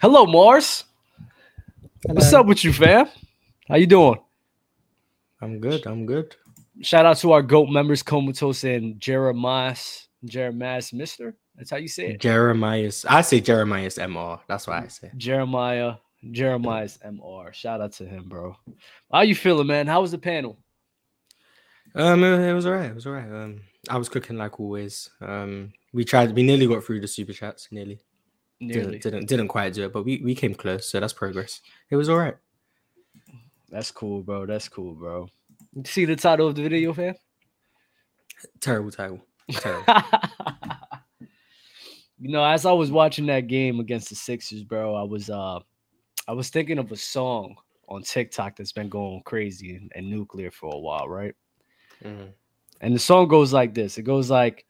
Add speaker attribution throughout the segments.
Speaker 1: Hello, Mars. What's
Speaker 2: Hello.
Speaker 1: up with you, fam? How you doing?
Speaker 2: I'm good. I'm good.
Speaker 1: Shout out to our GOAT members, Comatose and Jeremias. Jeremias Mister. That's how you say it.
Speaker 2: Jeremiah's. I say Jeremiah's MR. That's what I say.
Speaker 1: Jeremiah. Jeremiah's MR. Shout out to him, bro. How you feeling, man? How was the panel?
Speaker 2: Um, it, it was alright. It was alright. Um, I was cooking like always. Um, we tried. We nearly got through the super chats. Nearly.
Speaker 1: Nearly.
Speaker 2: Didn't, didn't didn't quite do it, but we we came close. So that's progress. It was alright.
Speaker 1: That's cool, bro. That's cool, bro. You See the title of the video, fam?
Speaker 2: Terrible title. Terrible.
Speaker 1: you know, as I was watching that game against the Sixers, bro, I was uh I was thinking of a song on TikTok that's been going crazy and, and nuclear for a while, right?
Speaker 2: Mhm.
Speaker 1: And the song goes like this. It goes like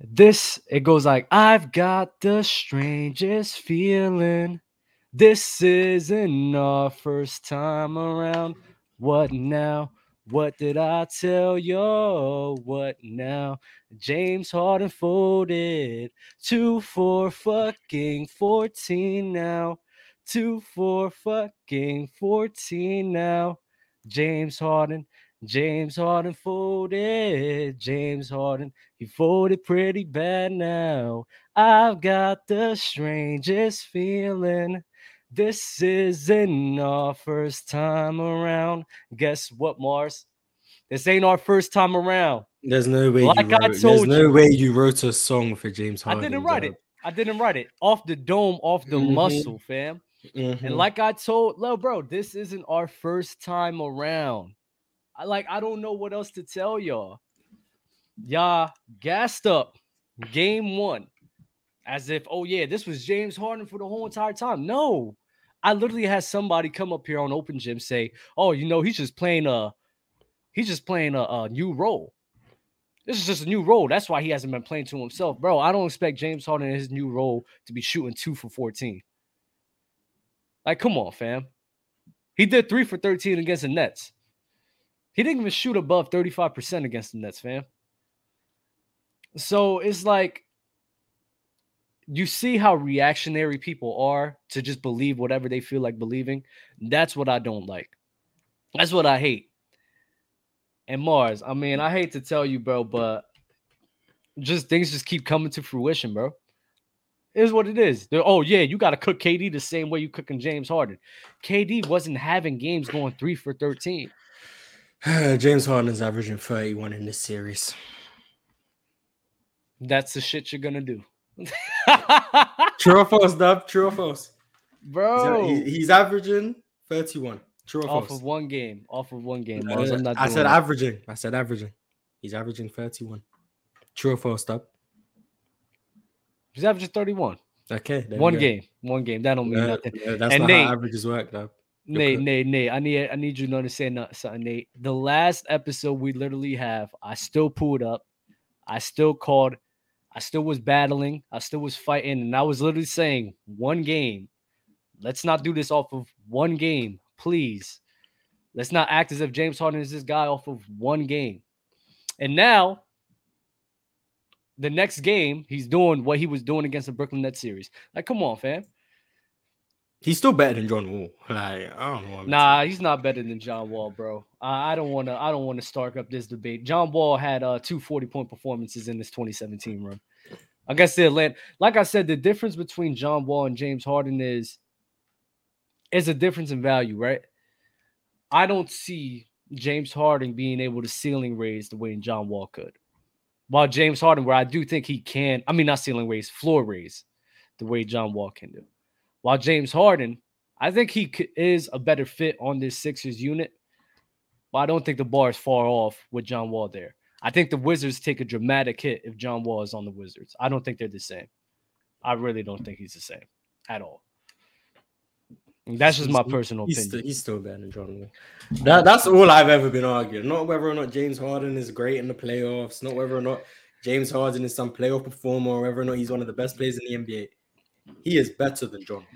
Speaker 1: this, it goes like I've got the strangest feeling. This isn't our first time around. What now? What did I tell you? What now? James Harden folded two for fucking 14 now. Two for fucking 14 now. James Harden, James Harden folded. James Harden, he folded pretty bad now. I've got the strangest feeling. This isn't our first time around. Guess what, Mars? This ain't our first time around.
Speaker 2: There's no way.
Speaker 1: Like
Speaker 2: you
Speaker 1: I
Speaker 2: wrote,
Speaker 1: told
Speaker 2: there's
Speaker 1: you.
Speaker 2: no way you wrote a song for James
Speaker 1: I
Speaker 2: Harden.
Speaker 1: didn't write it. I didn't write it. Off the dome, off the
Speaker 2: Mhm.
Speaker 1: muscle, fam. And
Speaker 2: And like,
Speaker 1: like I told Lil Bro, this isn't our first time around. I like I don't know what else to tell y'all. Y'all gassed up game one. As if, oh yeah, this was James Harden for the whole entire time. No. I literally had somebody come up here on open gym say, Oh, you know, he's just playing a he's just playing a, a new role. This is just a new role. That's why he hasn't been playing to himself. Bro, I don't expect James Harden in his new role to be shooting two for 14. Like, come on, fam. He did three for 13 against the Nets. He didn't even shoot above 35% against the Nets, fam. So it's like you see how reactionary people are to just believe whatever they feel like believing. That's what I don't like. That's what I hate. And Mars, I mean, I hate to tell you, bro, but just things just keep coming to fruition, bro. It is what it is. They're- oh, yeah, you got to cook KD the same way you cooking James Harden. KD wasn't having games going three for 13.
Speaker 2: James Harden's averaging 31 in this series.
Speaker 1: That's the shit you're going to do.
Speaker 2: True or false, Dub? True or false? He's a-
Speaker 1: bro.
Speaker 2: he- he's averaging 31. True or
Speaker 1: off
Speaker 2: false?
Speaker 1: of one game. Off of one game.
Speaker 2: No,
Speaker 1: Mars. I'm not
Speaker 2: Uh, I
Speaker 1: doing
Speaker 2: said
Speaker 1: it.
Speaker 2: averaging. I said averaging. He's averaging 31. True or false, Dub?
Speaker 1: He's averaging 31.
Speaker 2: Okay. there we
Speaker 1: One
Speaker 2: go.
Speaker 1: game. One game. That don't mean
Speaker 2: No,
Speaker 1: nothing.
Speaker 2: no, that's
Speaker 1: And
Speaker 2: not
Speaker 1: Nate-
Speaker 2: how averages work, Dub. You're
Speaker 1: Nate,
Speaker 2: cooked.
Speaker 1: Nate, Nate. I need I need you to understand no- something, Nate. The last episode we literally have, I still pulled up. I still called. I still was battling. I still was fighting. And I was literally saying, one game. Let's not do this off of one game, please. Let's not act as if James Harden is this guy off of one game. And now, the next game, he's doing what he was doing against the Brooklyn Nets series. Like, come on, fam.
Speaker 2: He's still better than John Wall. Like, I don't know. what I'm
Speaker 1: Nah, he's not better than John Wall, bro. I, I don't want to. I don't want to start up this debate. John Wall had uh, two 40 point performances in this 2017 run against the Atlanta. Like I said, the difference between John Wall and James Harden is is a difference in value, right? I don't see James Harden being able to ceiling raise the way John Wall could. While James Harden, where I do think he can, I mean not ceiling raise, floor raise, the way John Wall can do. While James Harden, I think he c- is a better fit on this Sixers unit, but I don't think the bar is far off with John Wall there. I think the Wizards take a dramatic hit if John Wall is on the Wizards. I don't think they're the same. I really don't think he's the same at all. And That's just my
Speaker 2: He's-
Speaker 1: personal
Speaker 2: He's
Speaker 1: opinion.
Speaker 2: still, he's still better than John Wall. Um, That, that's all I've ever been arguing. Not whether or not James Harden is great in the playoffs, not whether or not James Harden is some playoff performer, or whether or not he's one of the best players in the NBA. He is better than John Wall.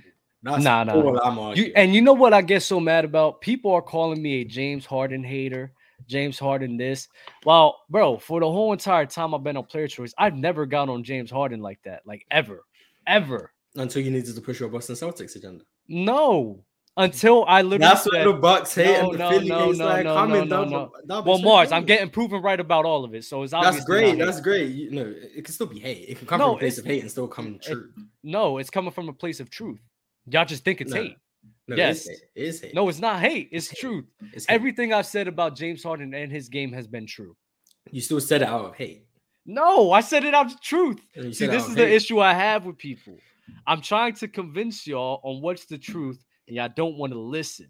Speaker 2: That's
Speaker 1: Nah, nah,
Speaker 2: all I'm
Speaker 1: You
Speaker 2: arguing.
Speaker 1: and you know what I get so mad about? People are calling me a James Harden hater, James Harden this. Well, bro, for the whole entire time I've been on player choice, I've never got on James Harden like that, like ever, ever.
Speaker 2: until you needed to push your Boston Celtics agenda.
Speaker 1: No, until I literally
Speaker 2: That's what
Speaker 1: said,
Speaker 2: the Bucks hate
Speaker 1: No,
Speaker 2: and the
Speaker 1: no,
Speaker 2: Philly
Speaker 1: no,
Speaker 2: hates.
Speaker 1: no,
Speaker 2: like,
Speaker 1: no,
Speaker 2: coming
Speaker 1: no,
Speaker 2: down.
Speaker 1: no,
Speaker 2: but- nah, but
Speaker 1: well,
Speaker 2: it's
Speaker 1: Mars,
Speaker 2: still
Speaker 1: I'm
Speaker 2: hate.
Speaker 1: getting proven right about all of it, so it's obviously
Speaker 2: That's great.
Speaker 1: not-
Speaker 2: That's great. You know, it can still be hate. It can come
Speaker 1: No,
Speaker 2: from a place
Speaker 1: it's-
Speaker 2: of hate and still come
Speaker 1: it-
Speaker 2: true.
Speaker 1: no, it's coming from a place of truth. Y'all just think it's
Speaker 2: No.
Speaker 1: hate.
Speaker 2: No,
Speaker 1: yes.
Speaker 2: it is hate. It is hate.
Speaker 1: No, it's not hate. It's
Speaker 2: It's hate.
Speaker 1: truth.
Speaker 2: it's hate.
Speaker 1: Everything I've said about James Harden and his game has been true.
Speaker 2: you still said it out of hate.
Speaker 1: No, I said it out of truth.
Speaker 2: You
Speaker 1: See,
Speaker 2: said it
Speaker 1: this
Speaker 2: out
Speaker 1: is
Speaker 2: of
Speaker 1: the
Speaker 2: hate.
Speaker 1: issue I have with people. I'm trying to convince y'all on what's the truth, and y'all don't want to listen.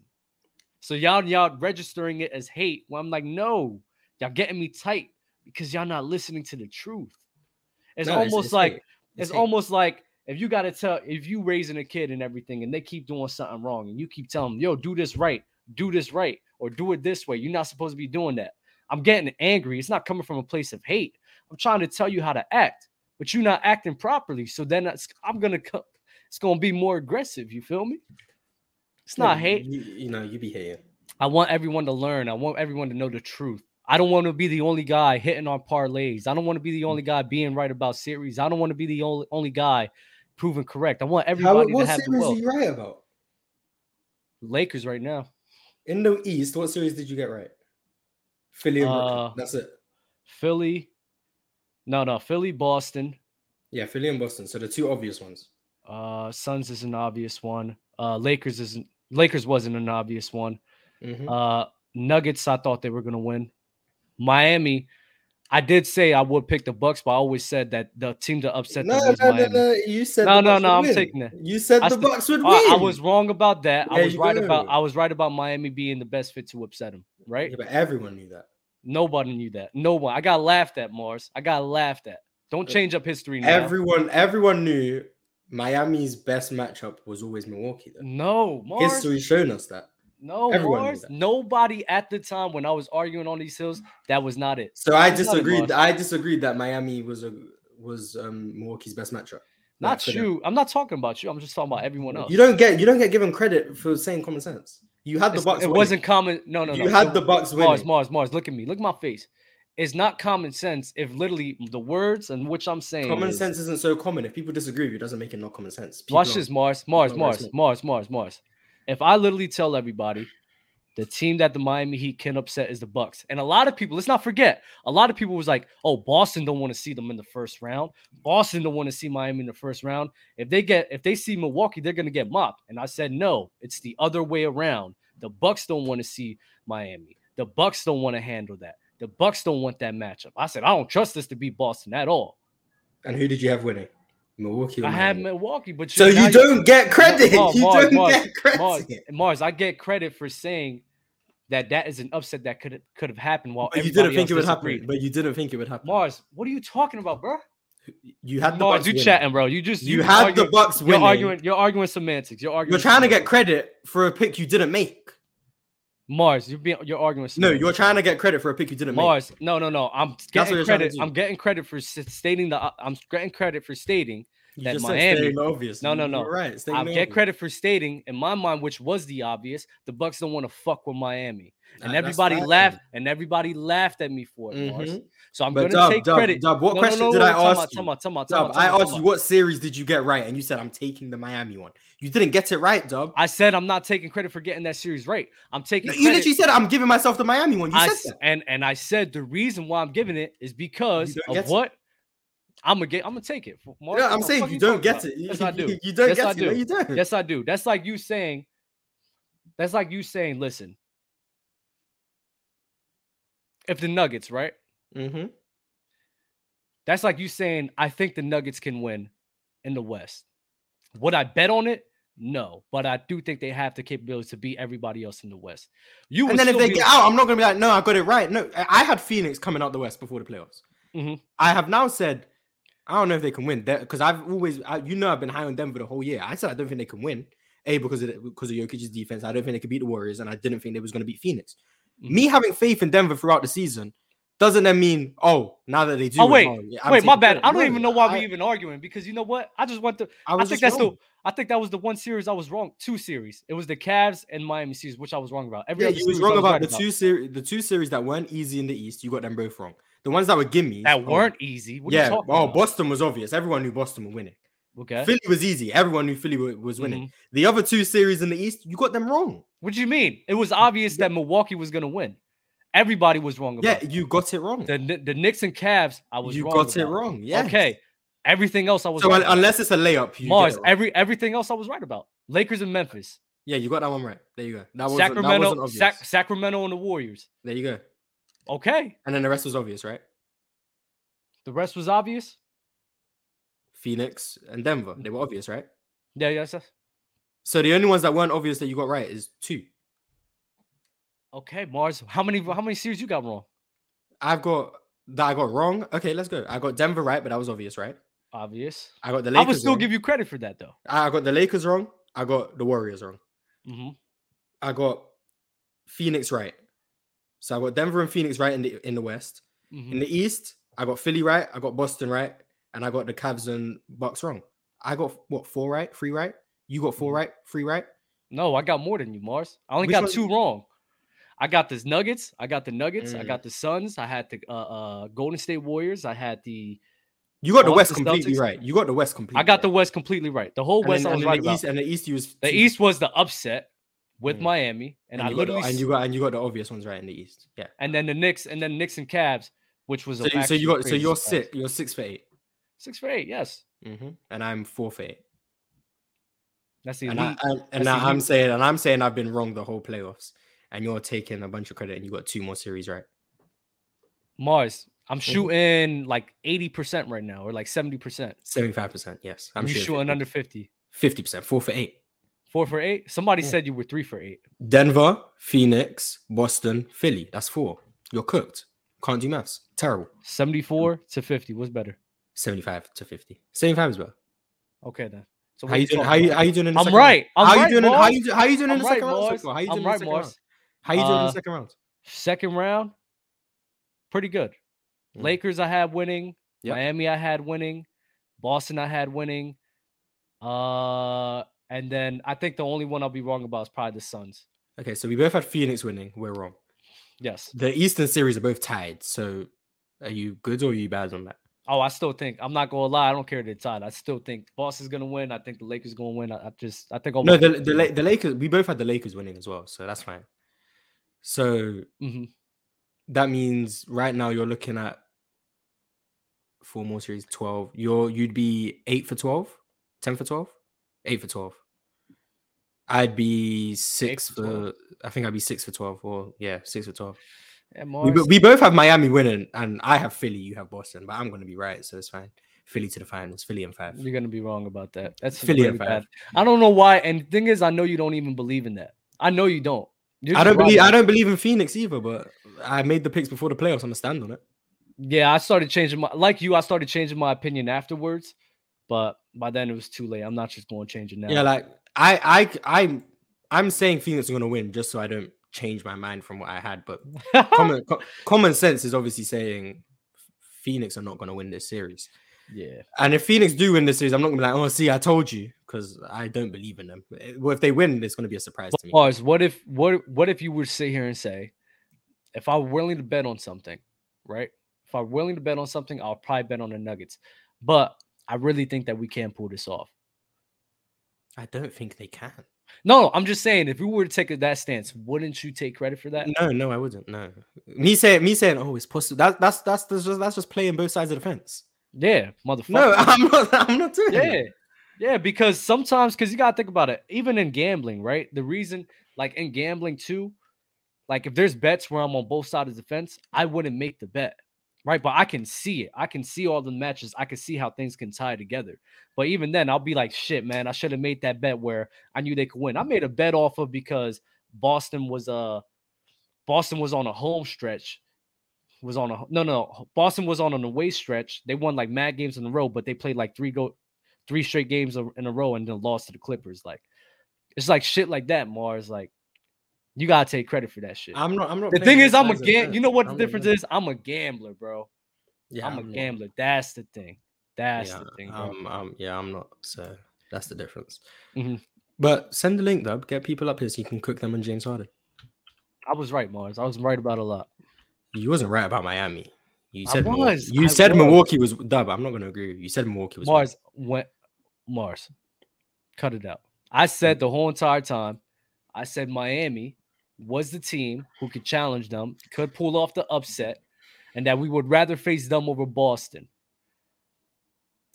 Speaker 1: So y'all y'all registering it as hate. Well, I'm like, no, y'all getting me tight because y'all not listening to the truth. It's
Speaker 2: No,
Speaker 1: almost
Speaker 2: it's
Speaker 1: like
Speaker 2: hate.
Speaker 1: it's
Speaker 2: hate.
Speaker 1: almost like if you gotta tell if you raising a kid and everything and they keep doing something wrong and you keep telling them, yo, do this right, do this right, or do it this way. You're not supposed to be doing that. I'm getting angry. It's not coming from a place of hate. I'm trying to tell you how to act, but you're not acting properly. So then that's, I'm gonna co- it's gonna be more aggressive. You feel me? It's
Speaker 2: No,
Speaker 1: not
Speaker 2: you-
Speaker 1: hate.
Speaker 2: You, you know, you be hating.
Speaker 1: I want everyone to learn. I want everyone to know the truth. I don't want to be the only guy hitting on parlays. I don't want to be the only guy being right about series. I don't want to be the only, only guy proven correct. I want everybody to
Speaker 2: what
Speaker 1: have the
Speaker 2: series are
Speaker 1: will.
Speaker 2: you right about?
Speaker 1: Lakers right now.
Speaker 2: In the East, what series did you get right? Philly and Brooklyn.
Speaker 1: Uh,
Speaker 2: That's it.
Speaker 1: Philly. No, no, Philly, Boston.
Speaker 2: Yeah, Philly and Boston. So the two obvious ones.
Speaker 1: Uh Suns is an obvious one. Uh Lakers isn't Lakers wasn't an obvious one.
Speaker 2: Mhm.
Speaker 1: Uh Nuggets, I thought they were gonna win. Miami. I did say I would pick the Bucks, but I always said that the team to upset them
Speaker 2: no,
Speaker 1: was
Speaker 2: no, no,
Speaker 1: Miami.
Speaker 2: no. You said the
Speaker 1: No, no,
Speaker 2: Bucks
Speaker 1: no,
Speaker 2: would
Speaker 1: I'm
Speaker 2: win.
Speaker 1: taking it.
Speaker 2: You said
Speaker 1: I
Speaker 2: the
Speaker 1: still-
Speaker 2: Bucks would
Speaker 1: All right,
Speaker 2: win.
Speaker 1: I was wrong about that. I
Speaker 2: There
Speaker 1: was
Speaker 2: you
Speaker 1: right about
Speaker 2: go.
Speaker 1: I was right about Miami being the best fit to upset them, right?
Speaker 2: Yeah, but everyone knew that.
Speaker 1: Nobody knew that. No one. I got laughed at, Mars. I got laughed at. Don't
Speaker 2: Uh,
Speaker 1: change up history now.
Speaker 2: Everyone, everyone knew Miami's best matchup was always Milwaukee. Though.
Speaker 1: no, Mars.
Speaker 2: History's shown us that.
Speaker 1: no,
Speaker 2: everyone knew
Speaker 1: Mars.
Speaker 2: that.
Speaker 1: Nobody at the time when I was arguing on these hills, that was not it.
Speaker 2: So I
Speaker 1: It's not a
Speaker 2: disagreed.
Speaker 1: loss.
Speaker 2: I disagreed that Miami was a was um, Milwaukee's best matchup. Like,
Speaker 1: Not
Speaker 2: for them.
Speaker 1: you. I'm not talking about you. I'm just talking about everyone else.
Speaker 2: You don't get you don't get given credit for saying common sense. You had the
Speaker 1: It's-
Speaker 2: Bucks.
Speaker 1: it
Speaker 2: winning.
Speaker 1: wasn't common. No, no, no.
Speaker 2: You had
Speaker 1: it
Speaker 2: the Bucks winning.
Speaker 1: Mars, Mars, Mars. Look at me. Look at my face. It's not common sense if literally the words and which I'm saying.
Speaker 2: Common
Speaker 1: is-
Speaker 2: sense isn't so common. If people disagree with you, it doesn't make it not common sense. People
Speaker 1: Watch
Speaker 2: are-
Speaker 1: this, Mars, Mars,
Speaker 2: don't
Speaker 1: Mars,
Speaker 2: respect-
Speaker 1: Mars, Mars, Mars. If I literally tell everybody the team that the Miami Heat can upset is the Bucks, and a lot of people, let's not forget, a lot of people was like, "Oh, Boston don't want to see them in the first round. Boston don't want to see Miami in the first round. If they get, if they see Milwaukee, they're gonna get mopped." And I said, "No, it's the other way around. The Bucks don't want to see Miami. The Bucks don't want to handle that. The Bucks don't want that matchup." I said, "I don't trust this to beat Boston at all.
Speaker 2: And who did you have winning? Milwaukee. Or
Speaker 1: I had
Speaker 2: Miami?
Speaker 1: Milwaukee, but
Speaker 2: So
Speaker 1: now
Speaker 2: you don't get credit.
Speaker 1: Mar-
Speaker 2: you
Speaker 1: Mars,
Speaker 2: don't
Speaker 1: Mars,
Speaker 2: get credit.
Speaker 1: Mars, Mars, I get credit for saying that that is an upset that could could have happened while
Speaker 2: But you
Speaker 1: everybody
Speaker 2: didn't think
Speaker 1: else
Speaker 2: it would
Speaker 1: disagreed.
Speaker 2: happen. But you didn't think it would happen.
Speaker 1: Mars, what are you talking about, bro?
Speaker 2: you had the
Speaker 1: Mars,
Speaker 2: Bucks
Speaker 1: you
Speaker 2: winning.
Speaker 1: chatting, bro. You just
Speaker 2: You had the
Speaker 1: arguing-
Speaker 2: Bucks
Speaker 1: You're
Speaker 2: winning.
Speaker 1: arguing. You're arguing semantics. You're arguing.
Speaker 2: You're trying to get
Speaker 1: semantics.
Speaker 2: credit for a pick you didn't make.
Speaker 1: Mars. You're being. You're arguing.
Speaker 2: No,
Speaker 1: Semantics.
Speaker 2: you're trying to get credit for a pick you didn't
Speaker 1: Mars. No, no, no. I'm getting
Speaker 2: you're trying to
Speaker 1: credit.
Speaker 2: do.
Speaker 1: I'm getting credit for s- stating the. uh, I'm getting credit for stating.
Speaker 2: make. You
Speaker 1: that
Speaker 2: just said
Speaker 1: Miami-
Speaker 2: stating the obvious.
Speaker 1: No, no,
Speaker 2: You
Speaker 1: no.
Speaker 2: were Right. stating
Speaker 1: I
Speaker 2: the
Speaker 1: get
Speaker 2: obvious.
Speaker 1: credit for stating in my mind, which was the obvious. The Bucks don't want to fuck with Miami, and
Speaker 2: That- that's
Speaker 1: everybody
Speaker 2: fine.
Speaker 1: laughed. And everybody laughed at me for it, Mars.
Speaker 2: Mhm.
Speaker 1: So I'm
Speaker 2: But
Speaker 1: gonna
Speaker 2: Dub,
Speaker 1: take
Speaker 2: Dub,
Speaker 1: credit.
Speaker 2: Dub, what
Speaker 1: No, no,
Speaker 2: question
Speaker 1: no,
Speaker 2: did
Speaker 1: no,
Speaker 2: I
Speaker 1: time out,
Speaker 2: asked you?
Speaker 1: time out, time out, time
Speaker 2: Dub,
Speaker 1: out,
Speaker 2: I
Speaker 1: time out,
Speaker 2: asked
Speaker 1: time
Speaker 2: you
Speaker 1: out.
Speaker 2: what series did you get right, and you said I'm taking the Miami one. You didn't get it right, Dub.
Speaker 1: I said I'm not taking credit for getting that series right. I'm taking
Speaker 2: No,
Speaker 1: credit.
Speaker 2: you literally said I'm giving myself the Miami one. You
Speaker 1: I s-
Speaker 2: said that.
Speaker 1: and and I said the reason why I'm giving it is because
Speaker 2: You don't
Speaker 1: of
Speaker 2: get it.
Speaker 1: what I'm gonna get. I'm gonna take it. Mar-
Speaker 2: No,
Speaker 1: what
Speaker 2: I'm
Speaker 1: the
Speaker 2: saying
Speaker 1: fuck
Speaker 2: you don't
Speaker 1: talking
Speaker 2: get
Speaker 1: about?
Speaker 2: it. You,
Speaker 1: Yes, I do.
Speaker 2: You don't
Speaker 1: Yes,
Speaker 2: get
Speaker 1: I
Speaker 2: it. No,
Speaker 1: do.
Speaker 2: you don't.
Speaker 1: Yes, I do. That's like you saying. That's like you saying. Listen, if the Nuggets, right?
Speaker 2: Mm-hmm.
Speaker 1: That's like you saying, I think the Nuggets can win in the West. Would I bet on it? No, but I do think they have the capability to beat everybody else in the West. You would
Speaker 2: And then if
Speaker 1: still
Speaker 2: they
Speaker 1: be-
Speaker 2: get out, I'm not gonna be like, no, I got it right. No, I I had Phoenix coming out the West before the playoffs.
Speaker 1: Mhm.
Speaker 2: I have now said, I don't know if they can win because I've always, I, you know, I've been high on Denver the whole year. I said I don't think they can win. A because of the, because of Jokic's defense, I don't think they could beat the Warriors, and I didn't think they was gonna beat Phoenix.
Speaker 1: Mhm.
Speaker 2: Me having faith in Denver throughout the season doesn't then mean oh now that they do.
Speaker 1: Oh,
Speaker 2: win,
Speaker 1: wait,
Speaker 2: yeah, I'm
Speaker 1: wait, my
Speaker 2: taking
Speaker 1: bad.
Speaker 2: credit."
Speaker 1: I don't
Speaker 2: No,
Speaker 1: even know why
Speaker 2: I-
Speaker 1: we even arguing because you know what? I just went to.
Speaker 2: I,
Speaker 1: I
Speaker 2: was just
Speaker 1: think that's
Speaker 2: wrong.
Speaker 1: the. I think that was the one series I was wrong. Two series. It was the Cavs and Miami series, which I was wrong about. Every
Speaker 2: Yeah,
Speaker 1: other
Speaker 2: you was
Speaker 1: series I
Speaker 2: wrong about
Speaker 1: right
Speaker 2: the two series. The two series that weren't easy in the East, you got them both wrong. The ones that were gimmies oh,
Speaker 1: that weren't easy. What are
Speaker 2: yeah,
Speaker 1: you talking
Speaker 2: oh,
Speaker 1: about?
Speaker 2: Boston was obvious. Everyone knew Boston were winning.
Speaker 1: Okay. Mm-hmm.
Speaker 2: Philly was easy. Everyone knew Philly wa- was winning. The other two series in the East, you got them wrong.
Speaker 1: What do you mean? It was obvious that Milwaukee was going to win. Everybody was wrong
Speaker 2: Yeah,
Speaker 1: about it.
Speaker 2: you got it wrong.
Speaker 1: the Kn- the Knicks and Cavs. I was
Speaker 2: You
Speaker 1: wrong
Speaker 2: got it
Speaker 1: about.
Speaker 2: wrong. Yeah.
Speaker 1: Okay. Everything else I was
Speaker 2: So
Speaker 1: right
Speaker 2: un-
Speaker 1: about.
Speaker 2: unless it's a layup, you
Speaker 1: Mars.
Speaker 2: get it wrong.
Speaker 1: Every everything else I was right about. Lakers and Memphis.
Speaker 2: yeah, you got that one right. There you go. That wasn't, that wasn't
Speaker 1: Sacramento.
Speaker 2: obvious.
Speaker 1: Sac- Sacramento and the Warriors.
Speaker 2: there you go.
Speaker 1: Okay.
Speaker 2: And then the rest was obvious, right?
Speaker 1: The rest was obvious.
Speaker 2: Phoenix and Denver. They were obvious, right?
Speaker 1: Yeah. Yes. yes.
Speaker 2: So the only ones that weren't obvious that you got right is two.
Speaker 1: Okay, Mars. How many how many series you got wrong?
Speaker 2: I've got that I got wrong. Okay, let's go. I got Denver right, but that was obvious, right?
Speaker 1: Obvious.
Speaker 2: I got the
Speaker 1: I
Speaker 2: Lakers.
Speaker 1: would still
Speaker 2: wrong.
Speaker 1: give you credit for that though.
Speaker 2: I got the Lakers wrong. I got the Warriors wrong.
Speaker 1: hmm
Speaker 2: I got Phoenix right. So I got Denver and Phoenix right in the in the West.
Speaker 1: Mm-hmm.
Speaker 2: In the East, I got Philly right. I got Boston right, and I got the Cavs and Bucks wrong. I got what four right, three right. You got four
Speaker 1: Mhm.
Speaker 2: right, three right.
Speaker 1: No, I got more than you, Mars. I only
Speaker 2: Which
Speaker 1: got
Speaker 2: one-
Speaker 1: two wrong. I got this Nuggets. I got the Nuggets. I
Speaker 2: Mm.
Speaker 1: got the Suns. I had the uh, uh, Golden State Warriors. I had the.
Speaker 2: You got the
Speaker 1: Bucks
Speaker 2: West
Speaker 1: and
Speaker 2: completely
Speaker 1: Celtics.
Speaker 2: right. You got the West completely.
Speaker 1: I got the
Speaker 2: right.
Speaker 1: West completely right. The whole
Speaker 2: And
Speaker 1: West
Speaker 2: then-
Speaker 1: I
Speaker 2: and
Speaker 1: was
Speaker 2: then
Speaker 1: right
Speaker 2: the
Speaker 1: about.
Speaker 2: East, and the East. You was
Speaker 1: the
Speaker 2: two.
Speaker 1: East was the upset with
Speaker 2: Mm.
Speaker 1: Miami, and, I
Speaker 2: you got the-
Speaker 1: literally
Speaker 2: and
Speaker 1: s-
Speaker 2: you got and you got the obvious ones right in the East. Yeah.
Speaker 1: and then the Knicks and then Knicks and Cavs, which was
Speaker 2: So,
Speaker 1: a
Speaker 2: so you
Speaker 1: actually
Speaker 2: got so
Speaker 1: crazy
Speaker 2: you're
Speaker 1: surprise.
Speaker 2: six. You're six for 8
Speaker 1: six for eight. Yes,
Speaker 2: Mm-hmm. and I'm four for eight.
Speaker 1: that's the
Speaker 2: And, I,
Speaker 1: elite.
Speaker 2: and, and
Speaker 1: That's
Speaker 2: I'm
Speaker 1: elite.
Speaker 2: saying and I'm saying I've been wrong the whole playoffs, and you're taking a bunch of credit, and you got two more series right.
Speaker 1: Mars. I'm
Speaker 2: Mm-hmm.
Speaker 1: shooting like eighty percent right now, or like seventy percent.
Speaker 2: Seventy five percent. Yes, I'm
Speaker 1: you shooting under 50.
Speaker 2: fifty percent. Four for eight.
Speaker 1: Four for eight. Somebody
Speaker 2: Yeah.
Speaker 1: said you were three for eight.
Speaker 2: Denver, Phoenix, Boston, Philly. That's four. You're cooked. Can't do maths. Terrible.
Speaker 1: 74 to 50. What's better?
Speaker 2: Seventy five to fifty. Seventy five as well.
Speaker 1: Okay, then. So
Speaker 2: How
Speaker 1: what
Speaker 2: you
Speaker 1: we
Speaker 2: doing?
Speaker 1: talking
Speaker 2: How you
Speaker 1: about?
Speaker 2: how you doing in the
Speaker 1: I'm
Speaker 2: second round?
Speaker 1: right. I'm
Speaker 2: how
Speaker 1: right,
Speaker 2: you doing? In, how
Speaker 1: Mars.
Speaker 2: you do- how you doing in
Speaker 1: I'm
Speaker 2: the
Speaker 1: right,
Speaker 2: second round?
Speaker 1: boys.
Speaker 2: Sokol? How you
Speaker 1: I'm
Speaker 2: doing in
Speaker 1: right,
Speaker 2: the second round?
Speaker 1: boys.
Speaker 2: How you doing in
Speaker 1: Uh,
Speaker 2: the second round?
Speaker 1: Second round, pretty good.
Speaker 2: Mhm.
Speaker 1: Lakers, I had winning.
Speaker 2: Yep.
Speaker 1: Miami, I had winning. Boston, I had winning. Uh, and then I think the only one I'll be wrong about is probably the Suns.
Speaker 2: Okay, so we both had Phoenix winning. We're wrong.
Speaker 1: Yes.
Speaker 2: The Eastern series are both tied. So are you good or are you bad on that?
Speaker 1: Oh, I still think I'm not gonna lie. I don't care that it's tied. I still think Boston's gonna win. I think the Lakers gonna win. I, I just I think I'll
Speaker 2: No, the the, La- the Lakers. We both had the Lakers winning as well, so that's fine. So
Speaker 1: hmm
Speaker 2: that means right now you're looking at four more series, twelve. You're you'd be eight for 12, 10 for 12, 8 for twelve. I'd be six
Speaker 1: for
Speaker 2: for.
Speaker 1: 12.
Speaker 2: I think I'd be six for twelve, or yeah, six for twelve.
Speaker 1: Yeah,
Speaker 2: We, bo-
Speaker 1: Mars.
Speaker 2: we both have Miami winning, and I have Philly. You have Boston, but I'm going to be right, so it's fine. Philly to the finals, Philly in five.
Speaker 1: You're gonna be wrong about that. That's
Speaker 2: Philly
Speaker 1: really
Speaker 2: and
Speaker 1: bad.
Speaker 2: five.
Speaker 1: I don't know why. And the thing is, I know you don't even believe in that. I know you don't. You're
Speaker 2: I
Speaker 1: just
Speaker 2: don't believe
Speaker 1: wrong.
Speaker 2: I don't believe in Phoenix either, but I made the picks before the playoffs. I'm a stand on it.
Speaker 1: Yeah, I started changing my like you. I started changing my opinion afterwards, but by then it was too late. I'm not just going to change it now.
Speaker 2: Yeah, like I I I'm I'm saying Phoenix are gonna win just so I don't change my mind from what I had. But common co- common sense is obviously saying Phoenix are not gonna win this series.
Speaker 1: yeah,
Speaker 2: And if Phoenix do win this series, I'm not gonna be like, oh, see, I told you, because I don't believe in them. Eh, Well, if they win, it's gonna be a surprise to me.
Speaker 1: Mars. What if what what if you were to sit here and say, if I were willing to bet on something, right? If I'm willing to bet on something, I'll probably bet on the Nuggets, but I really think that we can pull this off.
Speaker 2: I don't think they can.
Speaker 1: No, no, I'm just saying, if we were to take it that stance, wouldn't you take credit for that?
Speaker 2: No, no, I wouldn't. No, me saying me saying, oh, it's possible. That, that's that's that's just, that's just playing both sides of the fence.
Speaker 1: Yeah, motherfucker.
Speaker 2: No, I'm not. I'm not doing.
Speaker 1: yeah.
Speaker 2: It.
Speaker 1: Yeah, because sometimes because you gotta think about it, even in gambling, right? The reason, like in gambling too, like if there's bets where I'm on both sides of the fence, I wouldn't make the bet, right? But I can see it. I can see all the matches. I can see how things can tie together. But even then, I'll be like, shit, man, I should have made that bet where I knew they could win. I made a bet off of because Boston was uh Boston was on a home stretch. Was on a no no Boston was on an away stretch. They won like mad games in a row, but they played like three go three straight games a- in a row and then lost to the Clippers. Like it's like shit like that. Mars like you gotta take credit for that shit.
Speaker 2: I'm not. I'm not.
Speaker 1: the
Speaker 2: playing
Speaker 1: thing
Speaker 2: both
Speaker 1: is, I'm a
Speaker 2: sides of the
Speaker 1: gam.
Speaker 2: fence.
Speaker 1: You know what the
Speaker 2: I'm not
Speaker 1: difference
Speaker 2: doing it.
Speaker 1: is? I'm a gambler, bro.
Speaker 2: Yeah,
Speaker 1: I'm a
Speaker 2: not.
Speaker 1: gambler. That's the thing. That's
Speaker 2: yeah,
Speaker 1: the thing, bro.
Speaker 2: um, um, yeah, I'm not. So that's the difference.
Speaker 1: Mhm.
Speaker 2: But send the link, though. Get people up here so you can cook them on James Harden.
Speaker 1: I was right, Mars. I was right about a lot.
Speaker 2: You wasn't right about Miami. You
Speaker 1: I
Speaker 2: said Milwaukee-
Speaker 1: was,
Speaker 2: you
Speaker 1: I
Speaker 2: said
Speaker 1: was.
Speaker 2: Milwaukee was dub. I'm not going to agree with you. You said Milwaukee was. winning.
Speaker 1: Mars, when Mars, cut it out. I said the whole entire time, I said Miami was the team who could challenge them, could pull off the upset, and that we would rather face them over Boston.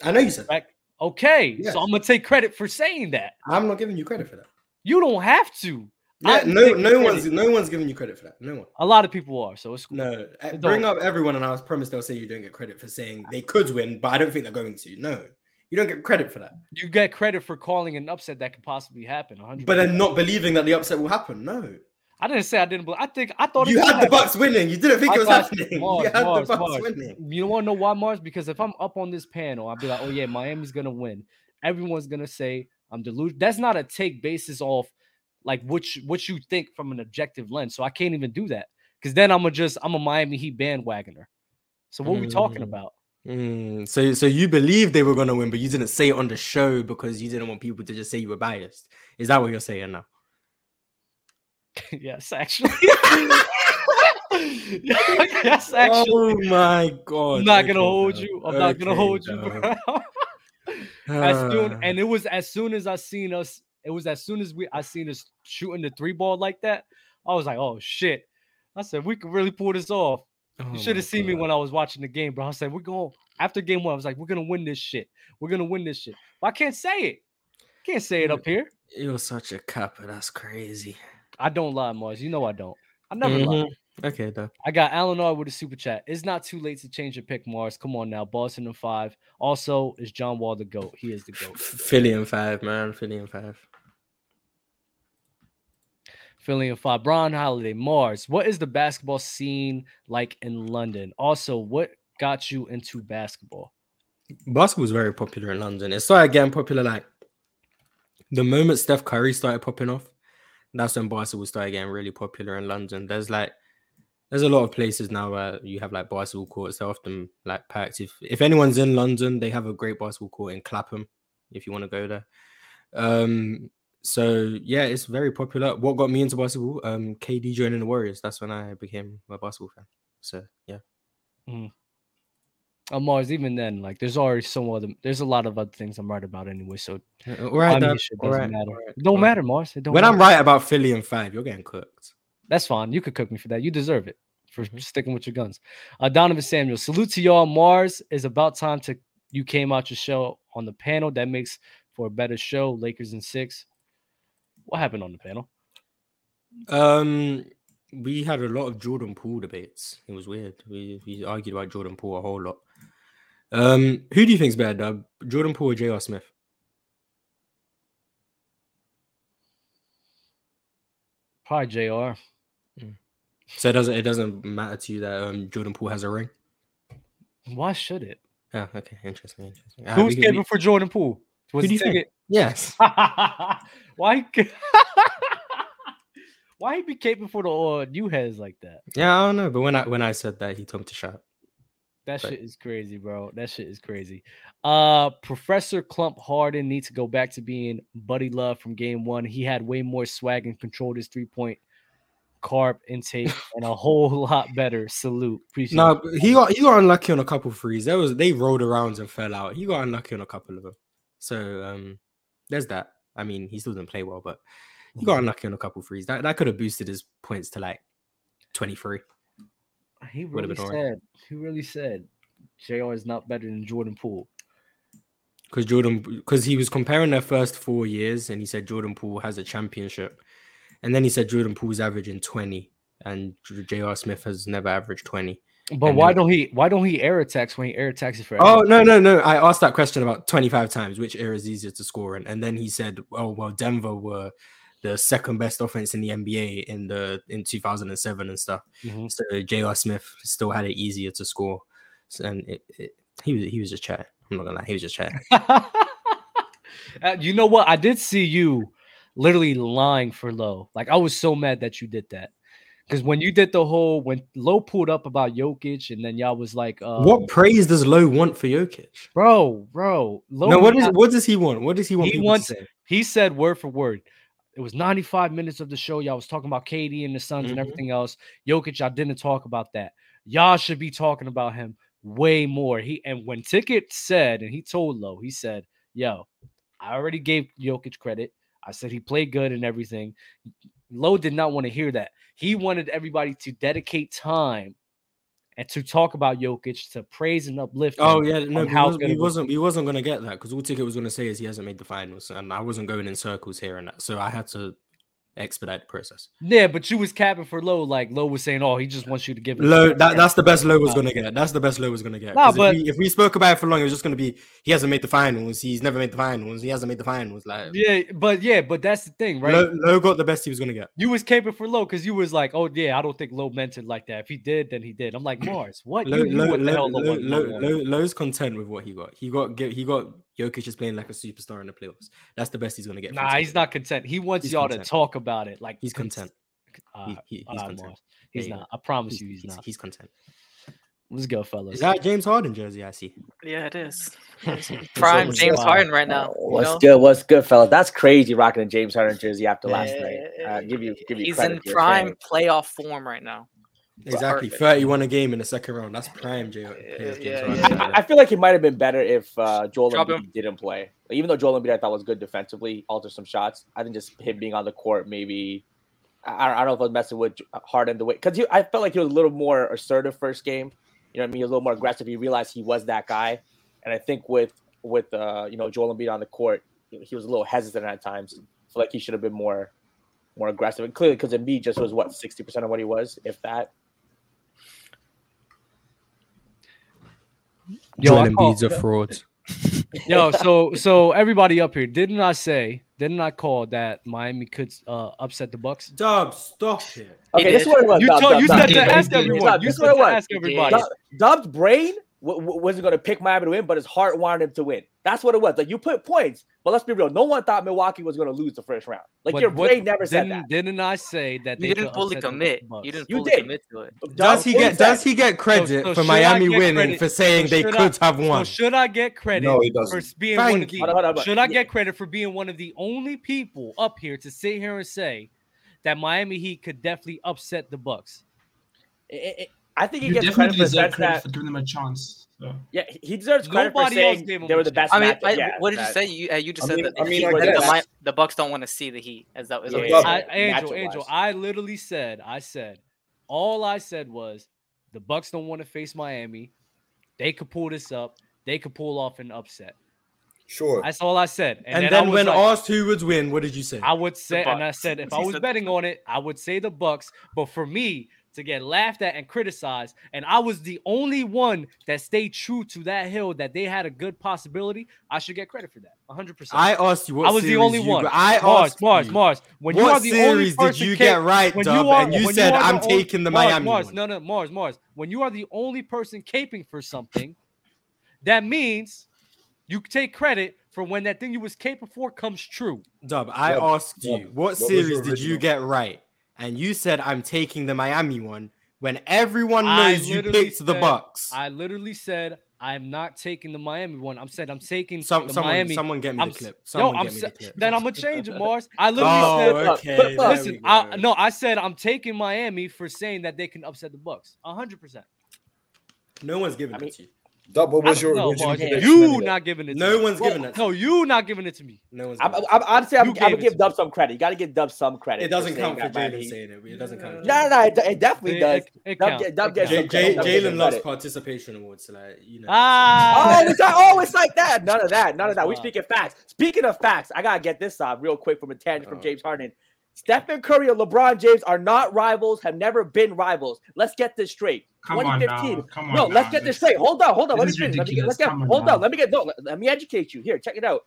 Speaker 2: I know you said. that.
Speaker 1: Like, okay,
Speaker 2: Yes.
Speaker 1: so I'm gonna take credit for saying that.
Speaker 2: I'm not giving you credit for that.
Speaker 1: You don't have to.
Speaker 2: Yeah,
Speaker 1: I'm
Speaker 2: no,
Speaker 1: taking
Speaker 2: no
Speaker 1: credit.
Speaker 2: one's no one's giving you credit for that. No one.
Speaker 1: A lot of people are, so it's cool.
Speaker 2: No, uh,
Speaker 1: don't.
Speaker 2: bring up everyone, and I was promised they'll say you don't get credit for saying they could win, but I don't think they're going to. No, you don't get credit for that.
Speaker 1: You get credit for calling an upset that could possibly happen. 100.
Speaker 2: But then not believing that the upset will happen. No,
Speaker 1: I didn't say I didn't. Believe. I think I thought it
Speaker 2: you
Speaker 1: could
Speaker 2: had the
Speaker 1: happen.
Speaker 2: Bucks winning. You didn't think
Speaker 1: I
Speaker 2: it was
Speaker 1: thought-
Speaker 2: happening.
Speaker 1: Mars,
Speaker 2: you had
Speaker 1: Mars,
Speaker 2: the Bucks
Speaker 1: Mars.
Speaker 2: winning.
Speaker 1: You don't want to know why Mars? Because if I'm up on this panel, I'll be like, oh yeah, Miami's gonna win. Everyone's gonna say I'm delusional. That's not a take basis off like what you, what you think from an objective lens. So I can't even do that because then I'm gonna just I'm a Miami Heat bandwagoner. So what we talking
Speaker 2: Mm.
Speaker 1: about?
Speaker 2: Mm, so, so you believed they were going to win, but you didn't say it on the show because you didn't want people to just say you were biased. Is that what you're saying now?
Speaker 1: yes, actually. yes, actually.
Speaker 2: Oh my god!
Speaker 1: I'm not
Speaker 2: Okay,
Speaker 1: gonna hold
Speaker 2: dog.
Speaker 1: you. I'm not gonna
Speaker 2: Okay,
Speaker 1: hold you,
Speaker 2: dog.
Speaker 1: bro. as soon
Speaker 2: Ah.
Speaker 1: and it was as soon as I seen us, it was as soon as we I seen us shooting the three ball like that. I was like, oh shit. I said we could really pull this off.
Speaker 2: Oh
Speaker 1: You should
Speaker 2: my
Speaker 1: have seen me
Speaker 2: God.
Speaker 1: when I was watching the game, bro. I said, we're going after game one. I was like, we're gonna win this shit. We're gonna win this shit. But I can't say it. Can't say it
Speaker 2: Yeah.
Speaker 1: up here.
Speaker 2: You're such a copper. That's crazy.
Speaker 1: I don't lie, Mars. You know I don't. I never lie.
Speaker 2: Mhm. Okay, though.
Speaker 1: I got Alan R with a super chat. It's not too late to change your pick, Mars. Come on now, Boston and five. Also, is John Wall the goat? He is the goat.
Speaker 2: Philly and five, man. Philly and five.
Speaker 1: Philly and five. Brian Holiday, Mars. What is the basketball scene like in London? Also, what got you into basketball?
Speaker 2: Basketball's very popular in London. It started getting popular like the moment Steph Curry started popping off. That's when basketball started getting really popular in London. There's like there's a lot of places now where you have like basketball courts. They're often like packed. If if anyone's in London, they have a great basketball court in Clapham. If you want to go there, um, so yeah, it's very popular. What got me into basketball? Um, KD joining the Warriors. That's when I became a basketball fan. So yeah.
Speaker 1: Uh, Mars, even then, like there's already some other there's a lot of other things I'm right about anyway. So
Speaker 2: Uh, All right,
Speaker 1: I mean,
Speaker 2: Dad.
Speaker 1: shit
Speaker 2: All
Speaker 1: doesn't
Speaker 2: right,
Speaker 1: matter.
Speaker 2: all right,
Speaker 1: It don't
Speaker 2: all right.
Speaker 1: matter, Mars. It don't
Speaker 2: When
Speaker 1: matter.
Speaker 2: I'm right about Philly and five, you're getting cooked.
Speaker 1: That's fine. You could cook me for that. You deserve it for
Speaker 2: Mhm.
Speaker 1: sticking with your guns. Uh, Donovan Samuel, salute to y'all. Mars is about time to you came out your show on the panel. That makes for a better show. Lakers in six. What happened on the panel?
Speaker 2: Um, we had a lot of Jordan Poole debates. It was weird. We we argued about Jordan Poole a whole lot. Um, who do you think's better, Dub? Jordan Poole or J.R. Smith?
Speaker 1: Probably Jr.
Speaker 2: So it doesn't it doesn't matter to you that um Jordan Poole has a ring?
Speaker 1: Why should it?
Speaker 2: Oh, okay, interesting. interesting. Ah,
Speaker 1: Who's
Speaker 2: we can-
Speaker 1: getting
Speaker 2: we-
Speaker 1: for Jordan Poole? Was
Speaker 2: Who do
Speaker 1: it
Speaker 2: you think?
Speaker 1: ticket?
Speaker 2: yes.
Speaker 1: Why? he ca- Why he be caping for the uh, new heads like that?
Speaker 2: Yeah, I don't know, but when I when I said that, he told me to shut. up.
Speaker 1: That
Speaker 2: Right.
Speaker 1: shit is crazy, bro. That shit is crazy. Uh Professor Clump Harden needs to go back to being Buddy Love from game one. He had way more swag and controlled his three point carb intake and a whole lot better. Salute. Appreciate
Speaker 2: No,
Speaker 1: it.
Speaker 2: but he got he got unlucky on a couple threes. There was they rolled around and fell out. He got unlucky on a couple of them. So um, there's that. I mean, he still didn't play well, but he
Speaker 1: Mm.
Speaker 2: got unlucky on a couple threes. That that could have boosted his points to like twenty three.
Speaker 1: He
Speaker 2: Would've
Speaker 1: really
Speaker 2: been all
Speaker 1: said, he really said JR is not better than Jordan Poole.
Speaker 2: Because Jordan, because he was comparing their first four years, and he said Jordan Poole has a championship, and then he said Jordan Poole's averaging twenty, and J- J.R. Smith has never averaged twenty.
Speaker 1: But
Speaker 2: And
Speaker 1: why
Speaker 2: then-
Speaker 1: don't he why don't he air attacks when he air attacks it for
Speaker 2: Oh no no no! I asked that question about twenty-five times. Which era is easier to score in? And then he said, "Oh well, Denver were the second best offense in the NBA in the in two thousand and seven and stuff.
Speaker 1: Mhm.
Speaker 2: So J.R. Smith still had it easier to score, so, and it, it, he was he was just chatting. I'm not gonna lie, he was just chatting.
Speaker 1: Uh, you know what? I did see you literally lying for low. Like I was so mad that you did that. Because when you did the whole when low pulled up about Jokic and then y'all was like, uh,
Speaker 2: what praise does Lowe want for Jokic?
Speaker 1: bro, bro, low.
Speaker 2: No, what is what does he want? What does he want?
Speaker 1: He
Speaker 2: people to
Speaker 1: wants-
Speaker 2: say?
Speaker 1: he said word for word. It was 95 minutes of the show. Y'all was talking about KD and the Suns and
Speaker 2: Mhm.
Speaker 1: everything else. Jokic, I didn't talk about that. Y'all should be talking about him way more. He and when Ticket said and he told Low, he said, "Yo, I already gave Jokic credit. I said he played good and everything. Lowe did not want to hear that. He wanted everybody to dedicate time and to talk about Jokic, to praise and uplift. him
Speaker 2: Oh yeah, no,
Speaker 1: on
Speaker 2: we
Speaker 1: how
Speaker 2: wasn't,
Speaker 1: good
Speaker 2: we
Speaker 1: it was.
Speaker 2: wasn't we wasn't gonna get that because all ticket was gonna say is he hasn't made the finals, and I wasn't going in circles here and that, so I had to expedite the process.
Speaker 1: Yeah, but you was capping for Lowe. Like Lowe was saying, "Oh, he just wants you to give him
Speaker 2: Low, that, that's the best low was gonna get. That's the best low was gonna get.
Speaker 1: Nah,
Speaker 2: 'Cause
Speaker 1: but-
Speaker 2: if, we, if we spoke about it for long, it was just gonna be he hasn't made the finals. He's never made the finals. He hasn't made the finals. Like
Speaker 1: Yeah, but yeah, but that's the thing, right?
Speaker 2: low, low got the best he was gonna get.
Speaker 1: You was caping for Lowe because you was like, "Oh yeah, I don't think Lowe meant it like that. If he did, then he did." I'm like, Mars, what? You
Speaker 2: Low,
Speaker 1: knew
Speaker 2: low,
Speaker 1: what the
Speaker 2: low,
Speaker 1: hell Lowe
Speaker 2: low,
Speaker 1: wanted-
Speaker 2: low,
Speaker 1: Lowe wanted.
Speaker 2: low, low's content with what he got. He got gi- he got Jokic is playing like a superstar in the playoffs. That's the best he's gonna get. from
Speaker 1: Nah, he's
Speaker 2: Ticket.
Speaker 1: not content. He wants
Speaker 2: He's
Speaker 1: y'all
Speaker 2: content.
Speaker 1: to talk about it. Like
Speaker 2: He's
Speaker 1: con-
Speaker 2: content.
Speaker 1: Uh,
Speaker 2: He- he- he's
Speaker 1: all right,
Speaker 2: content.
Speaker 1: Mars. He's
Speaker 2: Yeah, yeah.
Speaker 1: not. I promise
Speaker 2: He's,
Speaker 1: you, he's
Speaker 2: he's-
Speaker 1: not.
Speaker 2: he's content.
Speaker 1: Let's go, fellas.
Speaker 2: Is that a James Harden jersey? I see.
Speaker 3: Yeah, it is.
Speaker 2: Prime
Speaker 3: Prime James
Speaker 1: Wow.
Speaker 3: Harden right now. you
Speaker 4: what's
Speaker 3: know?
Speaker 4: good? What's good, fellas? That's crazy rocking a James Harden jersey after last
Speaker 3: Yeah,
Speaker 4: night.
Speaker 3: yeah,
Speaker 4: Uh, give you, give you
Speaker 3: He's
Speaker 4: credit.
Speaker 3: in
Speaker 4: to your
Speaker 3: prime
Speaker 4: fans.
Speaker 3: playoff form right now.
Speaker 2: Exactly,
Speaker 3: Perfect.
Speaker 2: thirty-one a game in the second round. That's prime J- players.
Speaker 3: yeah,
Speaker 2: James
Speaker 3: yeah.
Speaker 2: Harden.
Speaker 4: I, I- I feel like it might have been better if uh, Joel
Speaker 3: Drop
Speaker 4: Embiid
Speaker 3: him.
Speaker 4: didn't play. Like, even though Joel Embiid I thought was good defensively, altered some shots. I think just him being on the court maybe. I, I don't know if I was messing with Harden the way because I felt like he was a little more assertive first game. You know what I mean? He was a little more aggressive. He realized he was that guy, and I think with with uh, you know Joel Embiid on the court, he was a little hesitant at times. I feel like he should have been more more aggressive. And clearly, because Embiid just was what sixty percent of what he was, if that.
Speaker 1: Yo, I call-
Speaker 2: a fraud.
Speaker 1: Yo, so so everybody up here, didn't I say? Didn't I call that Miami could uh, upset the Bucks?
Speaker 2: Dub, stop it.
Speaker 4: Okay, this is
Speaker 3: did.
Speaker 4: what it was.
Speaker 1: You
Speaker 4: Dub,
Speaker 1: told
Speaker 4: Dub,
Speaker 1: you
Speaker 4: Dub.
Speaker 1: said
Speaker 3: he
Speaker 1: to
Speaker 3: did, he
Speaker 1: ask
Speaker 3: did.
Speaker 1: everyone.
Speaker 4: Dub,
Speaker 1: You
Speaker 4: this is
Speaker 1: said
Speaker 4: what it
Speaker 1: to
Speaker 4: was.
Speaker 1: ask
Speaker 3: He did.
Speaker 1: everybody.
Speaker 4: Dub- Dub's brain w- w- wasn't going to pick Miami to win, but his heart wanted him to win. That's what it was. Like you put points, but let's be real. No one thought Milwaukee was going to lose the first round. Like
Speaker 1: But
Speaker 4: your
Speaker 1: what-
Speaker 4: brain never said
Speaker 1: didn't,
Speaker 4: that.
Speaker 1: Didn't I say
Speaker 3: You
Speaker 1: that they
Speaker 3: didn't
Speaker 1: could
Speaker 3: fully
Speaker 1: upset the
Speaker 3: commit.
Speaker 1: Bucks?
Speaker 3: You didn't
Speaker 4: You
Speaker 3: fully
Speaker 4: did.
Speaker 3: commit to it.
Speaker 2: Does he get does he get credit
Speaker 1: so
Speaker 2: for
Speaker 1: should I
Speaker 2: Miami
Speaker 1: get
Speaker 2: winning
Speaker 1: credit-
Speaker 2: for saying
Speaker 1: so
Speaker 2: they
Speaker 1: should
Speaker 2: could
Speaker 1: I-
Speaker 2: have won?
Speaker 1: So should I get credit
Speaker 5: No, he
Speaker 1: for
Speaker 5: doesn't.
Speaker 1: being
Speaker 2: Thank
Speaker 1: one of
Speaker 2: you.
Speaker 1: the?
Speaker 4: Hold on, hold on, but-
Speaker 1: should I
Speaker 4: yeah.
Speaker 1: get credit for being one of the only people up here to sit here and say that Miami Heat could definitely upset the Bucks?
Speaker 4: I- I- I think he
Speaker 6: You
Speaker 4: gets credit
Speaker 6: definitely
Speaker 4: for the
Speaker 6: deserve
Speaker 4: sense
Speaker 6: credit
Speaker 4: that.
Speaker 6: for giving them a chance. So.
Speaker 4: Yeah, he- he deserves credit for
Speaker 1: Nobody else
Speaker 4: saying
Speaker 1: gave him
Speaker 4: they were
Speaker 1: a
Speaker 4: the best.
Speaker 3: I mean,
Speaker 4: matchup.
Speaker 3: I,
Speaker 4: Yeah,
Speaker 3: what did you
Speaker 4: that-
Speaker 3: say? You, uh, you just
Speaker 5: I
Speaker 3: said
Speaker 5: mean-
Speaker 3: that
Speaker 5: I
Speaker 3: the
Speaker 5: mean,
Speaker 3: Heat
Speaker 4: I
Speaker 3: were the,
Speaker 4: guess.
Speaker 3: Mi- the Bucks don't want to see the Heat. Is that is that what
Speaker 4: Yeah.
Speaker 3: you're
Speaker 1: I,
Speaker 3: saying?
Speaker 1: Angel,
Speaker 4: matchup-wise.
Speaker 1: Angel, I literally said, I said, all I said was the Bucks don't want to face Miami. They could pull this up. They could pull off an upset.
Speaker 5: Sure.
Speaker 1: That's all I said.
Speaker 2: And,
Speaker 1: I
Speaker 2: then,
Speaker 1: was
Speaker 2: when
Speaker 1: like-
Speaker 2: asked who would win, what did you say?
Speaker 1: I would say, and I
Speaker 3: Bucks.
Speaker 1: said, if
Speaker 3: He
Speaker 1: I was
Speaker 3: said-
Speaker 1: betting on it, I would say the Bucks. But for me to get laughed at and criticized, and I was the only one that stayed true to that hill that they had a good possibility, I should get credit for that. 100. percent
Speaker 2: I asked you what
Speaker 1: I was the
Speaker 2: series
Speaker 1: only
Speaker 2: you-
Speaker 1: one.
Speaker 2: I
Speaker 1: Mars,
Speaker 2: asked
Speaker 1: Mars,
Speaker 2: you,
Speaker 1: Mars. When you are
Speaker 2: what
Speaker 1: the only
Speaker 2: series did
Speaker 1: person
Speaker 2: you
Speaker 1: cap-
Speaker 2: get right,
Speaker 1: when
Speaker 2: Dub?
Speaker 1: you are-
Speaker 2: and you
Speaker 1: when
Speaker 2: said
Speaker 1: are
Speaker 2: I'm
Speaker 1: the only-
Speaker 2: taking the
Speaker 1: Mars,
Speaker 2: Miami
Speaker 1: Mars,
Speaker 2: one.
Speaker 1: no, no, Mars, Mars. When you are the only person caping for something, that means you take credit for when that thing you was caping for comes true.
Speaker 2: Dub, I
Speaker 5: Dub,
Speaker 2: asked
Speaker 5: Dub,
Speaker 2: you
Speaker 5: what
Speaker 2: what
Speaker 5: was
Speaker 2: series
Speaker 5: your
Speaker 2: did you
Speaker 5: original?
Speaker 2: get right, and you said I'm taking the Miami one when everyone
Speaker 1: I
Speaker 2: knows you
Speaker 1: literally
Speaker 2: picked the
Speaker 1: said-
Speaker 2: Bucks.
Speaker 1: I literally said I'm not taking the Miami one. I'm said I'm taking
Speaker 2: Some,
Speaker 1: the
Speaker 2: someone,
Speaker 1: Miami.
Speaker 2: someone get me
Speaker 1: I'm
Speaker 2: the
Speaker 1: s-
Speaker 2: clip.
Speaker 1: Yo,
Speaker 2: Someone
Speaker 1: I'm
Speaker 2: get me
Speaker 1: sa-
Speaker 2: the clip.
Speaker 1: then I'm gonna change it, Mars. I literally
Speaker 2: Oh,
Speaker 1: said,
Speaker 2: okay.
Speaker 4: Flip, flip,
Speaker 2: there
Speaker 1: listen,
Speaker 2: we
Speaker 1: I,
Speaker 2: go.
Speaker 1: no, I said I'm taking Miami for saying that they can upset the Bucks. 100. percent
Speaker 2: no one's giving
Speaker 4: I mean-
Speaker 2: it to you.
Speaker 5: Dub, what was
Speaker 1: I-
Speaker 5: your
Speaker 1: no,
Speaker 5: original
Speaker 1: Mars,
Speaker 5: prediction
Speaker 1: You
Speaker 5: anyway?
Speaker 1: not giving it. To
Speaker 2: No
Speaker 1: me.
Speaker 2: one's giving it. To
Speaker 1: No,
Speaker 2: you.
Speaker 1: you not giving it to me.
Speaker 2: No one's.
Speaker 4: I'm,
Speaker 2: giving it to
Speaker 4: I'm, honestly, I'm,
Speaker 1: You
Speaker 4: I'm
Speaker 1: gave
Speaker 4: gonna
Speaker 1: it
Speaker 4: give
Speaker 1: to
Speaker 4: Dub
Speaker 1: me.
Speaker 4: some credit. You got to give Dub some credit.
Speaker 2: you. It
Speaker 4: for
Speaker 2: doesn't
Speaker 4: saying
Speaker 2: count for
Speaker 4: that Miami-
Speaker 2: Jalen saying it. It doesn't count. for
Speaker 4: No, no,
Speaker 2: Jalen.
Speaker 4: no, it, it definitely does.
Speaker 1: It, it
Speaker 4: Dub
Speaker 1: counts.
Speaker 4: get- Dub
Speaker 1: It
Speaker 4: gets
Speaker 1: counts.
Speaker 2: J-
Speaker 4: some
Speaker 2: J-
Speaker 4: credit.
Speaker 2: Jalen loves
Speaker 4: Credit.
Speaker 2: participation awards. Like you know.
Speaker 1: Ah.
Speaker 4: Oh, it's not always like that. None of that. None of that. We
Speaker 1: Wow.
Speaker 4: speaking facts. Speaking of facts, I gotta get this off real quick from a tangent from
Speaker 2: Oh.
Speaker 4: James Harden. Stephen Curry and LeBron James are not rivals. Have never been rivals. Let's get this straight.
Speaker 6: Come on now.
Speaker 4: 2015.
Speaker 6: Come on
Speaker 4: No, let's
Speaker 6: now.
Speaker 4: get this straight. Hold on, hold on. Let me
Speaker 6: This is
Speaker 4: finish. Let me get. Let's
Speaker 6: ridiculous.
Speaker 4: get.
Speaker 6: Come on
Speaker 4: Hold
Speaker 6: now.
Speaker 4: on. Let me get. No, let, let me educate you. Here, check it out.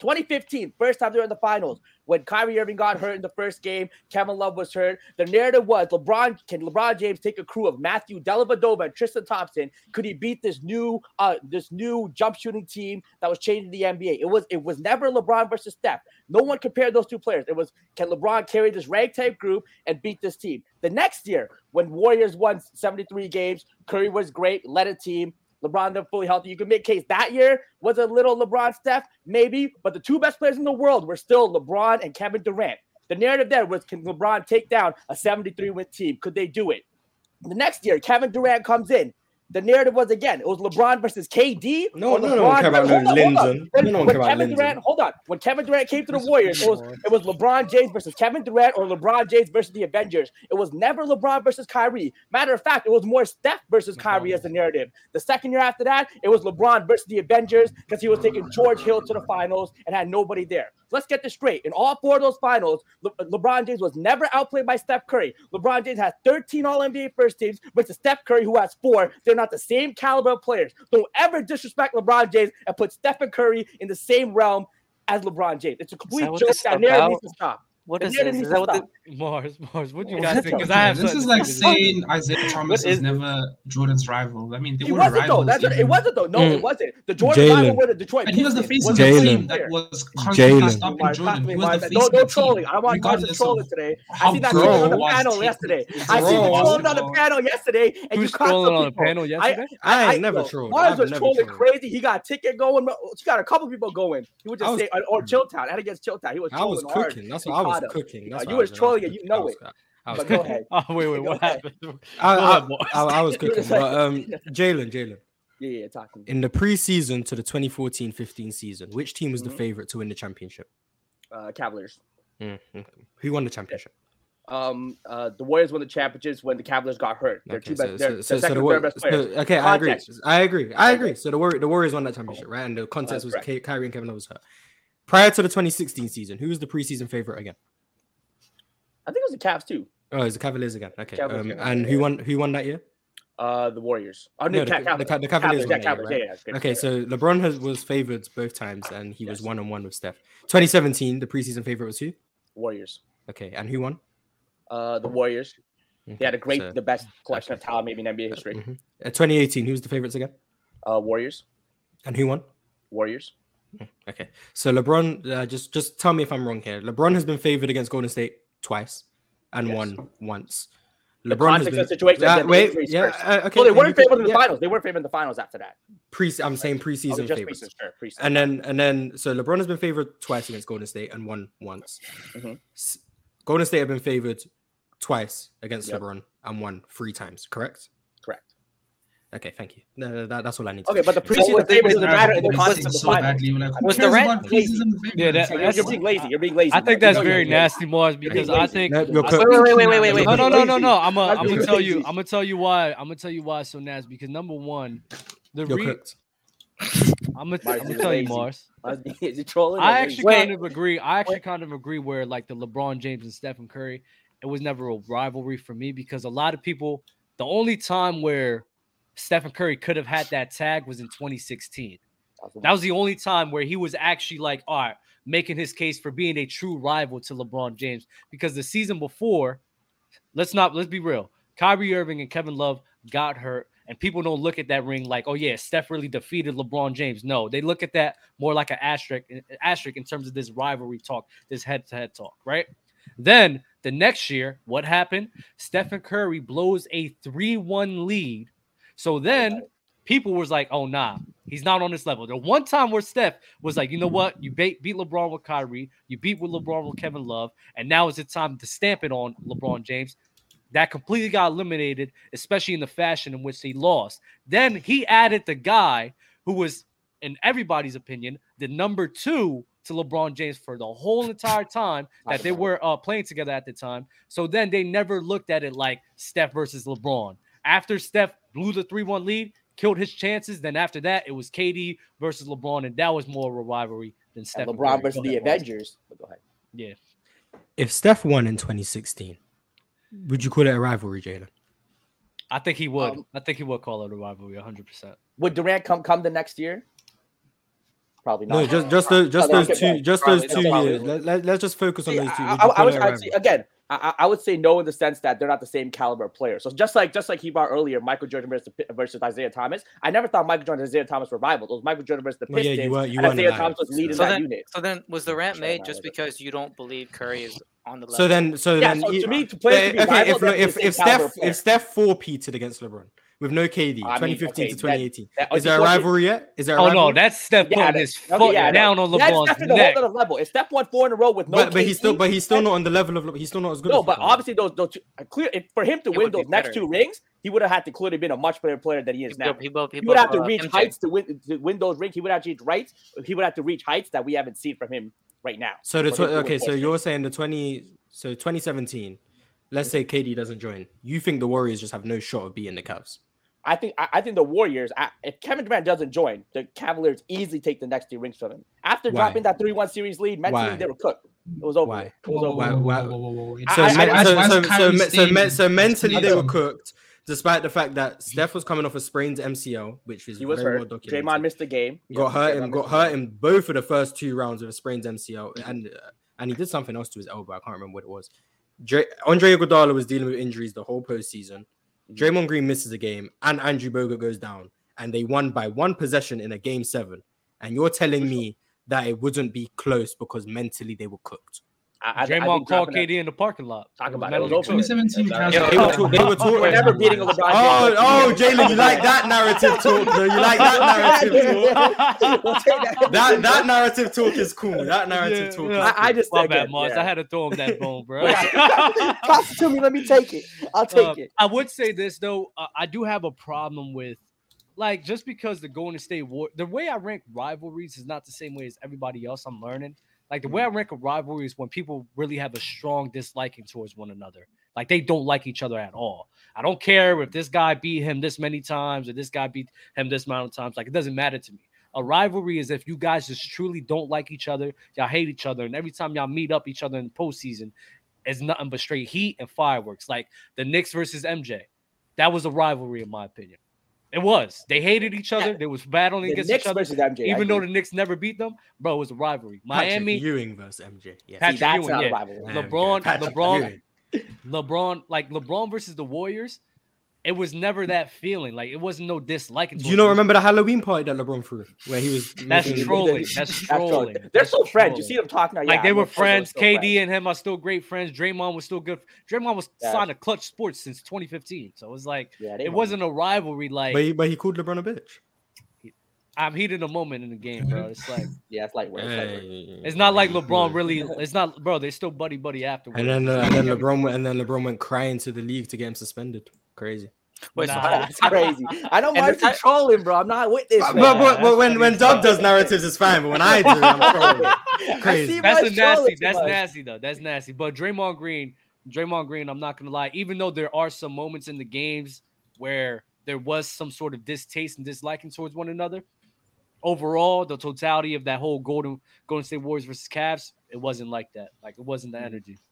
Speaker 4: 2015, first time they were in the finals. When Kyrie Irving got hurt in the first game, Kevin Love was hurt. The narrative was LeBron can LeBron James take a crew of Matthew Dellavedova and Tristan Thompson? Could he beat this new uh this new jump shooting team that was changing the NBA? It was it was never LeBron versus Steph. No one compared those two players. It was can LeBron carry this ragtag group and beat this team? The next year, when Warriors won 73 games, Curry was great, led a team. LeBron then fully healthy. You can make case that year was a little LeBron Steph, maybe, but the two best players in the world were still LeBron and Kevin Durant. The narrative there was can LeBron take down a 73 win team? Could they do it? The next year, Kevin Durant comes in. The narrative was again, it was LeBron versus KD.
Speaker 2: No,
Speaker 4: or
Speaker 2: no, no one
Speaker 4: LeBron-
Speaker 2: care about
Speaker 4: hold
Speaker 2: no
Speaker 4: on, hold on.
Speaker 2: Lindon.
Speaker 4: When,
Speaker 2: No
Speaker 4: when
Speaker 2: one care about
Speaker 4: Kevin
Speaker 2: Lindon.
Speaker 4: Durant, hold on. When Kevin Durant came to the Warriors, it was, it was LeBron James versus Kevin Durant or LeBron James versus the Avengers. It was never LeBron versus Kyrie. Matter of fact, it was more Steph versus Kyrie as the narrative. The second year after that, it was LeBron versus the Avengers because he was taking George Hill to the finals and had nobody there. Let's get this straight. In all four of those finals, Le- LeBron James was never outplayed by Steph Curry. LeBron James has 13 All NBA first teams versus Steph Curry, who has four. They're not the same caliber of players. Don't ever disrespect LeBron James and put Steph and Curry in the same realm as LeBron James. It's a complete
Speaker 3: that what
Speaker 4: joke.
Speaker 3: this is
Speaker 4: That narrative
Speaker 3: about?
Speaker 4: needs to stop.
Speaker 3: What
Speaker 4: The
Speaker 3: is
Speaker 4: narrative
Speaker 3: this? Is
Speaker 4: needs to
Speaker 3: that what the,
Speaker 4: stop.
Speaker 1: Mars, Mars, what do you
Speaker 3: What
Speaker 1: guys
Speaker 3: is
Speaker 1: think?
Speaker 3: that?
Speaker 1: Because I have
Speaker 5: this is
Speaker 1: something
Speaker 5: like
Speaker 1: to say.
Speaker 5: saying Isaiah Thomas
Speaker 1: is
Speaker 5: was never Jordan's rival. I mean, they
Speaker 4: He
Speaker 5: were
Speaker 4: wasn't though.
Speaker 5: rivals.
Speaker 4: That's it. It
Speaker 5: even-
Speaker 4: wasn't though. No,
Speaker 2: Mm.
Speaker 4: it wasn't. The Jordan rival
Speaker 2: Jalen.
Speaker 4: were the Detroit.
Speaker 5: And he was the
Speaker 4: Pistons.
Speaker 5: face of
Speaker 4: Wasn't
Speaker 5: the
Speaker 4: same
Speaker 5: team that
Speaker 4: player.
Speaker 5: was constantly
Speaker 2: Jalen.
Speaker 5: stopping Jordan. He was the face
Speaker 4: No,
Speaker 5: of the
Speaker 4: no
Speaker 5: team.
Speaker 4: trolling. I want guys to
Speaker 5: regardless
Speaker 4: troll
Speaker 5: of
Speaker 4: it today. I
Speaker 5: how
Speaker 4: see that
Speaker 5: good
Speaker 4: troll on the
Speaker 5: was
Speaker 4: panel
Speaker 5: taking-
Speaker 4: yesterday. I see the
Speaker 2: Bro.
Speaker 4: troll on the panel yesterday, and
Speaker 1: Who's
Speaker 4: you caught
Speaker 1: trolling on
Speaker 4: some
Speaker 1: the
Speaker 4: people.
Speaker 1: panel yesterday?
Speaker 2: I ain't never
Speaker 4: yo,
Speaker 2: trolled.
Speaker 4: Mars
Speaker 2: I've
Speaker 4: was
Speaker 2: never
Speaker 4: trolling
Speaker 2: trolled.
Speaker 4: crazy. He got a ticket going. He got a couple people going. He was just
Speaker 2: I was-
Speaker 4: saying, or Chilltown. That against Chilltown. He was
Speaker 2: I was
Speaker 4: trolling hard.
Speaker 2: cooking. That's
Speaker 4: He
Speaker 2: what I was
Speaker 4: caught him.
Speaker 2: cooking. That's
Speaker 4: You
Speaker 2: what I
Speaker 4: was
Speaker 2: doing. I
Speaker 4: trolling it.
Speaker 2: cooking.
Speaker 4: You know
Speaker 2: I was-
Speaker 4: it.
Speaker 1: I was
Speaker 4: But go ahead.
Speaker 1: Oh, wait, wait,
Speaker 4: Go
Speaker 1: what
Speaker 4: ahead.
Speaker 1: happened?
Speaker 2: I,
Speaker 1: Go
Speaker 2: I,
Speaker 1: ahead, Mars.
Speaker 2: I, I was
Speaker 4: You're
Speaker 2: cooking.
Speaker 4: just like-
Speaker 2: But um, Jalen, Jalen,
Speaker 4: Yeah, yeah, talking.
Speaker 2: in the preseason to the 2014-15 season, which team was
Speaker 4: Mhm.
Speaker 2: the favorite to win the championship?
Speaker 4: Uh, Cavaliers. Mm-hmm.
Speaker 2: Who won the championship?
Speaker 4: Um, uh, the Warriors won the championships when the Cavaliers got hurt. They're
Speaker 2: Okay,
Speaker 4: two
Speaker 2: so-
Speaker 4: best.
Speaker 2: so-
Speaker 4: They're,
Speaker 2: so-
Speaker 4: they're
Speaker 2: so
Speaker 4: second,
Speaker 2: the
Speaker 4: and
Speaker 2: Wa-
Speaker 4: third best players.
Speaker 2: the- okay, I agree.
Speaker 4: Context. Oh,
Speaker 2: I agree. I agree. So the Warriors, the Warriors won that championship, right? And the contest
Speaker 4: That's
Speaker 2: was
Speaker 4: right.
Speaker 2: Ka- Kyrie and Kevin Love was hurt. Prior to the 2016 season, who was the preseason favorite again?
Speaker 4: I think it was the Cavs too.
Speaker 2: Oh, it was the Cavaliers again. Okay.
Speaker 4: Cavaliers
Speaker 2: um,
Speaker 4: again,
Speaker 2: and
Speaker 4: yeah.
Speaker 2: who won? Who won that year?
Speaker 4: Uh, the Warriors. Oh, no, the,
Speaker 2: No, the-
Speaker 4: Ca-
Speaker 2: the Ca-
Speaker 4: Cavaliers.
Speaker 2: the Cavaliers
Speaker 4: Yeah,
Speaker 2: won that year,
Speaker 4: Cavaliers.
Speaker 2: right?
Speaker 4: Yeah, yeah, yeah.
Speaker 2: Okay, so LeBron has, was favored both times, and he was
Speaker 4: Yes.
Speaker 2: one on one with Steph. 2017, the preseason favorite was who?
Speaker 4: Warriors.
Speaker 2: Okay, and who won?
Speaker 4: Uh, the Warriors. They had a
Speaker 2: Okay,
Speaker 4: great,
Speaker 2: so-
Speaker 4: the best collection of talent maybe in NBA history.
Speaker 2: Mhm. Uh, 2018, who was the favorites again?
Speaker 4: Uh, Warriors.
Speaker 2: And who won?
Speaker 4: Warriors.
Speaker 2: Okay, so LeBron, uh, just just tell me if I'm wrong here. LeBron has been favored against Golden State twice, and
Speaker 4: Yes.
Speaker 2: won once.
Speaker 4: The
Speaker 2: LeBron has
Speaker 4: context
Speaker 2: been,
Speaker 4: of the situation.
Speaker 2: Yeah,
Speaker 4: again, the
Speaker 2: wait,
Speaker 4: injuries
Speaker 2: yeah,
Speaker 4: first.
Speaker 2: uh, okay.
Speaker 4: Well, they
Speaker 2: and you
Speaker 4: weren't
Speaker 2: could-
Speaker 4: favored in the
Speaker 2: yeah,
Speaker 4: finals. They weren't favored in the finals after that.
Speaker 2: Pre, I'm saying
Speaker 4: Oh,
Speaker 2: preseason
Speaker 4: just
Speaker 2: favorites.
Speaker 4: preseason, sure, preseason.
Speaker 2: And then and then so LeBron has been favored twice against Golden State and won once.
Speaker 4: Mhm.
Speaker 2: S- Golden State have been favored twice against
Speaker 4: Yep.
Speaker 2: LeBron and won three times, correct?
Speaker 4: Correct.
Speaker 2: Okay, thank you. No, no, that, that's all I need.
Speaker 4: Okay, but the
Speaker 2: say.
Speaker 4: preseason
Speaker 3: what they-
Speaker 4: favorites
Speaker 5: Jordan's
Speaker 4: doesn't matter in the
Speaker 5: rival.
Speaker 4: context
Speaker 5: They
Speaker 4: of the
Speaker 5: so
Speaker 4: finals.
Speaker 5: badly. We're like, who
Speaker 3: Was
Speaker 5: cares
Speaker 3: Durant
Speaker 5: about
Speaker 3: lazy?
Speaker 5: preseason favorites?
Speaker 1: Yeah, that-
Speaker 5: Like,
Speaker 4: You're,
Speaker 1: that's-
Speaker 4: you're being lazy. You're being lazy.
Speaker 1: I think
Speaker 4: You're
Speaker 1: that's
Speaker 4: being
Speaker 1: very
Speaker 4: lazy.
Speaker 1: nasty, Mars, because I think
Speaker 2: No, you're
Speaker 1: I-
Speaker 2: put-
Speaker 3: Wait, wait, wait, wait, wait, wait.
Speaker 1: No, no, no, no,
Speaker 4: Lazy.
Speaker 1: no. I'm gonna,
Speaker 4: That's
Speaker 1: I'm gonna
Speaker 4: being
Speaker 1: tell
Speaker 4: lazy.
Speaker 1: you. I'm gonna tell you why. I'm gonna tell you why it's so nasty. Because number one, the
Speaker 2: You're
Speaker 1: re-
Speaker 2: cooked.
Speaker 1: I'm gonna,
Speaker 4: Mars,
Speaker 1: I'm gonna
Speaker 4: you're
Speaker 1: tell you,
Speaker 4: lazy.
Speaker 1: Mars.
Speaker 4: Mars, Is it trolling? or lazy?
Speaker 1: I actually kind of agree. I actually kind of agree where like the LeBron James and Stephen Curry, it was never a rivalry for me because a lot of people, the only time where Stephen Curry could have had that tag was in 2016. That was the only time where he was actually like, all right, making his case for being a true rival to LeBron James. Because the season before, let's not let's be real. Kyrie Irving and Kevin Love got hurt, and people don't look at that ring like, oh yeah, Steph really defeated LeBron James. No, they look at that more like an asterisk, an asterisk in terms of this rivalry talk, this head-to-head talk, right? Then the next year, what happened? Stephen Curry blows a 3-1 lead. So then people was like, oh nah, he's not on this level. The one time where Steph was like, you know what? You beat beat LeBron with Kyrie, you beat with LeBron with Kevin Love, and now is the time to stamp it on LeBron James. That completely got eliminated, especially in the fashion in which he lost. Then he added the guy who was, in everybody's opinion, the number two to LeBron James for the whole entire time that they were uh, playing together at the time. So then they never looked at it like Steph versus LeBron. After Steph blew the 3 1 lead, killed his chances, then after that, it was KD versus LeBron, and that was more of a rivalry than Steph.
Speaker 4: And
Speaker 1: and
Speaker 4: LeBron
Speaker 1: Curry.
Speaker 4: versus
Speaker 1: Go
Speaker 4: the
Speaker 1: ahead, Mars.
Speaker 4: Avengers. But Go ahead.
Speaker 2: If Steph won in 2016, would you call it a rivalry, Jalen?
Speaker 1: I think he would.
Speaker 4: Um,
Speaker 1: I think he would call it a rivalry 100%.
Speaker 4: Would Durant come come the next year? Probably not.
Speaker 2: No, just just those just
Speaker 4: Probably
Speaker 2: those
Speaker 4: not.
Speaker 2: two just
Speaker 4: Probably
Speaker 2: those
Speaker 4: not.
Speaker 2: two
Speaker 4: Probably
Speaker 2: years. Let, let, let's just focus on
Speaker 4: See, I,
Speaker 2: those two.
Speaker 4: I,
Speaker 2: Would you
Speaker 4: I
Speaker 2: call
Speaker 4: would,
Speaker 2: it a
Speaker 4: I would say,
Speaker 2: rivalry?
Speaker 4: again, I, I I would say no in the sense that they're not the same caliber of player. So just like just like he brought earlier, Michael Jordan versus, the Pi- versus Isaiah Thomas. I never thought Michael Jordan and Isaiah Thomas were rivals. It was Michael Jordan versus the
Speaker 2: Well, yeah,
Speaker 4: Pistons.
Speaker 2: you were you
Speaker 4: and
Speaker 2: were
Speaker 4: Isaiah Thomas was leading
Speaker 3: So
Speaker 4: that
Speaker 3: then-
Speaker 4: unit.
Speaker 3: So then, was Durant
Speaker 4: Sure,
Speaker 3: made
Speaker 4: man,
Speaker 3: just
Speaker 4: look at
Speaker 3: because you don't believe Curry is on the level?
Speaker 2: So then, so
Speaker 4: Yeah,
Speaker 2: then,
Speaker 4: so
Speaker 2: you-
Speaker 4: to me, to
Speaker 2: Yeah,
Speaker 4: play to be
Speaker 2: okay,
Speaker 4: rival,
Speaker 2: if,
Speaker 4: they have to be
Speaker 2: if,
Speaker 4: the
Speaker 2: if
Speaker 4: same caliber
Speaker 2: Steph
Speaker 4: player.
Speaker 2: if Steph four peated against LeBron with no KD,
Speaker 4: I mean, okay,
Speaker 2: 2015 to
Speaker 4: that-
Speaker 2: 2018,
Speaker 4: that-
Speaker 2: is there a
Speaker 4: okay,
Speaker 2: rivalry yet? Is there? A
Speaker 1: Oh
Speaker 2: rivalry?
Speaker 1: no, that's Steph
Speaker 4: Yeah,
Speaker 1: putting
Speaker 4: that-
Speaker 1: his
Speaker 4: okay,
Speaker 1: foot
Speaker 4: yeah, I know.
Speaker 1: down on
Speaker 4: That's
Speaker 1: LeBron's
Speaker 4: Steph at a whole
Speaker 1: neck.
Speaker 4: other level. If Steph won four in a row with no,
Speaker 2: but, but he's still
Speaker 4: KD,
Speaker 2: but he's still not on the level of LeBron. he's still not as good.
Speaker 4: No,
Speaker 2: as
Speaker 4: but
Speaker 2: LeBron.
Speaker 4: obviously those those two, uh, clear if, for him to
Speaker 3: It
Speaker 4: win
Speaker 3: would be
Speaker 4: those next
Speaker 3: better.
Speaker 4: two rings, he would have had to clearly been a much better player than he is now.
Speaker 3: People, people,
Speaker 4: He would have to
Speaker 3: uh,
Speaker 4: reach
Speaker 3: MJ.
Speaker 4: heights to win to win those rings. He would have to reach rights. He would have to reach heights that we haven't seen from him right now.
Speaker 2: So the
Speaker 4: But if
Speaker 2: tw-
Speaker 4: it was
Speaker 2: okay, so
Speaker 4: Boston-
Speaker 2: you're saying the twenty, so 2017. Let's say KD doesn't join. You think the Warriors just have no shot of beating the Cavs?
Speaker 4: I think I, I think the Warriors. I, if Kevin Durant doesn't join, the Cavaliers easily take the next two rings from him. After
Speaker 2: Why?
Speaker 4: dropping that three-one series lead, mentally
Speaker 2: Why?
Speaker 4: they were cooked. It was over.
Speaker 2: Why?
Speaker 4: It was over.
Speaker 2: Why- why-
Speaker 4: I-
Speaker 2: So,
Speaker 4: I-
Speaker 2: men-
Speaker 4: I-
Speaker 2: so,
Speaker 5: why is
Speaker 2: so, so,
Speaker 5: Kyrie
Speaker 2: me- so, me-
Speaker 5: staying?
Speaker 2: so mentally they were
Speaker 5: Adam.
Speaker 2: cooked, despite the fact that Steph was coming off a sprained MCL, which is
Speaker 4: He was
Speaker 2: very
Speaker 4: hurt.
Speaker 2: well documented.
Speaker 4: Draymond missed the game.
Speaker 2: got hurt
Speaker 4: Draymond
Speaker 2: him, got
Speaker 4: missed
Speaker 2: hurt him both of the first two rounds with a sprained MCL, and uh, and he did something else to his elbow. I can't remember what it was. Dre, Andre Iguodala was dealing with injuries the whole postseason.
Speaker 4: Mm-hmm.
Speaker 2: Draymond Green misses a game, and Andrew Bogut goes down, and they won by one possession in a game seven. And you're telling me that it wouldn't be close because mentally they were cooked.
Speaker 4: I, I, I
Speaker 1: Draymond
Speaker 4: think
Speaker 1: called
Speaker 4: dropping that-
Speaker 1: KD in the parking lot.
Speaker 4: Talk about
Speaker 1: Metal
Speaker 4: it. It was
Speaker 1: detector.
Speaker 4: over.
Speaker 5: 2017 Cavs.
Speaker 2: They were, talk- they were talking.
Speaker 4: We're never beating a LeBron.
Speaker 2: Oh,
Speaker 4: James.
Speaker 2: oh, Jalen, you like that narrative talk? Though. You like that narrative talk?
Speaker 4: We'll take that.
Speaker 2: that that narrative talk is cool. That narrative
Speaker 1: Yeah,
Speaker 2: talk.
Speaker 1: yeah.
Speaker 2: Is cool.
Speaker 4: I, I just
Speaker 1: My
Speaker 4: again,
Speaker 1: bad, Mars.
Speaker 4: yeah.
Speaker 1: I had to throw him that bone, bro.
Speaker 4: Pass it to me. Let me take it. I'll take
Speaker 1: Uh,
Speaker 4: it.
Speaker 1: I would say this though. Uh, I do have a problem with, like, just because the Golden State War, the way I rank rivalries is not the same way as everybody else. I'm learning. Like the way
Speaker 4: Mm.
Speaker 1: I rank a rivalry is when people really have a strong disliking towards one another. Like they don't like each other at all. I don't care if this guy beat him this many times or this guy beat him this amount of times. Like it doesn't matter to me. A rivalry is if you guys just truly don't like each other, y'all hate each other, and every time y'all meet up each other in postseason, it's nothing but straight heat and fireworks. Like the Knicks versus MJ. That was a rivalry, in my opinion. It was. They hated each other. They was battling
Speaker 4: The
Speaker 1: against
Speaker 4: Knicks
Speaker 1: each other.
Speaker 4: versus MJ. I
Speaker 1: Even though the
Speaker 4: agree.
Speaker 1: Knicks never beat them, bro, it was a rivalry.
Speaker 2: Patrick
Speaker 1: Miami,
Speaker 2: Ewing versus MJ. Yes.
Speaker 1: Patrick
Speaker 4: See, that's
Speaker 1: Ewing,
Speaker 4: not a
Speaker 1: yeah.
Speaker 4: rivalry.
Speaker 2: There we go.
Speaker 1: LeBron-
Speaker 2: Patrick
Speaker 1: LeBron-
Speaker 2: Ewing.
Speaker 1: LeBron, like LeBron versus the Warriors, it was never that feeling. Like it wasn't no disliking.
Speaker 2: Do
Speaker 1: towards
Speaker 2: you not
Speaker 1: each
Speaker 2: remember the Halloween party that LeBron threw, where he was?
Speaker 1: That's
Speaker 2: making-
Speaker 1: trolling. That's
Speaker 4: That's all.
Speaker 1: trolling.
Speaker 4: They're
Speaker 1: That's
Speaker 4: still friends. You
Speaker 1: trolling.
Speaker 4: see them talking.
Speaker 1: Like they were friends. KD and him are still great friends. Draymond was still good. Draymond was
Speaker 4: Yeah.
Speaker 1: signed to Clutch Sports since 2015. So it was like
Speaker 4: Yeah,
Speaker 1: it wasn't a rivalry. Like
Speaker 2: But he, but he called LeBron a bitch.
Speaker 1: I'm heated a moment in the game, bro. It's like
Speaker 4: Yeah, it's like. it's like-
Speaker 1: it's not like LeBron really. It's not, bro. They're still buddy buddy afterwards.
Speaker 2: And then uh, and then LeBron went, and then LeBron went crying to the league to get him suspended. Crazy.
Speaker 3: Wait, so
Speaker 1: Nah.
Speaker 3: how-
Speaker 4: That's crazy. I don't
Speaker 3: And
Speaker 4: mind you
Speaker 3: I-
Speaker 4: trolling, bro. I'm not with this.
Speaker 2: But,
Speaker 4: man.
Speaker 2: but, but,
Speaker 1: that's
Speaker 2: when when
Speaker 1: funny.
Speaker 2: Dub does narratives, it's fine. But when I do, I'm trolling.
Speaker 4: I
Speaker 2: Crazy.
Speaker 4: see why
Speaker 1: that's a
Speaker 4: it's trolling
Speaker 1: nasty.
Speaker 4: too
Speaker 1: That's
Speaker 4: much.
Speaker 1: nasty though. That's nasty. But Draymond Green, Draymond Green, I'm not gonna lie. Even though there are some moments in the games where there was some sort of distaste and disliking towards one another, overall, the totality of that whole Golden Golden State Warriors versus Cavs, it wasn't like that. Like it wasn't the energy.
Speaker 4: Mm-hmm.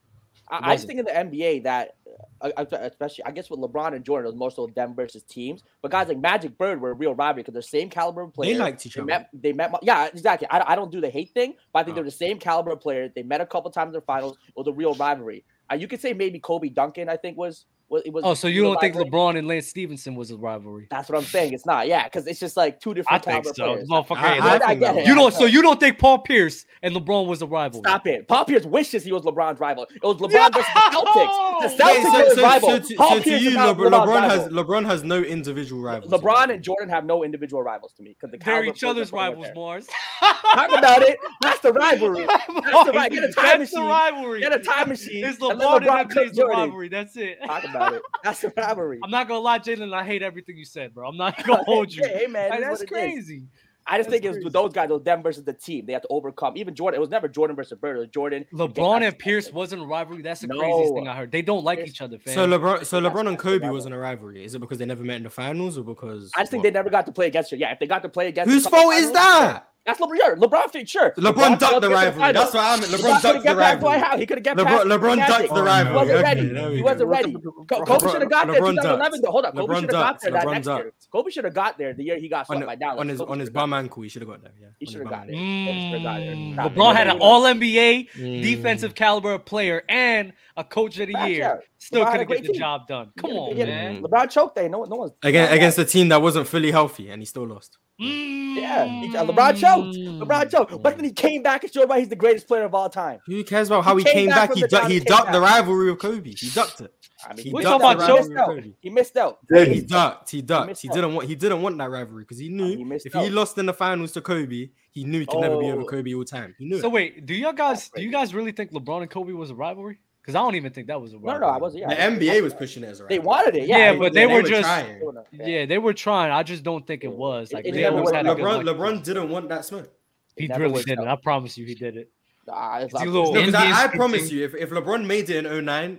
Speaker 4: I, I just think in the NBA that, uh, uh, especially, I guess with LeBron and Jordan, it was more so them versus teams. But guys like Magic Bird were a real rivalry because they're same caliber of player.
Speaker 2: They liked each
Speaker 4: They
Speaker 2: other.
Speaker 4: met, they met, yeah, exactly. I, I don't do the hate thing, but I think
Speaker 2: Oh.
Speaker 4: they're the same caliber of player. They met a couple times in the finals. It was a real rivalry. Uh, you could say maybe Kobe Duncan. I think was was it was.
Speaker 1: Oh, so you
Speaker 4: real
Speaker 1: don't think
Speaker 4: rivalry.
Speaker 1: LeBron and Lance Stevenson was a rivalry?
Speaker 4: That's what I'm saying. It's not, yeah, because it's just like two
Speaker 1: I
Speaker 4: different
Speaker 1: think
Speaker 4: caliber
Speaker 1: so.
Speaker 4: players.
Speaker 1: Motherfucker,
Speaker 2: I-
Speaker 1: hey,
Speaker 2: I
Speaker 1: look,
Speaker 4: I
Speaker 2: think
Speaker 4: get
Speaker 2: that-
Speaker 4: it.
Speaker 1: you don't. So you don't think Paul Pierce and LeBron was a rivalry?
Speaker 4: Stop it. Paul Pierce wishes he was LeBron's rival. It was LeBron versus the Celtics. The
Speaker 2: Wait,
Speaker 4: Celtics
Speaker 2: so,
Speaker 4: were his
Speaker 2: so-
Speaker 4: rival.
Speaker 2: so to,
Speaker 4: Paul
Speaker 2: so to
Speaker 4: Pierce
Speaker 2: you,
Speaker 4: is not
Speaker 2: LeBron,
Speaker 4: LeBron's
Speaker 2: LeBron has
Speaker 4: rival.
Speaker 2: LeBron has no individual rivals.
Speaker 4: LeBron and Jordan have no individual rivals to me because the
Speaker 1: They're
Speaker 4: caliber of
Speaker 1: each
Speaker 4: players
Speaker 1: other's
Speaker 4: they're putting
Speaker 1: rivals,
Speaker 4: out
Speaker 1: Mars.
Speaker 4: there. Talk about it. That's the rivalry.
Speaker 1: That's
Speaker 4: the right- get a time
Speaker 1: That's the
Speaker 4: machine.
Speaker 1: rivalry.
Speaker 4: Get a time machine.
Speaker 1: It's
Speaker 4: and let
Speaker 1: LeBron,
Speaker 4: LeBron
Speaker 1: and
Speaker 4: cook
Speaker 1: MJ's the
Speaker 4: Jordan.
Speaker 1: rivalry. That's it.
Speaker 4: Talk about it. That's the rivalry.
Speaker 1: I'm not gonna lie, Jalen. I hate everything you said, bro. I'm not gonna hold you.
Speaker 4: Hey, man,
Speaker 1: Like,
Speaker 4: it is
Speaker 1: that's
Speaker 4: what it is.
Speaker 1: crazy.
Speaker 4: I just
Speaker 1: That's
Speaker 4: think it was
Speaker 1: crazy.
Speaker 4: with those guys, it was them versus the team. They had to overcome. Even Jordan, it was never Jordan versus Bird. It was Jordan.
Speaker 1: LeBron
Speaker 4: Yeah,
Speaker 1: and Pierce wasn't a rivalry. That's the
Speaker 4: No.
Speaker 1: craziest thing I heard. They don't like
Speaker 4: Pierce-
Speaker 1: each other, fam.
Speaker 2: So LeBron, so LeBron and
Speaker 4: That's
Speaker 2: Kobe
Speaker 4: rival.
Speaker 2: wasn't a rivalry. Is it because they never met in the finals, or because
Speaker 4: I just think they
Speaker 2: what?
Speaker 4: never got to play against you. Yeah, if they got to play against
Speaker 2: Whose
Speaker 4: a couple
Speaker 2: fault is
Speaker 4: finals-
Speaker 2: that?
Speaker 4: That's LeBron. LeBron, sure.
Speaker 2: LeBron ducked
Speaker 4: failed to
Speaker 2: the
Speaker 4: get
Speaker 2: rivalry.
Speaker 4: finals.
Speaker 2: That's what I meant. LeBron
Speaker 4: LeBron could
Speaker 2: ducked
Speaker 4: have got past
Speaker 2: the
Speaker 4: Dwight
Speaker 2: rivalry.
Speaker 4: Howard. He could have got
Speaker 2: LeBron,
Speaker 4: past.
Speaker 2: LeBron
Speaker 4: Magic.
Speaker 2: ducked the
Speaker 5: He
Speaker 2: rivalry.
Speaker 4: wasn't
Speaker 2: Okay,
Speaker 4: ready.
Speaker 2: there we
Speaker 4: He
Speaker 2: go.
Speaker 4: wasn't ready. Co- Kobe
Speaker 2: LeBron-
Speaker 4: should have got there.
Speaker 2: LeBron
Speaker 4: 2011.
Speaker 2: ducked.
Speaker 4: though. Hold on. Kobe
Speaker 2: LeBron
Speaker 4: should have got
Speaker 2: ducked.
Speaker 4: there that
Speaker 2: LeBron
Speaker 4: next year.
Speaker 2: ducked.
Speaker 4: Kobe should have got there the year he got swept by Dallas.
Speaker 2: on his
Speaker 4: Kobe
Speaker 2: on his
Speaker 4: shoulda got
Speaker 2: bum ankle, he should have got there. Yeah,
Speaker 4: He
Speaker 2: On his
Speaker 4: shoulda
Speaker 2: bum
Speaker 4: got
Speaker 2: ankle.
Speaker 4: it.
Speaker 1: Mm,
Speaker 4: Nah,
Speaker 1: LeBron
Speaker 4: man,
Speaker 1: had
Speaker 4: they
Speaker 1: an
Speaker 4: would've-
Speaker 1: All NBA
Speaker 2: Mm.
Speaker 1: defensive caliber player and a coach of the
Speaker 4: Back
Speaker 1: year.
Speaker 4: out. LeBron
Speaker 1: Still
Speaker 4: had a
Speaker 1: couldn't
Speaker 4: great
Speaker 1: get the
Speaker 4: team.
Speaker 1: job done. Come
Speaker 4: Yeah,
Speaker 1: on,
Speaker 4: yeah.
Speaker 1: man.
Speaker 4: there. LeBron choked there. No, no one's
Speaker 2: Again,
Speaker 4: not
Speaker 2: against a team that wasn't fully healthy, and he still lost.
Speaker 4: Yeah, he- LeBron choked.
Speaker 1: Mm.
Speaker 4: LeBron choked, but then he came back and showed why he's the greatest player of all time.
Speaker 2: Who cares about how he, came, back?
Speaker 4: from
Speaker 2: he
Speaker 4: the
Speaker 2: ducked,
Speaker 4: time
Speaker 2: he
Speaker 4: he came
Speaker 2: ducked the
Speaker 4: back.
Speaker 2: rivalry of Kobe. He ducked it.
Speaker 4: I mean,
Speaker 2: He
Speaker 4: he
Speaker 1: We're
Speaker 4: missed
Speaker 1: talking
Speaker 4: out.
Speaker 1: about
Speaker 4: He missed
Speaker 2: choke.
Speaker 4: out. He missed out.
Speaker 2: He
Speaker 4: missed
Speaker 2: ducked. He ducked.
Speaker 4: missed
Speaker 2: He
Speaker 4: out.
Speaker 2: didn't want. He didn't want that rivalry because he knew
Speaker 4: he missed
Speaker 2: if he
Speaker 4: out.
Speaker 2: lost in the finals to Kobe, he knew he could never be over
Speaker 4: Oh.
Speaker 2: Kobe all time. He knew.
Speaker 1: So
Speaker 2: it.
Speaker 1: wait, do y'all guys do you
Speaker 4: crazy.
Speaker 1: guys really think LeBron and Kobe was a rivalry? Because I don't even think that was a
Speaker 4: No, no,
Speaker 1: rivalry.
Speaker 4: I wasn't. Yeah,
Speaker 2: The
Speaker 4: I-
Speaker 2: NBA was pushing it as a
Speaker 4: They
Speaker 2: rivalry.
Speaker 4: wanted it. Yeah,
Speaker 1: Yeah,
Speaker 4: they-
Speaker 1: but
Speaker 4: they,
Speaker 1: they were just-
Speaker 2: trying.
Speaker 4: doing it,
Speaker 1: Yeah. they were trying. I just don't think it
Speaker 4: Yeah.
Speaker 1: was.
Speaker 4: It-
Speaker 1: Like
Speaker 4: it
Speaker 1: they
Speaker 4: never
Speaker 1: always
Speaker 4: worked
Speaker 1: had
Speaker 4: out.
Speaker 1: a good
Speaker 2: LeBron,
Speaker 1: luck.
Speaker 2: LeBron didn't want that smoke.
Speaker 1: He
Speaker 4: never
Speaker 1: really
Speaker 4: worked
Speaker 1: did it. I
Speaker 4: out.
Speaker 1: promise you, he did it.
Speaker 4: Nah, it's
Speaker 1: It's
Speaker 4: not-
Speaker 1: you little
Speaker 2: No, 'cause
Speaker 5: NBA
Speaker 2: I, I
Speaker 5: scripting.
Speaker 2: promise you, if, if LeBron made it in 09,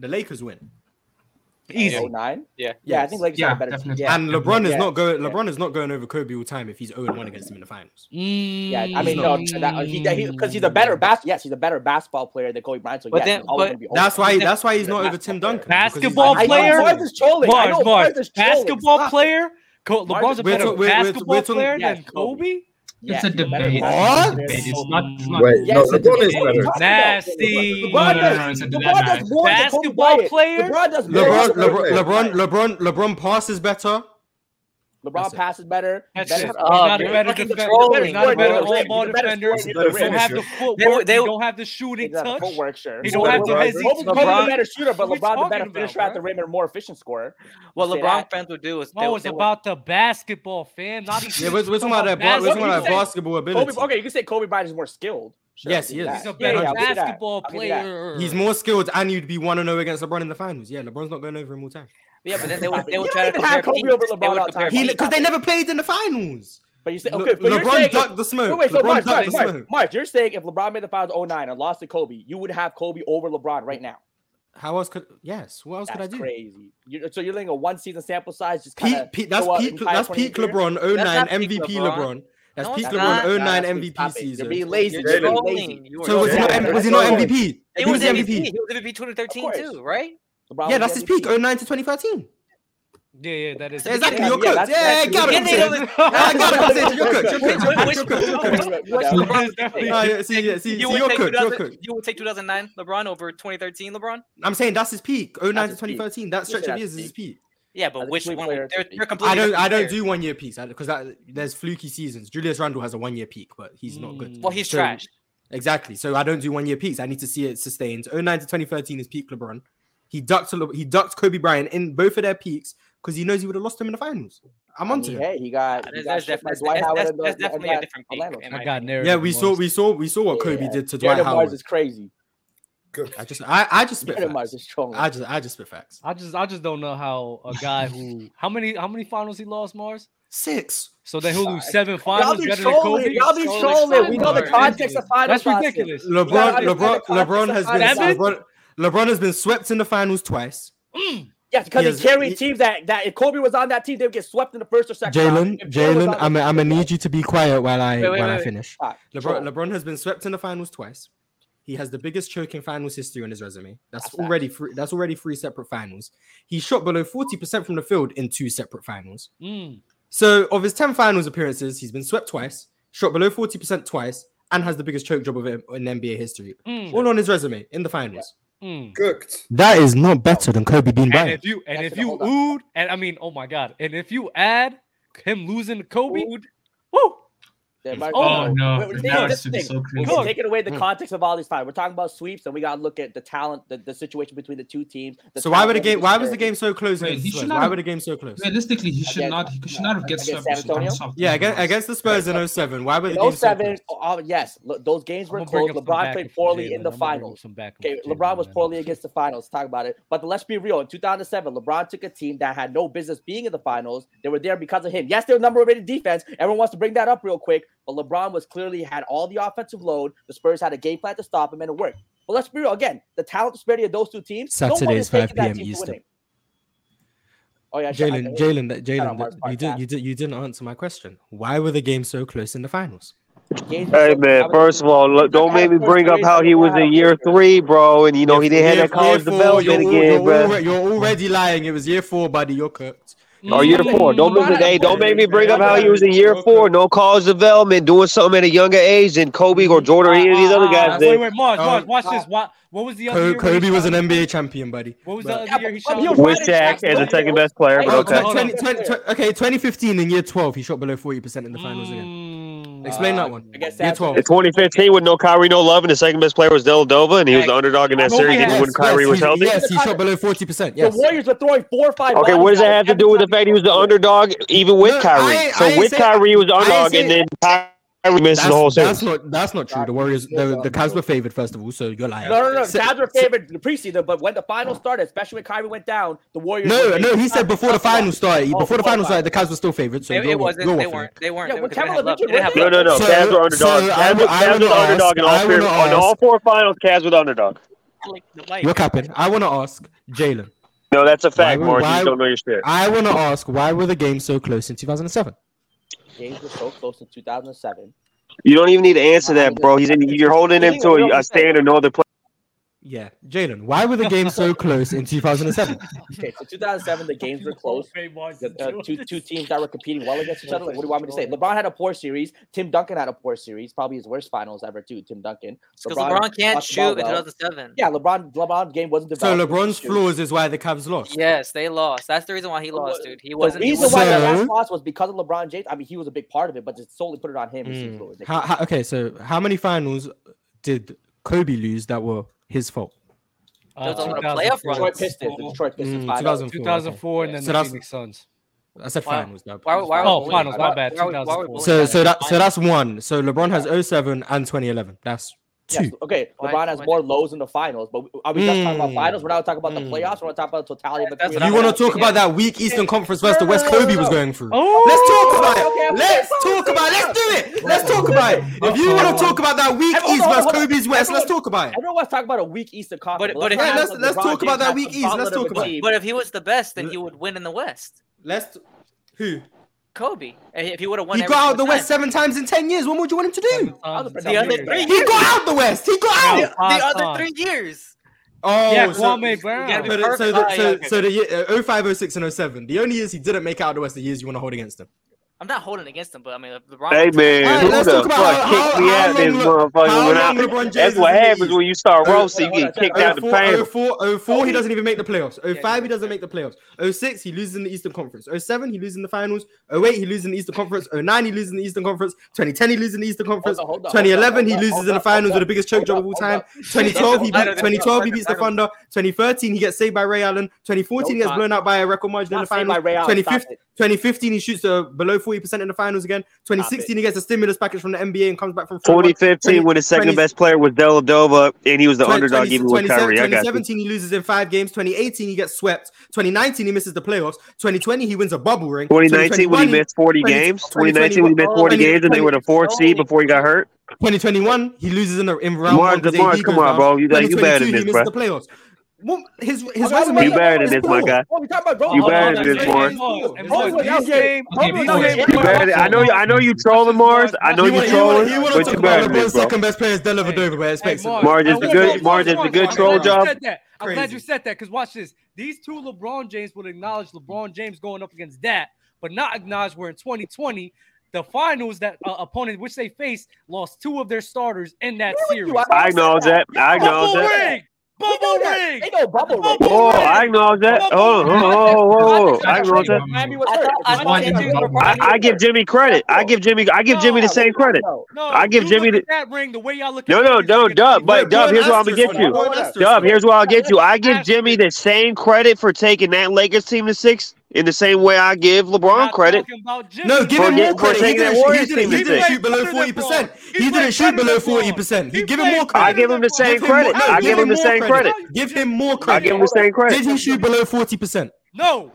Speaker 2: the Lakers win.
Speaker 1: Easy.
Speaker 4: 09?
Speaker 3: Yeah.
Speaker 4: Oh, Yeah, I
Speaker 2: Yes.
Speaker 4: think Lakers
Speaker 5: Yeah,
Speaker 4: are better.
Speaker 5: definitely.
Speaker 4: Yeah.
Speaker 2: and LeBron is
Speaker 4: Yeah.
Speaker 2: not going.
Speaker 4: Yeah.
Speaker 2: LeBron is not going over Kobe all time if he's 0 1 against him in the finals.
Speaker 4: Yeah, I mean, no, because he, because he's a better bas- Yes, he's a better basketball player than Kobe Bryant. So
Speaker 3: But
Speaker 4: yes,
Speaker 3: then-
Speaker 4: he's always
Speaker 3: but-
Speaker 4: gonna be over.
Speaker 2: That's why. That's why he's not over Tim Duncan. because he's-
Speaker 1: Basketball
Speaker 4: I know
Speaker 1: player?
Speaker 4: Mars is trolling. I know
Speaker 1: Mars,
Speaker 4: Mars
Speaker 1: Mars,
Speaker 4: is trolling.
Speaker 1: basketball
Speaker 4: Stop it.
Speaker 1: player. Co-
Speaker 4: Mars
Speaker 1: LeBron's
Speaker 4: is
Speaker 1: a
Speaker 4: better.
Speaker 1: better
Speaker 2: We're- we're- we're-
Speaker 1: basketball
Speaker 2: we're talking-
Speaker 1: player
Speaker 4: Yeah,
Speaker 1: than
Speaker 4: Kobe.
Speaker 1: Kobe.
Speaker 4: Yeah,
Speaker 5: it's a
Speaker 4: he's better
Speaker 5: debate.
Speaker 4: basketball
Speaker 5: It's
Speaker 4: player.
Speaker 5: a debate. It's not. It's not
Speaker 6: Wait,
Speaker 4: Yes,
Speaker 6: no,
Speaker 4: it's a
Speaker 6: LeBron is
Speaker 4: debate.
Speaker 6: better.
Speaker 4: Fuck no.
Speaker 1: Nasty.
Speaker 5: No,
Speaker 4: LeBron
Speaker 5: no,
Speaker 4: does.
Speaker 5: no, it's a
Speaker 4: LeBron
Speaker 5: debate.
Speaker 4: does more than Kobe
Speaker 1: Basketball
Speaker 4: Bryant.
Speaker 1: player?
Speaker 4: LeBron does more
Speaker 2: LeBron,
Speaker 4: than Kobe
Speaker 2: LeBron,
Speaker 4: Bryant.
Speaker 2: LeBron, LeBron, LeBron passes better.
Speaker 4: LeBron passes better.
Speaker 1: That's
Speaker 4: better
Speaker 1: it. He's
Speaker 3: up,
Speaker 1: not a
Speaker 3: you're
Speaker 1: better
Speaker 4: fucking
Speaker 1: defender.
Speaker 4: trolling.
Speaker 1: He's not a
Speaker 4: You're
Speaker 1: better
Speaker 4: better
Speaker 1: all ball
Speaker 4: defender.
Speaker 1: defender.
Speaker 4: He's a
Speaker 1: He
Speaker 4: better
Speaker 1: don't have the
Speaker 6: finisher.
Speaker 3: They were-
Speaker 1: footwork.
Speaker 3: they
Speaker 1: He
Speaker 3: were-
Speaker 1: don't have the shooting
Speaker 4: He's not a
Speaker 1: touch.
Speaker 4: footwork, sure.
Speaker 1: He don't have
Speaker 6: the-
Speaker 4: Kobe's
Speaker 6: he's-
Speaker 4: the
Speaker 1: LeBron-
Speaker 4: better shooter, but
Speaker 1: What
Speaker 4: LeBron's
Speaker 1: you
Speaker 4: the
Speaker 1: talking
Speaker 4: better
Speaker 1: about,
Speaker 4: finisher at the
Speaker 1: bro?
Speaker 4: rim and more efficient scorer.
Speaker 3: What
Speaker 4: Say
Speaker 3: LeBron
Speaker 4: that.
Speaker 3: fans would do is they,
Speaker 1: No, it's
Speaker 3: they would-
Speaker 1: about the basketball, fam. Not even-
Speaker 2: Yeah, we're, we're talking about that. Ba- we're talking about that
Speaker 4: Kobe-
Speaker 2: basketball
Speaker 4: Kobe,
Speaker 2: ability.
Speaker 4: okay, you can say Kobe Bryant is more skilled. Sure,
Speaker 2: Yes,
Speaker 4: I'll give
Speaker 2: he is.
Speaker 4: you
Speaker 1: He's a
Speaker 4: that.
Speaker 1: better
Speaker 4: Yeah, yeah, I'll give you that.
Speaker 1: basketball
Speaker 4: I'll give you that.
Speaker 1: player.
Speaker 2: He's more skilled, and you'd be one and zero against LeBron in the finals. Yeah, LeBron's not going over him all time.
Speaker 3: yeah, but then they would they
Speaker 4: You
Speaker 3: would
Speaker 4: don't
Speaker 3: try to
Speaker 4: even have
Speaker 3: compare
Speaker 4: Kobe over
Speaker 3: peaks.
Speaker 4: LeBron
Speaker 3: They
Speaker 4: all
Speaker 3: would
Speaker 4: the
Speaker 3: compare
Speaker 4: time. He-
Speaker 3: peaks.
Speaker 2: Because they never played in the finals.
Speaker 4: But you say
Speaker 2: Le-
Speaker 4: okay, but you're saying
Speaker 2: LeBron ducked the
Speaker 4: wait,
Speaker 2: smoke.
Speaker 4: wait, so
Speaker 2: LeBron
Speaker 4: Mark,
Speaker 2: ducked
Speaker 4: Mark,
Speaker 2: the
Speaker 4: Mark,
Speaker 2: smoke.
Speaker 4: Mark, you're saying if LeBron made the finals 09 and lost to Kobe, you would have Kobe over LeBron right now.
Speaker 2: How else could? Yes. What else could I
Speaker 4: That's
Speaker 2: do?
Speaker 4: crazy. You're, so you're laying a one season sample size, just kind
Speaker 2: Peak,
Speaker 4: of
Speaker 2: peak, that's peak. That's peak LeBron. 09
Speaker 3: not peak
Speaker 2: MVP
Speaker 3: LeBron.
Speaker 2: LeBron. That's
Speaker 3: No,
Speaker 2: peak
Speaker 3: it's
Speaker 2: LeBron.
Speaker 3: not.
Speaker 2: 09
Speaker 4: Stop
Speaker 2: MVP
Speaker 4: it. You're
Speaker 2: season.
Speaker 4: being lazy.
Speaker 6: You're
Speaker 4: You're being
Speaker 6: trolling.
Speaker 4: lazy.
Speaker 3: You were
Speaker 2: So was he not?
Speaker 3: trolling.
Speaker 2: M- Was he not
Speaker 4: Yeah.
Speaker 2: MVP?
Speaker 3: He
Speaker 2: He was the
Speaker 3: He
Speaker 2: MVP.
Speaker 3: was MVP 2013
Speaker 4: Of course.
Speaker 3: too, right?
Speaker 4: LeBron
Speaker 2: Yeah,
Speaker 4: was
Speaker 2: that's his
Speaker 4: MVP.
Speaker 2: peak. 09 to 2013.
Speaker 1: Yeah, yeah, that is.
Speaker 3: Yeah,
Speaker 2: Exactly. You're
Speaker 4: yeah,
Speaker 2: cooked.
Speaker 4: that's-
Speaker 2: Yeah,
Speaker 4: that's-
Speaker 2: got
Speaker 3: Yeah,
Speaker 2: him.
Speaker 3: they
Speaker 2: Sid.
Speaker 3: don't-
Speaker 2: I got him.
Speaker 4: that's-
Speaker 2: Sid. You're cooked. You're cooked. You're cooked. You're cooked. You're cooked.
Speaker 4: Yeah.
Speaker 2: Ah, yeah, see, yeah, see, see,
Speaker 3: You would
Speaker 2: you're
Speaker 3: take
Speaker 2: cooked, you're
Speaker 3: 2000
Speaker 2: cooked.
Speaker 3: You would take 2009 LeBron over 2013 LeBron?
Speaker 2: I'm saying that's his peak. 09
Speaker 4: That's
Speaker 2: to
Speaker 4: his peak.
Speaker 2: 2013. That stretch of
Speaker 4: that's
Speaker 2: years is
Speaker 4: his
Speaker 2: his peak.
Speaker 3: Yeah,
Speaker 4: As
Speaker 3: but
Speaker 4: a
Speaker 3: which
Speaker 4: team
Speaker 3: one?
Speaker 4: player,
Speaker 3: They're,
Speaker 4: it's
Speaker 3: they're completely
Speaker 2: I don't. I
Speaker 3: different
Speaker 2: don't
Speaker 3: players.
Speaker 2: do one year peaks because there's fluky seasons. Julius Randle has a one year peak, but he's not good.
Speaker 1: Mm.
Speaker 3: Well, he's
Speaker 2: So-
Speaker 3: trash.
Speaker 2: Exactly. So I don't do one year peaks. I need to see it sustained. 09 to 2013 is peak LeBron. He ducked. Le- he ducked Kobe Bryant in both of their peaks because he knows he would have lost them in the finals. I'm
Speaker 4: I
Speaker 2: onto
Speaker 4: mean,
Speaker 2: him.
Speaker 4: hey, he got, he
Speaker 3: That's,
Speaker 4: got
Speaker 3: that's,
Speaker 4: shit by
Speaker 3: that's,
Speaker 4: Dwight
Speaker 3: that's,
Speaker 4: Howard
Speaker 3: that's,
Speaker 4: and the-
Speaker 3: that's
Speaker 4: and
Speaker 3: definitely a
Speaker 4: that-
Speaker 3: different peak.
Speaker 4: Orlando.
Speaker 3: in my
Speaker 1: I got
Speaker 3: opinion.
Speaker 1: narrative.
Speaker 2: Yeah, we saw.
Speaker 1: once.
Speaker 2: We saw. We saw what Kobe
Speaker 4: Yeah.
Speaker 2: did to Dwight
Speaker 4: Jared Mars
Speaker 2: Howard.
Speaker 4: is crazy.
Speaker 2: I just. I. I just spit.
Speaker 4: Jared Mars
Speaker 2: Facts.
Speaker 4: is strong.
Speaker 2: I just. I just spit facts.
Speaker 1: I just, I just don't know how a guy who, how many, how many finals he lost, Mars.
Speaker 2: Six.
Speaker 1: So then he'll lose
Speaker 4: Sorry.
Speaker 1: seven finals better than Kobe.
Speaker 4: Y'all be
Speaker 3: Trolling
Speaker 4: trolling. We know the
Speaker 1: Mars.
Speaker 4: context of finals.
Speaker 1: That's
Speaker 4: last year.
Speaker 1: ridiculous.
Speaker 2: LeBron.
Speaker 4: gotta
Speaker 2: LeBron.
Speaker 4: understand the
Speaker 2: LeBron has
Speaker 4: context
Speaker 1: of
Speaker 2: been.
Speaker 1: how
Speaker 2: LeBron, LeBron has been swept in the finals twice. Mm.
Speaker 4: Yes, because
Speaker 2: He
Speaker 4: he,
Speaker 2: is-
Speaker 4: carried
Speaker 2: he-
Speaker 4: teams that, that if Kobe was on that team, they would get swept in the first or second. round.
Speaker 2: Jalen,
Speaker 4: If Kobe was on
Speaker 2: Jalen,
Speaker 4: that
Speaker 2: I'm
Speaker 4: team,
Speaker 2: gonna
Speaker 4: they'd
Speaker 2: need you to be quiet while I
Speaker 3: Wait, wait,
Speaker 2: while
Speaker 3: wait,
Speaker 2: I
Speaker 3: wait.
Speaker 2: finish.
Speaker 4: Stop.
Speaker 2: LeBron, LeBron has been swept in the finals twice. He has the biggest choke in finals history on his resume. That's,
Speaker 4: That's
Speaker 2: already three, that's already three separate finals. He shot below 40% from the field in two separate finals.
Speaker 1: Mm.
Speaker 2: So of his 10 finals appearances, he's been swept twice, shot below 40% twice, and has the biggest choke job of it in NBA history.
Speaker 1: Mm.
Speaker 2: All on his resume in the finals.
Speaker 1: Mm.
Speaker 6: Cooked.
Speaker 2: That is not better than Kobe being
Speaker 1: And if you and
Speaker 4: That's
Speaker 1: if
Speaker 4: it,
Speaker 1: you
Speaker 4: hold on.
Speaker 1: ooed, and I mean, oh my god, and if you add him losing to Kobe, woo,
Speaker 4: Yeah, Mark-
Speaker 5: Oh
Speaker 4: Wait,
Speaker 5: no!
Speaker 4: wait,
Speaker 5: Now
Speaker 4: this
Speaker 5: it's
Speaker 4: thing.
Speaker 5: so
Speaker 4: We're
Speaker 5: crazy.
Speaker 1: Look.
Speaker 4: taking away the
Speaker 2: Mm.
Speaker 4: context of all these five. We're talking about sweeps, and we gotta look at the talent, the, the situation between the two teams. the
Speaker 2: So why
Speaker 4: talent
Speaker 2: would the
Speaker 4: level
Speaker 2: game? Why was the
Speaker 4: disparity.
Speaker 2: game so close?
Speaker 5: Wait,
Speaker 2: against
Speaker 5: he
Speaker 2: the
Speaker 5: should
Speaker 2: Spurs?
Speaker 5: not
Speaker 2: Why
Speaker 5: have-
Speaker 2: were the game so close?
Speaker 5: Realistically, he should
Speaker 4: Against-
Speaker 5: not. He should
Speaker 4: no,
Speaker 5: not have get
Speaker 4: against
Speaker 5: swept.
Speaker 4: San
Speaker 5: He should have
Speaker 4: Antonio?
Speaker 5: swept
Speaker 2: Yeah,
Speaker 5: everyone
Speaker 2: against,
Speaker 5: else.
Speaker 2: against the Spurs in 07. Why were the
Speaker 4: In
Speaker 2: games so
Speaker 4: 07,
Speaker 2: close?
Speaker 4: oh, yes, lo- those games were
Speaker 1: I'm gonna bring
Speaker 4: close.
Speaker 1: up some
Speaker 4: LeBron
Speaker 1: backup
Speaker 4: played
Speaker 1: from
Speaker 4: poorly
Speaker 1: Jalen.
Speaker 4: in the
Speaker 1: I'm gonna bring up
Speaker 4: finals.
Speaker 1: some backup
Speaker 4: Okay,
Speaker 1: from
Speaker 4: LeBron
Speaker 1: Jalen,
Speaker 4: was
Speaker 1: man.
Speaker 4: poorly against the finals. Talk about it. But let's be real. In 2007, LeBron took a team that had no business being in the finals. They were there because of him. Yes, they were number rated defense. Everyone wants to bring that up real quick. But LeBron was clearly had all the offensive load. The Spurs had a game plan to stop him, and it worked. But let's be real again. The talent disparity of those two teams. no one
Speaker 2: Saturdays,
Speaker 4: is taking
Speaker 2: 5
Speaker 4: that
Speaker 2: p.m.
Speaker 4: team to
Speaker 2: Eastern.
Speaker 4: winning. Oh yeah, sure, I
Speaker 2: Jalen,
Speaker 4: can-
Speaker 2: Jalen, that-
Speaker 4: Shout out
Speaker 2: Jalen,
Speaker 4: Mark
Speaker 2: that- you didn't, you did, you didn't answer my question. Why were the games so close in the finals?
Speaker 4: Games were
Speaker 7: Hey
Speaker 4: so- I
Speaker 7: man,
Speaker 4: was-
Speaker 7: first of all, look, don't make me bring up how he was in year three, bro, and you know he didn't have that college development
Speaker 2: you're,
Speaker 7: again,
Speaker 2: you're,
Speaker 7: bro.
Speaker 2: already, you're already lying. It was year four, buddy. You're cooked.
Speaker 7: Or Oh, year four. Don't make me, hey, don't make me bring up how he was in year four, no college development, doing something at a younger age than Kobe or
Speaker 2: Ah,
Speaker 7: Jordan or any of these other guys
Speaker 1: Ah, Wait,
Speaker 7: did.
Speaker 1: wait, Mars,
Speaker 2: Um,
Speaker 7: Oh,
Speaker 1: Mars, watch this. What, what was the other
Speaker 2: Co-
Speaker 1: year where he
Speaker 2: Kobe was an
Speaker 1: shot-
Speaker 2: NBA champion, buddy.
Speaker 1: What was the
Speaker 2: Bro.
Speaker 1: other
Speaker 4: Yeah,
Speaker 1: year he
Speaker 4: but- but
Speaker 1: shot?
Speaker 4: you-
Speaker 7: With Shaq as the second best player, but
Speaker 2: Bro,
Speaker 7: okay.
Speaker 1: hold on.
Speaker 2: 20 20 20 okay, 2015 in year 12, he shot below 40% in the finals again.
Speaker 1: Mm.
Speaker 2: Explain
Speaker 4: Uh,
Speaker 2: that one.
Speaker 4: I guess
Speaker 2: Year
Speaker 4: that's-
Speaker 2: 12.
Speaker 7: In 2015, with no Kyrie, no love, and the second best player was Deladova, and he was the underdog in that
Speaker 1: Kobe
Speaker 7: series
Speaker 1: had-
Speaker 7: even when Kyrie was
Speaker 2: he-
Speaker 7: healthy.
Speaker 2: Yes, he shot below 40%. Yes.
Speaker 4: The Warriors were throwing four or five.
Speaker 7: Okay,
Speaker 4: bodies
Speaker 7: what does
Speaker 4: at
Speaker 7: that
Speaker 4: him
Speaker 7: have to
Speaker 4: every
Speaker 7: do with the
Speaker 4: time
Speaker 7: fact he was the underdog even with
Speaker 2: No, I
Speaker 7: Kyrie?
Speaker 2: ain't- I
Speaker 7: So
Speaker 2: ain't
Speaker 7: with
Speaker 2: say-
Speaker 7: Kyrie he was the
Speaker 2: I ain't
Speaker 7: underdog, and
Speaker 2: say-
Speaker 7: then Kyrie we missed the whole
Speaker 2: That's, that's
Speaker 7: series.
Speaker 2: not that's not true. The Warriors, the, the Cavs were favored first of all, so you're lying.
Speaker 4: No, no, no.
Speaker 2: Se-
Speaker 4: Cavs were favored in the preseason, but when the final started, especially when Kyrie went down, the Warriors. were
Speaker 2: Oh. No,
Speaker 4: favored.
Speaker 2: no, he said before the final started.
Speaker 4: Oh,
Speaker 2: Before the
Speaker 4: before
Speaker 2: final
Speaker 4: the
Speaker 2: started, the Cavs were still favored. So
Speaker 3: It,
Speaker 2: you're,
Speaker 3: it wasn't.
Speaker 2: You're
Speaker 3: They
Speaker 2: waffling.
Speaker 3: weren't. They weren't.
Speaker 4: Yeah,
Speaker 3: they
Speaker 4: well,
Speaker 3: because they
Speaker 4: Kevin
Speaker 3: had love.
Speaker 4: Lillard
Speaker 3: They didn't have
Speaker 4: were
Speaker 7: No,
Speaker 3: love.
Speaker 7: no, no.
Speaker 2: So-
Speaker 7: Cavs were underdog.
Speaker 2: so I
Speaker 7: Cavs,
Speaker 2: would- I
Speaker 7: Cavs were
Speaker 2: would
Speaker 7: the
Speaker 2: ask-
Speaker 7: underdog in all
Speaker 2: I would
Speaker 7: series. On
Speaker 2: ask-
Speaker 7: all four finals, Cavs were the underdog.
Speaker 3: Like, the light.
Speaker 2: Look, happened. I want to ask Jalen.
Speaker 7: No, that's a fact,
Speaker 2: Why-
Speaker 7: Mark.
Speaker 2: why-
Speaker 7: You don't know your shit.
Speaker 2: I want to ask why were the games so close in 2007?
Speaker 4: Games were so close in 2007.
Speaker 7: You don't even need to answer that, bro. He's in, you're holding him to a, a standard no other play.
Speaker 2: Yeah, Jalen. Why were the games so close in 2007?
Speaker 4: Okay, so 2007, the games were close. The, uh, two, two teams that were competing well against each other. Like, what do you want me to say? LeBron had a poor series. Tim Duncan had a poor series. Probably his worst finals ever, too. Tim Duncan.
Speaker 3: Because LeBron can't
Speaker 4: lost the
Speaker 3: shoot
Speaker 4: ball
Speaker 3: in
Speaker 4: well.
Speaker 3: 2007.
Speaker 4: Yeah, LeBron. LeBron game wasn't
Speaker 2: so
Speaker 4: developed.
Speaker 2: LeBron's
Speaker 4: Shoot.
Speaker 2: flaws is why the Cavs lost.
Speaker 3: Yes, they lost. That's the reason why he lost, dude. He
Speaker 4: The
Speaker 3: wasn't. he
Speaker 4: reason why that
Speaker 2: So-
Speaker 4: last loss was because of LeBron James. I mean, he was a big part of it, but to solely put it on him. is
Speaker 2: Mm.
Speaker 4: influence.
Speaker 2: How, how, okay, so how many finals did Kobe lose that were his fault?
Speaker 3: There was a lot of playoff
Speaker 4: Detroit
Speaker 3: runs.
Speaker 4: Pistons. The Detroit Pistons.
Speaker 2: Mm,
Speaker 4: finals.
Speaker 2: 2000.
Speaker 1: 2004 and then
Speaker 2: So
Speaker 1: the
Speaker 2: that's-
Speaker 1: Phoenix Suns.
Speaker 2: I said
Speaker 3: Why-
Speaker 2: finals. though.
Speaker 3: Why, why,
Speaker 1: Oh,
Speaker 3: were we-
Speaker 1: finals, my
Speaker 3: why-
Speaker 1: bad,
Speaker 3: why were- why were we
Speaker 1: 2004.
Speaker 3: bullying
Speaker 2: So
Speaker 3: them?
Speaker 2: so that so that's one. So LeBron has 07 and 2011. That's two.
Speaker 4: Yes, okay,
Speaker 3: Why-
Speaker 4: LeBron has
Speaker 3: why-
Speaker 4: more lows in the finals, but are we just talking about
Speaker 2: Mm.
Speaker 4: finals? We're not talking about the
Speaker 2: Mm.
Speaker 4: playoffs. We're not talking about the totality of the.
Speaker 3: That's
Speaker 4: career.
Speaker 3: what
Speaker 2: You
Speaker 3: I'm
Speaker 2: want to
Speaker 3: asking
Speaker 2: talk
Speaker 3: you.
Speaker 2: about that weak Eastern Conference versus the
Speaker 4: No, no,
Speaker 2: West
Speaker 4: no, no,
Speaker 2: Kobe was
Speaker 4: no.
Speaker 2: going through?
Speaker 1: Oh,
Speaker 2: Let's talk about
Speaker 4: Okay,
Speaker 2: it.
Speaker 4: okay,
Speaker 2: Let's
Speaker 4: okay,
Speaker 2: talk
Speaker 4: okay.
Speaker 2: about it. Let's do it. Let's talk about it. If you
Speaker 1: Uh-oh.
Speaker 2: want to talk about that weak
Speaker 4: Everyone,
Speaker 2: East versus
Speaker 4: hold on,
Speaker 2: Kobe's West, let's talk about it.
Speaker 4: Everyone wants to talk about a weak Eastern Conference.
Speaker 3: but if-
Speaker 4: not
Speaker 3: Yeah,
Speaker 4: talk
Speaker 2: let's- let's
Speaker 4: LeBron
Speaker 2: talk about
Speaker 4: James
Speaker 2: that
Speaker 4: has
Speaker 2: weak
Speaker 4: some
Speaker 2: East. Let's
Speaker 4: solid of
Speaker 2: talk
Speaker 4: a
Speaker 2: about-
Speaker 4: team.
Speaker 3: But if he was the best, then he would win in the West.
Speaker 2: Let's. Who?
Speaker 3: Kobe. And If he would have won,
Speaker 2: He
Speaker 3: every
Speaker 2: got out the
Speaker 3: single
Speaker 2: West
Speaker 3: time.
Speaker 2: seven times in ten years. What more do you want him to do?
Speaker 3: The other three
Speaker 2: He got out the West. He got out.
Speaker 3: The
Speaker 1: Five
Speaker 3: other
Speaker 1: times.
Speaker 3: three years.
Speaker 2: Oh,
Speaker 1: Yeah,
Speaker 2: so-
Speaker 1: Kwame
Speaker 3: gotta
Speaker 2: So
Speaker 1: Brown.
Speaker 3: be
Speaker 2: the, so,
Speaker 3: perfect.
Speaker 2: the, so,
Speaker 3: Okay.
Speaker 2: so the year, uh, 05, 06, and 07. The only years he didn't make out of the West, the years you want to hold against him.
Speaker 3: I'm not holding against him, but I mean, if LeBron.
Speaker 7: Hey,
Speaker 2: Alright,
Speaker 7: man, who
Speaker 2: let's
Speaker 7: the
Speaker 2: talk about
Speaker 7: fuck
Speaker 2: how-
Speaker 7: kicked
Speaker 2: how-
Speaker 7: me
Speaker 2: how
Speaker 7: out this
Speaker 2: long
Speaker 7: motherfucker?
Speaker 2: how
Speaker 7: When
Speaker 2: long
Speaker 7: I,
Speaker 2: LeBron James
Speaker 7: that's
Speaker 2: is
Speaker 7: what
Speaker 2: in the
Speaker 7: happens
Speaker 2: East?
Speaker 7: when you start
Speaker 2: Oh,
Speaker 7: roasting, you
Speaker 4: hold on,
Speaker 7: get kicked
Speaker 4: hold
Speaker 7: out the
Speaker 2: 04,
Speaker 7: panel.
Speaker 2: 04, 04, oh, he doesn't even make the playoffs. 05, he doesn't make the playoffs. 06, he loses in the Eastern Conference. 07, he loses in the finals. 08, he loses in the Eastern Conference. 09, he loses in the Eastern Conference. 2010, he loses in the Eastern Conference.
Speaker 4: Hold on, hold on,
Speaker 2: 2011, he
Speaker 4: hold on,
Speaker 2: loses
Speaker 4: hold
Speaker 2: in the
Speaker 4: on,
Speaker 2: finals
Speaker 4: hold
Speaker 2: with the biggest choke
Speaker 4: hold
Speaker 2: job
Speaker 4: on,
Speaker 2: of all
Speaker 4: hold
Speaker 2: time.
Speaker 4: on.
Speaker 2: 2012, he
Speaker 3: Hold on,
Speaker 2: beat,
Speaker 3: hold on.
Speaker 2: 2012, he beats the Thunder. 2013, he gets saved by Ray Allen. 2014, he
Speaker 4: No,
Speaker 2: gets
Speaker 4: not-
Speaker 2: blown out by a record margin in the
Speaker 4: Not saying by
Speaker 2: finals.
Speaker 4: Ray Allen, stop
Speaker 2: 25th,
Speaker 4: it.
Speaker 2: 2015, he shoots to below 40% in the finals again. 2016, he gets a stimulus package from the NBA and comes back from 4-1.
Speaker 7: 2015, when the second
Speaker 2: 20
Speaker 7: best player was Deladova, and he was the
Speaker 2: 20-
Speaker 7: underdog
Speaker 2: 20-
Speaker 7: even with Kyrie. I got you.
Speaker 2: 2017, he loses in five games. 2018, he gets swept. 2019, he misses the playoffs. 2020, he wins a bubble ring.
Speaker 7: 2019, when he missed 40
Speaker 2: 20
Speaker 7: games. 2019, when he missed 40 games, and they were the fourth seed before he got hurt.
Speaker 2: 2021, he loses in, the, in round
Speaker 7: Mark,
Speaker 2: one. 'cause
Speaker 7: Mark,
Speaker 2: AD
Speaker 7: come
Speaker 2: goes
Speaker 7: on,
Speaker 2: down.
Speaker 7: bro. You got- you
Speaker 2: 2022,
Speaker 7: better than
Speaker 2: he
Speaker 7: this,
Speaker 2: misses
Speaker 7: bro.
Speaker 2: the playoffs. Well, his his
Speaker 4: Okay, hold on,
Speaker 2: resume.
Speaker 7: You
Speaker 4: hold on, hold on,
Speaker 7: better than this, my
Speaker 4: hold on.
Speaker 7: guy.
Speaker 4: Oh, we talking about bro-
Speaker 7: You
Speaker 4: hold on,
Speaker 7: better than
Speaker 4: hold
Speaker 7: this,
Speaker 4: on.
Speaker 7: Mark.
Speaker 4: Hold on, hold on.
Speaker 1: You
Speaker 7: You better. I know. you- I know you trolling Mars. I know
Speaker 2: He
Speaker 7: you
Speaker 2: want, he, want,
Speaker 7: trolling,
Speaker 2: he want to
Speaker 7: but
Speaker 2: talk
Speaker 7: you
Speaker 2: about
Speaker 7: better than
Speaker 2: LeBron's
Speaker 7: this, bro.
Speaker 2: second best player is Della Vadova, but it's
Speaker 1: Hey,
Speaker 2: fixable.
Speaker 1: Mark,
Speaker 7: Marge is
Speaker 1: I
Speaker 7: the
Speaker 1: will-
Speaker 7: good- Marge is
Speaker 1: Marge,
Speaker 7: the good
Speaker 1: I'm
Speaker 7: troll
Speaker 1: glad you
Speaker 7: job.
Speaker 1: said that. I'm glad
Speaker 2: Crazy.
Speaker 1: you said that because watch this. These two LeBron James would acknowledge LeBron James going up against that, but not acknowledge where in 2020 the finals that uh, opponent which they faced lost two of their starters in that series.
Speaker 4: you. I
Speaker 7: I acknowledge that. I acknowledge
Speaker 1: Bubble
Speaker 7: that.
Speaker 1: ring,
Speaker 4: We know
Speaker 1: bubble
Speaker 4: that.
Speaker 1: ring.
Speaker 4: Ain't no bubble ring.
Speaker 1: Bubble
Speaker 7: Oh, I acknowledge that. Oh, oh, oh, oh. I acknowledge that.
Speaker 4: Miami was
Speaker 3: I
Speaker 4: hurt.
Speaker 3: thought- I
Speaker 4: Miami
Speaker 5: thought
Speaker 4: was
Speaker 5: you
Speaker 4: hurt.
Speaker 5: were-
Speaker 7: I, I give Jimmy credit. I give Jimmy. I give Jimmy the same credit.
Speaker 4: No,
Speaker 1: No,
Speaker 7: I give
Speaker 1: you
Speaker 7: Jimmy
Speaker 1: look
Speaker 7: the-
Speaker 1: at that ring the way y'all look.
Speaker 7: No,
Speaker 1: at
Speaker 7: no,
Speaker 1: that,
Speaker 7: no,
Speaker 1: you look
Speaker 7: Dub.
Speaker 1: at
Speaker 7: But
Speaker 1: that.
Speaker 7: Dub, here's what I'm gonna
Speaker 2: Asterisk
Speaker 7: get
Speaker 2: on it.
Speaker 7: you.
Speaker 2: Go on, asterisk
Speaker 7: Dub,
Speaker 2: on it.
Speaker 7: here's what I'll get you. I give Jimmy the same credit for taking that Lakers team to six in the same way I give
Speaker 1: We're not
Speaker 7: LeBron credit.
Speaker 1: talking about Jimmy.
Speaker 2: No, give
Speaker 7: For
Speaker 2: him
Speaker 7: get-
Speaker 2: more
Speaker 7: for
Speaker 2: credit. He
Speaker 7: taking that
Speaker 2: didn't, shoot- he
Speaker 7: Warriors
Speaker 2: didn't,
Speaker 7: team
Speaker 2: he
Speaker 7: to
Speaker 2: didn't
Speaker 7: six.
Speaker 2: shoot below
Speaker 1: He played
Speaker 2: forty percent. He,
Speaker 1: better
Speaker 2: didn't
Speaker 1: than
Speaker 2: shoot below
Speaker 1: LeBron.
Speaker 2: forty percent.
Speaker 1: He
Speaker 2: He give him
Speaker 1: played
Speaker 2: more
Speaker 1: better
Speaker 7: I
Speaker 2: credit.
Speaker 7: give him the
Speaker 1: than
Speaker 7: same
Speaker 1: LeBron.
Speaker 2: Give him
Speaker 7: credit.
Speaker 2: more- no,
Speaker 7: I give him the
Speaker 2: more
Speaker 7: same
Speaker 2: credit.
Speaker 7: credit.
Speaker 2: Give him more
Speaker 7: I
Speaker 2: credit.
Speaker 7: give him the same
Speaker 2: Did
Speaker 7: credit.
Speaker 2: he shoot below forty percent?
Speaker 1: No,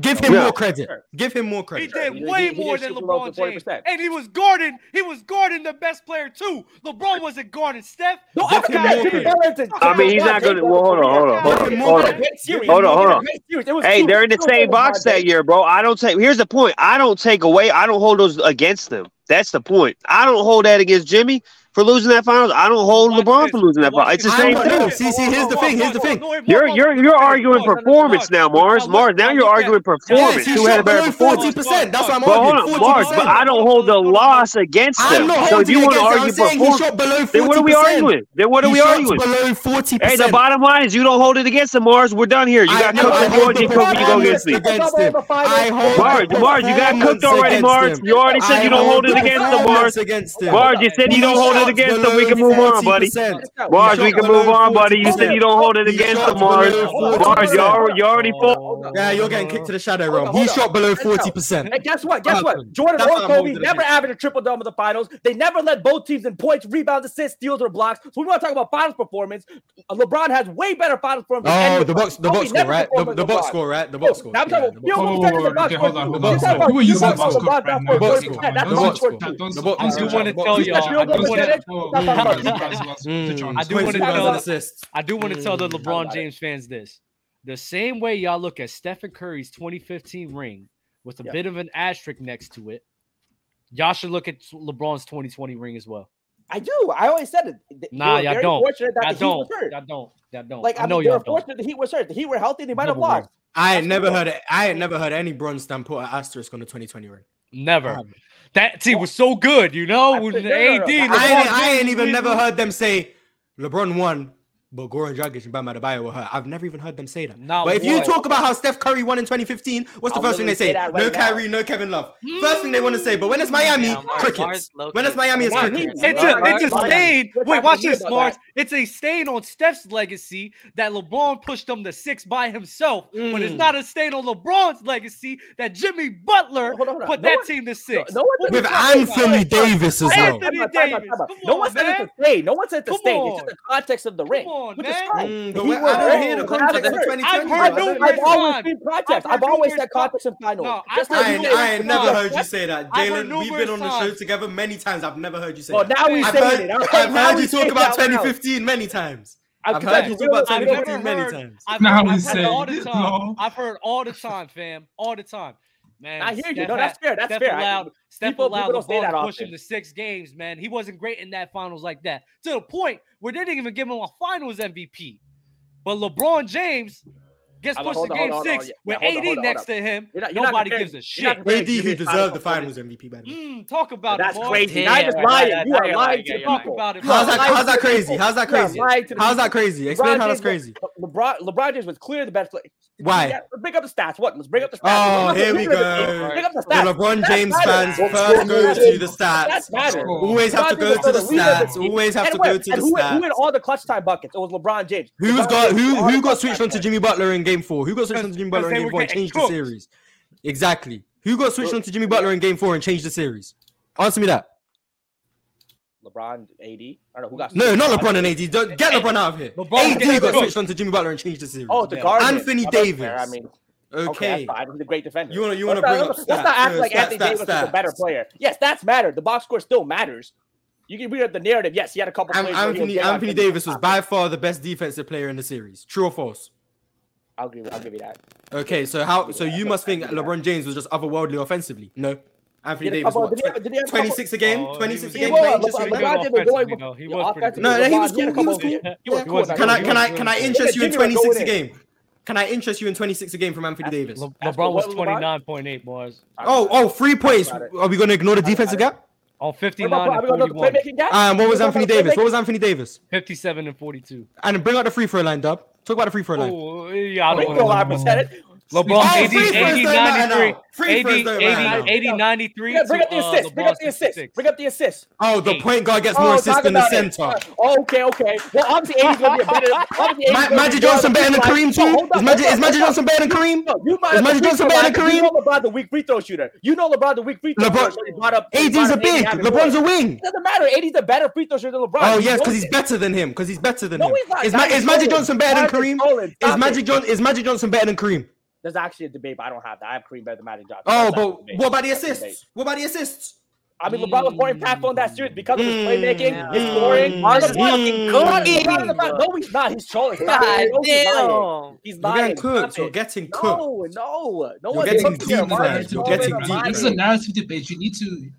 Speaker 2: Give him
Speaker 7: Yeah.
Speaker 2: more credit. Give him more
Speaker 1: he
Speaker 2: credit.
Speaker 1: did
Speaker 4: He did-
Speaker 1: way
Speaker 4: he did
Speaker 1: more than
Speaker 4: shoot below
Speaker 1: LeBron
Speaker 4: the
Speaker 1: James,
Speaker 4: 40%.
Speaker 1: and he was guarding. He was guarding the best player too. Lebron wasn't guarding Steph.
Speaker 4: No,
Speaker 2: Give
Speaker 4: I forgot
Speaker 2: him
Speaker 4: that
Speaker 2: more
Speaker 4: Jimmy
Speaker 2: credit.
Speaker 4: Butler to-
Speaker 7: I mean, he's not gonna. Well, hold on, hold on, hold on, hold on.
Speaker 4: Great series.
Speaker 7: Hold on, hold on.
Speaker 4: Great series. It was
Speaker 7: Hey,
Speaker 4: two-
Speaker 7: they're in the
Speaker 4: two
Speaker 7: same
Speaker 4: LeBron
Speaker 7: box
Speaker 4: James.
Speaker 7: that year, bro. I don't take. Here's the point. I don't take away. I don't hold those against them. That's the point. I don't hold that against Jimmy for losing that finals. I don't hold
Speaker 1: Watch
Speaker 7: LeBron
Speaker 1: this.
Speaker 7: for losing that final. It's the
Speaker 2: I
Speaker 7: same
Speaker 2: don't
Speaker 7: thing.
Speaker 2: know. See, see, here's the thing, here's the thing.
Speaker 7: You're you're you're arguing performance now, Mars. Mars. Now you're arguing performance.
Speaker 2: Yes, he
Speaker 7: Who had a
Speaker 2: shot
Speaker 7: better
Speaker 2: below forty
Speaker 7: performance?
Speaker 2: percent. That's what I'm
Speaker 7: But hold
Speaker 2: arguing.
Speaker 7: on, Mars.
Speaker 2: 40%.
Speaker 7: But I don't hold the loss against
Speaker 2: I'm
Speaker 7: them.
Speaker 2: not
Speaker 7: So if
Speaker 2: holding
Speaker 7: you want to
Speaker 2: against it. I'm
Speaker 7: argue
Speaker 2: saying he
Speaker 7: performance,
Speaker 2: shot below forty
Speaker 7: then
Speaker 2: percent.
Speaker 7: what are we arguing? Then what are we arguing?
Speaker 2: Below forty
Speaker 7: Hey,
Speaker 2: percent.
Speaker 7: the bottom line is you don't hold it against them, Mars. We're done here. You
Speaker 2: I
Speaker 7: got
Speaker 2: know
Speaker 7: cooked
Speaker 2: I
Speaker 7: in
Speaker 2: hold
Speaker 7: Georgia.
Speaker 2: the
Speaker 7: You cooked. You go
Speaker 2: performance
Speaker 7: against me.
Speaker 2: against him. I hold
Speaker 7: Mars,
Speaker 2: the
Speaker 7: Mars, you got cooked
Speaker 2: performance
Speaker 7: already,
Speaker 2: against
Speaker 7: Mars.
Speaker 2: him.
Speaker 7: You already said you
Speaker 2: I
Speaker 7: don't hold
Speaker 2: hold
Speaker 7: it
Speaker 2: the
Speaker 7: against them, Mars.
Speaker 2: performance against him.
Speaker 7: Mars, you said you don't hold it
Speaker 2: shot
Speaker 7: against
Speaker 2: below
Speaker 7: them. We can move on, buddy.
Speaker 2: 40%.
Speaker 7: Mars, we can move on, buddy. You
Speaker 2: shot
Speaker 7: said you don't hold it
Speaker 2: below
Speaker 7: against them,
Speaker 2: 40%.
Speaker 7: Mars. Mars, you already, you already fought.
Speaker 1: Oh.
Speaker 2: Yeah, you're getting kicked to the shadow
Speaker 4: Hold on,
Speaker 2: realm.
Speaker 4: hold
Speaker 2: He
Speaker 4: on.
Speaker 2: shot below
Speaker 4: Let's go.
Speaker 2: forty percent.
Speaker 4: And guess what? Guess what?
Speaker 2: Awesome.
Speaker 4: Jordan
Speaker 2: That's
Speaker 4: or
Speaker 2: how I'm
Speaker 4: Kobe
Speaker 2: moving
Speaker 4: never
Speaker 2: it.
Speaker 4: averaged a triple double in the finals. They never led both teams in points, rebounds, assists, steals, or blocks. So we want to talk about finals performance. Uh, LeBron has way better finals performance. than
Speaker 2: Oh,
Speaker 4: anyone.
Speaker 2: the box, the
Speaker 4: Kobe
Speaker 2: box score,
Speaker 4: never
Speaker 2: right? The,
Speaker 4: performed
Speaker 2: the
Speaker 4: as
Speaker 2: box
Speaker 4: LeBron.
Speaker 2: score, right? The box score.
Speaker 4: Now I'm
Speaker 2: Yeah,
Speaker 4: talking
Speaker 2: the
Speaker 4: about- yo,
Speaker 2: box score.
Speaker 4: whoa, whoa, okay,
Speaker 5: hold on, hold
Speaker 2: on, hold on.
Speaker 5: You were using
Speaker 2: That's
Speaker 5: box
Speaker 2: how
Speaker 5: score right
Speaker 4: LeBron
Speaker 5: now.
Speaker 4: got
Speaker 5: Box
Speaker 2: forty
Speaker 5: score.
Speaker 2: percent.
Speaker 5: That's
Speaker 2: The
Speaker 5: not
Speaker 2: box
Speaker 5: true.
Speaker 2: score.
Speaker 5: That don't-
Speaker 2: The box
Speaker 5: I do
Speaker 1: score.
Speaker 5: wanna
Speaker 2: The box
Speaker 1: tell
Speaker 2: score.
Speaker 1: y'all, I do wanna- Hmm. I do wanna tell-
Speaker 2: assists.
Speaker 1: I do want to tell the
Speaker 5: Hmm.
Speaker 2: Mm, I
Speaker 1: LeBron
Speaker 4: got it.
Speaker 1: James fans this. The same way y'all look at Stephen Curry's 2015 ring with a
Speaker 4: Yeah.
Speaker 1: bit of an asterisk next to it, y'all should look at LeBron's 2020 ring as well.
Speaker 4: I do. I always said it. They- they
Speaker 1: Nah,
Speaker 4: were
Speaker 1: y'all
Speaker 4: very
Speaker 1: don't.
Speaker 4: Fortunate that
Speaker 1: Y'all
Speaker 4: the Heat was
Speaker 1: don't.
Speaker 4: hurt.
Speaker 1: Y'all don't. Y'all don't.
Speaker 4: Like
Speaker 1: I know
Speaker 4: mean, they
Speaker 1: y'all
Speaker 4: were
Speaker 1: don't.
Speaker 4: fortunate the Heat was hurt. The Heat were healthy. They might have
Speaker 1: Never were.
Speaker 4: lost.
Speaker 2: I ain't never heard it. I ain't never heard any bronze stamp put an asterisk on the 2020 ring.
Speaker 1: Never.
Speaker 2: I
Speaker 1: That team was so good, you know.
Speaker 4: I
Speaker 1: When
Speaker 4: said,
Speaker 1: the
Speaker 4: no, no, no.
Speaker 1: AD,
Speaker 4: I
Speaker 2: ain't, I
Speaker 1: LeBron
Speaker 2: ain't
Speaker 1: James
Speaker 2: even
Speaker 1: didn't-
Speaker 2: never heard them say LeBron won, but Goran Dragic and Bam Adebayo were hurt. I've never even heard them say that.
Speaker 1: Not
Speaker 2: but if you
Speaker 1: once.
Speaker 2: talk about how Steph Curry won in 2015, what's the
Speaker 4: I'll
Speaker 2: first thing they
Speaker 4: literally say
Speaker 2: say?
Speaker 4: that
Speaker 2: no
Speaker 4: right now.
Speaker 2: Kyrie, no Kevin Love. First thing they want to say. But when it's Miami,
Speaker 3: Yeah, Mars-
Speaker 2: crickets.
Speaker 3: Mars low-key-
Speaker 2: When it's Miami, it's
Speaker 4: Mars-
Speaker 2: crickets.
Speaker 4: Mars-
Speaker 1: It's a, it's a stain.
Speaker 4: Let's
Speaker 1: Wait,
Speaker 4: have
Speaker 1: watch
Speaker 4: a
Speaker 1: this,
Speaker 4: meeting about
Speaker 1: Lars. It's a stain on Steph's legacy that LeBron pushed him to six by himself. But it's
Speaker 2: Mm.
Speaker 1: not a stain on LeBron's legacy that Jimmy Butler
Speaker 4: Hold on, hold on.
Speaker 1: put
Speaker 4: No
Speaker 1: that
Speaker 4: one-
Speaker 1: team to six.
Speaker 4: No one
Speaker 2: With Anthony Davis as well.
Speaker 1: Anthony
Speaker 4: Time out, time out,
Speaker 1: Davis.
Speaker 4: time out.
Speaker 1: Come
Speaker 4: No
Speaker 1: on,
Speaker 4: one said
Speaker 1: man.
Speaker 4: it's a stain. No one said it's a
Speaker 1: Come
Speaker 4: stain. It's just
Speaker 1: on.
Speaker 4: the context of the ring.
Speaker 1: Come on,
Speaker 4: which is
Speaker 1: man.
Speaker 4: fine.
Speaker 2: Mm,
Speaker 4: The
Speaker 2: but
Speaker 4: Heat
Speaker 2: when-
Speaker 4: were
Speaker 2: I
Speaker 4: hurt.
Speaker 2: don't hear the
Speaker 4: I've
Speaker 2: context of
Speaker 4: heard-
Speaker 2: 2020.
Speaker 1: I've
Speaker 2: bro.
Speaker 1: heard
Speaker 4: I've,
Speaker 1: no
Speaker 2: don't
Speaker 4: I've
Speaker 2: hear
Speaker 1: words.
Speaker 4: always
Speaker 1: Fine.
Speaker 4: been context.
Speaker 1: I've heard
Speaker 4: I've always
Speaker 1: numerous
Speaker 4: said context in finals.
Speaker 1: No, I
Speaker 4: Just like
Speaker 1: heard
Speaker 2: I
Speaker 4: you
Speaker 2: ain't,
Speaker 4: did.
Speaker 2: I ain't
Speaker 1: No,
Speaker 2: never heard you
Speaker 1: what?
Speaker 2: say that,
Speaker 1: I've heard
Speaker 2: Jalen. We've been
Speaker 1: numerous
Speaker 2: on the show
Speaker 1: times.
Speaker 2: together many times. I've never heard you say
Speaker 4: Well,
Speaker 2: that.
Speaker 4: now we
Speaker 2: I've
Speaker 4: say
Speaker 2: heard,
Speaker 4: it. All right,
Speaker 2: I've
Speaker 4: now
Speaker 2: heard
Speaker 4: we
Speaker 2: you
Speaker 4: say
Speaker 2: talk
Speaker 4: it
Speaker 2: about
Speaker 4: out loud.
Speaker 2: 2015 many times.
Speaker 4: I've
Speaker 2: I've
Speaker 4: got
Speaker 2: heard
Speaker 4: you
Speaker 2: you
Speaker 4: do
Speaker 2: talk about
Speaker 1: I've
Speaker 4: it.
Speaker 1: never
Speaker 2: 2015
Speaker 1: heard-
Speaker 2: many times.
Speaker 1: I've,
Speaker 5: Now
Speaker 1: heard,
Speaker 5: we
Speaker 1: I've
Speaker 5: say
Speaker 1: heard all
Speaker 5: it.
Speaker 1: the time.
Speaker 5: No.
Speaker 1: I've heard all the time, fam. All the time. Man,
Speaker 4: I hear you.
Speaker 1: Steph
Speaker 4: No, that's
Speaker 1: had-
Speaker 4: fair. That's
Speaker 1: Steph
Speaker 4: fair. I,
Speaker 1: allowed Steph
Speaker 4: people-
Speaker 1: allowed
Speaker 4: people don't say
Speaker 1: LeBron
Speaker 4: that
Speaker 1: to push
Speaker 4: often.
Speaker 1: him to six games, man. He wasn't great in that finals like that. To the point where they didn't even give him a finals MVP. But LeBron James gets
Speaker 4: Hold on,
Speaker 1: pushed
Speaker 4: hold
Speaker 1: to
Speaker 4: on,
Speaker 1: game
Speaker 4: hold on,
Speaker 1: six
Speaker 4: hold on.
Speaker 1: with
Speaker 4: Yeah, hold on, hold
Speaker 1: AD
Speaker 4: on,
Speaker 1: next to him.
Speaker 4: You're not- you're not
Speaker 1: Nobody
Speaker 4: comparing-
Speaker 1: gives a
Speaker 4: you're not
Speaker 1: shit.
Speaker 4: comparing
Speaker 2: AD, who
Speaker 4: Jimmy's
Speaker 2: deserved
Speaker 4: finals
Speaker 2: the finals
Speaker 4: performance.
Speaker 2: MVP, by the way.
Speaker 1: Mm, talk about
Speaker 4: That's
Speaker 1: it. Mark.
Speaker 4: crazy.
Speaker 3: Yeah,
Speaker 4: Now you're just
Speaker 3: yeah,
Speaker 4: lying.
Speaker 3: yeah,
Speaker 4: You are
Speaker 3: yeah,
Speaker 4: lying
Speaker 3: yeah,
Speaker 4: to
Speaker 3: yeah,
Speaker 4: the
Speaker 3: yeah.
Speaker 1: Talk
Speaker 4: people.
Speaker 1: about it.
Speaker 4: You are
Speaker 2: How's that?
Speaker 4: lying
Speaker 2: How's
Speaker 4: to
Speaker 2: that
Speaker 4: the
Speaker 2: crazy?
Speaker 4: people.
Speaker 2: How's that
Speaker 4: You are
Speaker 2: crazy?
Speaker 4: lying to the
Speaker 2: How's
Speaker 4: people.
Speaker 2: that crazy? Explain how
Speaker 4: LeBron
Speaker 2: that's
Speaker 4: James-
Speaker 2: crazy.
Speaker 4: LeBron, LeBron James was clear the best player.
Speaker 2: Why?
Speaker 4: Yeah, let's bring up the stats. What? Let's bring up the stats.
Speaker 2: Oh,
Speaker 4: Let's bring
Speaker 2: here
Speaker 4: up
Speaker 2: we
Speaker 4: the-
Speaker 2: go.
Speaker 4: Bring up the
Speaker 2: The
Speaker 4: stats.
Speaker 2: LeBron
Speaker 4: Stats
Speaker 2: James
Speaker 4: matter.
Speaker 2: fans first go to the
Speaker 4: That's
Speaker 2: stats.
Speaker 4: matter.
Speaker 2: Always have to go to the stats. Always have to
Speaker 4: And where-
Speaker 2: go to the
Speaker 4: and who, who in
Speaker 2: stats.
Speaker 4: all the clutch time buckets? It was LeBron James.
Speaker 2: Who
Speaker 4: LeBron
Speaker 2: was got
Speaker 4: James
Speaker 2: who
Speaker 4: in all the
Speaker 2: who got
Speaker 4: clutch
Speaker 2: switched
Speaker 4: time
Speaker 2: onto
Speaker 4: buckets.
Speaker 2: Jimmy Butler in game four? Who got switched onto Jimmy Butler in
Speaker 1: they
Speaker 2: game
Speaker 1: were
Speaker 2: four and
Speaker 1: getting
Speaker 2: changed the
Speaker 1: cooked.
Speaker 2: series? Exactly. Who got switched onto Jimmy Butler in game four and changed the series? Answer me that.
Speaker 4: LeBron, AD. I don't know who got.
Speaker 2: No, not LeBron and AD. Don't get LeBron out of here.
Speaker 1: LeBron was getting
Speaker 2: AD got
Speaker 1: cooked.
Speaker 2: switched onto Jimmy Butler and changed the series.
Speaker 4: Oh, the
Speaker 1: Yeah.
Speaker 4: guard.
Speaker 2: Anthony Davis.
Speaker 4: I mean, okay,
Speaker 2: Okay.
Speaker 4: that's fine. He's a great defender.
Speaker 2: You wanna- you wanna
Speaker 4: Let's not-
Speaker 2: bring up
Speaker 4: Let's not
Speaker 2: stats.
Speaker 4: act
Speaker 2: No,
Speaker 4: like
Speaker 2: stats,
Speaker 4: Anthony
Speaker 2: stats,
Speaker 4: Davis is a
Speaker 2: stats.
Speaker 4: better player. Yes, that's matter. The box score still matters. You can read up the narrative. Yes, he had a couple.
Speaker 2: An-
Speaker 4: plays where he was
Speaker 2: Anthony
Speaker 4: dead on
Speaker 2: Anthony
Speaker 4: defense.
Speaker 2: Davis was by far the best defensive player in the series. True or false?
Speaker 4: I'll give. I'll give you that.
Speaker 2: Okay, so how? So
Speaker 4: Yeah,
Speaker 2: you
Speaker 4: I
Speaker 2: must
Speaker 4: don't-
Speaker 2: think
Speaker 4: I don't-
Speaker 2: LeBron James was just otherworldly offensively? No, Anthony
Speaker 4: Did he-
Speaker 2: Davis
Speaker 4: oh,
Speaker 2: what,
Speaker 4: did he have- did he have a couple-
Speaker 2: 26 a game,
Speaker 1: Oh, he
Speaker 2: 26 a
Speaker 1: was-
Speaker 2: game.
Speaker 4: Yeah,
Speaker 1: he
Speaker 4: well,
Speaker 1: was
Speaker 2: range
Speaker 4: LeBron-
Speaker 1: pretty
Speaker 2: this
Speaker 1: good
Speaker 2: year?
Speaker 4: LeBron James was going
Speaker 1: offensively, though. He
Speaker 4: Yeah,
Speaker 1: was pretty
Speaker 4: offensively,
Speaker 1: good.
Speaker 2: No, no, he
Speaker 4: LeBron,
Speaker 2: was
Speaker 4: he had a
Speaker 2: cool, he
Speaker 4: couple
Speaker 2: was cool.
Speaker 4: plays. He
Speaker 2: Yeah,
Speaker 4: was
Speaker 2: cool.
Speaker 4: cool in that
Speaker 2: Can I
Speaker 4: game.
Speaker 2: can I can I
Speaker 4: Yeah,
Speaker 2: interest you in
Speaker 4: Jimmy was going
Speaker 2: 26 a
Speaker 4: in.
Speaker 2: game? Can I interest you in 26 a game from Anthony Davis?
Speaker 1: Le-
Speaker 4: That's
Speaker 1: LeBron was
Speaker 4: what LeBron-
Speaker 1: 29.8 bars
Speaker 2: Oh, oh, three points.
Speaker 4: about it.
Speaker 2: Are we going to ignore the defensive gap?
Speaker 1: on
Speaker 4: What
Speaker 1: 59
Speaker 4: about- are
Speaker 1: and
Speaker 4: we gonna go to
Speaker 1: 41,
Speaker 4: playmaking guy?
Speaker 2: And what was
Speaker 4: What about
Speaker 2: Anthony
Speaker 4: the
Speaker 2: Davis?
Speaker 4: playmaking?
Speaker 2: What was Anthony Davis?
Speaker 1: 57 and 42.
Speaker 2: And bring out the free throw line, Dub. Talk about the free throw line.
Speaker 1: Oh, yeah, I
Speaker 4: Free
Speaker 1: don't
Speaker 4: throw line
Speaker 1: want to.
Speaker 4: percentage.
Speaker 1: LeBron
Speaker 2: Oh,
Speaker 1: 80,
Speaker 2: free throws
Speaker 1: 80,
Speaker 2: don't matter now.
Speaker 1: 93,
Speaker 2: Free
Speaker 1: 80,
Speaker 2: throws don't matter
Speaker 1: 80,
Speaker 2: now.
Speaker 1: 80, 93.
Speaker 4: Yeah, bring up the
Speaker 1: to, uh,
Speaker 4: assist. Bring up the
Speaker 1: LeBron
Speaker 4: assist.
Speaker 1: 66.
Speaker 4: Bring up the assist.
Speaker 2: Oh, the
Speaker 1: Eight.
Speaker 2: point guard gets more
Speaker 4: Oh,
Speaker 2: assists
Speaker 4: talk
Speaker 2: than the
Speaker 4: about it.
Speaker 2: center.
Speaker 4: Oh, okay, okay. Well, obviously, AD's gonna be a better. obviously, AD's
Speaker 2: Ma-
Speaker 4: gonna be
Speaker 2: Magic
Speaker 4: better on
Speaker 2: Johnson
Speaker 4: the
Speaker 2: better than
Speaker 4: free
Speaker 2: Kareem
Speaker 4: throw line. No,
Speaker 2: too?
Speaker 4: hold
Speaker 2: Is
Speaker 4: up,
Speaker 2: Magic
Speaker 4: hold
Speaker 2: is
Speaker 4: up, hold
Speaker 2: Magic
Speaker 4: up.
Speaker 2: Johnson better than
Speaker 4: No,
Speaker 2: Kareem?
Speaker 4: you brought up
Speaker 2: Is
Speaker 4: the
Speaker 2: Magic
Speaker 4: free
Speaker 2: Johnson
Speaker 4: throw
Speaker 2: better than
Speaker 4: line. You
Speaker 2: Kareem?
Speaker 4: know LeBron the weak free throw shooter. You know LeBron the weak free throw
Speaker 2: LeBron-
Speaker 4: shooter. so you brought up. you
Speaker 2: AD's
Speaker 4: brought
Speaker 2: a
Speaker 4: up
Speaker 2: big.
Speaker 4: having
Speaker 2: LeBron's
Speaker 4: more.
Speaker 2: a wing.
Speaker 4: It doesn't matter. AD's a better free throw shooter than LeBron.
Speaker 2: Oh
Speaker 4: You
Speaker 2: yes,
Speaker 4: know
Speaker 2: because he's
Speaker 4: this.
Speaker 2: better than him. Because he's better than
Speaker 4: No,
Speaker 2: him.
Speaker 4: he's not.
Speaker 2: Is,
Speaker 4: Now
Speaker 2: Ma-
Speaker 4: he's
Speaker 2: is Magic
Speaker 4: trolling.
Speaker 2: Johnson better
Speaker 4: Now
Speaker 2: than
Speaker 4: he's
Speaker 2: Kareem?
Speaker 4: trolling.
Speaker 2: Is
Speaker 4: Stop
Speaker 2: Magic
Speaker 4: it.
Speaker 2: John is Magic Johnson better than Kareem?
Speaker 4: There's actually a debate, but I don't have that. I have Kareem better than Magic Johnson.
Speaker 2: Oh,
Speaker 4: That's actually a
Speaker 2: but
Speaker 4: debate.
Speaker 2: what about the
Speaker 4: That's a
Speaker 2: assists?
Speaker 4: debate.
Speaker 2: What about the assists?
Speaker 4: I mean, LeBron was more impactful in that series because of his
Speaker 2: Mm.
Speaker 4: playmaking, his scoring.
Speaker 2: Mm.
Speaker 4: LeBron-
Speaker 3: Mars is fucking
Speaker 4: LeBron-
Speaker 3: cooking.
Speaker 4: LeBron- LeBron- No, he's not. He's trolling. Stop
Speaker 3: God
Speaker 4: it. No, he's lying.
Speaker 3: damn.
Speaker 4: He's
Speaker 2: You're
Speaker 4: lying.
Speaker 2: getting cooked.
Speaker 4: Stop
Speaker 2: You're
Speaker 4: it.
Speaker 2: getting cooked.
Speaker 4: No, no, no
Speaker 2: You're
Speaker 4: one's
Speaker 2: getting
Speaker 4: cooking here.
Speaker 2: deep,
Speaker 4: Mars
Speaker 2: man.
Speaker 4: is
Speaker 2: You're
Speaker 4: trolling
Speaker 2: getting
Speaker 4: and
Speaker 2: deep.
Speaker 4: lying.
Speaker 5: This is a narrative debate. You need to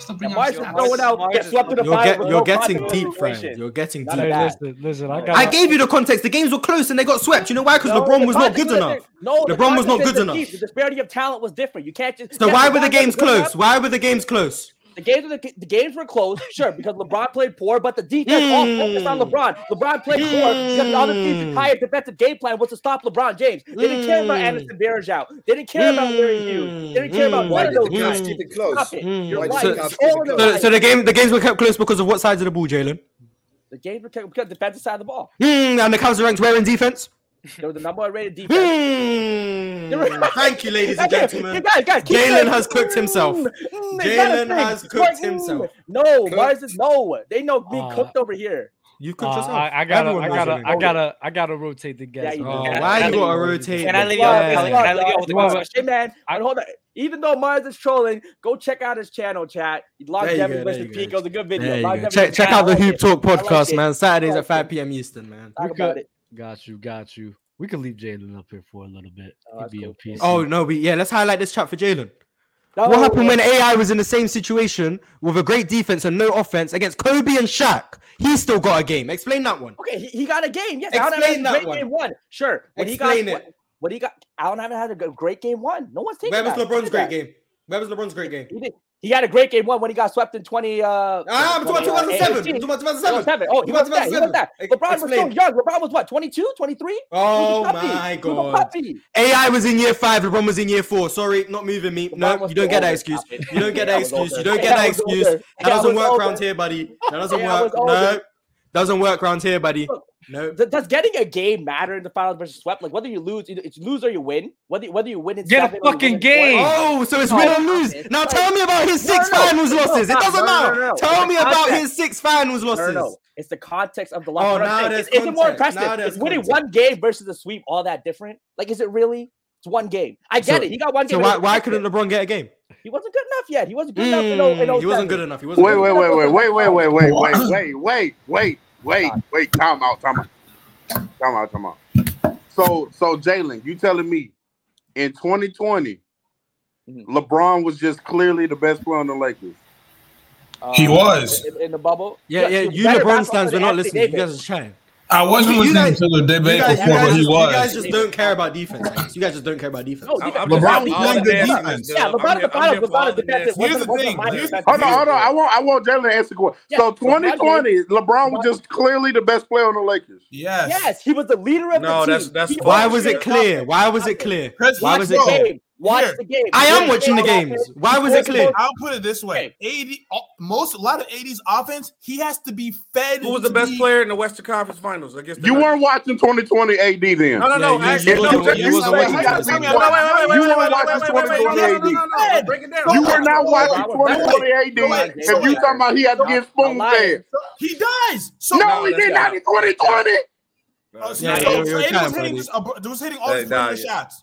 Speaker 5: stop
Speaker 4: And
Speaker 5: bringing
Speaker 4: Mars
Speaker 5: up
Speaker 4: is
Speaker 5: your
Speaker 3: Mars-
Speaker 4: going out,
Speaker 3: Mars
Speaker 4: get
Speaker 3: is-
Speaker 4: swept to the
Speaker 2: You're,
Speaker 4: final
Speaker 2: get-
Speaker 4: with
Speaker 2: you're
Speaker 4: no
Speaker 2: getting
Speaker 4: possible
Speaker 2: deep, friend.
Speaker 4: situation.
Speaker 2: You're getting
Speaker 4: Not
Speaker 2: deep.
Speaker 4: a bad-
Speaker 1: Hey, listen, listen, I got
Speaker 2: I gave you the context. The games were close and they got swept. You know why? Because
Speaker 4: No,
Speaker 2: LeBron
Speaker 4: the
Speaker 2: was not
Speaker 4: context
Speaker 2: good enough.
Speaker 4: is- No, the
Speaker 2: LeBron was not
Speaker 4: context is
Speaker 2: good
Speaker 4: the
Speaker 2: enough.
Speaker 4: key. The disparity of talent was different. You can't just.
Speaker 2: So
Speaker 4: yes,
Speaker 2: why were the
Speaker 4: LeBron
Speaker 2: games
Speaker 4: wasn't good
Speaker 2: close?
Speaker 4: enough.
Speaker 2: Why were the games close?
Speaker 4: The games, were the, the games were close, sure, because LeBron played poor, but the defense all
Speaker 1: Hmm.
Speaker 4: focused on LeBron. LeBron played poor because the other team's
Speaker 2: Mm.
Speaker 4: entire defensive game plan was to stop LeBron James. They didn't care about
Speaker 1: Hmm.
Speaker 2: Mm.
Speaker 4: Anderson Barrage They didn't care about Larry Hughes. They didn't care about
Speaker 2: Mm.
Speaker 6: Why
Speaker 4: none of
Speaker 6: did the
Speaker 4: those
Speaker 6: cops
Speaker 4: guys.
Speaker 6: keep it close?
Speaker 4: Stop it.
Speaker 2: Mm.
Speaker 4: You're
Speaker 6: Why did
Speaker 4: lying.
Speaker 6: the cops
Speaker 4: All
Speaker 6: keep
Speaker 4: of
Speaker 6: it
Speaker 4: them
Speaker 2: So,
Speaker 6: close?
Speaker 2: so the game the games were kept close because of what sides of the ball, Jalen? Hmm,
Speaker 4: The games were kept because defensive side of the ball.
Speaker 2: Mm, and the Cavs are ranked where in defense?
Speaker 4: They were the number one rated defense.
Speaker 2: Hmm. Thank you, ladies and
Speaker 4: Okay,
Speaker 2: gentlemen.
Speaker 4: you guys, guys, keep
Speaker 2: Jalen
Speaker 4: saying-
Speaker 2: has cooked himself.
Speaker 4: Mm, mm, they gotta
Speaker 2: Jalen
Speaker 4: think.
Speaker 2: has cooked
Speaker 4: Mm,
Speaker 2: himself.
Speaker 4: No, why is it no? They know being
Speaker 1: Uh,
Speaker 4: cooked over here.
Speaker 2: You
Speaker 1: Uh,
Speaker 2: cooked yourself.
Speaker 1: I, I gotta,
Speaker 2: Everyone
Speaker 1: I
Speaker 2: knows
Speaker 1: gotta,
Speaker 2: you're
Speaker 1: I
Speaker 2: being
Speaker 1: gotta, I gotta rotate the guests.
Speaker 4: you
Speaker 1: man.
Speaker 2: cooked.
Speaker 4: do.
Speaker 2: Oh,
Speaker 4: Can I-
Speaker 3: can
Speaker 2: why
Speaker 3: I
Speaker 2: you gotta
Speaker 3: leave-
Speaker 2: rotate?
Speaker 3: can I
Speaker 2: the
Speaker 3: leave
Speaker 4: you out?
Speaker 2: guests?
Speaker 3: Can I leave you out with the
Speaker 4: Come on,
Speaker 3: question?
Speaker 4: Hey man, I, hold on. Even though Mars is trolling, go check out his channel chat.
Speaker 2: There
Speaker 4: Longevity
Speaker 2: you go, there
Speaker 4: versus
Speaker 2: you go.
Speaker 4: Pico is a good
Speaker 2: There
Speaker 4: video.
Speaker 2: you go.
Speaker 4: Longevity
Speaker 2: Check,
Speaker 4: versus
Speaker 2: check
Speaker 4: Pico.
Speaker 2: out the
Speaker 4: I like
Speaker 2: Hoop
Speaker 4: it.
Speaker 2: Talk
Speaker 4: I like
Speaker 2: podcast,
Speaker 4: it.
Speaker 2: man. Saturdays at
Speaker 4: I like
Speaker 2: 5 p.m. Eastern, man.
Speaker 4: Talk
Speaker 1: We
Speaker 4: about
Speaker 1: could-
Speaker 4: it.
Speaker 1: Got you, got you. We can leave Jalen up here for a little bit.
Speaker 4: Oh,
Speaker 1: He'd
Speaker 4: that's
Speaker 1: be
Speaker 4: cool.
Speaker 1: a piece.
Speaker 2: Oh no, but yeah, let's highlight this chat for Jalen.
Speaker 4: No,
Speaker 2: What happened when AI was in the same situation with a great defense and no offense against Kobe and Shaq? He still got a game. Explain that one.
Speaker 4: Okay, he, he got a game. Yes,
Speaker 2: Explain
Speaker 4: Allen
Speaker 2: that
Speaker 4: had a great
Speaker 2: one.
Speaker 4: game one. Sure. When he
Speaker 2: Explain
Speaker 4: got
Speaker 2: it.
Speaker 4: When, when he got Allen Iverson had a good- great game one. No one's taking
Speaker 2: Where was
Speaker 4: that.
Speaker 2: LeBron's
Speaker 4: Look
Speaker 2: great
Speaker 4: at that.
Speaker 2: game? Where was LeBron's great game?
Speaker 4: He, did. he had a great game one when he got swept in 20 uh
Speaker 2: Ah, I'm talking about
Speaker 4: 2018.
Speaker 2: 2007. I'm talking about 2007.
Speaker 4: Seven. Oh, he was that. He was that.
Speaker 2: Ex-
Speaker 4: LeBron was so
Speaker 2: explain.
Speaker 4: young. LeBron was what, 22, 23? He
Speaker 2: Oh
Speaker 4: was a puppy.
Speaker 2: my
Speaker 4: He was a
Speaker 2: god.
Speaker 4: puppy.
Speaker 2: AI was in year five, LeBron was in year four. Sorry, not moving me.
Speaker 4: LeBron
Speaker 2: No,
Speaker 4: was
Speaker 2: you don't get that
Speaker 4: older.
Speaker 2: excuse.
Speaker 4: Stop it.
Speaker 2: You don't get that
Speaker 4: was
Speaker 2: excuse. You
Speaker 4: older.
Speaker 2: don't get
Speaker 4: Yeah,
Speaker 2: that
Speaker 4: I was
Speaker 2: excuse.
Speaker 4: older.
Speaker 2: That
Speaker 4: Yeah, I
Speaker 2: doesn't
Speaker 4: was
Speaker 2: work
Speaker 4: older.
Speaker 2: around here, buddy. That doesn't
Speaker 4: Yeah, I
Speaker 2: work.
Speaker 4: was older.
Speaker 2: No, doesn't work around here, buddy.
Speaker 4: Look.
Speaker 2: No.
Speaker 4: Th- Does getting a game matter in the finals versus swept? Like whether you lose, either it's lose or you win. Whether whether you win in
Speaker 1: Get a
Speaker 4: seven or you
Speaker 1: fucking
Speaker 4: win in four-
Speaker 1: game.
Speaker 2: Oh, so it's
Speaker 4: No,
Speaker 2: win or
Speaker 4: no,
Speaker 2: lose.
Speaker 4: it's
Speaker 2: Now
Speaker 4: like-
Speaker 2: tell me about his
Speaker 4: No,
Speaker 2: six
Speaker 4: no, no.
Speaker 2: finals
Speaker 4: No,
Speaker 2: losses. It
Speaker 4: no, no,
Speaker 2: doesn't matter.
Speaker 4: no, no.
Speaker 2: Tell me
Speaker 4: It's
Speaker 2: about
Speaker 4: context.
Speaker 2: his six finals
Speaker 4: No, no,
Speaker 2: losses.
Speaker 4: no. It's the context of the
Speaker 2: Oh,
Speaker 4: loss.
Speaker 2: now
Speaker 4: is
Speaker 2: there's
Speaker 4: is it more
Speaker 2: context.
Speaker 4: impressive?
Speaker 2: Now there's
Speaker 4: Is winning
Speaker 2: context.
Speaker 4: one game versus a sweep all that different? Like, is it really? It's one game. I get
Speaker 2: So-
Speaker 4: it. He got one
Speaker 2: So
Speaker 4: game.
Speaker 2: why, why couldn't LeBron get a game?
Speaker 4: he wasn't good enough yet? He wasn't good enough. In, o- in
Speaker 2: Mm, he
Speaker 4: 07.
Speaker 2: wasn't good enough. He wasn't
Speaker 6: Wait,
Speaker 2: good
Speaker 6: wait,
Speaker 2: enough.
Speaker 6: wait, wait, wait, wait, wait, wait, wait, wait, wait, wait, wait. Time out, time out, time out, time out. So, so Jalen, you telling me in 2020,
Speaker 4: Mhm.
Speaker 6: LeBron was just clearly the best player on the Lakers.
Speaker 4: Uh,
Speaker 5: He was.
Speaker 4: in, in the bubble.
Speaker 2: Yeah, yeah.
Speaker 4: he was
Speaker 2: You
Speaker 4: better
Speaker 2: LeBron
Speaker 4: basketball
Speaker 2: stands. We're
Speaker 4: than
Speaker 2: not
Speaker 4: Anthony
Speaker 2: listening. You
Speaker 4: Davis.
Speaker 2: guys are trying.
Speaker 5: I wasn't
Speaker 2: You
Speaker 5: listening
Speaker 2: guys-
Speaker 5: to the
Speaker 2: You
Speaker 5: debate
Speaker 2: guys, you
Speaker 5: before, but
Speaker 2: guys,
Speaker 5: he
Speaker 2: you guys
Speaker 5: was.
Speaker 2: just don't care about defense. Alex. You guys just don't care about defense.
Speaker 4: No,
Speaker 8: I'm-
Speaker 4: you got-
Speaker 8: I'm
Speaker 4: you
Speaker 8: just-
Speaker 4: got-
Speaker 5: LeBron
Speaker 8: I'm
Speaker 5: was
Speaker 8: all
Speaker 5: playing
Speaker 8: the
Speaker 5: good
Speaker 8: damn-
Speaker 5: defense.
Speaker 4: Yeah,
Speaker 8: I'm
Speaker 4: LeBron at
Speaker 8: here-
Speaker 4: the
Speaker 8: I'm
Speaker 4: finals
Speaker 8: here
Speaker 4: was
Speaker 8: for
Speaker 4: not
Speaker 8: all
Speaker 4: a
Speaker 8: the
Speaker 4: defensive.
Speaker 8: damn-
Speaker 4: wasn't-
Speaker 8: Here's the
Speaker 4: wasn't
Speaker 8: thing.
Speaker 4: my
Speaker 8: Here's the
Speaker 4: defense.
Speaker 6: Hold on,
Speaker 8: thing,
Speaker 6: hold on. I want, I want Jalen to answer. the question. So
Speaker 4: Yes, LeBron
Speaker 6: 2020, LeBron was just clearly the best player on the Lakers.
Speaker 5: Yes.
Speaker 4: Yes, he was the leader of
Speaker 8: No,
Speaker 4: the team.
Speaker 8: that's- that's
Speaker 4: He
Speaker 8: false.
Speaker 2: Why
Speaker 4: the
Speaker 2: was
Speaker 4: leader.
Speaker 2: it clear? Why was it clear?
Speaker 5: Because
Speaker 2: Why
Speaker 5: let's
Speaker 2: was it
Speaker 4: Watch
Speaker 5: go.
Speaker 4: the
Speaker 2: clear?
Speaker 4: game. Watch
Speaker 5: Here.
Speaker 4: the game.
Speaker 2: I am
Speaker 4: Watch
Speaker 2: watching the
Speaker 4: game.
Speaker 2: games. Why was it clear?
Speaker 5: I'll put it this way:
Speaker 4: Okay.
Speaker 5: eighty, all- most a lot of '80s offense, he has to be fed.
Speaker 8: Who was the
Speaker 5: to
Speaker 8: best
Speaker 5: be-
Speaker 8: player in the Western Conference Finals against the
Speaker 6: You
Speaker 8: Nuggets?
Speaker 6: weren't watching 2020 AD then.
Speaker 8: No, no, no.
Speaker 2: Yeah, you-
Speaker 8: actually,
Speaker 2: you
Speaker 8: no,
Speaker 2: wasn't-
Speaker 8: wait,
Speaker 2: you wasn't
Speaker 8: wait,
Speaker 6: watching
Speaker 8: wait,
Speaker 6: that
Speaker 8: wait,
Speaker 6: team.
Speaker 8: wait, wait,
Speaker 6: You
Speaker 8: wait, wait,
Speaker 6: weren't watching
Speaker 8: wait, wait, wait, wait,
Speaker 6: 2020
Speaker 8: no, no, no, no, no,
Speaker 4: AD.
Speaker 8: break it down.
Speaker 6: You
Speaker 8: Break
Speaker 6: were
Speaker 8: it down.
Speaker 6: not watching
Speaker 4: No, I was-
Speaker 6: 2020 AD
Speaker 5: no, wait,
Speaker 6: if you talking about he had to get spoon fed.
Speaker 5: He does. So
Speaker 6: No, he
Speaker 8: that's
Speaker 6: did not
Speaker 8: not-
Speaker 6: in 2020.
Speaker 5: Oh, so-
Speaker 2: Yeah, you're-
Speaker 5: so- so
Speaker 2: you're kind of
Speaker 5: AD was hitting
Speaker 2: funny.
Speaker 5: just, uh, was hitting all his
Speaker 8: Hey, nah,
Speaker 5: nah,
Speaker 8: yeah.
Speaker 5: shots.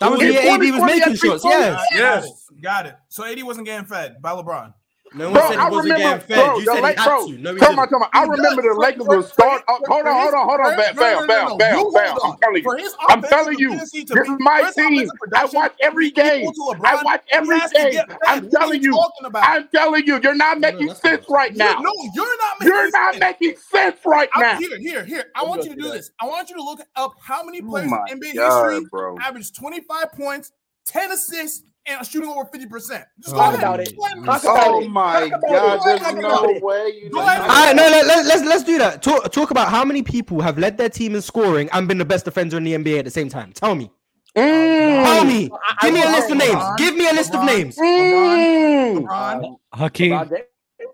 Speaker 2: That was
Speaker 6: In
Speaker 2: the year AD was
Speaker 6: 2020
Speaker 2: making
Speaker 6: at three
Speaker 2: shots.
Speaker 6: points?
Speaker 2: Yes.
Speaker 8: Yes.
Speaker 5: Got it. So AD wasn't getting fed by LeBron.
Speaker 2: No one
Speaker 6: Bro,
Speaker 2: said
Speaker 6: I
Speaker 2: he wasn't
Speaker 6: remember,
Speaker 2: getting fed.
Speaker 6: bro,
Speaker 2: you
Speaker 6: the
Speaker 2: said
Speaker 6: late,
Speaker 2: he had
Speaker 6: bro.
Speaker 2: to. No, he
Speaker 6: Come on,
Speaker 2: didn't.
Speaker 6: come on. I
Speaker 5: He
Speaker 6: remember
Speaker 5: does.
Speaker 6: the Lakers
Speaker 5: For-
Speaker 6: would
Speaker 5: for
Speaker 6: start.
Speaker 5: his-
Speaker 6: oh,
Speaker 5: for-
Speaker 6: hold
Speaker 5: for
Speaker 6: on,
Speaker 5: his-
Speaker 6: hold on, hold
Speaker 5: for
Speaker 6: on.
Speaker 5: his-
Speaker 6: Bam,
Speaker 5: no, no,
Speaker 6: bam, bam,
Speaker 5: no, no.
Speaker 6: bam,
Speaker 5: You
Speaker 6: bam.
Speaker 5: hold
Speaker 6: I'm
Speaker 5: on.
Speaker 6: telling you.
Speaker 5: For his
Speaker 6: I'm telling
Speaker 5: offensive
Speaker 6: you,
Speaker 5: tendency to
Speaker 6: this
Speaker 5: be-
Speaker 6: is my
Speaker 5: for his
Speaker 6: team.
Speaker 5: offensive
Speaker 6: I
Speaker 5: production
Speaker 6: watch
Speaker 5: to be
Speaker 6: every
Speaker 5: equal
Speaker 6: game.
Speaker 5: to LeBron,
Speaker 6: I watch
Speaker 5: he
Speaker 6: every
Speaker 5: has to
Speaker 6: game.
Speaker 5: get fed. What
Speaker 6: I'm
Speaker 5: are
Speaker 6: telling
Speaker 5: you
Speaker 6: you.
Speaker 5: talking about?
Speaker 6: I'm telling you. You're not
Speaker 2: No, no,
Speaker 6: making
Speaker 2: that's not
Speaker 6: sense right
Speaker 5: You-
Speaker 6: now.
Speaker 5: No, you're not making
Speaker 6: You're not
Speaker 5: sense.
Speaker 6: making sense right
Speaker 5: I'm-
Speaker 6: now.
Speaker 5: Here, here, here. I
Speaker 4: Let me
Speaker 5: want
Speaker 4: go
Speaker 5: you to
Speaker 4: through
Speaker 5: do
Speaker 4: that.
Speaker 5: this. I want you to look up how many
Speaker 6: Oh
Speaker 5: players
Speaker 6: my
Speaker 5: in NBA history
Speaker 6: God, bro.
Speaker 5: averaged 25 points, 10 assists, and shooting over 50%. Just
Speaker 4: Talk
Speaker 5: go ahead.
Speaker 4: about it.
Speaker 5: Just go ahead and
Speaker 4: Talk
Speaker 5: list it.
Speaker 4: about
Speaker 6: Oh
Speaker 4: it.
Speaker 6: my
Speaker 4: Talk about
Speaker 6: God!
Speaker 5: it.
Speaker 6: There's
Speaker 5: Talk about
Speaker 6: no
Speaker 4: it.
Speaker 6: way. You
Speaker 5: Go ahead.
Speaker 2: All right, no, let, let, let's let's do that. Talk talk about how many people have led their team in scoring and been the best defender in the NBA at the same time. Tell me.
Speaker 9: Mm.
Speaker 2: Tell me.
Speaker 4: I- I
Speaker 2: Give me a
Speaker 4: will-
Speaker 2: list of names.
Speaker 5: LeBron,
Speaker 2: Give me a list of
Speaker 5: LeBron.
Speaker 2: names.
Speaker 6: Mm.
Speaker 5: LeBron,
Speaker 1: Hakeem.
Speaker 4: LeBron James,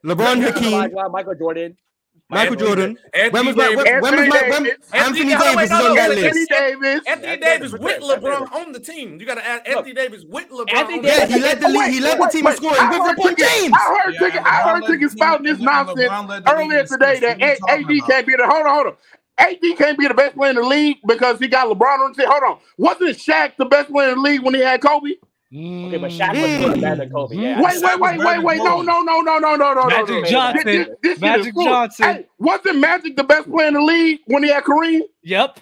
Speaker 2: LeBron Hakeem,
Speaker 4: Elijah, Michael Jordan.
Speaker 2: Michael
Speaker 8: Anthony-
Speaker 2: Jordan.
Speaker 8: Anthony
Speaker 2: When was my,
Speaker 8: Davis-
Speaker 2: when, when was my, when,
Speaker 6: Anthony
Speaker 2: Anthony
Speaker 8: Davis.
Speaker 2: Davis is
Speaker 8: Anthony
Speaker 2: on that
Speaker 8: Davis.
Speaker 2: list.
Speaker 6: Anthony Davis.
Speaker 8: Anthony
Speaker 4: Yeah,
Speaker 8: Davis
Speaker 4: that's
Speaker 8: with
Speaker 4: different.
Speaker 8: LeBron on the team. You got to add Anthony Davis with LeBron.
Speaker 4: Anthony
Speaker 8: on the
Speaker 2: Yeah,
Speaker 8: team.
Speaker 2: he led the league. He led the team in scoring with LeBron James.
Speaker 6: I heard tickets. I heard tickets spouting this nonsense earlier today that A- AD can't be the. Hold on, hold on. AD can't be the best player in the league because he got LeBron on the team. Hold on. Wasn't Shaq the best player in the league when he had Kobe?
Speaker 4: Okay, but Shaq was
Speaker 2: Mm.
Speaker 4: better than Kobe. Yeah,
Speaker 6: Wait, wait, wait, wait, wait. No, no, no, no, no, no, no, no.
Speaker 1: Magic
Speaker 6: no.
Speaker 1: Johnson.
Speaker 6: This- this- this shit is
Speaker 1: Magic
Speaker 6: foolish.
Speaker 1: Johnson.
Speaker 6: Hey, wasn't Magic the best player in the league when he had Kareem?
Speaker 1: Yep.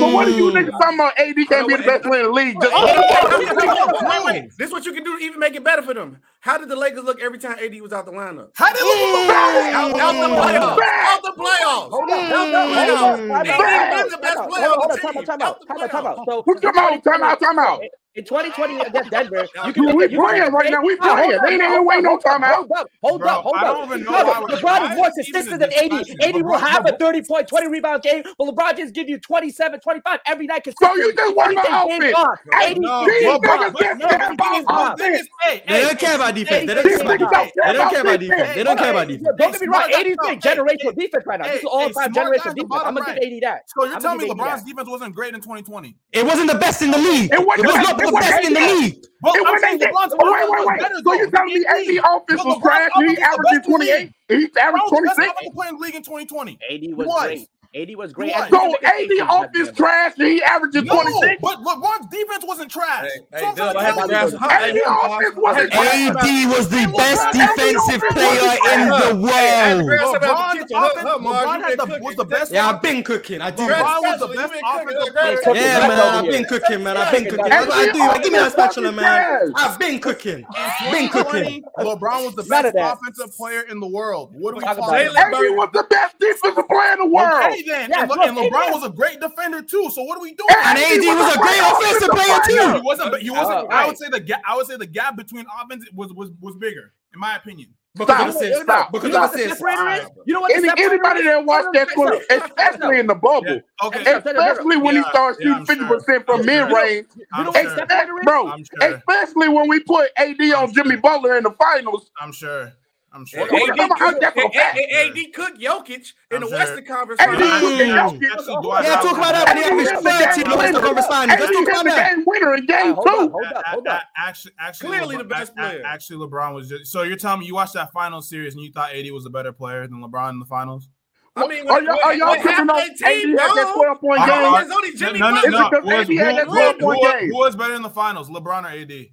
Speaker 6: So what are you niggas talking about? AD can't be the best player in the league. Just
Speaker 8: Wait, wait. This is what you can do to even make it better for them. How did the Lakers look every time AD was out the lineup?
Speaker 5: How did
Speaker 8: Out,
Speaker 5: LeBron?
Speaker 8: out the playoffs. Out the playoffs.
Speaker 4: Hold on, hold on, hold on, hold on,
Speaker 8: They
Speaker 4: hold on,
Speaker 8: ain't been the
Speaker 4: hold on,
Speaker 8: best
Speaker 4: hold
Speaker 8: player
Speaker 4: on,
Speaker 8: on
Speaker 4: hold
Speaker 8: the
Speaker 4: on, time out,
Speaker 8: team. Out
Speaker 4: time out,
Speaker 8: the
Speaker 4: time out, time out. So
Speaker 6: Well, come on, time out, time out.
Speaker 4: in 2020 against Denver, you
Speaker 6: Dude, we playing right now. We playing. They ain't even waiting no timeout.
Speaker 4: Hold up, hold
Speaker 5: Bro,
Speaker 4: up, hold
Speaker 5: I
Speaker 4: up.
Speaker 5: don't even know
Speaker 4: Brother,
Speaker 5: why we're-
Speaker 4: LeBron
Speaker 5: why
Speaker 4: is more
Speaker 5: is this even
Speaker 4: consistent
Speaker 5: a
Speaker 4: than 80.
Speaker 5: discussion?
Speaker 4: 80 will
Speaker 5: LeBron-
Speaker 4: have a 30 point, 20 rebound game, but LeBron just give you 27, 25 every night.
Speaker 6: So you just worry about
Speaker 4: consistently.
Speaker 6: offense. Hey,
Speaker 4: Anything
Speaker 5: No,
Speaker 6: these
Speaker 5: no,
Speaker 6: niggas
Speaker 5: no,
Speaker 6: just
Speaker 5: no,
Speaker 6: care about
Speaker 5: no,
Speaker 6: offense.
Speaker 5: no, hey,
Speaker 9: They don't care about defense. They don't
Speaker 6: These
Speaker 9: care about
Speaker 6: niggas
Speaker 9: defense.
Speaker 6: don't care
Speaker 9: They don't care about
Speaker 6: about
Speaker 9: defense.
Speaker 6: defense.
Speaker 9: They don't care about defense.
Speaker 4: Don't get me wrong,
Speaker 5: Hey,
Speaker 4: 80 is a
Speaker 5: smart guys, no, hey,
Speaker 4: generational defense right now. This
Speaker 5: hey,
Speaker 4: is all
Speaker 5: hey,
Speaker 4: time
Speaker 5: smart guys,
Speaker 4: generational
Speaker 5: the
Speaker 4: defense. I'm
Speaker 5: bottom
Speaker 4: gonna give
Speaker 5: right.
Speaker 4: 80 that.
Speaker 5: So you're
Speaker 4: I'm
Speaker 5: telling me
Speaker 4: gonna give
Speaker 5: LeBron's
Speaker 4: you
Speaker 5: defense wasn't great in 2020?
Speaker 9: It wasn't the best in the league.
Speaker 6: It wasn't
Speaker 9: It was
Speaker 6: the-
Speaker 9: not
Speaker 6: it
Speaker 9: the
Speaker 6: wasn't
Speaker 9: best in the
Speaker 6: the-
Speaker 9: league.
Speaker 6: It
Speaker 5: Well, I'm
Speaker 6: wasn't
Speaker 5: saying
Speaker 6: that.
Speaker 5: LeBron's
Speaker 6: Oh, wait,
Speaker 5: offense
Speaker 6: wait,
Speaker 5: was
Speaker 6: wait.
Speaker 5: better,
Speaker 6: So
Speaker 5: though.
Speaker 6: you telling me
Speaker 5: He- he-
Speaker 6: AD offense
Speaker 5: but
Speaker 6: was
Speaker 5: LeBron's
Speaker 6: trash?
Speaker 5: offense
Speaker 6: He
Speaker 5: was the
Speaker 6: averaging
Speaker 5: best in the
Speaker 6: 28. He averaged
Speaker 5: Bro, that's
Speaker 6: 26.
Speaker 5: not how playing league in 2020.
Speaker 4: 80 was
Speaker 5: What?
Speaker 4: great. 80 was great.
Speaker 5: What?
Speaker 4: And
Speaker 6: So
Speaker 4: look at
Speaker 6: AD
Speaker 4: the
Speaker 6: offense
Speaker 4: defense.
Speaker 6: trash. and He averages
Speaker 5: No,
Speaker 6: 26.
Speaker 5: but LeBron's defense wasn't trash.
Speaker 9: Hey,
Speaker 5: So
Speaker 9: hey, Dub, I
Speaker 5: I'm telling
Speaker 9: had to
Speaker 5: you,
Speaker 9: grab some-
Speaker 6: AD
Speaker 9: Hey,
Speaker 6: offense wasn't trash.
Speaker 8: AD was the best defensive player in the world.
Speaker 5: LeBron's offense LeBron had the- was the best.
Speaker 9: Yeah, I've been cooking. I do.
Speaker 5: LeBron
Speaker 9: that.
Speaker 5: was the best offensive
Speaker 4: Hey,
Speaker 5: player.
Speaker 4: Tucker,
Speaker 9: Yeah,
Speaker 4: back
Speaker 9: man,
Speaker 4: over
Speaker 9: I've
Speaker 4: here.
Speaker 9: been cooking, man. I've been cooking. That's what I do. I give me that spatula, man. I've been cooking. Been cooking.
Speaker 5: LeBron was the
Speaker 4: None of
Speaker 5: best
Speaker 4: that.
Speaker 5: offensive player in the world. What are we
Speaker 4: Talk
Speaker 5: talking
Speaker 4: about it.
Speaker 5: about?
Speaker 6: AD was the best defensive player in the world.
Speaker 5: Okay, then.
Speaker 4: Yeah,
Speaker 5: and, Le-
Speaker 4: look,
Speaker 5: and
Speaker 4: he
Speaker 5: LeBron
Speaker 4: did.
Speaker 5: was a great defender too. So what are we doing?
Speaker 6: Yeah,
Speaker 8: And AD was a great offensive player
Speaker 5: You
Speaker 8: too.
Speaker 5: wasn't. But you wasn't.
Speaker 4: Uh,
Speaker 5: I would say the gap. I would say the gap between offense was was was bigger, in my opinion.
Speaker 6: Stop,
Speaker 9: Because of assists.
Speaker 6: stop.
Speaker 9: Because
Speaker 4: You know
Speaker 9: of
Speaker 4: what the
Speaker 9: assists.
Speaker 4: separator is? You know what the
Speaker 6: Any,
Speaker 4: separator
Speaker 6: anybody
Speaker 4: is?
Speaker 6: that watched that,
Speaker 4: Hold on,
Speaker 6: clip, especially in the bubble,
Speaker 5: Okay.
Speaker 4: Yeah.
Speaker 6: especially when he
Speaker 5: Yeah,
Speaker 6: starts
Speaker 5: yeah,
Speaker 6: shooting
Speaker 5: I'm
Speaker 6: 50
Speaker 5: sure.
Speaker 6: percent from
Speaker 5: I'm
Speaker 6: mid range,
Speaker 5: I'm
Speaker 4: You know what the
Speaker 5: sure.
Speaker 4: separator is?
Speaker 6: bro.
Speaker 5: I'm sure.
Speaker 6: Especially when we put AD on Jimmy Butler in the finals.
Speaker 5: I'm sure. I'm
Speaker 10: AD
Speaker 6: Hey,
Speaker 5: sure.
Speaker 10: cook,
Speaker 6: Come on, that's a fact.
Speaker 10: AD cook Jokic in the
Speaker 5: I'm sure.
Speaker 10: Western Conference.
Speaker 6: AD
Speaker 10: Finals.
Speaker 6: was the
Speaker 9: Mm.
Speaker 6: Jokic.
Speaker 8: Yeah, talk about that when
Speaker 6: AD
Speaker 8: he
Speaker 6: was
Speaker 8: averaged
Speaker 6: the
Speaker 8: 13 in the Western
Speaker 6: game
Speaker 8: Conference
Speaker 6: winner.
Speaker 8: Finals.
Speaker 6: AD
Speaker 8: Let's talk
Speaker 6: was
Speaker 8: about
Speaker 6: the
Speaker 8: that.
Speaker 6: game winner in
Speaker 4: Hey,
Speaker 6: game
Speaker 4: hold up,
Speaker 6: two.
Speaker 4: hold up, hold up.
Speaker 5: Actually, actually,
Speaker 10: Clearly
Speaker 5: LeBron-
Speaker 10: the best
Speaker 5: a- a-
Speaker 10: player.
Speaker 5: Actually, LeBron was just. So you're telling me you watched that final series and you thought AD was a better player than LeBron in the finals?
Speaker 10: I mean,
Speaker 6: Are y'all, are y'all picking up AD at that 12 point
Speaker 5: Uh,
Speaker 6: game?
Speaker 5: uh,
Speaker 10: There's only Jimmy
Speaker 5: no, no,
Speaker 10: Butler.
Speaker 5: no.
Speaker 6: It's because
Speaker 5: Was-
Speaker 6: AD had that
Speaker 5: who-
Speaker 6: 12
Speaker 5: who-
Speaker 6: point
Speaker 5: who-
Speaker 6: game.
Speaker 5: Who was better in the finals, LeBron or AD?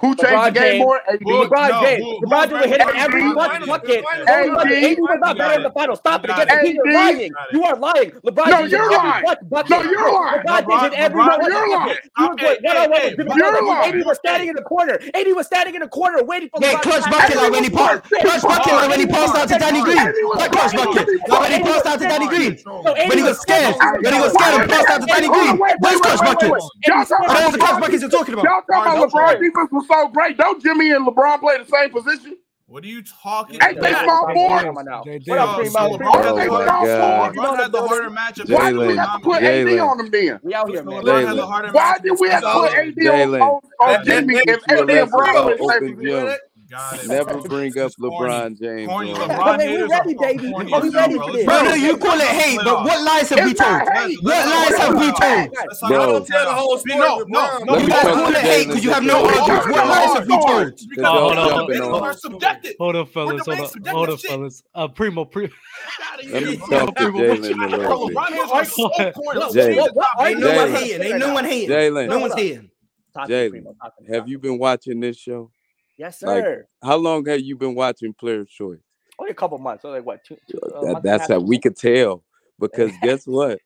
Speaker 6: Who changed the
Speaker 4: LeBron
Speaker 6: game
Speaker 4: James.
Speaker 6: more? AD.
Speaker 5: Who-
Speaker 4: LeBron
Speaker 5: no,
Speaker 4: James.
Speaker 5: who-
Speaker 4: LeBron
Speaker 5: who-
Speaker 4: James was hitting
Speaker 6: AD.
Speaker 4: every one
Speaker 10: Finals.
Speaker 4: bucket.
Speaker 10: Finals.
Speaker 4: Hey,
Speaker 6: AD.
Speaker 4: AD was not better in the finals. Stop it
Speaker 5: You
Speaker 4: again.
Speaker 5: got
Speaker 6: it.
Speaker 4: You're lying.
Speaker 5: AD.
Speaker 4: You are lying. LeBron
Speaker 6: No,
Speaker 4: James hit
Speaker 6: you're
Speaker 4: every
Speaker 6: lying.
Speaker 4: one bucket.
Speaker 6: No, you're lying.
Speaker 4: LeBron James hit every
Speaker 5: LeBron-
Speaker 4: one
Speaker 6: you're lying.
Speaker 4: bucket. He was
Speaker 5: Okay,
Speaker 4: going
Speaker 5: hey,
Speaker 4: one-on-one with
Speaker 5: hey,
Speaker 4: Jimmy
Speaker 6: you're
Speaker 4: Butler.
Speaker 6: lying.
Speaker 4: AD was standing in the corner. AD was standing in the corner waiting for
Speaker 8: Yeah,
Speaker 4: LeBron to
Speaker 8: clutch
Speaker 4: pass
Speaker 8: bucket
Speaker 4: it.
Speaker 8: like when he passed, clutch bucket like when he passed out to Danny Green. That clutch bucket like when he passed out to Danny Green.
Speaker 4: So AD
Speaker 8: When he got scared, when he got scared and passed out to Danny Green. Those clutch buckets.
Speaker 6: Y'all talking about
Speaker 8: Are those the clutch
Speaker 6: LeBron
Speaker 8: buckets
Speaker 6: defense-
Speaker 8: you're talking about?
Speaker 6: y'all talking about LeBron defense was so great. Don't Jimmy and LeBron play the same position?
Speaker 5: What are you talking
Speaker 6: Ain't they
Speaker 5: about?
Speaker 6: small forward?
Speaker 4: Come on now.
Speaker 1: They did.
Speaker 4: What up,
Speaker 5: Yo,
Speaker 4: Primo?
Speaker 5: so
Speaker 4: Primo,
Speaker 6: Aren't they
Speaker 11: Oh my
Speaker 6: small
Speaker 11: God.
Speaker 6: forward?
Speaker 5: LeBron has the harder matchup.
Speaker 6: Why
Speaker 5: than
Speaker 6: do we
Speaker 11: Jalen.
Speaker 6: have to put
Speaker 5: LeBron.
Speaker 6: AD
Speaker 11: Jalen.
Speaker 6: on them then?
Speaker 4: We out here, man.
Speaker 5: LeBron has a
Speaker 11: Jalen.
Speaker 5: harder
Speaker 6: Why
Speaker 5: matchup
Speaker 6: did we
Speaker 5: than
Speaker 6: have to
Speaker 5: LeBron.
Speaker 6: put AD on,
Speaker 11: Jalen.
Speaker 6: on, on
Speaker 11: That- that
Speaker 6: Jimmy
Speaker 11: takes
Speaker 6: if
Speaker 11: you
Speaker 6: AD
Speaker 11: a
Speaker 6: and
Speaker 11: lesson
Speaker 6: LeBron
Speaker 11: about
Speaker 6: play the same
Speaker 11: open
Speaker 6: position?
Speaker 11: gym.
Speaker 5: Got it.
Speaker 11: Never bring
Speaker 5: This
Speaker 11: up
Speaker 5: is corny.
Speaker 11: LeBron James.
Speaker 5: Corny
Speaker 11: bro.
Speaker 5: LeBron
Speaker 4: Hey, we ready,
Speaker 5: haters are fucking
Speaker 4: baby.
Speaker 5: corny
Speaker 4: Are
Speaker 5: as
Speaker 4: we
Speaker 5: hell,
Speaker 4: ready
Speaker 5: bro.
Speaker 4: for
Speaker 5: Let's
Speaker 4: this?
Speaker 5: talk
Speaker 8: Brother, you
Speaker 5: about
Speaker 8: call it
Speaker 5: playoffs.
Speaker 8: hate, but what lies have we
Speaker 6: It's
Speaker 8: told?
Speaker 6: not hate.
Speaker 8: What lies have we told?
Speaker 11: Bro.
Speaker 5: Let's talk about
Speaker 10: Tell the
Speaker 5: playoffs.
Speaker 10: whole
Speaker 5: See,
Speaker 10: story.
Speaker 5: No,
Speaker 10: with
Speaker 5: no,
Speaker 10: Brown.
Speaker 5: no.
Speaker 11: Let
Speaker 8: You
Speaker 11: me
Speaker 8: guys
Speaker 11: touch
Speaker 8: call
Speaker 11: on
Speaker 8: it hate because you have no arguments. What lies have we told?
Speaker 5: It's
Speaker 11: They're
Speaker 5: because
Speaker 11: all
Speaker 5: the
Speaker 11: jumping
Speaker 5: niggas
Speaker 11: on.
Speaker 5: are subjective.
Speaker 1: Hold up,
Speaker 5: We're
Speaker 1: fellas. Hold
Speaker 5: debating
Speaker 1: up, hold up,
Speaker 5: subjective
Speaker 1: fellas.
Speaker 5: shit.
Speaker 1: Uh, primo, primo.
Speaker 11: Let me talk to Jalen a
Speaker 5: Bro,
Speaker 11: little bit.
Speaker 5: LeBron haters are so
Speaker 1: What?
Speaker 5: corny. Let's
Speaker 11: Jalen.
Speaker 5: change it up.
Speaker 4: are
Speaker 9: Ain't no one
Speaker 11: Jalen.
Speaker 9: hating. Ain't no one hating.
Speaker 11: Jalen.
Speaker 9: No one's hating.
Speaker 4: Talk to
Speaker 11: Jalen,
Speaker 4: Primo, talk to
Speaker 11: Have
Speaker 4: Primo.
Speaker 11: you been watching this show?
Speaker 4: Yes,
Speaker 11: like-
Speaker 4: sir.
Speaker 11: How long have you been watching Player's Choice?
Speaker 4: Only a couple months. So like what? Two, two, a month
Speaker 11: That,
Speaker 4: and
Speaker 11: that's
Speaker 4: half.
Speaker 11: how we could tell. Because guess what?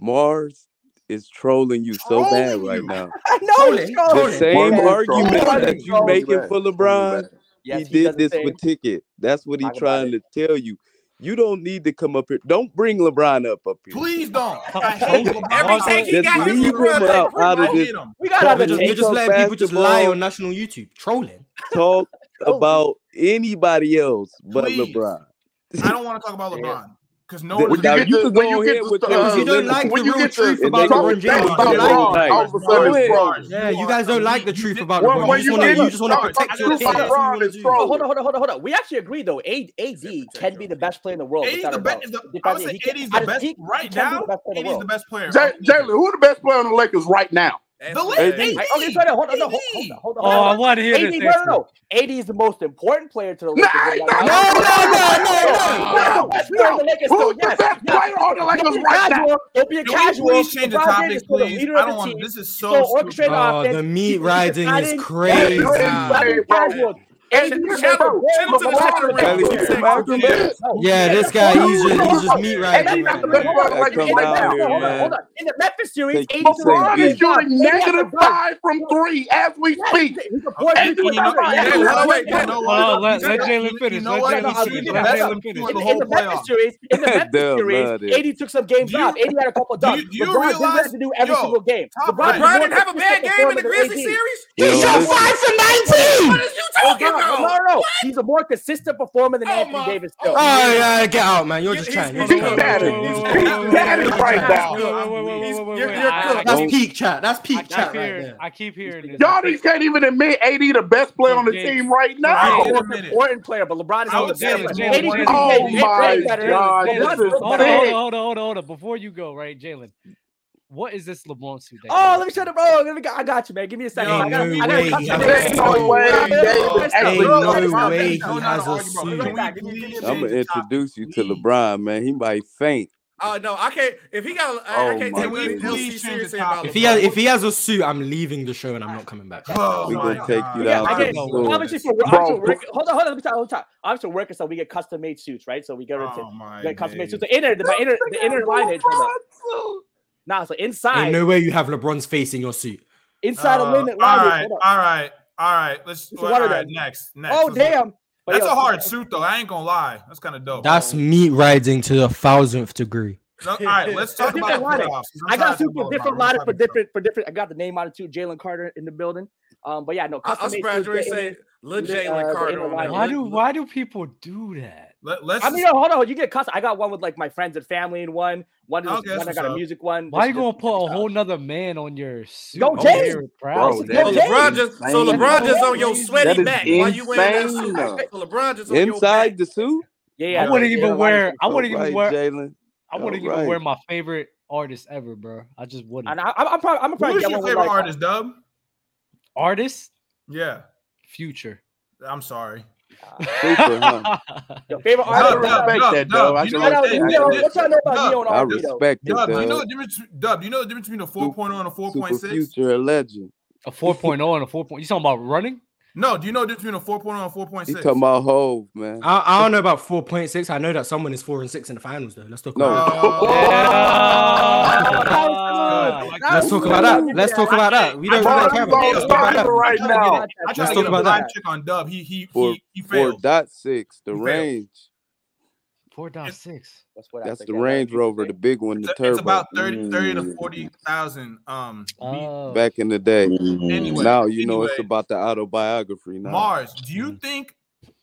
Speaker 11: Mars is trolling you so bad
Speaker 5: Trolling
Speaker 11: right
Speaker 5: you.
Speaker 11: now.
Speaker 4: I know
Speaker 9: Trolling.
Speaker 4: it's
Speaker 11: The
Speaker 4: trolling.
Speaker 6: Trolling.
Speaker 11: same
Speaker 6: Mars is
Speaker 11: argument
Speaker 4: trolling.
Speaker 11: that you making for LeBron,
Speaker 4: Yes,
Speaker 11: he
Speaker 4: does
Speaker 11: did
Speaker 4: the
Speaker 11: this
Speaker 4: same.
Speaker 11: for ticket. That's what he
Speaker 4: Talk about
Speaker 11: trying to tell you. You don't need to come up here. Don't bring LeBron up up here.
Speaker 5: Please don't. I hate LeBron.
Speaker 10: Every take he
Speaker 11: Just
Speaker 10: got, he
Speaker 11: leave
Speaker 10: was
Speaker 11: him
Speaker 10: around like
Speaker 11: out, out
Speaker 5: I
Speaker 11: of this.
Speaker 5: hate him.
Speaker 4: We got
Speaker 11: Talk
Speaker 9: You're
Speaker 4: other
Speaker 11: to
Speaker 9: just,
Speaker 11: Jalen.
Speaker 9: you're
Speaker 4: names.
Speaker 9: just letting people just
Speaker 11: Basketball.
Speaker 9: lie on national YouTube. Trolling.
Speaker 11: Talk
Speaker 4: Kobe.
Speaker 11: about anybody else but
Speaker 5: Please.
Speaker 11: LeBron.
Speaker 5: I don't want to talk about LeBron because no
Speaker 11: When
Speaker 5: one
Speaker 6: When
Speaker 5: is
Speaker 6: you
Speaker 11: Now,
Speaker 5: a
Speaker 6: get
Speaker 11: you
Speaker 6: to
Speaker 11: could
Speaker 6: when
Speaker 11: go
Speaker 6: you
Speaker 11: ahead
Speaker 6: get to
Speaker 11: with your-
Speaker 6: uh,
Speaker 9: Because you don't like the
Speaker 6: when you
Speaker 9: real
Speaker 6: get
Speaker 9: truth
Speaker 6: to
Speaker 11: and they
Speaker 9: about
Speaker 11: go
Speaker 6: talking
Speaker 9: LeBron
Speaker 11: back
Speaker 6: bad
Speaker 9: James. You
Speaker 11: about LeBron. Nice.
Speaker 6: about LeBron, all
Speaker 9: don't like
Speaker 6: of a
Speaker 11: That
Speaker 6: sudden
Speaker 11: was-
Speaker 6: it's trolling.
Speaker 9: Yeah, you guys don't like the truth about
Speaker 6: When-
Speaker 9: LeBron.
Speaker 6: when
Speaker 9: you
Speaker 6: you
Speaker 9: just want
Speaker 6: get-
Speaker 9: to, you just want to
Speaker 6: sorry,
Speaker 9: protect your
Speaker 6: talking about
Speaker 9: opinion. That's what you want to
Speaker 6: LeBron
Speaker 9: do.
Speaker 6: is
Speaker 4: But
Speaker 6: trolling.
Speaker 4: hold on, hold on, hold on, hold on. We actually agree though. AD, can be the best player in the world.
Speaker 5: AD
Speaker 4: without
Speaker 5: the
Speaker 4: a
Speaker 5: best.
Speaker 4: doubt.
Speaker 5: Is the, I
Speaker 4: Because
Speaker 5: would say
Speaker 4: he can-
Speaker 5: AD is
Speaker 4: I
Speaker 5: the
Speaker 4: just-
Speaker 5: best
Speaker 4: he- he can
Speaker 5: right
Speaker 4: be
Speaker 5: now.
Speaker 4: the best player in the
Speaker 5: AD is the
Speaker 4: world.
Speaker 5: best player.
Speaker 6: J- Jalen, who the best player on the Lakers right now?
Speaker 5: The
Speaker 11: AD.
Speaker 5: Lakers.
Speaker 4: Hey, oh, it's right there. Hold on, no, hold on, hold on.
Speaker 1: Oh, I
Speaker 4: hold on.
Speaker 1: want to hear
Speaker 4: AD,
Speaker 1: this.
Speaker 4: no, no,
Speaker 1: answer.
Speaker 4: no. AD is the most important player to the
Speaker 6: Nah,
Speaker 4: Lakers. right
Speaker 6: no,
Speaker 8: No,
Speaker 4: now.
Speaker 8: no, no, no, no.
Speaker 4: He's the best player in the Lakers
Speaker 6: Who's
Speaker 4: still.
Speaker 6: the
Speaker 4: Yes.
Speaker 6: best
Speaker 4: Now,
Speaker 6: player on the
Speaker 4: Don't
Speaker 6: Lakers right
Speaker 4: be
Speaker 6: now?
Speaker 4: casual. Don't be a
Speaker 5: Can we
Speaker 4: casual.
Speaker 5: please change the
Speaker 4: LeBron James
Speaker 5: topic,
Speaker 4: is still the
Speaker 5: please?
Speaker 4: leader
Speaker 5: I
Speaker 4: of
Speaker 5: don't
Speaker 4: the
Speaker 5: want
Speaker 4: team.
Speaker 5: this. Is
Speaker 4: So
Speaker 5: so stupid.
Speaker 4: orchestrate offense.
Speaker 9: the meat
Speaker 4: He's
Speaker 9: riding is
Speaker 4: deciding- Don't be
Speaker 9: crazy.
Speaker 6: Hey,
Speaker 4: casual.
Speaker 6: AD is their bro.
Speaker 9: Yeah, this guy, he's just, he's just meat right
Speaker 4: AD
Speaker 9: now.
Speaker 4: not the best player like in the Memphis. Hold on, hold on. In the Memphis series, AD is
Speaker 6: LeBron is shooting negative five from three as we speak. AD is not-
Speaker 1: on, Uh, let- let Jalen finish, let Jalen finish, let Jalen finish.
Speaker 4: In the- in the Memphis series, in the Memphis
Speaker 12: Damn, love
Speaker 4: series,
Speaker 12: it.
Speaker 4: AD took some games
Speaker 5: you-
Speaker 4: off. AD had a couple
Speaker 5: do you-
Speaker 4: dunks.
Speaker 5: do you
Speaker 4: LeBron didn't
Speaker 5: realize-
Speaker 4: have to do every
Speaker 5: yo,
Speaker 4: single game.
Speaker 5: top
Speaker 4: LeBron
Speaker 5: five.
Speaker 4: was
Speaker 8: LeBron
Speaker 4: more
Speaker 8: didn't have a bad
Speaker 4: consistent
Speaker 8: game in
Speaker 4: performer
Speaker 8: the
Speaker 4: than
Speaker 8: Grizzlies
Speaker 4: AD.
Speaker 8: series.
Speaker 12: Yo,
Speaker 9: He shot
Speaker 12: listen.
Speaker 9: five for 19!
Speaker 8: What is you talking
Speaker 4: Oh, No, no,
Speaker 8: about?
Speaker 4: no. He's a more consistent performer than
Speaker 8: Oh
Speaker 4: Anthony
Speaker 8: my-
Speaker 4: Davis.
Speaker 8: oh
Speaker 4: Still.
Speaker 8: my-
Speaker 9: Oh, yeah, get out, man. You're just
Speaker 8: He's-
Speaker 9: trying.
Speaker 8: he's-
Speaker 9: You're just
Speaker 6: Peak
Speaker 9: trying.
Speaker 6: status. Peak status right now.
Speaker 8: He's-
Speaker 1: wait,
Speaker 8: you're-
Speaker 1: wait,
Speaker 8: you're
Speaker 1: I-
Speaker 8: cooked.
Speaker 1: I-
Speaker 9: That's
Speaker 12: Don't-
Speaker 9: peak chat. That's
Speaker 1: I
Speaker 9: peak
Speaker 1: keep
Speaker 9: chat right
Speaker 1: hearing,
Speaker 9: there.
Speaker 1: I keep hearing this.
Speaker 6: Y'all just can't even admit AD the best player on the
Speaker 1: James.
Speaker 6: team right
Speaker 4: He's the
Speaker 6: now.
Speaker 5: James.
Speaker 4: most important player, but LeBron is not
Speaker 5: I
Speaker 4: the
Speaker 5: would
Speaker 4: best
Speaker 5: say
Speaker 4: player.
Speaker 5: Jalen
Speaker 4: AD 's better.
Speaker 5: James.
Speaker 6: Oh
Speaker 4: He's
Speaker 6: my
Speaker 4: way better.
Speaker 6: God,
Speaker 4: LeBron's
Speaker 6: this is
Speaker 4: way
Speaker 1: Hold
Speaker 4: better.
Speaker 1: on, hold
Speaker 6: Hey.
Speaker 1: on, hold on, hold on, hold on. Before you go, right, Jalen, what is this LeBron suit? that
Speaker 4: Oh, let
Speaker 1: you
Speaker 4: me
Speaker 1: got?
Speaker 4: shut up. Oh, let me go. I got you, man. Give me a second.
Speaker 5: Yo,
Speaker 4: I got,
Speaker 9: no
Speaker 4: I
Speaker 9: way.
Speaker 4: got
Speaker 9: Ain't
Speaker 6: There's no way Davis
Speaker 9: Ain't
Speaker 6: actually
Speaker 9: no
Speaker 6: looks
Speaker 5: Bro,
Speaker 9: way he
Speaker 5: no, no,
Speaker 9: has
Speaker 5: no,
Speaker 9: a
Speaker 5: argument,
Speaker 9: suit.
Speaker 5: bro. Can we-
Speaker 4: Give me
Speaker 5: can we
Speaker 12: I'm gonna
Speaker 5: change the top?
Speaker 12: introduce you to
Speaker 5: Please.
Speaker 12: LeBron, man. He might faint.
Speaker 8: Oh no, I can't. If he got, I, I
Speaker 12: Oh,
Speaker 8: can't
Speaker 12: my
Speaker 8: take what
Speaker 12: goodness.
Speaker 8: LC
Speaker 5: Please change the
Speaker 8: seriously
Speaker 5: topic.
Speaker 8: about.
Speaker 9: If he has, if he has a suit, I'm leaving the show and I'm not coming back.
Speaker 5: Oh
Speaker 12: We gonna
Speaker 5: my
Speaker 12: take
Speaker 5: God.
Speaker 12: you
Speaker 4: Yeah,
Speaker 12: down
Speaker 4: I
Speaker 12: to
Speaker 4: get
Speaker 12: the
Speaker 9: Bro,
Speaker 12: floor.
Speaker 4: obviously for
Speaker 6: Bro,
Speaker 4: obviously,
Speaker 6: bro.
Speaker 4: work, hold on, hold on, let me talk, hold on. talk. Obviously, for workers, so we get custom made suits, right? So we get,
Speaker 5: Oh
Speaker 4: oh
Speaker 5: my
Speaker 4: get custom made
Speaker 5: days.
Speaker 4: suits. The inner, the inner, the inner line is nah. So
Speaker 9: Ain't
Speaker 4: inside,
Speaker 9: no way you have LeBron's face in your suit.
Speaker 4: inside
Speaker 5: Uh,
Speaker 4: the limit
Speaker 5: all
Speaker 4: line. is-
Speaker 5: right,
Speaker 4: hold on.
Speaker 5: all right, all right. Let's.
Speaker 4: It's
Speaker 5: all
Speaker 4: one of
Speaker 5: right,
Speaker 4: them.
Speaker 5: next, next.
Speaker 4: Oh
Speaker 5: Let's go.
Speaker 4: damn! But
Speaker 5: That's
Speaker 4: yo,
Speaker 5: a hard suit though. I ain't gonna lie. That's kind of dope.
Speaker 9: That's meat riding to the thousandth degree.
Speaker 5: No, all right. Let's talk
Speaker 4: Different
Speaker 5: about
Speaker 4: lineup.
Speaker 5: the playoffs. 'cause I'm
Speaker 4: I
Speaker 5: tired
Speaker 4: got suits
Speaker 5: of the
Speaker 4: for
Speaker 5: Bulls,
Speaker 4: different
Speaker 5: bro. We're
Speaker 4: lineup for
Speaker 5: tired of the
Speaker 4: different for different. I got the name on it too. Jalen Carter in the building. Um, but yeah, no.
Speaker 8: I, I'll
Speaker 4: Custom made suits,
Speaker 8: graduate
Speaker 4: get
Speaker 8: say
Speaker 4: in-
Speaker 8: Lil
Speaker 4: the, uh,
Speaker 8: Jalen
Speaker 4: the
Speaker 8: Carter.
Speaker 4: inner
Speaker 8: on
Speaker 4: line.
Speaker 8: that.
Speaker 4: Wait,
Speaker 1: Why
Speaker 8: Lil-
Speaker 1: do why do people do that?
Speaker 5: Let, let's.
Speaker 4: I mean, yo, hold on. You get custom. I got one with like my friends and family in one. One, is,
Speaker 5: Okay, that's
Speaker 4: one I
Speaker 5: what's
Speaker 4: got a
Speaker 5: up.
Speaker 4: music one.
Speaker 1: Why
Speaker 4: This
Speaker 1: you
Speaker 4: is
Speaker 1: gonna
Speaker 4: just-
Speaker 1: put a whole nother man on your suit?
Speaker 4: Yo,
Speaker 1: and
Speaker 4: James!
Speaker 1: wear it
Speaker 12: Bro,
Speaker 1: proud?
Speaker 4: that
Speaker 12: that
Speaker 4: is
Speaker 12: is
Speaker 8: LeBron just so
Speaker 12: insane.
Speaker 8: LeBron just on your sweaty
Speaker 12: That is
Speaker 8: back. Why you wearing that suit?
Speaker 12: insane.
Speaker 8: So LeBron just on your back.
Speaker 12: Inside the suit?
Speaker 4: Yeah, yeah.
Speaker 1: I wouldn't
Speaker 4: yeah,
Speaker 1: even
Speaker 4: line is-
Speaker 1: wear. I wouldn't even
Speaker 12: All right,
Speaker 1: wear.
Speaker 12: Jalen.
Speaker 1: I wouldn't
Speaker 12: all
Speaker 1: even wear
Speaker 12: right.
Speaker 1: my favorite artist ever, bro. I just wouldn't.
Speaker 4: And I, I'm, I'm probably, I'm
Speaker 5: Who
Speaker 4: probably
Speaker 5: is
Speaker 4: get
Speaker 5: your
Speaker 4: one with,
Speaker 5: favorite
Speaker 4: like,
Speaker 5: artist, Dub?
Speaker 1: Artist,
Speaker 5: Yeah,
Speaker 1: future.
Speaker 5: I'm sorry.
Speaker 12: Super, huh?
Speaker 4: Your favorite
Speaker 5: Dub,
Speaker 4: artist.
Speaker 5: Dub,
Speaker 6: respect
Speaker 5: Dub,
Speaker 6: that,
Speaker 5: Dub,
Speaker 6: though. I
Speaker 5: you know
Speaker 6: can
Speaker 5: what
Speaker 4: What y'all
Speaker 5: I'm saying?
Speaker 4: know-
Speaker 12: Neo,
Speaker 5: Dub,
Speaker 4: what y'all know
Speaker 5: Dub,
Speaker 4: about Neo and
Speaker 12: I
Speaker 4: Arvido?
Speaker 12: respect it,
Speaker 5: Dub, you know the
Speaker 12: though.
Speaker 5: difference. Dub, you know the difference between a 4.0 and a 4.6.
Speaker 12: Super future a legend.
Speaker 1: A 4.0 and a 4. Point, you talking about running?
Speaker 5: No, do you know the difference between a 4.0 and
Speaker 12: He
Speaker 5: 4.6?
Speaker 12: talking about Hove, man.
Speaker 9: I, I don't know about 4.6. I know that someone is four and six in the finals though. Let's talk
Speaker 12: No.
Speaker 9: about
Speaker 5: Oh.
Speaker 1: Yeah.
Speaker 9: that. Let's talk about that. Let's talk about that. We don't really care about
Speaker 6: Bro,
Speaker 9: Let's
Speaker 6: this
Speaker 9: talk about
Speaker 6: going
Speaker 9: that.
Speaker 6: right now.
Speaker 5: I tried
Speaker 9: Let's
Speaker 5: to
Speaker 9: talk
Speaker 5: get a
Speaker 9: about
Speaker 5: blind
Speaker 9: that.
Speaker 5: chick on Dub. He he
Speaker 12: Four-
Speaker 5: he, he
Speaker 12: Four
Speaker 5: failed.
Speaker 12: dot six, the
Speaker 5: He failed.
Speaker 12: range.
Speaker 1: 4.6.
Speaker 12: That's the Range Rover, the big one,
Speaker 5: It's,
Speaker 12: the
Speaker 5: a-
Speaker 12: turbo.
Speaker 5: it's about 30, 30 to
Speaker 12: Mm.
Speaker 5: 40,000 um beats.
Speaker 1: Oh.
Speaker 12: Back in the day.
Speaker 5: Anyway,
Speaker 12: Now you know it's
Speaker 5: anyway.
Speaker 12: about the autobiography now.
Speaker 5: Mars, do you think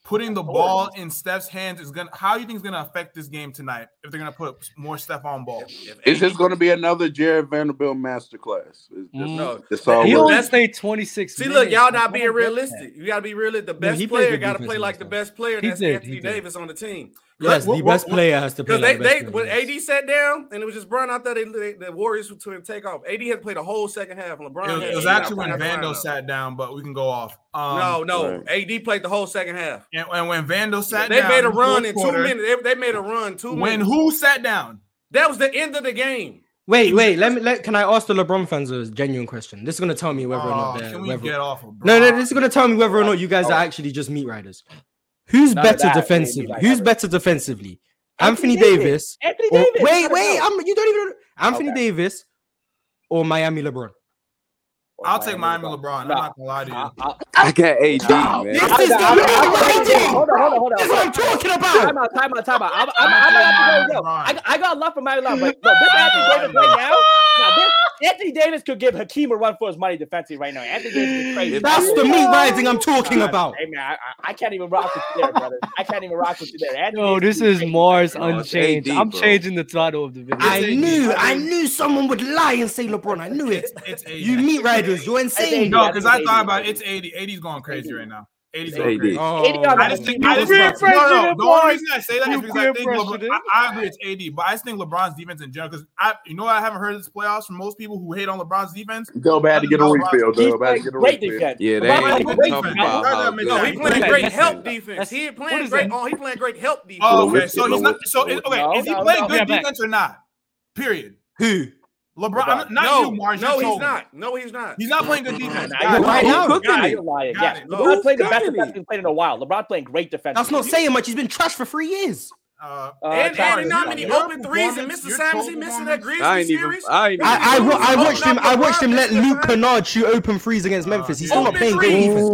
Speaker 5: putting the ball in Steph's hands is gonna how you think is gonna affect this game tonight if they're gonna put more Steph on ball?
Speaker 6: It's just going to be another Jared Vanderbilt masterclass. It's just,
Speaker 1: Mm.
Speaker 8: No.
Speaker 6: it's all
Speaker 8: He
Speaker 1: He
Speaker 6: it
Speaker 8: Well,
Speaker 1: only
Speaker 8: that's-
Speaker 1: played 26.
Speaker 8: See, look,
Speaker 1: minutes,
Speaker 8: y'all
Speaker 1: bro.
Speaker 8: not being
Speaker 1: Don't get that.
Speaker 8: realistic. You gotta be realistic. The
Speaker 9: Yeah,
Speaker 8: best
Speaker 9: he played
Speaker 8: player
Speaker 9: good
Speaker 8: gotta
Speaker 9: defense
Speaker 8: play
Speaker 9: on
Speaker 8: like
Speaker 9: us,
Speaker 8: the
Speaker 9: though.
Speaker 8: best player.
Speaker 1: He
Speaker 8: That's
Speaker 1: did, he
Speaker 8: Anthony
Speaker 1: did.
Speaker 8: Davis on the team.
Speaker 9: Yes,
Speaker 8: What-
Speaker 9: the
Speaker 8: what-
Speaker 9: best
Speaker 8: what-
Speaker 9: player has to play.
Speaker 8: Because they,
Speaker 9: like the best
Speaker 8: they
Speaker 9: player
Speaker 8: when
Speaker 9: does.
Speaker 8: AD sat down and it was just Brown out there, they, they, the Warriors were to take off. AD had played a whole second half. LeBron
Speaker 5: It was,
Speaker 8: had
Speaker 5: it was
Speaker 8: AD out
Speaker 5: actually
Speaker 8: there.
Speaker 5: when Vando sat down, but we can go off. Um,
Speaker 8: No, no,
Speaker 12: Right.
Speaker 8: AD played the whole second half.
Speaker 5: and, and when Vando sat
Speaker 8: they
Speaker 5: down,
Speaker 8: made a
Speaker 5: in the
Speaker 8: run
Speaker 5: fourth
Speaker 8: in two
Speaker 5: quarter,
Speaker 8: minutes. They, they made a run two
Speaker 5: When
Speaker 8: minutes.
Speaker 5: who sat down?
Speaker 8: That was the end of the game.
Speaker 9: Wait, wait. Let me. Let, can I ask the LeBron fans a genuine question? This is gonna tell me whether or
Speaker 5: Oh,
Speaker 9: not they're.
Speaker 5: can we
Speaker 9: whether-
Speaker 5: get off of
Speaker 9: no, no.
Speaker 5: Bron?
Speaker 9: This is gonna tell me whether or not you guys are actually just meat riders. Who's
Speaker 4: None of
Speaker 9: better
Speaker 4: that, baby,
Speaker 9: defensively?
Speaker 4: like
Speaker 9: Who's
Speaker 4: that.
Speaker 9: better defensively?
Speaker 4: Anthony
Speaker 9: Anthony,
Speaker 4: Davis.
Speaker 9: Davis.
Speaker 4: Anthony
Speaker 9: or-
Speaker 4: Davis.
Speaker 9: wait, wait. I'm, you don't even. Anthony
Speaker 4: Okay.
Speaker 9: Davis or Miami LeBron.
Speaker 5: I'll take Miami LeBron. I'm
Speaker 4: Nah.
Speaker 5: not gonna lie to you.
Speaker 4: I- I-
Speaker 12: I got AD,
Speaker 6: Nah,
Speaker 12: man.
Speaker 9: This
Speaker 4: I-
Speaker 9: is the
Speaker 4: I- I-
Speaker 9: meat
Speaker 4: I-
Speaker 9: riding.
Speaker 4: Hold on, hold on, hold on.
Speaker 9: That's what I'm talking
Speaker 4: Time
Speaker 9: about.
Speaker 4: out, time out, time out. I'm, I'm, I'm gonna have to go. Yo, I, I got love for my love, but no, this Anthony Davis right now. Nah, this, Anthony Davis could give Hakeem a run for his money defensively right now. Anthony Davis is crazy.
Speaker 9: That's the meat riding I'm talking about.
Speaker 4: Hey man, I, I, I can't even rock with you there, brother. I can't even rock with you there. Anthony
Speaker 1: Yo,
Speaker 4: Davis
Speaker 1: this is
Speaker 4: crazy.
Speaker 1: Mars
Speaker 12: No, it's
Speaker 1: Unchanged.
Speaker 12: AD,
Speaker 1: I'm
Speaker 12: bro.
Speaker 1: changing the title of the video.
Speaker 9: I
Speaker 5: It's
Speaker 9: knew,
Speaker 5: AD.
Speaker 9: I knew someone would lie and say LeBron. I knew it.
Speaker 5: It's AD.
Speaker 9: You meat riders, you're insane.
Speaker 5: no,
Speaker 4: I
Speaker 5: because
Speaker 4: think
Speaker 5: I
Speaker 4: it's
Speaker 5: thought
Speaker 4: 80.
Speaker 5: about it. it's 80. 80's going crazy right now. 80's
Speaker 12: It's
Speaker 5: going
Speaker 12: 80.
Speaker 5: crazy.
Speaker 9: Oh,
Speaker 4: 80 on
Speaker 5: I just think I
Speaker 4: You
Speaker 5: just think,
Speaker 4: peer
Speaker 5: no, no,
Speaker 4: pressured
Speaker 5: the only reason I say that is
Speaker 1: You
Speaker 5: because I
Speaker 1: peer
Speaker 5: think
Speaker 1: pressured
Speaker 5: LeBron,
Speaker 1: him.
Speaker 5: I, I agree it's AD, but I just think LeBron's defense in general because I you know what I haven't heard this playoffs from most people who hate on LeBron's defense.
Speaker 6: Dub had to get a refill.
Speaker 4: He's
Speaker 6: Dub had to
Speaker 4: playing
Speaker 6: get a
Speaker 4: great
Speaker 6: refill.
Speaker 4: defense.
Speaker 12: Yeah, they
Speaker 4: LeBron
Speaker 12: ain't
Speaker 4: playing
Speaker 12: even
Speaker 4: great
Speaker 12: talking
Speaker 4: defense.
Speaker 12: about how
Speaker 5: No,
Speaker 8: No,
Speaker 12: good
Speaker 8: he
Speaker 12: he
Speaker 8: playing
Speaker 1: That's-
Speaker 8: great
Speaker 1: that's-
Speaker 8: help defense. He ain't
Speaker 1: what
Speaker 8: playing
Speaker 1: is
Speaker 8: great.
Speaker 1: that?
Speaker 8: Oh, he playing great help defense.
Speaker 5: Oh,
Speaker 6: Low
Speaker 5: okay.
Speaker 6: risk,
Speaker 5: So he's
Speaker 6: low
Speaker 5: not
Speaker 6: risk,
Speaker 5: so
Speaker 6: low
Speaker 5: it,
Speaker 6: risk.
Speaker 5: okay,
Speaker 4: No,
Speaker 5: is he
Speaker 4: no,
Speaker 5: playing
Speaker 4: no.
Speaker 5: good
Speaker 1: Yeah, but-
Speaker 5: defense or not? Period.
Speaker 9: who?
Speaker 5: LeBron, I'm- not
Speaker 8: no,
Speaker 5: you, Mars. you
Speaker 8: No, he's
Speaker 5: told me.
Speaker 8: not. No, he's not.
Speaker 5: He's not playing good defense.
Speaker 4: Nah,
Speaker 5: Got
Speaker 4: you're
Speaker 5: it.
Speaker 4: lying.
Speaker 5: Who's
Speaker 4: Nah,
Speaker 5: cooking it?
Speaker 4: you're lying.
Speaker 5: Got
Speaker 4: Yes,
Speaker 5: it.
Speaker 4: LeBron
Speaker 5: Who's
Speaker 4: played the best
Speaker 5: cooking
Speaker 4: defense he's played in a while. LeBron playing great defense.
Speaker 9: That's not saying much. He's been trashed for three years.
Speaker 5: Uh,
Speaker 8: and
Speaker 4: Charles,
Speaker 8: and not
Speaker 4: you
Speaker 8: many
Speaker 4: got it.
Speaker 8: open threes and missed assignments. He missed in that Grizzlies
Speaker 12: I ain't even-
Speaker 8: series.
Speaker 12: I ain't
Speaker 9: I, I, wa- I
Speaker 11: Oh,
Speaker 9: watched him. I watched him let Luke
Speaker 8: Open
Speaker 9: Kennard shoot open threes against Memphis. He's still not
Speaker 8: Open
Speaker 9: playing great
Speaker 8: threes.
Speaker 9: defense.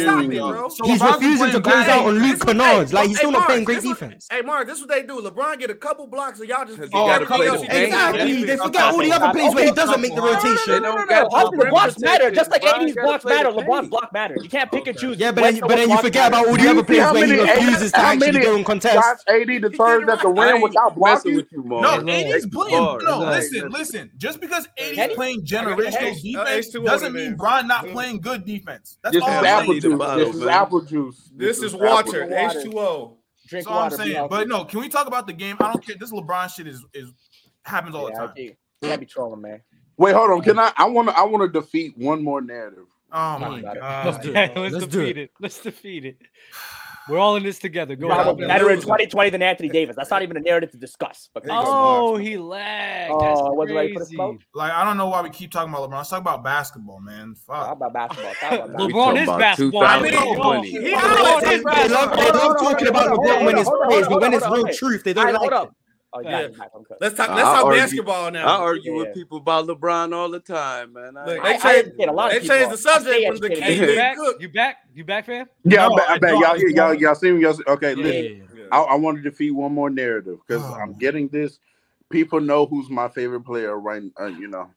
Speaker 8: Stop it,
Speaker 5: Ooh.
Speaker 8: bro.
Speaker 5: So
Speaker 9: He's
Speaker 5: LeBron's
Speaker 9: refusing to
Speaker 5: playing
Speaker 9: close
Speaker 5: bad.
Speaker 9: out on Luke Kennard. Like he's still not
Speaker 8: Mars,
Speaker 9: playing great
Speaker 8: this what-
Speaker 9: defense.
Speaker 8: hey, Mark, this is what they do. LeBron get a couple blocks, and y'all just forget
Speaker 5: Oh,
Speaker 8: everything
Speaker 5: couple
Speaker 8: else.
Speaker 5: of
Speaker 8: he
Speaker 5: blocks.
Speaker 8: did.
Speaker 9: Exactly. They
Speaker 5: Yeah.
Speaker 9: forgot all the other plays where he doesn't make the rotation.
Speaker 4: No, no, no. All the blocks matter, just like 80s blocks matter. LeBron's block matter. You can't pick and choose.
Speaker 9: Yeah, but
Speaker 4: when
Speaker 9: then,
Speaker 4: the
Speaker 9: but then you
Speaker 4: block
Speaker 9: forget
Speaker 4: matters.
Speaker 9: about all
Speaker 6: Do
Speaker 9: the
Speaker 6: you
Speaker 9: other
Speaker 6: see
Speaker 9: plays
Speaker 6: how
Speaker 9: where he
Speaker 6: many-
Speaker 9: refuses to
Speaker 6: how
Speaker 9: actually
Speaker 6: many
Speaker 9: go and
Speaker 6: Josh
Speaker 9: contest.
Speaker 6: AD deserves at the rim without
Speaker 12: messing
Speaker 6: blocking.
Speaker 12: with you,
Speaker 5: No,
Speaker 12: Mars.
Speaker 5: AD's playing.
Speaker 12: Bars.
Speaker 5: No,
Speaker 12: Like,
Speaker 5: listen,
Speaker 12: that's-
Speaker 5: listen. Just because
Speaker 4: Eddie?
Speaker 5: AD's playing
Speaker 4: Eddie?
Speaker 5: generational
Speaker 8: Uh,
Speaker 5: defense
Speaker 8: it's too
Speaker 5: doesn't
Speaker 8: old,
Speaker 5: mean
Speaker 8: man.
Speaker 5: Brian not playing good defense. That's
Speaker 12: This
Speaker 5: all
Speaker 12: is
Speaker 5: I'm
Speaker 12: apple
Speaker 5: saying.
Speaker 12: juice.
Speaker 6: This is apple juice.
Speaker 8: This is
Speaker 6: apple
Speaker 8: water.
Speaker 6: juice.
Speaker 4: water.
Speaker 8: H2O.
Speaker 4: Drink
Speaker 5: That's all I'm
Speaker 4: water, be
Speaker 5: saying.
Speaker 4: healthy.
Speaker 5: But no, can we talk about the game? I don't care. This LeBron shit is is happens all the
Speaker 4: Yeah, I
Speaker 5: time.
Speaker 4: agree. Can't be trolling, man.
Speaker 6: Wait, hold on. Can I? I want to. I want to defeat one more narrative.
Speaker 5: Oh
Speaker 4: Talk
Speaker 5: my
Speaker 4: about it.
Speaker 5: god.
Speaker 1: Okay, let's,
Speaker 9: Let's do
Speaker 1: defeat it. Let's defeat it. We're all in this together. Go
Speaker 4: Rob
Speaker 1: ahead.
Speaker 4: was better in 2020 than Anthony Davis. That's not even a narrative to discuss. But
Speaker 1: Oh, he lagged.
Speaker 4: Oh,
Speaker 1: That's
Speaker 4: I wasn't ready for the
Speaker 1: crazy.
Speaker 4: smoke.
Speaker 5: Like I don't know why we keep talking about LeBron. Let's talk about basketball, man.
Speaker 4: talk
Speaker 5: Fuck.
Speaker 4: about basketball. Talk about basketball.
Speaker 12: We
Speaker 1: LeBron
Speaker 12: talking
Speaker 1: is
Speaker 12: about
Speaker 1: basketball.
Speaker 12: 2020.
Speaker 8: He
Speaker 5: Oh,
Speaker 8: out
Speaker 9: They
Speaker 8: this
Speaker 9: love, they love
Speaker 8: basketball.
Speaker 9: talking about
Speaker 4: hold on,
Speaker 9: LeBron
Speaker 4: hold
Speaker 9: when
Speaker 4: on,
Speaker 9: it's
Speaker 4: hold on, hold
Speaker 9: plays,
Speaker 4: on,
Speaker 9: but when
Speaker 4: hold
Speaker 9: it's
Speaker 4: on,
Speaker 9: real
Speaker 4: okay.
Speaker 9: truth, they
Speaker 4: All
Speaker 9: don't
Speaker 4: right, hold
Speaker 9: like it.
Speaker 4: up. Oh, yeah,
Speaker 8: Yeah.
Speaker 4: Back, I'm good.
Speaker 8: Let's talk.
Speaker 12: I
Speaker 8: Let's talk
Speaker 12: argue-
Speaker 8: basketball
Speaker 12: I
Speaker 8: now.
Speaker 12: argue
Speaker 4: Yeah.
Speaker 12: with people about LeBron all the time, man. I-
Speaker 8: Look,
Speaker 4: I-
Speaker 8: they
Speaker 4: I
Speaker 8: changed.
Speaker 4: educate a lot of
Speaker 8: They
Speaker 4: people.
Speaker 8: changed the
Speaker 4: I
Speaker 8: subject
Speaker 4: stay
Speaker 8: from the
Speaker 4: educated.
Speaker 8: King
Speaker 1: You
Speaker 8: Big
Speaker 1: back?
Speaker 8: Cook.
Speaker 1: You back? You back, fam?
Speaker 6: Yeah,
Speaker 5: No,
Speaker 6: I'm back.
Speaker 5: I
Speaker 6: I'm back.
Speaker 5: don't.
Speaker 6: Y'all, hear- y'all, y'all see me? Y'all see, okay, listen.
Speaker 1: Yeah.
Speaker 6: I, I want to defeat one more narrative because
Speaker 5: Oh,
Speaker 6: I'm
Speaker 5: man.
Speaker 6: getting this. People know who's my favorite player, right? Uh, you know.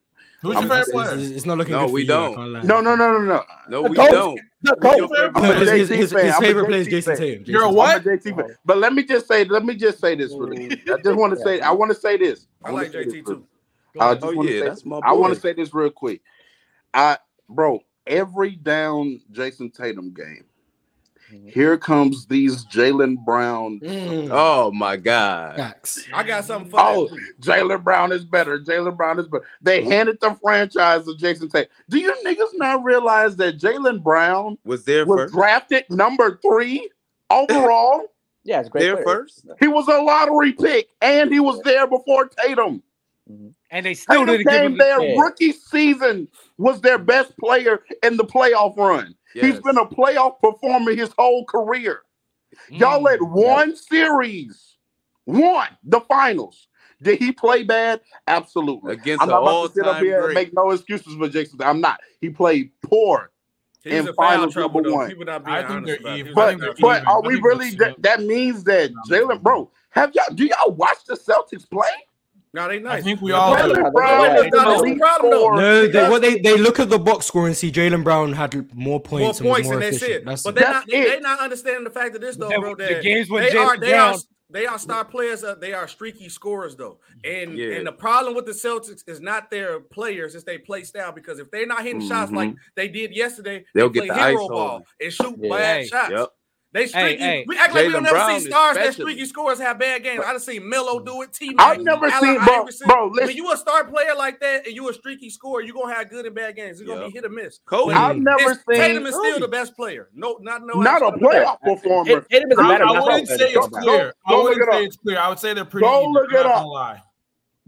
Speaker 5: Who's your
Speaker 6: I'm-
Speaker 5: favorite
Speaker 6: it's-
Speaker 5: player?
Speaker 9: It's not looking
Speaker 12: No,
Speaker 9: good for
Speaker 12: we
Speaker 9: you, I
Speaker 12: don't.
Speaker 9: can't lie.
Speaker 6: No, no, no, no, no.
Speaker 12: No, we
Speaker 4: Don't-
Speaker 12: don't.
Speaker 4: Go.
Speaker 12: Your favorite
Speaker 6: I'm a
Speaker 9: No, his,
Speaker 12: player-
Speaker 9: his,
Speaker 6: JT
Speaker 9: his,
Speaker 6: fan.
Speaker 9: his
Speaker 6: I'm a
Speaker 9: favorite player is
Speaker 6: JT
Speaker 9: Jason
Speaker 6: fan.
Speaker 9: Tatum.
Speaker 5: You're a
Speaker 9: Jason
Speaker 5: what?
Speaker 6: I'm a JT fan. But let me just say, let me just say this for this. I just want to say, I want to say this.
Speaker 8: I
Speaker 6: wanna
Speaker 8: like
Speaker 6: say this
Speaker 8: JT
Speaker 6: for-
Speaker 8: too.
Speaker 6: I just
Speaker 12: Oh,
Speaker 6: want to
Speaker 12: yeah,
Speaker 6: say,
Speaker 12: that's my
Speaker 6: I want to
Speaker 12: boy.
Speaker 6: say this real quick. I, bro, every down Jason Tatum game, here comes these Jalen Brown.
Speaker 4: Mm.
Speaker 12: Oh my God.
Speaker 9: Facts.
Speaker 8: I got something for
Speaker 6: Oh,
Speaker 8: you.
Speaker 6: Jalen Brown is better. Jalen Brown is better. They handed the franchise to Jason Tatum. Do you niggas not realize that Jalen Brown
Speaker 12: Was there
Speaker 6: was
Speaker 12: first?
Speaker 6: drafted number three overall?
Speaker 4: Yeah, it's a great.
Speaker 12: There
Speaker 4: player.
Speaker 12: first?
Speaker 6: he was a lottery pick, and he was there before Tatum.
Speaker 1: And they still
Speaker 6: Tatum
Speaker 1: didn't give him
Speaker 6: came
Speaker 1: the
Speaker 6: their
Speaker 4: Yeah.
Speaker 6: rookie season was their best player in the playoff run. He's
Speaker 12: Yes.
Speaker 6: been a playoff performer his whole career.
Speaker 1: Mm,
Speaker 6: Y'all had one series, one the finals. Did he play bad? Absolutely.
Speaker 12: Against
Speaker 6: I'm
Speaker 12: an
Speaker 6: not about to sit up
Speaker 12: all-time
Speaker 6: here and
Speaker 12: great.
Speaker 6: make no excuses for Jason. I'm not. He played poor.
Speaker 8: He was
Speaker 6: in
Speaker 8: in foul
Speaker 6: finals
Speaker 8: trouble
Speaker 6: number
Speaker 8: though.
Speaker 6: one.
Speaker 8: People not being
Speaker 5: I think
Speaker 8: honest
Speaker 5: they're
Speaker 8: about
Speaker 5: even.
Speaker 8: it.
Speaker 5: I
Speaker 6: But
Speaker 5: think they're
Speaker 6: but
Speaker 5: even.
Speaker 6: are
Speaker 5: I
Speaker 6: we
Speaker 5: think they're
Speaker 6: really
Speaker 5: snubbed.
Speaker 6: that, that means that Jalen bro, have y'all do y'all watch the Celtics play?
Speaker 8: No, they nice.
Speaker 5: I think we all.
Speaker 4: Jalen
Speaker 5: do.
Speaker 6: Jalen Brown
Speaker 4: Wait,
Speaker 6: is
Speaker 4: wait,
Speaker 6: an
Speaker 4: no,
Speaker 6: elite
Speaker 8: problem, though.
Speaker 6: scorer.
Speaker 9: No, they, what they they look at the box score and see Jalen Brown had more
Speaker 8: More
Speaker 9: points and was
Speaker 8: points
Speaker 9: more
Speaker 8: and that's
Speaker 9: efficient.
Speaker 8: it.
Speaker 9: That's
Speaker 8: But
Speaker 9: it.
Speaker 8: they're
Speaker 6: That's
Speaker 8: not, they, they
Speaker 6: it.
Speaker 8: not understanding the fact of this though,
Speaker 1: Then
Speaker 8: bro.
Speaker 1: the
Speaker 8: That
Speaker 1: games when
Speaker 8: they
Speaker 1: Jalen
Speaker 8: are they
Speaker 1: Brown-
Speaker 8: are they are star players. Uh, they are streaky scorers though. And
Speaker 12: Yeah.
Speaker 8: and the problem with the Celtics is not their players; it's they play style. Because if they're not hitting shots like they did yesterday,
Speaker 12: Mm-hmm. They'll
Speaker 8: they
Speaker 12: get
Speaker 8: play
Speaker 12: the
Speaker 8: hero
Speaker 12: ice
Speaker 8: ball
Speaker 12: on.
Speaker 8: and shoot
Speaker 4: Yeah.
Speaker 8: bad
Speaker 1: Hey.
Speaker 8: shots.
Speaker 12: Yep.
Speaker 8: They streaky.
Speaker 1: hey.
Speaker 8: we act like
Speaker 12: Jalen
Speaker 8: we've never
Speaker 12: Brown
Speaker 8: seen stars that
Speaker 12: especially.
Speaker 8: streaky scorers have bad games. I done seen Melo do it. T.
Speaker 6: I've
Speaker 8: Mac,
Speaker 6: never
Speaker 8: Allen
Speaker 6: seen bro,
Speaker 8: Iverson.
Speaker 6: bro
Speaker 8: When
Speaker 6: listen,
Speaker 8: you a star player like that and you a streaky scorer, you're gonna have good and bad games. It's gonna
Speaker 12: Yep.
Speaker 8: be hit or miss.
Speaker 12: Kobe.
Speaker 6: I've never
Speaker 8: It's- Tatum
Speaker 6: seen
Speaker 8: is still the best player. No, not no.
Speaker 6: not a playoff performer.
Speaker 4: It, it is a
Speaker 5: I,
Speaker 4: matter.
Speaker 5: I wouldn't say
Speaker 6: Go-
Speaker 5: it's clear. I
Speaker 6: go look
Speaker 5: wouldn't
Speaker 6: it
Speaker 5: say
Speaker 6: up.
Speaker 5: it's clear. I would say they're pretty.
Speaker 6: Go
Speaker 5: even.
Speaker 6: look
Speaker 5: I'm
Speaker 6: it
Speaker 5: not
Speaker 6: up.
Speaker 5: gonna lie.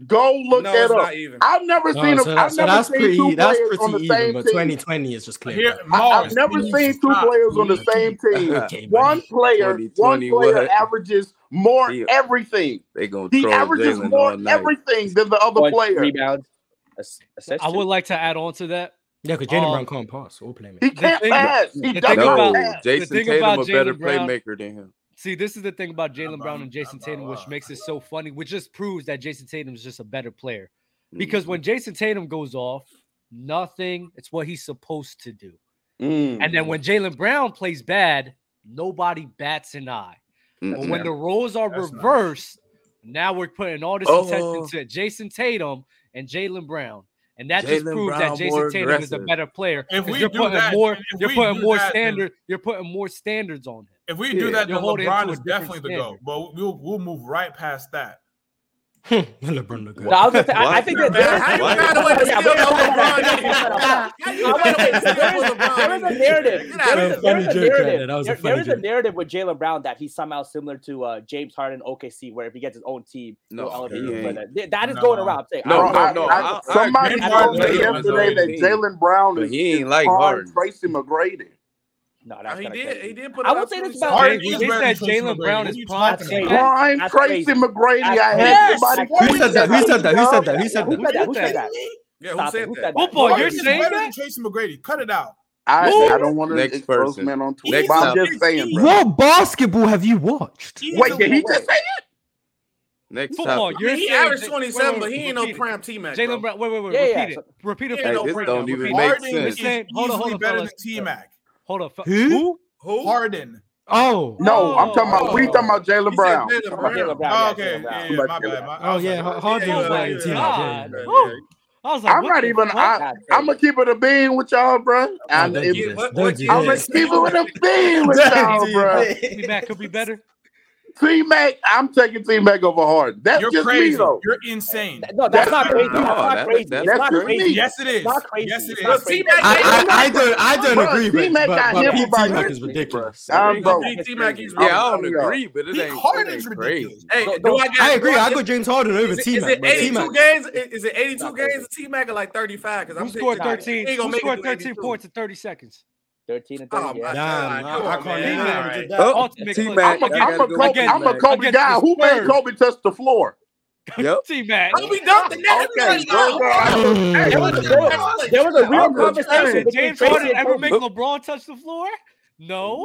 Speaker 6: Go look
Speaker 8: No,
Speaker 6: that
Speaker 8: it's
Speaker 6: up.
Speaker 8: not even.
Speaker 6: I've never
Speaker 9: No,
Speaker 6: seen
Speaker 9: so
Speaker 6: a,
Speaker 9: that-
Speaker 6: I've
Speaker 9: so
Speaker 6: never
Speaker 9: that's
Speaker 6: seen two
Speaker 9: pretty. That's
Speaker 6: players on
Speaker 9: pretty
Speaker 6: the
Speaker 9: even.
Speaker 6: same
Speaker 9: But
Speaker 6: team.
Speaker 9: 2020 is just clear.
Speaker 5: Here,
Speaker 9: bro.
Speaker 6: I,
Speaker 5: Mars,
Speaker 6: I've never
Speaker 5: can you
Speaker 6: seen two
Speaker 5: stop?
Speaker 6: players on the same team.
Speaker 9: Okay,
Speaker 6: One player, one
Speaker 12: 2020
Speaker 6: player
Speaker 12: what?
Speaker 6: averages more
Speaker 12: Yeah.
Speaker 6: everything.
Speaker 12: They gonna
Speaker 6: He
Speaker 12: troll
Speaker 6: averages
Speaker 12: Jalen
Speaker 6: more
Speaker 12: all night.
Speaker 6: everything than the other
Speaker 4: One
Speaker 6: player.
Speaker 4: rebound, ass- assist.
Speaker 1: I would like to add on to that.
Speaker 9: Yeah, because Jalen
Speaker 1: Um,
Speaker 9: Brown can't pass or play.
Speaker 6: He
Speaker 9: man.
Speaker 6: can't
Speaker 1: thing-
Speaker 6: pass. He
Speaker 1: the
Speaker 6: does
Speaker 1: thing
Speaker 6: not
Speaker 1: about-
Speaker 12: No,
Speaker 6: pass.
Speaker 12: Jason
Speaker 1: thing
Speaker 12: Tatum
Speaker 1: about
Speaker 12: a better
Speaker 1: Jalen Brown-
Speaker 12: playmaker than him.
Speaker 1: See, this is the thing about Jalen
Speaker 5: about-
Speaker 1: Brown and Jason
Speaker 5: about
Speaker 1: Tatum, which
Speaker 5: what?
Speaker 1: makes it so funny, which just proves that Jason Tatum is just a better player.
Speaker 12: Mm-hmm.
Speaker 1: Because when Jason Tatum goes off, nothing, it's what he's supposed to do.
Speaker 12: Mm.
Speaker 1: And then when Jalen Brown plays bad, nobody bats an eye. But when the roles are
Speaker 5: That's nice.
Speaker 1: reversed, now we're putting all this
Speaker 12: Oh.
Speaker 1: attention to Jason Tatum and Jalen Brown. And that just
Speaker 12: Jalen
Speaker 1: proves
Speaker 12: Brown
Speaker 1: that Jason
Speaker 12: more
Speaker 1: Tatum is a
Speaker 12: aggressive.
Speaker 1: better player.
Speaker 5: If
Speaker 1: 'cause
Speaker 5: we
Speaker 1: you're
Speaker 5: do
Speaker 1: putting
Speaker 5: that-
Speaker 1: more,
Speaker 5: if
Speaker 1: you're
Speaker 5: we
Speaker 1: putting
Speaker 5: do
Speaker 1: more
Speaker 5: that, then-
Speaker 1: standard, you're putting more standards on him.
Speaker 5: If we
Speaker 12: Yeah.
Speaker 5: do that,
Speaker 1: You're
Speaker 5: then
Speaker 1: holding it to a
Speaker 5: LeBron is
Speaker 1: different
Speaker 5: definitely the
Speaker 1: standard.
Speaker 5: go. But we'll we'll move right past that.
Speaker 2: LeBron look
Speaker 4: No, I was gonna say, I, I think that there is.
Speaker 8: How you find a way to
Speaker 4: Yeah,
Speaker 8: steal that
Speaker 4: wait, wait,
Speaker 8: LeBron?
Speaker 4: wait, wait, wait, wait, wait.
Speaker 8: How
Speaker 4: I
Speaker 8: you
Speaker 4: wanna-
Speaker 8: find a way to
Speaker 4: wait, so
Speaker 8: steal
Speaker 4: there is-
Speaker 8: LeBron?
Speaker 4: there is a narrative.
Speaker 8: Get out of here.
Speaker 4: There is a- there is a
Speaker 2: Funny joke, Brandon.
Speaker 4: narrative.
Speaker 2: That was a
Speaker 4: There- There
Speaker 2: funny
Speaker 4: is a
Speaker 2: joke.
Speaker 4: narrative with Jalen Brown that he's somehow similar to uh, James Harden OKC, where if he gets his own team,
Speaker 12: No,
Speaker 4: he'll elevate
Speaker 12: he
Speaker 4: him
Speaker 12: ain't.
Speaker 4: further. Th- That is going around. I'm saying, I
Speaker 12: No,
Speaker 4: don't
Speaker 12: no,
Speaker 4: know.
Speaker 12: no.
Speaker 6: I-
Speaker 12: I- I
Speaker 6: somebody
Speaker 12: agree.
Speaker 6: told me
Speaker 12: Harden is on
Speaker 6: yesterday
Speaker 12: his
Speaker 6: that
Speaker 12: team,
Speaker 6: Jalen Brown
Speaker 12: but
Speaker 6: is,
Speaker 12: he ain't
Speaker 6: is
Speaker 12: like
Speaker 6: on
Speaker 12: Harden.
Speaker 6: Tracy McGrady.
Speaker 4: No,
Speaker 8: Oh,
Speaker 4: that's
Speaker 8: He
Speaker 4: kinda
Speaker 8: did.
Speaker 4: crazy.
Speaker 8: He did put.
Speaker 4: I
Speaker 8: it
Speaker 4: will
Speaker 8: up
Speaker 4: say
Speaker 8: to
Speaker 4: this
Speaker 8: the side.
Speaker 4: about
Speaker 5: Harden
Speaker 1: You
Speaker 5: is
Speaker 1: just
Speaker 5: better
Speaker 1: said
Speaker 5: than Tracy
Speaker 1: Jalen
Speaker 5: McGrady.
Speaker 1: Brown
Speaker 5: What
Speaker 1: is
Speaker 5: are you
Speaker 1: prime
Speaker 5: talking
Speaker 1: time.
Speaker 5: about?
Speaker 6: Brian
Speaker 4: That's
Speaker 6: Tracy
Speaker 4: crazy.
Speaker 6: McGrady. I
Speaker 4: That's
Speaker 6: had somebody.
Speaker 4: crazy.
Speaker 6: tweet
Speaker 4: Yes!
Speaker 8: Who said that? Who said
Speaker 6: yo.
Speaker 8: Who said
Speaker 4: Who said that? Who
Speaker 6: Who
Speaker 4: said that?
Speaker 8: Yeah, who
Speaker 4: Stop it.
Speaker 8: said
Speaker 4: Who
Speaker 8: that?
Speaker 4: said that?
Speaker 1: Football,
Speaker 5: Harden
Speaker 1: you're
Speaker 5: is
Speaker 1: saying
Speaker 5: better
Speaker 1: that?
Speaker 5: than Tracy McGrady. Cut it out.
Speaker 6: I,
Speaker 12: Who?
Speaker 6: I don't want to
Speaker 12: Next
Speaker 6: expose
Speaker 12: person.
Speaker 6: man on Twitter,
Speaker 12: Next
Speaker 6: but I'm
Speaker 12: topic.
Speaker 6: just saying, bro.
Speaker 9: What basketball have you watched?
Speaker 6: Wait, did he just say that?
Speaker 12: Next
Speaker 1: Football,
Speaker 12: topic.
Speaker 8: I mean,
Speaker 1: you're
Speaker 8: he
Speaker 1: saying
Speaker 8: averaged
Speaker 1: Ja-
Speaker 8: 27,
Speaker 1: wait,
Speaker 8: but
Speaker 1: wait,
Speaker 8: he ain't
Speaker 1: repeat
Speaker 8: no
Speaker 1: it.
Speaker 8: prime teammate.
Speaker 1: Jalen
Speaker 8: bro.
Speaker 1: Brown. Wait, wait, wait.
Speaker 4: Yeah,
Speaker 1: repeat
Speaker 4: yeah,
Speaker 1: it.
Speaker 4: so-
Speaker 1: Repeat it.
Speaker 8: Hey,
Speaker 1: for
Speaker 12: Hey,
Speaker 1: me.
Speaker 8: no
Speaker 12: this
Speaker 8: break
Speaker 12: don't
Speaker 8: now.
Speaker 12: even make
Speaker 1: Harden is
Speaker 12: sense.
Speaker 1: saying- hold on, hold
Speaker 5: Easily
Speaker 1: on,
Speaker 5: better
Speaker 1: fellas.
Speaker 5: than T Mac.
Speaker 1: Hold on. fe-
Speaker 9: Who?
Speaker 8: Who?
Speaker 5: Harden.
Speaker 9: Oh,
Speaker 6: No, I'm talking
Speaker 1: Oh.
Speaker 6: about. We talking about Jalen
Speaker 8: He said
Speaker 6: Brown.
Speaker 8: Jalen
Speaker 4: Talking about Jalen
Speaker 8: Brown.
Speaker 4: Brown. yeah,
Speaker 5: Oh, okay.
Speaker 4: Jalen
Speaker 5: Yeah,
Speaker 4: Brown.
Speaker 5: yeah, my bad. My, I
Speaker 9: Oh,
Speaker 5: was
Speaker 9: yeah,
Speaker 5: like,
Speaker 9: Harden
Speaker 5: yeah,
Speaker 1: was
Speaker 5: yeah,
Speaker 1: better than
Speaker 5: yeah,
Speaker 1: T-Mac.
Speaker 5: yeah, yeah,
Speaker 1: God.
Speaker 5: yeah.
Speaker 1: I was like,
Speaker 6: I'm
Speaker 1: what
Speaker 6: not
Speaker 1: the
Speaker 6: even.
Speaker 1: fuck?
Speaker 6: I, I'm gonna keep it a bean with y'all, bro.
Speaker 2: Oh,
Speaker 6: I'm
Speaker 2: don't do this.
Speaker 8: what-
Speaker 2: Don't
Speaker 8: what
Speaker 2: do
Speaker 8: year-
Speaker 6: gonna
Speaker 2: this.
Speaker 6: keep it with a bean with y'all, bro.
Speaker 1: T-Mac could be better.
Speaker 6: T Mac, I'm taking T Mac over hard. That's
Speaker 5: You're
Speaker 6: just
Speaker 5: crazy.
Speaker 6: me though.
Speaker 5: You're insane.
Speaker 4: Th- No,
Speaker 6: That's-
Speaker 4: that's not crazy. That's
Speaker 12: no,
Speaker 4: not
Speaker 12: that-
Speaker 4: crazy.
Speaker 12: that-
Speaker 4: It's not
Speaker 6: that's
Speaker 4: crazy.
Speaker 6: crazy.
Speaker 5: Yes, it is.
Speaker 4: Not crazy.
Speaker 5: Yes, it
Speaker 4: It's not
Speaker 5: is.
Speaker 8: Well,
Speaker 4: crazy.
Speaker 8: T-Mac-
Speaker 9: I, I, I don't, I don't
Speaker 6: Bruh,
Speaker 9: agree with.
Speaker 6: T-Mac got
Speaker 9: But, but
Speaker 6: handled
Speaker 9: Pete
Speaker 6: by
Speaker 9: T-Mac
Speaker 6: Chris
Speaker 9: is ridiculous.
Speaker 6: I'm broke.
Speaker 8: T- T-Mac is
Speaker 12: Yeah, I don't
Speaker 6: I'm sorry.
Speaker 12: agree, but it
Speaker 5: Pete
Speaker 12: ain't, it
Speaker 5: Harden's
Speaker 12: ain't
Speaker 5: ridiculous.
Speaker 12: crazy.
Speaker 8: Hey,
Speaker 4: No,
Speaker 8: do
Speaker 4: no,
Speaker 8: I got?
Speaker 9: I agree.
Speaker 8: do
Speaker 9: I go James Harden over
Speaker 8: Is, it- is
Speaker 9: T-Mac.
Speaker 8: it
Speaker 9: but
Speaker 8: 82
Speaker 9: T-Mac.
Speaker 8: games? Is, is it 82
Speaker 4: Not
Speaker 8: games
Speaker 4: crazy.
Speaker 8: of T-Mac or like 35? Because I'm
Speaker 1: Who
Speaker 8: taking
Speaker 1: scored
Speaker 8: T-Mac.
Speaker 1: 13?
Speaker 8: He ain't
Speaker 1: Who
Speaker 8: gonna make
Speaker 1: scored
Speaker 8: it through
Speaker 1: 13
Speaker 8: 82.
Speaker 1: points in 30 seconds?
Speaker 4: 13 and 30.
Speaker 8: Oh, my
Speaker 4: yeah.
Speaker 8: God.
Speaker 9: Nah,
Speaker 8: Come
Speaker 9: I
Speaker 8: on,
Speaker 9: can't
Speaker 8: man.
Speaker 9: even
Speaker 8: All
Speaker 1: do
Speaker 8: right.
Speaker 9: that.
Speaker 12: Oh,
Speaker 1: Ultimate clutch.
Speaker 6: I'm
Speaker 12: T-Mac,
Speaker 6: a,
Speaker 12: I
Speaker 6: I'm
Speaker 12: gotta
Speaker 6: a
Speaker 12: go
Speaker 6: Kobe
Speaker 12: with
Speaker 6: I'm a
Speaker 12: T-Mac.
Speaker 6: Kobe
Speaker 1: Against
Speaker 6: guy.
Speaker 1: the
Speaker 6: Who made
Speaker 1: Spurs.
Speaker 6: Kobe touch the floor?
Speaker 12: Yep.
Speaker 1: T-Mac.
Speaker 8: Kobe dunked the net.
Speaker 6: Okay, go, go.
Speaker 4: There was, a, there, was, there was a real
Speaker 6: I'm just
Speaker 4: conversation
Speaker 6: saying,
Speaker 1: Did
Speaker 4: between
Speaker 1: James
Speaker 4: Tracy
Speaker 1: Harden
Speaker 4: and
Speaker 1: ever
Speaker 4: Kobe.
Speaker 1: make
Speaker 12: Nope.
Speaker 1: LeBron touch the floor? No.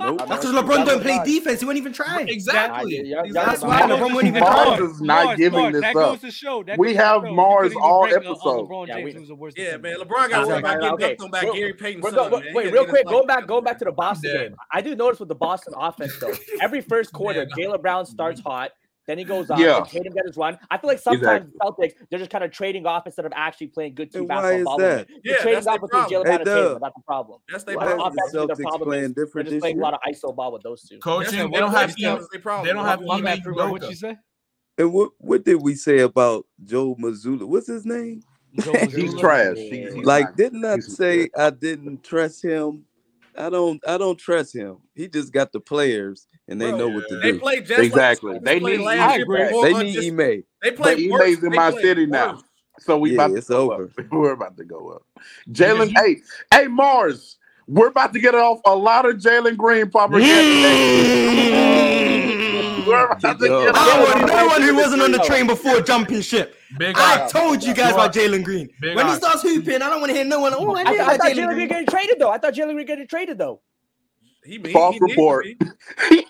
Speaker 12: Nope.
Speaker 9: That's because LeBron don't play defense. He wouldn't even try.
Speaker 5: Exactly.
Speaker 4: Yeah, yeah, yeah,
Speaker 9: That's
Speaker 4: yeah,
Speaker 9: why
Speaker 4: yeah.
Speaker 9: LeBron wouldn't even
Speaker 6: Mars
Speaker 9: try.
Speaker 1: Mars,
Speaker 6: is not
Speaker 1: Mars,
Speaker 6: giving
Speaker 1: Mars,
Speaker 6: this
Speaker 1: that
Speaker 6: up.
Speaker 1: goes to show. That
Speaker 6: We
Speaker 1: goes to
Speaker 6: have
Speaker 1: show. You
Speaker 6: Mars
Speaker 1: couldn't even
Speaker 6: all
Speaker 1: rank, uh, uh,
Speaker 6: episode.
Speaker 1: LeBron
Speaker 4: Oh. Yeah,
Speaker 1: James
Speaker 4: we-
Speaker 1: who's the worst
Speaker 8: Yeah,
Speaker 1: defender.
Speaker 8: man. LeBron got worried about
Speaker 4: Exactly.
Speaker 8: getting
Speaker 4: Okay.
Speaker 8: dunked on by
Speaker 4: We're-
Speaker 8: Gary Payton.
Speaker 4: We're go, wait, wait, real quick, going back, going back to the Boston
Speaker 5: dead.
Speaker 4: game. I do notice with the Boston offense though. Every first quarter,
Speaker 5: dead.
Speaker 4: Jalen Brown starts hot, then he goes off.
Speaker 6: Yeah.
Speaker 4: Yeah. Tatum gets his run. I feel like sometimes the Celtics they're just kind of trading off instead of actually playing good team
Speaker 12: And why is
Speaker 4: basketball. They're
Speaker 12: that?
Speaker 8: Yeah,
Speaker 4: trading
Speaker 8: that's their
Speaker 4: off between Jalen
Speaker 8: problem.
Speaker 4: Brown
Speaker 12: Hey,
Speaker 4: and Tatum.
Speaker 12: Doug.
Speaker 4: That's the problem.
Speaker 8: That's their
Speaker 4: Why
Speaker 12: Why
Speaker 4: is
Speaker 8: problem.
Speaker 12: is the
Speaker 4: offensively the
Speaker 12: Celtics
Speaker 4: problem is
Speaker 12: playing
Speaker 4: they're
Speaker 12: different
Speaker 4: just
Speaker 12: this
Speaker 4: playing a
Speaker 12: year?
Speaker 4: lot of ISO ball with those two.
Speaker 5: Coaching,
Speaker 8: That's
Speaker 5: they don't have
Speaker 8: their
Speaker 5: E-
Speaker 8: problem.
Speaker 5: they don't have
Speaker 1: My bad,
Speaker 5: Ime
Speaker 1: Primo. What
Speaker 5: Udoka.
Speaker 1: you say?
Speaker 12: And what what did we say about Joe Mazzulla? What's his name?
Speaker 1: Joe
Speaker 6: He's
Speaker 1: Mazzulla.
Speaker 6: trash.
Speaker 4: Yeah.
Speaker 6: He's, he's
Speaker 12: Like,
Speaker 6: not.
Speaker 12: didn't I
Speaker 6: He's
Speaker 12: say I didn't trust him? I don't I don't trust him. He just got the players and they
Speaker 8: Bro,
Speaker 12: know what to
Speaker 8: They
Speaker 12: do.
Speaker 8: play just
Speaker 6: Exactly.
Speaker 8: Like
Speaker 6: They
Speaker 8: played
Speaker 6: need- E
Speaker 8: last
Speaker 1: I
Speaker 8: year,
Speaker 1: agree.
Speaker 8: but more
Speaker 12: They
Speaker 8: undis-
Speaker 12: need E Ime.
Speaker 8: They play
Speaker 6: But
Speaker 8: worse.
Speaker 6: Ime's in
Speaker 8: They
Speaker 6: my
Speaker 8: play
Speaker 6: city now.
Speaker 8: worse.
Speaker 6: So we
Speaker 12: Yeah,
Speaker 6: about to
Speaker 12: it's
Speaker 6: go
Speaker 12: over.
Speaker 6: up. We're about to go up.
Speaker 5: Because
Speaker 6: Jalen, hey, hey, Mars, we're about to get off a lot of Jalen Green propaganda. we're about to get
Speaker 12: Yo.
Speaker 6: off.
Speaker 9: I want no one who wasn't on the train before jumping ship.
Speaker 5: Big
Speaker 9: I
Speaker 5: eye.
Speaker 9: told you guys about Jalen Green.
Speaker 5: Big
Speaker 9: When he
Speaker 5: eye.
Speaker 9: starts hooping, I don't want to hear no one. Oh, I
Speaker 4: I,
Speaker 9: knew
Speaker 4: th- I
Speaker 9: about
Speaker 4: thought
Speaker 9: Jalen
Speaker 4: Jalen Green
Speaker 9: Green.
Speaker 4: getting traded though. I thought Jalen Green getting traded though.
Speaker 8: He, he,
Speaker 6: False
Speaker 8: he needs to
Speaker 6: report.
Speaker 8: be.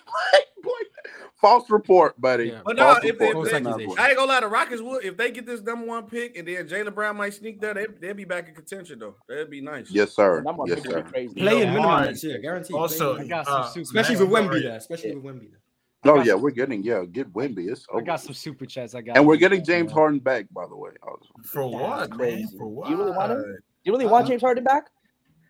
Speaker 6: False report, buddy.
Speaker 5: Yeah.
Speaker 8: But no,
Speaker 6: False
Speaker 8: if,
Speaker 6: report.
Speaker 8: if,
Speaker 5: False
Speaker 8: if,
Speaker 5: accusation.
Speaker 8: I ain't gonna lie, the Rockets will if they get this number one pick and then Jalen Brown might sneak there, they they'll be back in contention though. That'd be nice.
Speaker 6: yes,
Speaker 4: The
Speaker 6: sir.
Speaker 4: number one
Speaker 6: Yes,
Speaker 4: pick would be
Speaker 6: sir.
Speaker 4: crazy.
Speaker 9: Playing minimum.
Speaker 2: Yeah, guaranteed.
Speaker 5: Also,
Speaker 1: I got some
Speaker 5: uh,
Speaker 1: soup.
Speaker 9: Especially with Wemby.
Speaker 2: Yeah, especially with Wemby.
Speaker 1: I
Speaker 6: Oh
Speaker 1: got
Speaker 6: yeah,
Speaker 1: some-
Speaker 6: we're getting yeah, get Wimby. It's
Speaker 1: I
Speaker 6: over.
Speaker 1: got some super chats. I got.
Speaker 6: Oh. and we're getting James Harden back, by the way. Oh,
Speaker 5: For
Speaker 4: That's
Speaker 5: what, man?
Speaker 4: crazy.
Speaker 5: For what?
Speaker 4: You really want him? You really want
Speaker 5: Uh-huh.
Speaker 4: James Harden back?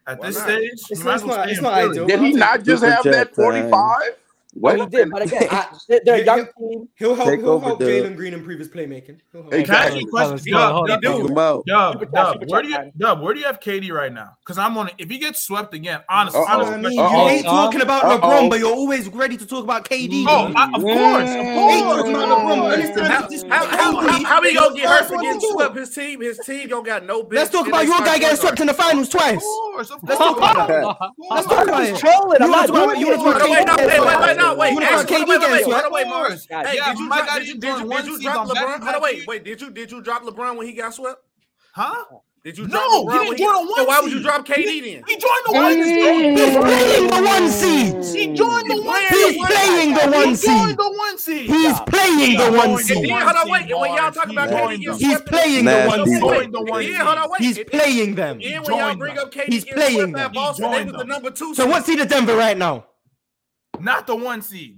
Speaker 5: At
Speaker 8: Why
Speaker 5: this
Speaker 8: not?
Speaker 5: stage,
Speaker 2: It's
Speaker 5: you might
Speaker 2: not-
Speaker 5: as well
Speaker 2: it's
Speaker 5: stay in
Speaker 2: not
Speaker 5: Philly.
Speaker 2: ideal.
Speaker 6: Did he not just
Speaker 12: Super
Speaker 6: have
Speaker 12: chat
Speaker 6: that
Speaker 12: time.
Speaker 6: forty five?
Speaker 4: No, he did, but again,
Speaker 12: I-
Speaker 4: they're, they're a
Speaker 2: you-
Speaker 4: young
Speaker 2: you-
Speaker 4: team.
Speaker 2: He'll help.
Speaker 12: Take
Speaker 2: he'll
Speaker 12: over
Speaker 2: help
Speaker 12: the-
Speaker 2: Jalen Green improve his playmaking. He'll help.
Speaker 5: Can I ask
Speaker 6: Exactly.
Speaker 5: you a question?
Speaker 1: Fellas,
Speaker 5: Dub,
Speaker 1: hold
Speaker 5: Dub,
Speaker 1: on,
Speaker 12: Take
Speaker 1: hold
Speaker 12: him
Speaker 5: Dub,
Speaker 12: out.
Speaker 4: Super
Speaker 5: Dub,
Speaker 4: chat, super
Speaker 5: Dub,
Speaker 4: chat,
Speaker 5: where do you,
Speaker 4: man.
Speaker 5: Dub, where do you have KD right now? Because I'm on it. If he gets swept again, honest,
Speaker 6: Uh-oh.
Speaker 5: honest
Speaker 12: I mean,
Speaker 5: question.
Speaker 9: You
Speaker 1: Uh-oh.
Speaker 9: hate talking about
Speaker 6: Uh-oh.
Speaker 9: LeBron, but you're always ready to talk about KD.
Speaker 5: Oh, I, of course, of
Speaker 9: You hate
Speaker 5: course.
Speaker 9: talking about LeBron. Every time
Speaker 8: How,
Speaker 9: it's just
Speaker 8: how, how, how,
Speaker 9: KD,
Speaker 8: how he gonna get hurt for
Speaker 9: what
Speaker 8: getting
Speaker 9: to do.
Speaker 8: swept? His team, his team don't got no bench.
Speaker 9: Let's talk
Speaker 8: and
Speaker 9: about
Speaker 8: they
Speaker 9: your
Speaker 8: start
Speaker 9: guy getting
Speaker 8: point
Speaker 9: swept in the finals
Speaker 5: Of
Speaker 9: twice.
Speaker 5: course, of
Speaker 9: Let's
Speaker 5: course.
Speaker 9: talk about that. Let's talk about it.
Speaker 4: Trolling.
Speaker 9: You
Speaker 4: I'm
Speaker 9: want
Speaker 4: not
Speaker 9: to talk
Speaker 4: doing
Speaker 9: about? You want
Speaker 4: it.
Speaker 9: to talk about
Speaker 8: No, wait, no, wait,
Speaker 9: KD?
Speaker 8: wait, wait, no, wait.
Speaker 9: You want to talk
Speaker 8: Actually,
Speaker 9: about
Speaker 8: wait, wait, wait, wait,
Speaker 9: KD getting swept?
Speaker 8: wait, Mark.
Speaker 4: God,
Speaker 5: Hey,
Speaker 8: Hey,
Speaker 5: yeah,
Speaker 8: did you
Speaker 5: my
Speaker 8: drop,
Speaker 5: guy
Speaker 8: did you, did
Speaker 5: didn't go
Speaker 8: you,
Speaker 5: in
Speaker 8: did
Speaker 5: one
Speaker 8: you
Speaker 5: season
Speaker 8: drop
Speaker 5: on
Speaker 8: LeBron? Hold on,
Speaker 5: back-to-back
Speaker 8: wait,
Speaker 5: years.
Speaker 8: wait, did you did you drop LeBron when he got swept?
Speaker 9: Huh?
Speaker 8: Did you drop
Speaker 9: No,
Speaker 8: LeBron
Speaker 9: he
Speaker 8: when
Speaker 9: didn't join on one
Speaker 8: Then why would you
Speaker 9: seed.
Speaker 8: drop KD then?
Speaker 9: He joined the one seed. He's playing the one seed.
Speaker 5: He joined
Speaker 8: He
Speaker 5: the one.
Speaker 8: playing
Speaker 9: He's playing the one
Speaker 5: He joined
Speaker 9: seed.
Speaker 5: the one seed.
Speaker 9: He's playing the one
Speaker 8: And
Speaker 9: seed.
Speaker 8: then hold on, wait. And when y'all
Speaker 5: Lawrence,
Speaker 8: talk
Speaker 5: he
Speaker 8: about KD
Speaker 5: joined
Speaker 8: getting
Speaker 5: them.
Speaker 8: swept,
Speaker 9: He's playing the
Speaker 12: Nasty.
Speaker 9: one
Speaker 12: He
Speaker 9: seed.
Speaker 5: joined the one
Speaker 8: Yeah,
Speaker 5: seed.
Speaker 8: hold on, wait.
Speaker 9: He's
Speaker 8: And then-
Speaker 9: playing them.
Speaker 8: And then when y'all
Speaker 5: joined
Speaker 8: bring
Speaker 5: them.
Speaker 8: up KD
Speaker 9: He's
Speaker 8: getting swept
Speaker 9: playing
Speaker 8: by
Speaker 9: them.
Speaker 8: Boston,
Speaker 5: He
Speaker 8: they
Speaker 5: joined
Speaker 8: was the
Speaker 5: them.
Speaker 8: number two.
Speaker 9: So
Speaker 8: seed.
Speaker 9: what seed is Denver right now?
Speaker 5: Not the one seed.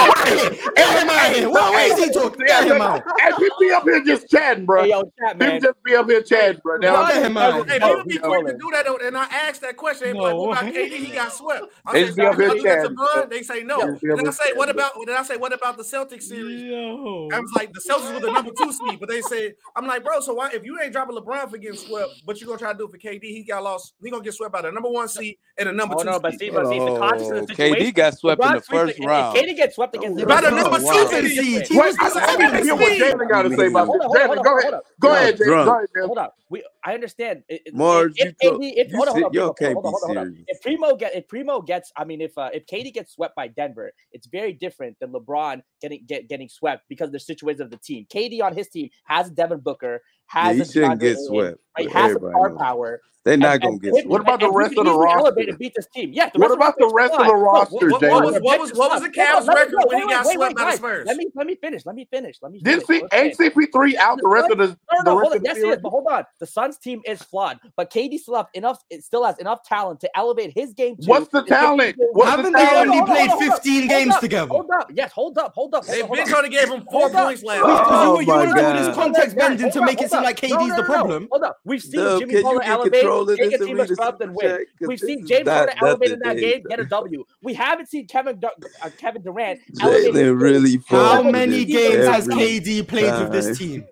Speaker 9: Get him out of here. Why- why is he talking? Get him out.
Speaker 6: Hey, people be up here just chatting, bro.
Speaker 4: yo, chat,
Speaker 6: People just be up here chatting, bro. Now,
Speaker 8: Why- Hey, people be
Speaker 6: Yo,
Speaker 8: quick to do that, though, and I asked that question. They be like, what about KD? He got swept. I
Speaker 6: They
Speaker 8: said,
Speaker 6: be up
Speaker 8: "Y'all
Speaker 6: here
Speaker 8: do that to
Speaker 6: chatting.
Speaker 8: Bron?" They say no.
Speaker 6: They be up
Speaker 8: Then I
Speaker 6: here
Speaker 8: say, what about? Then I say, what about the Celtics series? I was like, the Celtics were the number two seed, but they said, I'm like, bro, so why if you ain't dropping LeBron for getting swept, but you gonna try to do it for KD? He got lost. He gonna get swept by the number one seed and the number
Speaker 3: Oh,
Speaker 8: two.
Speaker 3: no, but
Speaker 8: seed.
Speaker 3: see, but see, it's the conscious of the
Speaker 12: KD
Speaker 3: situation.
Speaker 12: Oh, got swept in
Speaker 3: LeBron
Speaker 12: the
Speaker 3: sweeps
Speaker 12: first
Speaker 3: it. If
Speaker 12: round.
Speaker 3: KD gets swept against
Speaker 8: By the
Speaker 3: LeBron,
Speaker 8: number
Speaker 3: wow.
Speaker 8: two seed. He
Speaker 6: Wait, I,
Speaker 8: was the
Speaker 6: I want to
Speaker 8: second
Speaker 6: hear what
Speaker 8: seed.
Speaker 6: Jalen got to say about
Speaker 4: Hold
Speaker 6: this.
Speaker 4: on, hold
Speaker 6: Jalen,
Speaker 4: on, hold on,
Speaker 6: go
Speaker 4: hold
Speaker 6: ahead.
Speaker 4: on.
Speaker 6: Go
Speaker 12: Y'all
Speaker 6: ahead, Jalen.
Speaker 12: drunk.
Speaker 6: Go ahead, Jalen.
Speaker 4: Hold up. We I understand. It- it-
Speaker 12: Marge,
Speaker 4: if
Speaker 12: you
Speaker 4: KD, if
Speaker 12: you
Speaker 4: hold on,
Speaker 12: sit-
Speaker 4: hold on,
Speaker 12: you
Speaker 4: hold on,
Speaker 12: can't
Speaker 4: hold on,
Speaker 12: be
Speaker 4: hold on, hold on.
Speaker 12: serious.
Speaker 4: If Primo get if Primo gets, I mean, if uh, if KD gets swept by Denver, it's very different than LeBron getting get, getting swept because the situation of the team. KD on his team has Devin Booker,
Speaker 12: Yeah,
Speaker 4: has
Speaker 12: he
Speaker 4: a
Speaker 12: shouldn't
Speaker 4: DeAndre
Speaker 12: get
Speaker 4: Ayton,
Speaker 12: swept.
Speaker 4: Right,
Speaker 12: with
Speaker 4: has some
Speaker 12: everybody
Speaker 4: star
Speaker 12: else.
Speaker 4: power.
Speaker 12: They're not
Speaker 4: and-
Speaker 12: gonna
Speaker 4: and
Speaker 12: get
Speaker 4: him-
Speaker 12: swept.
Speaker 6: What about
Speaker 4: and
Speaker 6: the
Speaker 4: he
Speaker 6: rest
Speaker 4: can
Speaker 6: of the
Speaker 4: easily elevate
Speaker 6: roster?
Speaker 4: and beat this team. Yeah,
Speaker 6: What about the
Speaker 4: roster is
Speaker 6: rest of the
Speaker 4: fine. Look,
Speaker 6: roster,
Speaker 8: What, what was
Speaker 6: Jalen?
Speaker 8: what was what was the
Speaker 4: Hold on,
Speaker 8: Cavs
Speaker 4: let me-
Speaker 8: record
Speaker 4: no,
Speaker 8: when he
Speaker 4: wait,
Speaker 8: got
Speaker 4: wait,
Speaker 8: swept
Speaker 4: wait,
Speaker 8: by the
Speaker 4: guys.
Speaker 8: Spurs?
Speaker 4: Let me let me finish. Let me finish. Let me finish.
Speaker 6: Didn't see
Speaker 4: Let me finish.
Speaker 6: ACP3 out the rest of the,
Speaker 4: No,
Speaker 6: the
Speaker 4: no,
Speaker 6: rest of
Speaker 4: hold on.
Speaker 6: the
Speaker 4: Yes, he is,
Speaker 6: series?
Speaker 4: but hold on. The Suns team is flawed, but KD still have enough, it still has enough talent to elevate his game. To
Speaker 6: What's the
Speaker 4: to take him
Speaker 6: talent?
Speaker 4: to-
Speaker 6: What's
Speaker 9: Haven't
Speaker 6: the
Speaker 9: they
Speaker 6: talent?
Speaker 9: only
Speaker 4: Hold on,
Speaker 9: played
Speaker 4: hold on, hold on.
Speaker 9: 15
Speaker 4: Hold
Speaker 9: games
Speaker 4: up,
Speaker 9: together?
Speaker 4: Hold up. Yes, hold up, hold up. Hold
Speaker 8: They
Speaker 4: up, hold
Speaker 8: bitch
Speaker 4: up.
Speaker 8: only gave him four
Speaker 4: Hold up.
Speaker 8: points last
Speaker 9: Wait,
Speaker 8: night.
Speaker 9: because you,
Speaker 12: Oh
Speaker 9: were- you
Speaker 12: my
Speaker 9: want to do
Speaker 12: God.
Speaker 9: this context
Speaker 4: Guys,
Speaker 9: bending to
Speaker 4: hold up,
Speaker 9: make it
Speaker 4: hold
Speaker 9: seem
Speaker 4: up.
Speaker 9: like KD's
Speaker 4: No, no,
Speaker 9: the
Speaker 4: no, no.
Speaker 9: problem.
Speaker 4: Hold up. We've seen
Speaker 12: Dub,
Speaker 4: Jimmy
Speaker 12: can you
Speaker 4: Butler
Speaker 12: get
Speaker 4: elevate,
Speaker 12: control of
Speaker 4: take a
Speaker 12: this and
Speaker 4: team to
Speaker 12: read the
Speaker 4: scrubs
Speaker 12: super
Speaker 4: and win.
Speaker 12: chat? 'Cause
Speaker 4: We've
Speaker 12: this
Speaker 4: seen
Speaker 12: is
Speaker 4: James
Speaker 12: not
Speaker 4: Harden elevate in
Speaker 12: nothing,
Speaker 4: that
Speaker 12: Dave.
Speaker 4: game, get a W. We haven't seen Kevin Du- uh, Kevin Durant elevate his
Speaker 12: Jalen
Speaker 4: game.
Speaker 12: really
Speaker 9: How
Speaker 12: falls for
Speaker 9: many
Speaker 12: this
Speaker 9: games has
Speaker 12: every
Speaker 9: KD played with
Speaker 12: time.
Speaker 9: this team?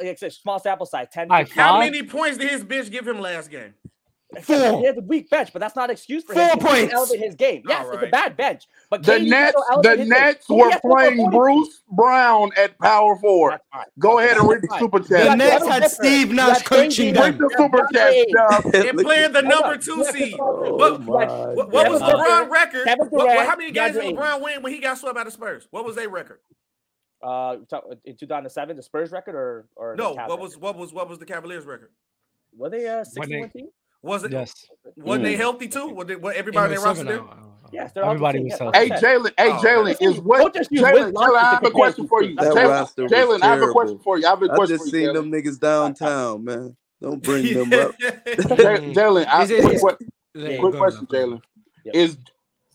Speaker 4: It's a small sample size, 10.
Speaker 1: Like
Speaker 4: 15.
Speaker 8: How
Speaker 1: Huh?
Speaker 8: many points did his bitch give him last game?
Speaker 9: Four.
Speaker 4: He has a weak bench, but that's not an excuse for
Speaker 9: Four
Speaker 4: him. to
Speaker 9: points.
Speaker 4: He elevate his game. Yes, it's a
Speaker 8: Alright.
Speaker 4: bad bench, but
Speaker 6: The
Speaker 4: KD can
Speaker 6: Nets,
Speaker 4: still elevate
Speaker 6: the
Speaker 4: his game.
Speaker 6: Nets
Speaker 4: Who
Speaker 6: were
Speaker 4: gets one
Speaker 6: playing
Speaker 4: more point?
Speaker 6: Bruce Brown at power forward.
Speaker 4: That's fine.
Speaker 6: Go ahead and read the
Speaker 4: Fine.
Speaker 6: super
Speaker 4: You
Speaker 9: The
Speaker 6: chat.
Speaker 4: got
Speaker 9: Nets
Speaker 4: Devin
Speaker 9: had
Speaker 4: Booker.
Speaker 9: Steve
Speaker 4: You
Speaker 9: Nash
Speaker 4: got KD.
Speaker 9: coaching
Speaker 6: Read
Speaker 9: them.
Speaker 6: the
Speaker 4: You got
Speaker 6: super
Speaker 4: DeAndre
Speaker 6: chat,
Speaker 4: Ayton.
Speaker 6: Dub.
Speaker 8: They
Speaker 12: Look
Speaker 8: playing
Speaker 12: at-
Speaker 8: the
Speaker 4: Hold up.
Speaker 8: number two
Speaker 4: You got
Speaker 8: seed.
Speaker 4: DeAndre Ayton.
Speaker 8: What-
Speaker 4: You got
Speaker 12: oh my
Speaker 8: What, what
Speaker 12: God.
Speaker 8: was
Speaker 4: Kevin Durant,
Speaker 8: LeBron record?
Speaker 4: Kevin
Speaker 8: What, what- how
Speaker 4: Durant,
Speaker 8: many games did
Speaker 4: DeAndre Ayton.
Speaker 8: LeBron win when he got swept by the Spurs? What was their record?
Speaker 4: Uh, we talk- in 2007, the Spurs record or or the
Speaker 8: No,
Speaker 4: Cavs
Speaker 8: what
Speaker 4: record?
Speaker 8: was what was what was the Cavaliers record?
Speaker 4: were they uh
Speaker 1: When they-
Speaker 4: 61 team?
Speaker 8: Was it
Speaker 1: Yes.
Speaker 8: was
Speaker 12: Mm.
Speaker 8: they healthy too? Were they what
Speaker 1: Yeah,
Speaker 8: everybody
Speaker 1: no,
Speaker 8: in
Speaker 1: seven, I
Speaker 8: roster?
Speaker 1: don't- I don't know.
Speaker 4: Yes, they're all the
Speaker 1: Everybody
Speaker 4: same,
Speaker 1: was
Speaker 4: yeah,
Speaker 1: selling.
Speaker 4: fuck
Speaker 6: Hey
Speaker 4: that.
Speaker 6: Jalen, hey
Speaker 8: Oh,
Speaker 6: Jalen,
Speaker 4: Don't
Speaker 6: is
Speaker 4: just-
Speaker 6: what
Speaker 4: don't just use
Speaker 6: Jalen?
Speaker 4: Wiz
Speaker 6: Jalen,
Speaker 4: Lawson
Speaker 6: I
Speaker 4: to
Speaker 6: have a
Speaker 4: compare
Speaker 6: question
Speaker 4: these
Speaker 6: for
Speaker 4: two.
Speaker 6: you.
Speaker 4: That's
Speaker 12: That
Speaker 4: all.
Speaker 6: Jalen,
Speaker 12: roster was
Speaker 6: Jalen, I have a question
Speaker 12: terrible.
Speaker 6: for you. I have a
Speaker 12: I
Speaker 6: question
Speaker 12: just
Speaker 6: for you, Jalen.
Speaker 12: seen them niggas
Speaker 4: Fine, fine.
Speaker 12: downtown, man. Don't bring them up.
Speaker 6: Jalen, Jalen, I-
Speaker 9: Is it-
Speaker 6: quick, que-
Speaker 1: Yeah,
Speaker 6: quick
Speaker 1: go
Speaker 6: question,
Speaker 1: ahead, go ahead.
Speaker 6: Jalen.
Speaker 4: Yep.
Speaker 6: Is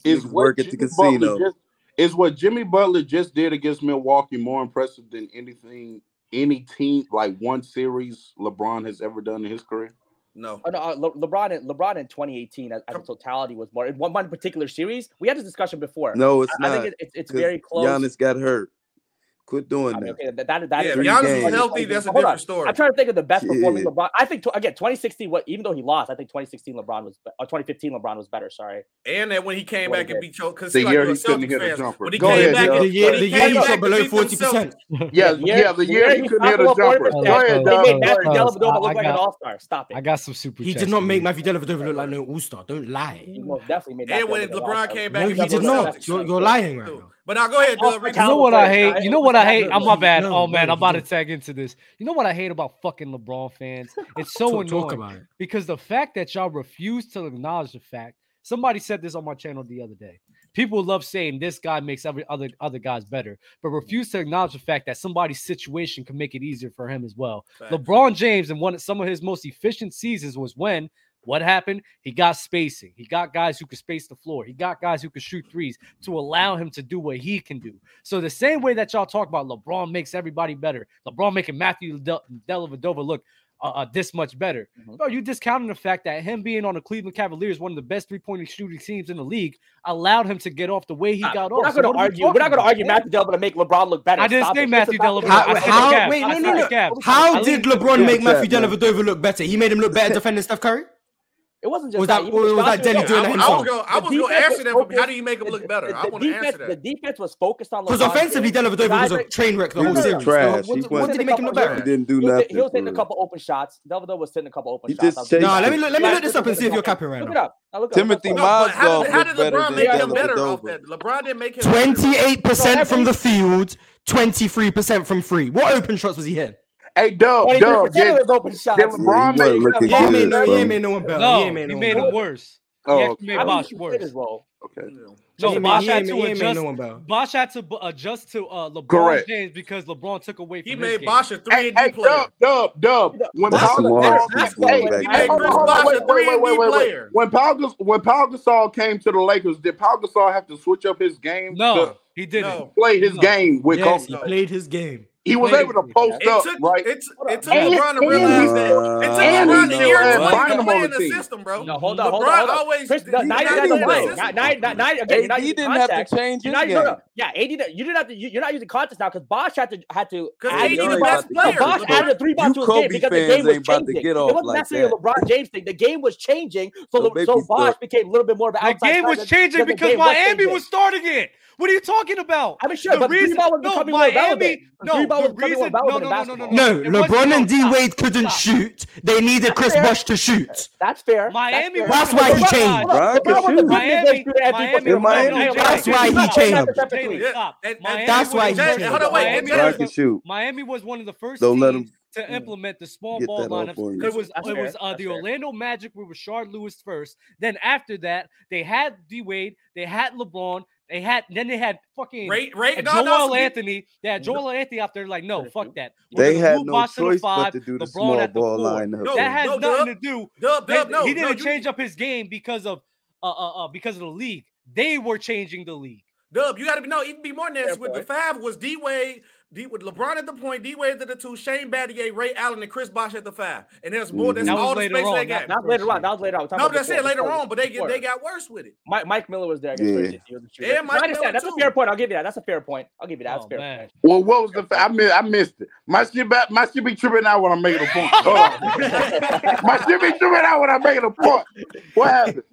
Speaker 6: is
Speaker 12: Niggas
Speaker 6: what
Speaker 12: work at the
Speaker 6: Jimmy Butler
Speaker 12: casino.
Speaker 6: just is what Jimmy Butler just did against Milwaukee more impressive than anything any team like one series LeBron has ever done in his career?
Speaker 8: No.
Speaker 4: Oh, no, uh, Le- LeBron in LeBron in 2018 as, as a
Speaker 8: Come-
Speaker 4: totality was more in one, one particular series. We had this discussion before.
Speaker 12: No, it's
Speaker 4: I, I
Speaker 12: not.
Speaker 4: think it, it's it's
Speaker 12: 'cause
Speaker 4: very close.
Speaker 12: Giannis got hurt. Quit doing
Speaker 4: I mean,
Speaker 12: that.
Speaker 4: okay, that that,
Speaker 8: yeah,
Speaker 4: that is
Speaker 8: if
Speaker 12: three
Speaker 8: Giannis was
Speaker 12: games.
Speaker 8: healthy, that's a
Speaker 4: Hold on.
Speaker 8: different story.
Speaker 4: I'm trying to think of the best performing
Speaker 12: Yeah.
Speaker 4: LeBron. I think tw- again 2016. What even though he lost, I think 2016 LeBron was be- or 2015 LeBron was better. Sorry.
Speaker 8: And that when he came
Speaker 4: Well,
Speaker 8: back
Speaker 4: yeah.
Speaker 8: and beat Joe, because
Speaker 6: The
Speaker 8: see, like
Speaker 6: year
Speaker 8: you're a
Speaker 6: he couldn't hit
Speaker 8: Celtics
Speaker 6: a
Speaker 8: fan.
Speaker 6: jumper.
Speaker 8: When he
Speaker 6: Go
Speaker 8: came
Speaker 6: ahead,
Speaker 8: back,
Speaker 6: Joe.
Speaker 8: and,
Speaker 9: The year,
Speaker 8: when
Speaker 9: the
Speaker 8: he
Speaker 9: year
Speaker 8: came
Speaker 9: he shot
Speaker 8: back to
Speaker 9: below
Speaker 8: beat them
Speaker 9: 40%.
Speaker 8: Celtics,
Speaker 6: Yeah,
Speaker 4: The year-
Speaker 6: yeah, the
Speaker 4: the
Speaker 6: year
Speaker 4: year
Speaker 6: he
Speaker 4: he
Speaker 6: couldn't
Speaker 4: shot
Speaker 6: hit a
Speaker 4: below
Speaker 6: jumper.
Speaker 4: 40%,
Speaker 6: Go ahead,
Speaker 4: They
Speaker 6: Dub.
Speaker 4: made
Speaker 6: Go
Speaker 4: Matthew
Speaker 6: ahead.
Speaker 4: Dellavedova look
Speaker 1: I- I
Speaker 4: like an
Speaker 1: got-
Speaker 4: all star. Stop it.
Speaker 1: I got some super
Speaker 9: He
Speaker 1: chats.
Speaker 9: did not
Speaker 1: for
Speaker 9: make
Speaker 1: you.
Speaker 9: Matthew Dellavedova look like no all-star. Don't lie.
Speaker 4: He most definitely made.
Speaker 8: and
Speaker 4: Matthew
Speaker 8: when
Speaker 4: Dellavedova an
Speaker 8: LeBron
Speaker 4: all-star.
Speaker 8: came back
Speaker 9: No,
Speaker 8: and
Speaker 9: he
Speaker 8: beat the
Speaker 9: did not.
Speaker 8: Celtics.
Speaker 9: You're, you're lying right
Speaker 8: too.
Speaker 9: now.
Speaker 8: But now go ahead,
Speaker 4: Off
Speaker 8: Doug.
Speaker 4: the
Speaker 8: Read the
Speaker 1: You know
Speaker 4: caliber
Speaker 8: super
Speaker 1: what I
Speaker 4: players,
Speaker 8: chat.
Speaker 1: hate?
Speaker 4: guys.
Speaker 1: You know what I
Speaker 4: No,
Speaker 1: hate?
Speaker 9: No,
Speaker 1: I'm
Speaker 9: no,
Speaker 1: my
Speaker 9: he-
Speaker 1: bad.
Speaker 9: no,
Speaker 1: Oh
Speaker 9: no,
Speaker 1: man,
Speaker 9: he
Speaker 1: I'm about to
Speaker 9: didn't.
Speaker 1: tag into this. You know what I hate about fucking LeBron fans? It's so
Speaker 9: Talk, talk
Speaker 1: annoying
Speaker 9: about it.
Speaker 1: because the fact that y'all refuse to acknowledge the fact. Somebody said this on my channel the other day. People love saying this guy makes every other other guys better, but refuse to acknowledge the fact that somebody's situation can make it easier for him as well. LeBron James and one of some of his most efficient seasons was when what happened? He got spacing. He got guys who could space the floor. He got guys who could shoot threes to allow him to do what he can do. So the same way that y'all talk about LeBron makes everybody better. LeBron making Matthew Del- Dellavedova look uh, uh, this much better.
Speaker 4: Mhm.
Speaker 1: Bro, you discounting the fact that him being on the Cleveland Cavaliers, one of the best three-point shooting teams in the league, allowed him to get off the way he
Speaker 4: Stop.
Speaker 1: got
Speaker 4: Uh, We're
Speaker 1: off.
Speaker 4: not
Speaker 1: So
Speaker 4: going
Speaker 1: what
Speaker 4: to
Speaker 1: are we
Speaker 4: argue. We're
Speaker 1: talking
Speaker 4: not going to
Speaker 1: about,
Speaker 4: argue
Speaker 1: man?
Speaker 4: Matthew Dellavedova to make LeBron look better.
Speaker 1: I didn't
Speaker 4: Stop
Speaker 1: say
Speaker 4: it. This is
Speaker 1: Matthew
Speaker 4: not the
Speaker 1: Dellavedova.
Speaker 9: How,
Speaker 1: I
Speaker 4: conversation.
Speaker 1: said the
Speaker 9: how-
Speaker 1: Cavs.
Speaker 9: wait, no,
Speaker 1: I
Speaker 9: no,
Speaker 1: said the
Speaker 9: no.
Speaker 1: Cavs.
Speaker 9: How
Speaker 1: I
Speaker 9: did
Speaker 1: leave-
Speaker 9: LeBron
Speaker 12: Super
Speaker 9: make Matthew
Speaker 12: chat, man.
Speaker 9: Dellavedova look better? He made him look better defending Steph Curry?
Speaker 4: It wasn't
Speaker 9: Or
Speaker 4: just
Speaker 9: was
Speaker 4: that.
Speaker 9: that,
Speaker 4: Even
Speaker 9: or
Speaker 4: the
Speaker 9: was that
Speaker 4: Johnson
Speaker 9: Denny
Speaker 4: Jones.
Speaker 9: doing
Speaker 8: I,
Speaker 9: that
Speaker 8: I was
Speaker 9: himself?
Speaker 8: going. I
Speaker 4: The
Speaker 8: was going to
Speaker 4: defense
Speaker 8: ask
Speaker 4: was
Speaker 8: you that. From,
Speaker 4: focused.
Speaker 8: how do you make him
Speaker 4: The,
Speaker 8: look better?
Speaker 4: the-
Speaker 8: I
Speaker 4: the
Speaker 8: want to
Speaker 4: defense,
Speaker 8: answer
Speaker 4: the
Speaker 8: that.
Speaker 4: defense was focused on
Speaker 9: Because
Speaker 4: LeBron
Speaker 9: offensively,
Speaker 4: James.
Speaker 9: Dellavedova
Speaker 4: Guys
Speaker 9: was a
Speaker 4: like
Speaker 9: train wreck the
Speaker 12: He
Speaker 9: whole
Speaker 4: no, no,
Speaker 12: was
Speaker 4: no.
Speaker 9: series. So
Speaker 12: trash. He
Speaker 9: what,
Speaker 4: he
Speaker 9: what
Speaker 4: was
Speaker 12: went.
Speaker 9: did
Speaker 4: in a
Speaker 9: he make him
Speaker 4: couple. He was,
Speaker 9: look
Speaker 12: He
Speaker 9: better?
Speaker 12: didn't do
Speaker 4: he was,
Speaker 12: nothing
Speaker 4: he was hitting a
Speaker 12: for real.
Speaker 4: couple open shots. Dellavedova was hitting a couple open
Speaker 12: He
Speaker 4: shots.
Speaker 12: just
Speaker 4: I'll give you
Speaker 9: Nah,
Speaker 12: chased
Speaker 4: that.
Speaker 9: let me
Speaker 12: him.
Speaker 9: look, let me
Speaker 4: Guys, this
Speaker 9: look this
Speaker 4: is
Speaker 9: up and see if
Speaker 4: a
Speaker 9: you're
Speaker 4: couple.
Speaker 9: capping right
Speaker 4: Look
Speaker 9: now.
Speaker 4: it up. Now look it up. Let's
Speaker 12: Timothy
Speaker 4: look.
Speaker 8: No, but how
Speaker 12: Mozgov
Speaker 8: did how
Speaker 12: looked
Speaker 8: did
Speaker 12: better
Speaker 8: LeBron
Speaker 12: than
Speaker 8: make him
Speaker 4: Dellavedova.
Speaker 8: better off that?
Speaker 12: Dellavedova.
Speaker 8: LeBron didn't make him better.
Speaker 9: 28% from
Speaker 4: every-
Speaker 9: the field, 23% from three. What open shots was he hitting?
Speaker 6: Hey, Dub,
Speaker 4: Twenty-three
Speaker 6: Dub,
Speaker 4: percent of
Speaker 6: did,
Speaker 4: his open
Speaker 6: did
Speaker 4: shots.
Speaker 12: Yeah, he
Speaker 6: LeBron
Speaker 12: wasn't
Speaker 6: make?
Speaker 4: Bro,
Speaker 12: looking
Speaker 9: He ain't made
Speaker 12: good,
Speaker 9: no, he ain't
Speaker 12: bro.
Speaker 9: made no one better. He
Speaker 1: No,
Speaker 9: ain't made
Speaker 1: he
Speaker 9: no
Speaker 1: made
Speaker 9: one
Speaker 1: him
Speaker 9: better.
Speaker 1: worse. He
Speaker 12: Oh,
Speaker 1: actually made
Speaker 12: okay.
Speaker 4: I don't
Speaker 1: Bosh
Speaker 4: think you played his
Speaker 1: worse.
Speaker 4: role.
Speaker 6: Okay.
Speaker 1: No,
Speaker 2: He ain't-
Speaker 1: Bosh
Speaker 2: he
Speaker 1: had
Speaker 2: ain't-
Speaker 1: to
Speaker 2: he ain't made
Speaker 1: adjust.
Speaker 2: no one bow.
Speaker 1: Bosh had to bu- adjust to uh, LeBron
Speaker 6: Correct.
Speaker 1: James because LeBron took away. From
Speaker 6: He
Speaker 1: his
Speaker 6: made
Speaker 1: game.
Speaker 6: Bosh
Speaker 2: a
Speaker 1: three and D
Speaker 6: Dub, dub, dub. When
Speaker 1: That's
Speaker 6: Paul Gasol,
Speaker 1: the Morris
Speaker 6: hey,
Speaker 1: that's going back
Speaker 6: hey, hold on,
Speaker 1: there.
Speaker 6: hold
Speaker 1: Chris
Speaker 6: on,
Speaker 1: Bosh,
Speaker 6: wait,
Speaker 1: a
Speaker 6: wait, wait, wait, wait, wait.
Speaker 1: player.
Speaker 6: When Paul Gas- when Paul Gasol came to the Lakers, did Paul Gasol have to switch up his game?
Speaker 1: No,
Speaker 6: to
Speaker 1: he didn't.
Speaker 6: play his game with
Speaker 2: yes,
Speaker 6: Kobe.
Speaker 2: he played his game.
Speaker 6: He was able to post
Speaker 2: It
Speaker 6: up,
Speaker 2: took-
Speaker 6: right?
Speaker 8: It, it took
Speaker 6: And-
Speaker 8: LeBron to
Speaker 6: and-
Speaker 8: realize that.
Speaker 4: uh,
Speaker 8: It took
Speaker 6: and
Speaker 8: LeBron
Speaker 6: he
Speaker 8: the year
Speaker 6: still had
Speaker 8: 20 to
Speaker 6: Bynum on
Speaker 8: play in
Speaker 6: the
Speaker 8: the
Speaker 6: team.
Speaker 8: system, bro.
Speaker 4: No, hold on, hold
Speaker 8: LeBron
Speaker 4: on. Hold on.
Speaker 8: always
Speaker 4: Chris, no,
Speaker 8: he
Speaker 4: now you
Speaker 8: got in
Speaker 4: guys are
Speaker 8: the
Speaker 4: lying. Now,
Speaker 8: system.
Speaker 4: now, now, now, again, you're not
Speaker 12: AD
Speaker 4: using
Speaker 12: didn't have to
Speaker 4: context.
Speaker 12: change
Speaker 4: You're not-
Speaker 12: his
Speaker 4: no, no.
Speaker 12: game.
Speaker 4: Yeah, AD, didn't- you didn't have to. You, you're not using context now because Bosch had to had to.
Speaker 8: 'Cause
Speaker 4: add
Speaker 8: AD the best
Speaker 4: three
Speaker 8: player.
Speaker 4: buttons. Bosch added a three ball
Speaker 12: You
Speaker 4: to his game
Speaker 12: Kobe
Speaker 4: because the
Speaker 12: fans
Speaker 4: game was
Speaker 12: ain't about to
Speaker 4: changing.
Speaker 12: get
Speaker 4: it
Speaker 12: off
Speaker 4: wasn't
Speaker 12: like
Speaker 4: necessarily
Speaker 12: that.
Speaker 4: a LeBron James thing. The game was changing, so
Speaker 12: Don't
Speaker 4: the,
Speaker 12: make
Speaker 4: so
Speaker 12: me
Speaker 4: Bosch
Speaker 12: start.
Speaker 4: became a little bit more of an
Speaker 1: The
Speaker 4: outside.
Speaker 1: game was
Speaker 4: presence
Speaker 1: changing
Speaker 4: than the
Speaker 1: because
Speaker 4: game was
Speaker 1: Miami
Speaker 4: changing.
Speaker 1: was starting it. What are you talking about?
Speaker 4: I mean, sure, but the three ball was becoming more relevant. The
Speaker 1: No,
Speaker 4: three ball
Speaker 1: the
Speaker 4: was becoming
Speaker 1: reason,
Speaker 4: more
Speaker 1: no, no,
Speaker 4: relevant in
Speaker 1: no, no, no,
Speaker 9: No,
Speaker 1: It wasn't-
Speaker 9: LeBron and D
Speaker 1: stop,
Speaker 9: Wade couldn't
Speaker 1: stop.
Speaker 9: shoot. They needed Chris
Speaker 4: fair.
Speaker 9: Bosh to shoot.
Speaker 4: That's fair.
Speaker 1: Miami
Speaker 4: fair.
Speaker 1: was
Speaker 9: That's why he
Speaker 1: LeBron-
Speaker 9: changed.
Speaker 4: Hold on,
Speaker 12: Bron
Speaker 4: LeBron was the
Speaker 12: could
Speaker 4: best
Speaker 12: shoot.
Speaker 1: Miami,
Speaker 4: shooter at three
Speaker 1: Miami,
Speaker 4: point
Speaker 12: In Miami,
Speaker 1: no,
Speaker 9: That's why he
Speaker 1: Jalen,
Speaker 9: changed.
Speaker 1: stop, Jalen,
Speaker 4: Yeah.
Speaker 1: stop.
Speaker 8: And- and
Speaker 1: Miami
Speaker 9: that's
Speaker 1: was
Speaker 9: why he
Speaker 1: one of
Speaker 8: changed.
Speaker 1: the-
Speaker 8: Hold on, wait,
Speaker 1: Miami
Speaker 8: and
Speaker 1: was
Speaker 12: Bron
Speaker 1: the-
Speaker 12: could shoot.
Speaker 1: Miami was one of the 1st
Speaker 12: Don't let
Speaker 1: teams
Speaker 12: him
Speaker 1: to implement the small
Speaker 12: get
Speaker 1: ball
Speaker 12: that off
Speaker 1: lineups.
Speaker 12: on you.
Speaker 1: It was
Speaker 4: That's
Speaker 1: it
Speaker 4: fair.
Speaker 1: was uh,
Speaker 4: That's
Speaker 1: the
Speaker 4: fair.
Speaker 1: Orlando Magic were Rashard Lewis first. Then after that, they had D Wade, they had LeBron, they had then they had fucking
Speaker 8: Ray, Ray,
Speaker 1: and
Speaker 8: no,
Speaker 1: Joel
Speaker 8: no,
Speaker 1: Anthony. They had Joel Anthony out there like, no, fuck that. We're
Speaker 12: They
Speaker 1: gonna
Speaker 12: had
Speaker 1: move
Speaker 12: no
Speaker 1: Bosh to the
Speaker 12: choice but
Speaker 1: five,
Speaker 12: to do the
Speaker 1: LeBron
Speaker 12: small
Speaker 1: at the
Speaker 12: ball
Speaker 1: four.
Speaker 12: lineup.
Speaker 8: No,
Speaker 1: That has
Speaker 8: no,
Speaker 1: nothing
Speaker 8: Dub.
Speaker 1: to do.
Speaker 8: Dub,
Speaker 1: they-
Speaker 8: Dub, no,
Speaker 1: he
Speaker 8: no,
Speaker 1: didn't
Speaker 8: you-
Speaker 1: change up his game because of uh, uh, uh because of the league. They were changing the league.
Speaker 8: Dub, you got to be no, even be more nasty.
Speaker 4: Fair
Speaker 8: With the
Speaker 4: point.
Speaker 8: five was D Wade, D with LeBron at the point, D Wade at the two, Shane Battier, Ray Allen, and Chris Bosh at the five. And there's more.
Speaker 6: Mm-hmm.
Speaker 8: That's
Speaker 1: That was
Speaker 8: all the
Speaker 1: later
Speaker 8: space
Speaker 1: on,
Speaker 8: they
Speaker 1: not-
Speaker 8: got.
Speaker 4: That
Speaker 1: not-
Speaker 4: was later on. That was later on.
Speaker 8: No, that's it. Later on, but they get
Speaker 4: get
Speaker 8: they got worse with it.
Speaker 4: Mike, Mike Miller was there against
Speaker 12: Yeah.
Speaker 4: First City. He was the shooter.
Speaker 8: And Mike
Speaker 4: I understand.
Speaker 8: Miller,
Speaker 4: That's
Speaker 8: too.
Speaker 4: a fair point. I'll give you that. That's a fair point. I'll give you that. That's a
Speaker 1: Oh,
Speaker 4: fair.
Speaker 1: man.
Speaker 4: Point.
Speaker 6: Well, what was the? Fa- I mean, I missed it. My shit, ba- my shit be tripping out when I'm making a point. Hold on. my shit be tripping out when I'm making a point. What happened?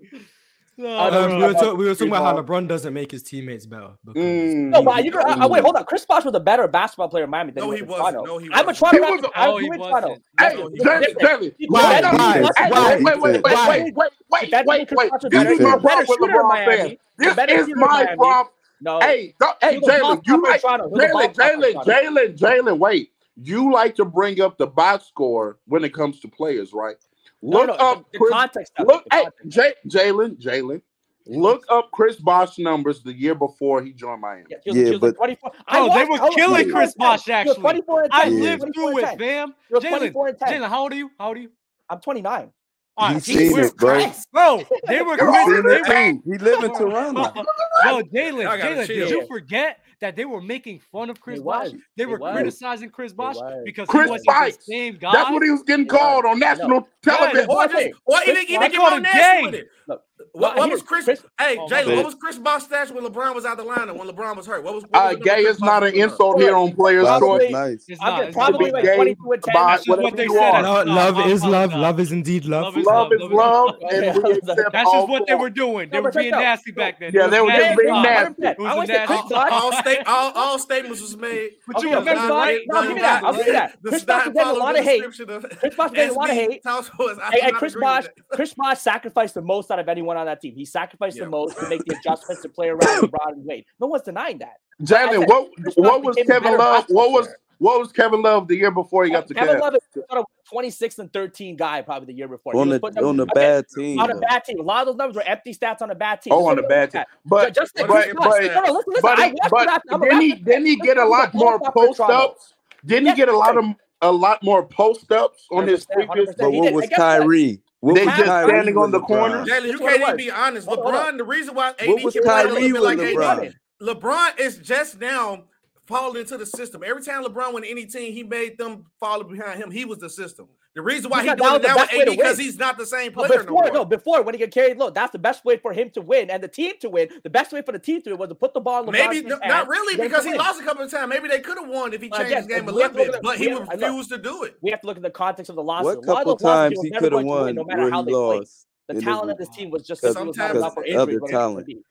Speaker 9: Um,
Speaker 4: no,
Speaker 2: Um,
Speaker 4: no,
Speaker 2: we, were
Speaker 4: no,
Speaker 2: talk- we were talking about how
Speaker 6: Revolve.
Speaker 2: LeBron doesn't make his teammates better. because
Speaker 6: Mm.
Speaker 4: No, wow, you can, uh, wait, hold on. Chris Bosh was a better basketball player in Miami than
Speaker 8: No,
Speaker 4: he,
Speaker 8: he
Speaker 4: was in
Speaker 8: wasn't.
Speaker 4: Toronto.
Speaker 8: No, he
Speaker 4: I'm a oh,
Speaker 8: wasn't.
Speaker 4: Toronto.
Speaker 6: He was
Speaker 4: rapper.
Speaker 6: a-
Speaker 4: I'm
Speaker 1: No, he
Speaker 4: doing
Speaker 1: wasn't.
Speaker 4: Toronto.
Speaker 6: Hey,
Speaker 4: No, he
Speaker 6: Jelly,
Speaker 4: wasn't.
Speaker 6: Jelly.
Speaker 4: He
Speaker 12: Why?
Speaker 4: defended-
Speaker 12: Why?
Speaker 4: he
Speaker 6: Hey,
Speaker 4: defended-
Speaker 12: Why?
Speaker 6: wait, wait, wait, wait,
Speaker 12: Why?
Speaker 6: wait, wait, wait,
Speaker 4: Defensively,
Speaker 6: wait, wait.
Speaker 4: Chris Bosh
Speaker 6: This
Speaker 4: was
Speaker 6: is my
Speaker 4: better-
Speaker 6: problem
Speaker 4: better
Speaker 6: with
Speaker 4: shooter in
Speaker 6: LeBron fans.
Speaker 4: Miami.
Speaker 6: This
Speaker 4: Better
Speaker 6: is
Speaker 4: shooter in
Speaker 6: my
Speaker 4: Miami.
Speaker 6: problem.
Speaker 4: No.
Speaker 6: Hey, no,
Speaker 4: He
Speaker 6: hey,
Speaker 4: was a boss
Speaker 6: Jalen,
Speaker 4: up
Speaker 6: you
Speaker 4: in
Speaker 6: like
Speaker 4: Toronto. He was a
Speaker 6: Jalen,
Speaker 4: boss up in
Speaker 6: Jalen,
Speaker 4: Toronto.
Speaker 6: Jalen, Jalen. Wait, you like to bring up the box score when it comes to players, right?
Speaker 4: No,
Speaker 6: Look
Speaker 4: no, no.
Speaker 6: up
Speaker 4: The, the
Speaker 6: Chris.
Speaker 4: context of
Speaker 6: Look,
Speaker 4: it. The
Speaker 6: hey,
Speaker 4: context.
Speaker 6: J- Jalen, Jalen.
Speaker 4: Mm-hmm.
Speaker 6: Look up Chris Bosh numbers the year before he joined Miami.
Speaker 4: Yeah, he was, yeah,
Speaker 12: Yeah,
Speaker 4: he was like
Speaker 12: but-
Speaker 4: 24. I
Speaker 1: Bro, Oh, they
Speaker 4: watched-
Speaker 1: were
Speaker 4: I was
Speaker 1: killing
Speaker 4: 24
Speaker 1: Chris
Speaker 4: and 10.
Speaker 1: Bosh,
Speaker 4: He was
Speaker 1: actually.
Speaker 4: 24 and 10.
Speaker 1: I
Speaker 12: Yeah.
Speaker 1: lived
Speaker 4: 24 and
Speaker 1: through it,
Speaker 4: 10.
Speaker 1: fam.
Speaker 4: He was
Speaker 1: Jalen,
Speaker 4: 24 and 10.
Speaker 1: Jalen, how old are you? How old are you?
Speaker 4: I'm 29.
Speaker 1: All right,
Speaker 12: He seen
Speaker 1: we're
Speaker 12: it, bro.
Speaker 1: Christ, bro. They
Speaker 6: You're
Speaker 1: were Chris.
Speaker 6: older than
Speaker 12: Seen it
Speaker 1: They were,
Speaker 12: too. He live in
Speaker 1: bro,
Speaker 12: Toronto.
Speaker 1: Jalen,
Speaker 8: I gotta
Speaker 1: Jalen, did
Speaker 8: chill.
Speaker 1: you forget that they were making fun of Chris
Speaker 4: It
Speaker 1: Bosh?
Speaker 4: was.
Speaker 1: They
Speaker 4: It
Speaker 1: were
Speaker 4: was.
Speaker 1: criticizing Chris Bosh
Speaker 4: was.
Speaker 1: because he
Speaker 6: Chris
Speaker 1: wasn't
Speaker 6: Bikes.
Speaker 1: the same guy.
Speaker 6: That's what he was getting
Speaker 4: It was.
Speaker 6: called on
Speaker 4: I know.
Speaker 6: national
Speaker 1: Yes.
Speaker 6: television.
Speaker 8: Or just,
Speaker 4: Nothing.
Speaker 8: or even
Speaker 4: Chris
Speaker 8: even
Speaker 4: Bosh-
Speaker 8: get
Speaker 1: called
Speaker 8: more
Speaker 1: him
Speaker 8: nasty
Speaker 1: gay.
Speaker 8: with it.
Speaker 4: Look,
Speaker 8: What,
Speaker 4: no,
Speaker 8: what
Speaker 4: he-
Speaker 8: was Chris?
Speaker 4: Chris-
Speaker 8: Hey,
Speaker 1: Oh, my
Speaker 8: Jalen,
Speaker 12: bad.
Speaker 8: what was Chris Bosh stats when LeBron was out the lineup? When LeBron was hurt, what was? What was
Speaker 6: Uh,
Speaker 8: the number
Speaker 6: gay
Speaker 8: Chris
Speaker 6: is
Speaker 8: Bosh
Speaker 6: not
Speaker 8: was
Speaker 6: an
Speaker 8: putting up?
Speaker 6: insult here on players'
Speaker 12: Bosh
Speaker 6: choice.
Speaker 12: is
Speaker 4: Probably.
Speaker 12: nice.
Speaker 1: It's
Speaker 4: I'm
Speaker 1: not.
Speaker 4: gonna
Speaker 1: It's
Speaker 6: To
Speaker 1: not.
Speaker 4: probably
Speaker 6: be
Speaker 4: like
Speaker 6: gay,
Speaker 4: 22 and 10.
Speaker 6: about
Speaker 1: That's just what
Speaker 6: whatever
Speaker 1: they
Speaker 6: you
Speaker 1: said. at
Speaker 6: are.
Speaker 1: the
Speaker 2: No,
Speaker 1: time.
Speaker 2: love
Speaker 1: I
Speaker 2: is love.
Speaker 1: apologize.
Speaker 2: Love is indeed love.
Speaker 1: Love is
Speaker 6: Love is
Speaker 1: love.
Speaker 6: love,
Speaker 1: love.
Speaker 6: and we accept
Speaker 1: That's
Speaker 6: all
Speaker 1: just what they were
Speaker 6: forms.
Speaker 1: doing. They
Speaker 4: No,
Speaker 1: were
Speaker 4: but check
Speaker 1: being
Speaker 4: it out.
Speaker 1: nasty back then. It
Speaker 6: Yeah,
Speaker 1: was
Speaker 6: they were just
Speaker 1: nasty
Speaker 6: being
Speaker 1: time.
Speaker 6: nasty.
Speaker 1: It
Speaker 4: I
Speaker 1: was a
Speaker 4: always say Chris
Speaker 1: nasty
Speaker 8: All,
Speaker 4: Bosh.
Speaker 8: all,
Speaker 1: time.
Speaker 8: sta- all, all statements was made.
Speaker 1: But
Speaker 8: Okay,
Speaker 1: you
Speaker 4: Okay,
Speaker 8: was
Speaker 4: Chris
Speaker 1: remember,
Speaker 8: not,
Speaker 4: Bosh.
Speaker 1: right?
Speaker 8: it
Speaker 4: No, I'll
Speaker 8: was
Speaker 4: give
Speaker 8: not
Speaker 4: you that. I'll give you
Speaker 8: like
Speaker 4: that. Chris
Speaker 8: this.
Speaker 4: Bosh
Speaker 8: Not
Speaker 4: was getting a
Speaker 8: follow
Speaker 4: lot
Speaker 8: the
Speaker 4: of hate.
Speaker 8: description of
Speaker 4: Chris Bosh was getting a lot of
Speaker 8: SB
Speaker 4: hate.
Speaker 8: Towns was. I
Speaker 4: And,
Speaker 8: do
Speaker 4: and
Speaker 8: not
Speaker 4: Chris
Speaker 8: agree with
Speaker 4: Bosh,
Speaker 8: that.
Speaker 4: Chris Bosh sacrificed the most out of anyone on that team. He sacrificed
Speaker 8: Yeah.
Speaker 4: the most to make the adjustments to play around LeBron and Wade. No one's denying that. I
Speaker 6: Jalen,
Speaker 4: said,
Speaker 6: what
Speaker 4: Chris Bosh
Speaker 6: what was
Speaker 4: became a
Speaker 6: Kevin
Speaker 4: better
Speaker 6: Love?
Speaker 4: basketball
Speaker 6: What was
Speaker 4: player.
Speaker 6: what was Kevin Love the year before he got to
Speaker 4: Kevin
Speaker 6: Cavs?
Speaker 4: Love is sort of 26 and 13 guy probably the year before. He
Speaker 12: On
Speaker 4: was
Speaker 12: the
Speaker 4: putting up
Speaker 12: on the
Speaker 4: again,
Speaker 12: bad team.
Speaker 4: on a
Speaker 12: though.
Speaker 4: bad team. A lot of those numbers were empty stats on a bad team.
Speaker 6: Oh,
Speaker 4: Just
Speaker 6: on the
Speaker 4: look at
Speaker 6: bad
Speaker 4: that.
Speaker 6: team, but
Speaker 4: Ju- Just like
Speaker 8: What is
Speaker 4: Chris
Speaker 6: but but
Speaker 8: it?
Speaker 4: Bosh. No, no, listen, listen.
Speaker 6: but
Speaker 4: I
Speaker 6: he,
Speaker 4: watched the
Speaker 6: but
Speaker 4: Raptors. I'm a
Speaker 6: didn't
Speaker 4: Raptors
Speaker 6: he
Speaker 4: fan.
Speaker 6: didn't he
Speaker 4: Chris
Speaker 6: get a
Speaker 4: Bosh was
Speaker 6: lot
Speaker 4: a boss
Speaker 6: more
Speaker 4: up in
Speaker 6: post
Speaker 4: Toronto.
Speaker 6: ups? Didn't he
Speaker 4: Yes,
Speaker 6: get a lot
Speaker 4: 100%.
Speaker 6: of a lot more post ups on his
Speaker 4: 100%.
Speaker 6: previous
Speaker 4: 100%.
Speaker 12: But
Speaker 4: He
Speaker 12: what
Speaker 4: did.
Speaker 12: was
Speaker 4: And guess what?
Speaker 12: Kyrie? What
Speaker 6: They
Speaker 12: was
Speaker 4: Half
Speaker 6: just
Speaker 12: Kyrie
Speaker 6: standing
Speaker 12: with
Speaker 6: on the corners.
Speaker 12: LeBron?
Speaker 8: Jalen,
Speaker 4: This
Speaker 8: you
Speaker 4: is what it
Speaker 8: can't even
Speaker 4: was.
Speaker 8: be honest.
Speaker 4: Hold on, hold on.
Speaker 8: LeBron, the reason why AD
Speaker 12: What was
Speaker 8: can play a little
Speaker 12: Kyrie
Speaker 8: bit
Speaker 12: with
Speaker 8: like
Speaker 4: He
Speaker 8: AD,
Speaker 4: wanted.
Speaker 12: LeBron?
Speaker 8: LeBron is just now falling into the system. Every time LeBron went to any team, he made them follow behind him. He was the system. The reason why
Speaker 4: Because
Speaker 8: he doing it
Speaker 4: that was the
Speaker 8: now with
Speaker 4: best way
Speaker 8: AD
Speaker 4: to
Speaker 8: because
Speaker 4: win.
Speaker 8: he's not the same
Speaker 4: No,
Speaker 8: player no
Speaker 4: before, no,
Speaker 8: more.
Speaker 4: before when he got carried low, that's the best way for him to win and the team to win. The best way for the team to win was to put the ball in LeBron
Speaker 8: Maybe
Speaker 4: James'
Speaker 8: no-
Speaker 4: hands
Speaker 8: not really
Speaker 4: and get him
Speaker 8: because
Speaker 4: to
Speaker 8: he
Speaker 4: win.
Speaker 8: lost a couple of times. Maybe they could have won if he
Speaker 4: But
Speaker 8: changed
Speaker 4: again,
Speaker 8: his game a
Speaker 4: we
Speaker 8: little
Speaker 4: have to look
Speaker 8: bit,
Speaker 4: at
Speaker 8: but
Speaker 4: we
Speaker 8: he
Speaker 4: have, I look,
Speaker 8: refused to do it.
Speaker 4: we have to look at the context of the losses. A
Speaker 12: What
Speaker 4: lot of
Speaker 12: couple
Speaker 4: those losses, he
Speaker 12: times
Speaker 4: was
Speaker 12: he
Speaker 4: never
Speaker 12: could have
Speaker 4: going to win, no
Speaker 12: won
Speaker 4: matter
Speaker 12: where
Speaker 4: how
Speaker 12: he
Speaker 4: they played.
Speaker 12: lost
Speaker 4: The
Speaker 12: in the
Speaker 4: talent of this team was just
Speaker 12: because
Speaker 4: simply was not
Speaker 8: Sometimes
Speaker 12: because
Speaker 4: enough for
Speaker 12: of
Speaker 4: injuries,
Speaker 12: the
Speaker 4: whatever it may
Speaker 12: talent.
Speaker 4: be.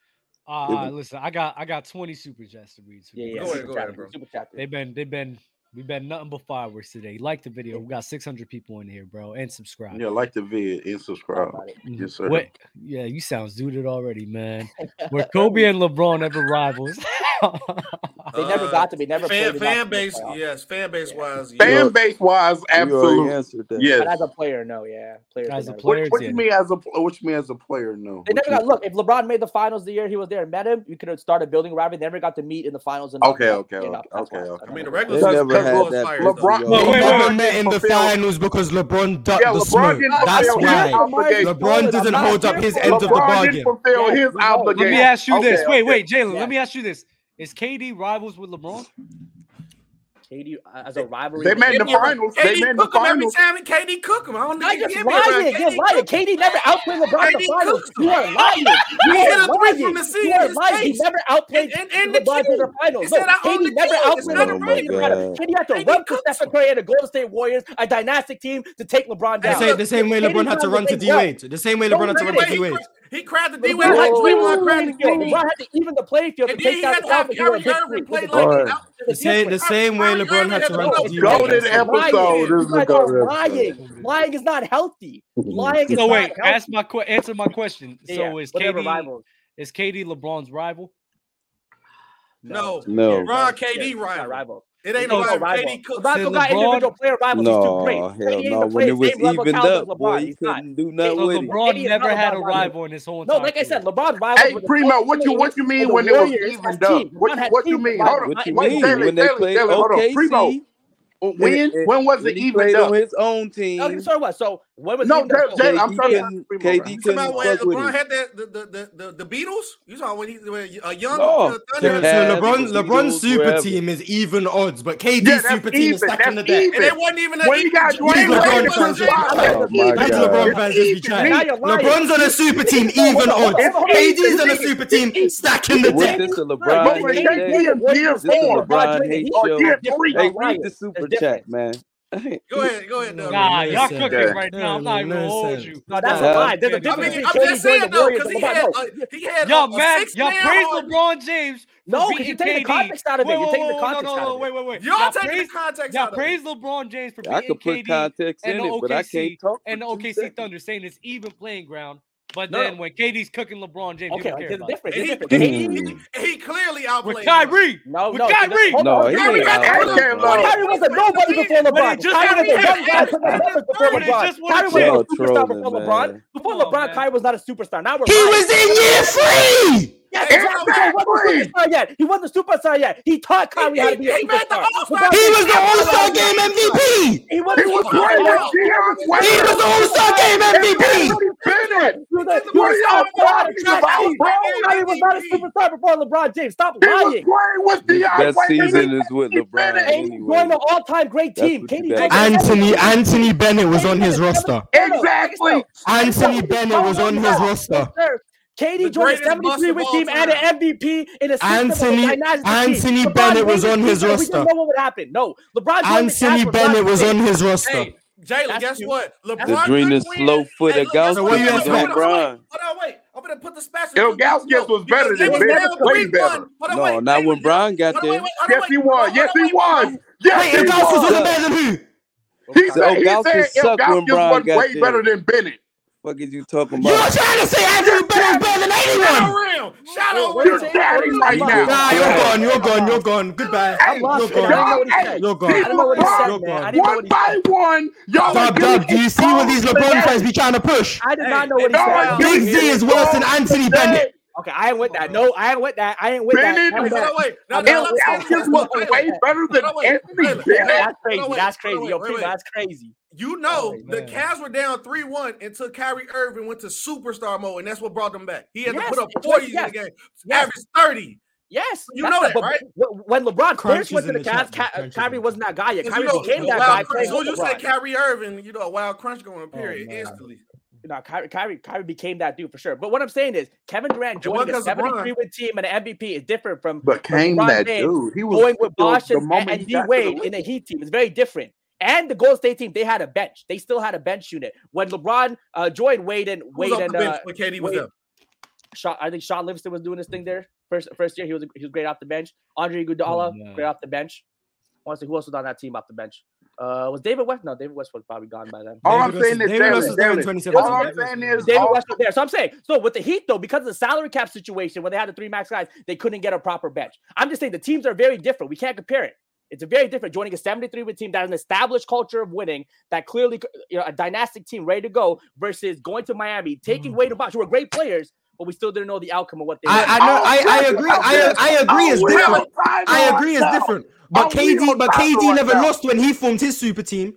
Speaker 12: It
Speaker 1: Uh,
Speaker 12: was
Speaker 1: listen, I got I got 20 super chats to read.
Speaker 8: Go
Speaker 4: Yeah, yeah,
Speaker 1: Super chats.
Speaker 8: ahead,
Speaker 4: super
Speaker 8: go ahead,
Speaker 4: chapter,
Speaker 8: bro.
Speaker 4: super chapter.
Speaker 1: They've been they've been we've been nothing but fireworks today. Like the video. We got 600 people in here, bro, and subscribe.
Speaker 6: Yeah, like the vid and
Speaker 4: How
Speaker 6: subscribe.
Speaker 4: about it?
Speaker 1: Mhm.
Speaker 6: Yes, sir.
Speaker 1: What? Yeah, you sound zooted already, man. Were Kobe and LeBron ever rivals?
Speaker 4: They never got to be never
Speaker 8: fan,
Speaker 4: played
Speaker 8: fan
Speaker 4: enough to make
Speaker 8: base.
Speaker 4: playoffs.
Speaker 8: Yes, fan base wise.
Speaker 6: Fan base wise, absolutely. Yes.
Speaker 4: But as a player, no, yeah. Players
Speaker 6: As a
Speaker 4: never-
Speaker 6: player, what, what do you mean as a what you mean as a player? No,
Speaker 4: They
Speaker 6: What
Speaker 4: never
Speaker 6: you-
Speaker 4: got look. If LeBron made the finals the year he was there and met him, you could have started building a rivalry. They never got to meet in the finals. And
Speaker 6: Okay, okay, okay, okay, okay.
Speaker 8: I mean, the
Speaker 12: They never had that.
Speaker 6: LeBron-
Speaker 12: No,
Speaker 6: wait,
Speaker 9: They
Speaker 6: wait,
Speaker 9: never
Speaker 6: wait,
Speaker 9: met in the
Speaker 6: fulfill-
Speaker 9: finals because LeBron ducked
Speaker 6: Yeah,
Speaker 9: the
Speaker 6: LeBron
Speaker 9: smoke.
Speaker 6: didn't
Speaker 9: That's
Speaker 6: fulfill his
Speaker 9: why
Speaker 6: obligation.
Speaker 9: LeBron doesn't
Speaker 6: I'm
Speaker 9: hold up
Speaker 6: here
Speaker 9: his
Speaker 6: for
Speaker 9: end of the
Speaker 6: LeBron
Speaker 9: bargain.
Speaker 6: didn't fulfill his obligation.
Speaker 1: Let me ask you this.
Speaker 6: Okay,
Speaker 1: wait,
Speaker 6: okay.
Speaker 1: wait, Jalen.
Speaker 4: Yeah.
Speaker 1: Let me ask you this: Is KD rivals with LeBron?
Speaker 4: KD uh, as a rivalry.
Speaker 1: They met in the
Speaker 8: Yeah,
Speaker 1: finals.
Speaker 8: KD
Speaker 1: They met in the
Speaker 8: cook 'em
Speaker 1: finals.
Speaker 8: every time, and KD cook him. I don't
Speaker 4: I
Speaker 8: think
Speaker 4: just
Speaker 8: he
Speaker 4: lying.
Speaker 8: can be around
Speaker 4: Just lying. KD never outplayed LeBron in the
Speaker 8: KD
Speaker 4: finals.
Speaker 8: cooked
Speaker 4: You are lying. You
Speaker 8: He hit
Speaker 4: are
Speaker 8: a three
Speaker 4: lying.
Speaker 8: from the
Speaker 4: You
Speaker 8: ceiling in
Speaker 4: are
Speaker 8: his
Speaker 4: lying. He
Speaker 8: face.
Speaker 4: never outplayed
Speaker 8: And- and the
Speaker 4: LeBron in the
Speaker 8: kid.
Speaker 4: finals.
Speaker 8: He
Speaker 4: No,
Speaker 8: said, "I own
Speaker 4: KD
Speaker 8: the
Speaker 4: never
Speaker 8: kid." It's
Speaker 4: outplayed
Speaker 8: not a
Speaker 4: LeBron in the finals.
Speaker 12: right.
Speaker 4: KD had to
Speaker 8: KD
Speaker 4: run to Stephen Curry and the Golden State Warriors, a dynastic team, to take LeBron
Speaker 9: The
Speaker 4: down.
Speaker 9: same, the same way
Speaker 4: KD
Speaker 9: LeBron had to
Speaker 4: found
Speaker 9: run to
Speaker 4: thing
Speaker 9: D
Speaker 4: well.
Speaker 9: Wade. The same way LeBron had to run to D Wade.
Speaker 8: He crabbed the D Wade like
Speaker 4: LeBron had to even
Speaker 8: Draymond crabbed
Speaker 4: the playing
Speaker 8: the D
Speaker 4: field. LeBron
Speaker 8: Wade.
Speaker 4: had to even the playing field to
Speaker 8: And then
Speaker 4: take
Speaker 8: he
Speaker 4: down
Speaker 8: had
Speaker 4: the
Speaker 8: to have
Speaker 4: Dolphins who were a
Speaker 8: Kyrie
Speaker 4: big
Speaker 8: Irving
Speaker 4: three.
Speaker 8: play
Speaker 4: Look at
Speaker 8: like
Speaker 4: that.
Speaker 8: an
Speaker 12: Alright.
Speaker 8: out.
Speaker 4: The
Speaker 9: The same, the
Speaker 4: difference-
Speaker 9: same way
Speaker 8: Kyrie
Speaker 9: LeBron
Speaker 8: Irving had
Speaker 9: had to run to
Speaker 8: to
Speaker 9: D
Speaker 8: go to
Speaker 9: Wade. That's
Speaker 6: Golden
Speaker 9: it.
Speaker 6: episode.
Speaker 4: lying.
Speaker 6: This
Speaker 4: You
Speaker 6: is a
Speaker 4: guys are
Speaker 8: "Oh,
Speaker 6: golden episode.
Speaker 4: lying. Lying is not healthy. Lying is
Speaker 1: So
Speaker 4: not
Speaker 1: wait,
Speaker 4: healthy.
Speaker 1: ask my que- answer my question.
Speaker 4: Yeah,
Speaker 1: So is
Speaker 4: whatever
Speaker 1: KD
Speaker 4: rivals.
Speaker 1: is KD LeBron's rival?
Speaker 8: No,
Speaker 12: No.
Speaker 8: LeBron,
Speaker 4: Yeah,
Speaker 8: KD
Speaker 4: it's not a
Speaker 8: rival.
Speaker 4: rival.
Speaker 8: It ain't
Speaker 4: No,
Speaker 8: no
Speaker 4: no
Speaker 8: rival.
Speaker 4: rival.
Speaker 8: KD cook.
Speaker 4: LeBron's
Speaker 1: Then
Speaker 4: got individual
Speaker 1: LeBron-
Speaker 4: player rivals. He's too great. KD
Speaker 12: No, hell
Speaker 4: ain't
Speaker 12: no.
Speaker 4: even
Speaker 12: When
Speaker 4: played
Speaker 12: it was
Speaker 4: same level
Speaker 12: evened
Speaker 4: caliber as
Speaker 12: up, boy,
Speaker 4: LeBron.
Speaker 12: he
Speaker 4: He's not.
Speaker 12: couldn't do
Speaker 1: So
Speaker 12: nothing with it.
Speaker 1: LeBron
Speaker 4: KD is
Speaker 1: never
Speaker 4: not
Speaker 1: had a
Speaker 4: LeBron's
Speaker 1: rival in his whole
Speaker 4: No,
Speaker 1: entire
Speaker 4: like I said,
Speaker 1: career.
Speaker 4: LeBron's rivals
Speaker 6: Hey,
Speaker 4: were the
Speaker 6: Primo,
Speaker 4: Golden
Speaker 6: what you
Speaker 4: State
Speaker 6: what you
Speaker 4: and
Speaker 6: mean
Speaker 4: the
Speaker 6: when it was
Speaker 4: Warriors as
Speaker 6: evened up?
Speaker 4: teams.
Speaker 6: What
Speaker 4: LeBron
Speaker 6: you,
Speaker 4: had
Speaker 6: what you
Speaker 4: teams
Speaker 6: mean?
Speaker 4: rivals.
Speaker 6: Hold on,
Speaker 12: What you
Speaker 4: Not
Speaker 6: wait,
Speaker 12: mean?
Speaker 6: Jalen,
Speaker 4: individual.
Speaker 12: When they
Speaker 6: Jalen,
Speaker 12: played
Speaker 6: Jalen, hold on, Primo.
Speaker 8: uh,
Speaker 12: OKC,
Speaker 6: When
Speaker 12: eh, eh,
Speaker 6: when was
Speaker 12: when
Speaker 6: it
Speaker 12: he
Speaker 6: evened
Speaker 12: played
Speaker 6: up?
Speaker 12: on his own
Speaker 4: Okay,
Speaker 12: team,
Speaker 4: so what? So when was
Speaker 6: No,
Speaker 4: even that
Speaker 6: Jalen,
Speaker 4: show?
Speaker 6: Jalen, I'm
Speaker 12: KD
Speaker 6: sorry, to Primo.
Speaker 12: couldn't.
Speaker 6: Bro.
Speaker 12: KD
Speaker 8: You talking
Speaker 12: couldn't
Speaker 8: about when
Speaker 12: fuck with
Speaker 8: LeBron
Speaker 12: him.
Speaker 8: had that the the the, the, the Beatles? You saw when he when a young
Speaker 12: No,
Speaker 8: uh,
Speaker 9: So,
Speaker 8: Thunder had
Speaker 9: so
Speaker 12: the
Speaker 8: that.
Speaker 12: Cavs,
Speaker 9: LeBron,
Speaker 12: the
Speaker 9: LeBron's
Speaker 12: Beatles,
Speaker 9: super
Speaker 12: wherever.
Speaker 9: team is even odds, but KD's
Speaker 6: Yeah, that's
Speaker 9: super team is
Speaker 6: even.
Speaker 9: stacked
Speaker 6: That's
Speaker 9: in the deck.
Speaker 8: And
Speaker 6: even.
Speaker 8: it wasn't even that.
Speaker 6: When you got
Speaker 8: Dwayne
Speaker 9: These
Speaker 6: Dwayne Wade
Speaker 9: LeBron
Speaker 6: and
Speaker 8: Wade
Speaker 6: Chris
Speaker 9: fans
Speaker 8: wasn't
Speaker 9: just
Speaker 8: even
Speaker 6: Bosh,
Speaker 9: be
Speaker 6: that's
Speaker 9: chilling.
Speaker 12: Oh my
Speaker 9: Back to
Speaker 6: even.
Speaker 9: LeBron
Speaker 12: god.
Speaker 6: It's
Speaker 9: fans just be
Speaker 6: even.
Speaker 9: chatting.
Speaker 4: Now you're lying.
Speaker 9: LeBron's on a super team, even
Speaker 4: Hold
Speaker 9: odds.
Speaker 4: on, hold on,
Speaker 9: KD's on a
Speaker 4: it's
Speaker 9: super team, stacking the
Speaker 12: What
Speaker 9: deck.
Speaker 12: this a
Speaker 4: Right,
Speaker 6: But
Speaker 12: LeBron
Speaker 6: when
Speaker 12: hate
Speaker 4: KD
Speaker 6: KD
Speaker 12: day?
Speaker 4: played the
Speaker 6: in
Speaker 4: Warriors
Speaker 6: year
Speaker 4: the same
Speaker 12: This a
Speaker 6: four
Speaker 4: way LeBron
Speaker 12: LeBron
Speaker 4: played the
Speaker 12: hate
Speaker 4: Heat.
Speaker 6: or
Speaker 12: show.
Speaker 4: It's
Speaker 6: year
Speaker 4: different.
Speaker 6: three,
Speaker 4: You're
Speaker 12: Hey,
Speaker 4: lying.
Speaker 12: read the
Speaker 4: It's
Speaker 12: super
Speaker 4: different.
Speaker 12: chat, man.
Speaker 8: Go ahead, go ahead, Doug.
Speaker 1: Nah, y'all
Speaker 9: Nonsense.
Speaker 1: cooking right now. I'm
Speaker 9: Yeah,
Speaker 1: not even gonna hold you.
Speaker 9: nonsense.
Speaker 4: No, that's a
Speaker 12: Nah.
Speaker 4: lie. There's a
Speaker 8: Uh, I
Speaker 1: Yeah,
Speaker 4: difference
Speaker 8: mean,
Speaker 1: yeah.
Speaker 4: between
Speaker 8: I'm
Speaker 4: KD
Speaker 8: just
Speaker 4: joining the
Speaker 8: saying though,
Speaker 4: Warriors
Speaker 8: because
Speaker 4: and
Speaker 8: he
Speaker 4: LeBron.
Speaker 8: had
Speaker 4: No,
Speaker 8: a, he had a,
Speaker 1: Y'all
Speaker 8: a
Speaker 1: mad?
Speaker 8: six
Speaker 1: Y'all
Speaker 8: man
Speaker 1: praise
Speaker 8: hard.
Speaker 1: LeBron James for
Speaker 4: No, 'cause
Speaker 1: beating
Speaker 4: you're taking the
Speaker 1: KD.
Speaker 4: context out of it.
Speaker 1: Wait,
Speaker 4: You're
Speaker 1: wait,
Speaker 4: taking the
Speaker 1: wait,
Speaker 4: context
Speaker 1: no, no,
Speaker 4: out
Speaker 1: no,
Speaker 4: of it.
Speaker 1: wait, wait, wait.
Speaker 8: Y'all
Speaker 1: y'all
Speaker 8: taking
Speaker 1: praise,
Speaker 8: the context
Speaker 1: y'all
Speaker 8: out of it.
Speaker 1: praise LeBron James for
Speaker 12: I
Speaker 1: beating
Speaker 12: could put
Speaker 1: KD
Speaker 12: context
Speaker 1: and
Speaker 12: in
Speaker 1: the
Speaker 12: it, but I can't
Speaker 1: OKC
Speaker 12: talk for
Speaker 1: and the
Speaker 12: two
Speaker 1: OKC
Speaker 12: seconds.
Speaker 1: Thunder, saying it's even playing ground. But
Speaker 4: No,
Speaker 1: then
Speaker 4: no.
Speaker 1: when KD's cooking LeBron James,
Speaker 4: Okay, like
Speaker 1: people care
Speaker 4: there's a
Speaker 1: about it.
Speaker 4: difference.
Speaker 8: And
Speaker 4: There's a
Speaker 8: he,
Speaker 4: difference.
Speaker 8: he,
Speaker 4: KD.
Speaker 12: Mm.
Speaker 8: he clearly
Speaker 1: With
Speaker 8: outplayed. him.
Speaker 1: Kyrie,
Speaker 4: No,
Speaker 1: with
Speaker 4: no. so that's-
Speaker 1: Kyrie,
Speaker 4: Hold on,
Speaker 12: No,
Speaker 4: hold
Speaker 12: he
Speaker 4: on.
Speaker 8: Kyrie
Speaker 12: ain't
Speaker 6: I
Speaker 8: had that
Speaker 12: outplayed
Speaker 8: club.
Speaker 6: can't
Speaker 12: LeBron.
Speaker 6: love.
Speaker 4: Kyrie was a nobody before
Speaker 1: But
Speaker 4: LeBron.
Speaker 1: it just-
Speaker 4: Kyrie was
Speaker 1: Kyrie
Speaker 4: a
Speaker 1: had
Speaker 4: young guy putting up numbers
Speaker 1: everything
Speaker 8: to
Speaker 4: before
Speaker 1: but it
Speaker 4: LeBron.
Speaker 1: just won a
Speaker 4: Kyrie wasn't
Speaker 12: Y'all
Speaker 1: chip.
Speaker 4: a superstar
Speaker 12: trolling,
Speaker 4: before LeBron.
Speaker 12: man.
Speaker 4: Before
Speaker 1: Come on,
Speaker 4: LeBron,
Speaker 1: man.
Speaker 4: Kyrie was not a superstar. Now we're
Speaker 9: He
Speaker 4: lying.
Speaker 9: was in year three.
Speaker 4: Yes,
Speaker 8: Hey,
Speaker 4: exactly. So he
Speaker 6: Exactly.
Speaker 4: wasn't a superstar yet. He wasn't a superstar yet. He taught
Speaker 8: He,
Speaker 4: Kyrie how to be a
Speaker 8: he made the
Speaker 4: superstar.
Speaker 8: All Star
Speaker 4: Without
Speaker 9: He
Speaker 4: him,
Speaker 9: was the
Speaker 4: Kyrie
Speaker 9: All
Speaker 4: was not
Speaker 9: Star
Speaker 4: a
Speaker 9: Game
Speaker 4: superstar.
Speaker 9: MVP.
Speaker 4: He
Speaker 6: He
Speaker 4: wasn't a
Speaker 6: was
Speaker 4: superstar
Speaker 6: playing
Speaker 4: at
Speaker 6: with
Speaker 4: all. He
Speaker 6: Dion
Speaker 4: wasn't a superstar.
Speaker 9: He was the
Speaker 6: Waiters
Speaker 9: All Star
Speaker 4: He
Speaker 9: Game
Speaker 4: was
Speaker 6: and
Speaker 9: MVP.
Speaker 6: Anthony Bennett.
Speaker 4: He was a, he
Speaker 6: What
Speaker 4: was
Speaker 6: are
Speaker 4: a
Speaker 6: y'all
Speaker 4: star player at a
Speaker 6: talking
Speaker 4: time.
Speaker 6: about, bro?
Speaker 4: Kyrie was not a superstar before LeBron James. Stop
Speaker 6: He was
Speaker 4: lying.
Speaker 6: playing with
Speaker 12: His
Speaker 6: Dion
Speaker 12: best
Speaker 6: Waiters
Speaker 12: season
Speaker 6: and
Speaker 12: is with
Speaker 6: Anthony
Speaker 12: LeBron
Speaker 6: Bennett.
Speaker 4: KD joined
Speaker 12: anyway.
Speaker 4: an all-time great
Speaker 12: That's
Speaker 4: team.
Speaker 12: what you
Speaker 4: KD joined
Speaker 12: gotta
Speaker 4: an
Speaker 12: do.
Speaker 9: Anthony
Speaker 4: all-time
Speaker 9: Anthony Bennett was on his roster.
Speaker 6: Exactly.
Speaker 9: Anthony Bennett was on his roster.
Speaker 8: The
Speaker 4: KD joined a
Speaker 8: greatest bust
Speaker 4: 73
Speaker 8: of
Speaker 4: win
Speaker 8: all
Speaker 4: team and
Speaker 8: time.
Speaker 4: an MVP in a system of a
Speaker 9: Anthony-
Speaker 4: dynastic
Speaker 9: Anthony
Speaker 4: team.
Speaker 9: Bennett was
Speaker 4: hated
Speaker 9: on
Speaker 4: the
Speaker 9: his
Speaker 4: season. We
Speaker 9: roster.
Speaker 4: didn't know what would happen. No, Lebron joined the Cavs
Speaker 9: Anthony
Speaker 4: for
Speaker 9: Bennett was on
Speaker 4: Bronny
Speaker 9: his roster.
Speaker 8: Hey, Jalen,
Speaker 4: That's
Speaker 8: guess
Speaker 4: cute.
Speaker 8: what?
Speaker 12: The
Speaker 8: LeBron
Speaker 12: dream
Speaker 8: couldn't
Speaker 12: is
Speaker 8: win.
Speaker 12: slow foot
Speaker 8: Hey,
Speaker 12: of
Speaker 8: look, guess
Speaker 9: So what
Speaker 8: what?
Speaker 9: you
Speaker 12: Gauskas
Speaker 8: Hold
Speaker 12: was
Speaker 8: on, hold on,
Speaker 9: expect?
Speaker 8: hold on,
Speaker 12: LeBron.
Speaker 8: hold on, wait. I'm gonna put the special two things
Speaker 6: Elgauskas
Speaker 8: though
Speaker 6: was
Speaker 8: because
Speaker 6: better
Speaker 8: they
Speaker 6: than
Speaker 8: was
Speaker 4: Bennett.
Speaker 6: Bennett.
Speaker 8: down
Speaker 6: Way
Speaker 8: three
Speaker 6: better.
Speaker 8: one. Hold on,
Speaker 12: No,
Speaker 8: wait.
Speaker 12: not
Speaker 8: They was
Speaker 12: when
Speaker 8: down.
Speaker 12: Bron got
Speaker 8: Hold on, wait,
Speaker 12: there.
Speaker 8: wait. Hold on,
Speaker 6: Yes,
Speaker 8: wait.
Speaker 6: he
Speaker 8: Hold
Speaker 6: was.
Speaker 8: on,
Speaker 6: Yes, he was.
Speaker 8: hold on, wait. Hold on.
Speaker 6: Yes,
Speaker 9: Wait,
Speaker 6: he
Speaker 9: Ilgauskas wasn't
Speaker 6: was.
Speaker 9: better than who?
Speaker 6: He
Speaker 12: So
Speaker 6: said he
Speaker 12: Gauskas
Speaker 6: said
Speaker 12: sucked
Speaker 6: Elgauskas
Speaker 12: when Bron
Speaker 6: was
Speaker 12: got
Speaker 6: way better
Speaker 12: there.
Speaker 6: than Bennett.
Speaker 12: Fuck is you talking
Speaker 9: You're
Speaker 12: about?
Speaker 9: trying to say Anthony Bennett was better than
Speaker 8: Shadow
Speaker 9: anyone?
Speaker 8: realm. Shadow
Speaker 4: What are you
Speaker 6: You're
Speaker 8: realm.
Speaker 4: saying? What are
Speaker 6: daddy
Speaker 4: you
Speaker 6: right
Speaker 12: He
Speaker 4: lying?
Speaker 6: now.
Speaker 12: didn't
Speaker 9: Nah,
Speaker 4: I'm
Speaker 9: you're
Speaker 12: play.
Speaker 4: lost.
Speaker 9: gone. You're
Speaker 4: I'm
Speaker 9: gone. You're
Speaker 4: lost.
Speaker 9: gone. Goodbye.
Speaker 4: I'm
Speaker 6: Hey,
Speaker 9: You're
Speaker 4: lost, Jalen. I
Speaker 9: gone.
Speaker 4: didn't know
Speaker 6: y'all,
Speaker 4: what he
Speaker 6: hey,
Speaker 4: said.
Speaker 9: You're
Speaker 4: I
Speaker 9: gone.
Speaker 4: didn't know what
Speaker 6: people
Speaker 4: he said,
Speaker 9: You're
Speaker 6: one,
Speaker 4: man. I
Speaker 9: gone.
Speaker 4: didn't know what
Speaker 6: one
Speaker 4: he
Speaker 6: by
Speaker 4: said.
Speaker 6: one, y'all are
Speaker 9: Dub,
Speaker 6: getting
Speaker 9: dub. Do you see what these
Speaker 6: exposed
Speaker 9: LeBron
Speaker 6: today.
Speaker 9: fans be trying to push?
Speaker 4: I did
Speaker 8: Hey,
Speaker 4: not know what
Speaker 8: and
Speaker 4: he
Speaker 8: now
Speaker 4: said.
Speaker 6: Y'all
Speaker 4: I
Speaker 6: are
Speaker 4: didn't know
Speaker 9: Big
Speaker 6: getting
Speaker 4: what he
Speaker 9: Z
Speaker 4: said.
Speaker 9: is worse than
Speaker 6: exposed
Speaker 9: Anthony
Speaker 6: today.
Speaker 9: Bennett.
Speaker 4: Okay, I ain't with that. No, I ain't with that. I ain't with that.
Speaker 6: Bennett
Speaker 4: I'm
Speaker 8: Hey, hold
Speaker 4: done.
Speaker 8: on, wait. Now,
Speaker 4: I'm
Speaker 8: now
Speaker 4: not
Speaker 8: let's
Speaker 4: with
Speaker 8: say
Speaker 4: that.
Speaker 8: this.
Speaker 6: Elgauskas
Speaker 4: I'm
Speaker 6: was
Speaker 4: not
Speaker 8: Wait,
Speaker 4: with
Speaker 8: wait.
Speaker 6: way
Speaker 4: that.
Speaker 6: better
Speaker 8: Hold
Speaker 6: than
Speaker 8: on, wait.
Speaker 6: Anthony
Speaker 8: Jalen,
Speaker 4: Yeah,
Speaker 6: Bennett.
Speaker 8: Jalen.
Speaker 4: that's
Speaker 8: Hold on,
Speaker 4: crazy.
Speaker 8: wait.
Speaker 4: That's
Speaker 8: Hold on,
Speaker 4: crazy.
Speaker 8: wait.
Speaker 4: Yo, Oh,
Speaker 8: Wait,
Speaker 4: Primo,
Speaker 8: wait.
Speaker 4: that's crazy.
Speaker 8: You
Speaker 4: That's
Speaker 8: know
Speaker 4: crazy.
Speaker 8: the
Speaker 1: Man.
Speaker 8: Cavs were down 3 1 until Kyrie Irving went to superstar mode, and that's what brought them back. He had to
Speaker 4: Yes,
Speaker 8: put up
Speaker 4: it's what-
Speaker 8: 40s in
Speaker 4: yes,
Speaker 8: the game,
Speaker 4: yes,
Speaker 8: average 30.
Speaker 4: yes.
Speaker 8: You
Speaker 4: That's
Speaker 8: know
Speaker 4: the,
Speaker 8: that,
Speaker 4: but
Speaker 8: right?
Speaker 4: wh- when LeBron first
Speaker 9: Crunches
Speaker 4: went to the
Speaker 9: in the chat,
Speaker 4: Cavs,
Speaker 9: man.
Speaker 4: Ka- uh,
Speaker 9: Crunches in
Speaker 4: Kyrie
Speaker 9: the
Speaker 4: was not that guy yet.
Speaker 8: Because you
Speaker 4: Kyrie
Speaker 8: know,
Speaker 4: became
Speaker 8: a
Speaker 4: that guy
Speaker 8: wild crunch. As
Speaker 4: playing
Speaker 8: soon
Speaker 4: with
Speaker 8: as you say
Speaker 4: LeBron.
Speaker 8: Kyrie Irving, you know, a wild crunch going up
Speaker 1: Oh
Speaker 8: period
Speaker 1: man.
Speaker 8: instantly.
Speaker 4: You know, Kyrie, Kyrie, Kyrie became that dude for sure. But what I'm saying is, Kevin Durant
Speaker 8: It wasn't
Speaker 4: joining a
Speaker 8: because of Bron.
Speaker 4: 73 win team and an MVP is different from from
Speaker 6: Became
Speaker 4: LeBron
Speaker 6: that
Speaker 4: James
Speaker 6: dude. He was
Speaker 4: going with
Speaker 6: the,
Speaker 4: Bosh
Speaker 6: the
Speaker 4: and, and,
Speaker 6: moment
Speaker 4: and
Speaker 6: he
Speaker 4: D
Speaker 6: got to the
Speaker 4: Wade in a
Speaker 6: league.
Speaker 4: Heat team. It's very different. And the Golden State team, they had a bench. They still had a bench unit when LeBron uh, joined Wade and
Speaker 8: Who was
Speaker 4: Wade
Speaker 8: off the
Speaker 4: and
Speaker 8: bench
Speaker 4: uh,
Speaker 8: when KD was
Speaker 4: Wade
Speaker 8: there?
Speaker 4: Shaw, I think Sean Livingston was doing this thing there first first year. He was he was great off the bench. Andre
Speaker 1: Oh
Speaker 4: Iguodala
Speaker 1: man.
Speaker 4: great off the bench. Honestly, who else was on that team off the bench? Uh, was David West? No, David West was probably gone by then.
Speaker 6: All I'm David saying West- is David West Jalen- was there in Jalen- 2017. all I'm saying is-
Speaker 4: David
Speaker 6: all-
Speaker 4: West was there. So I'm saying, so with the Heat though, because of the salary cap situation where they had the three max guys, they couldn't get a proper bench. I'm just saying the teams are very different. We can't compare it. It's a very different joining a 73 win team that has an established culture of winning, that clearly you know a dynastic team ready to go versus going to Miami, taking Wade and Bosh, who were great players, but we still didn't know the outcome of what they.
Speaker 9: I, I know. I, I agree. I, I agree. It's different. I agree. It's different. But KD, but KD never lost when he formed his super team.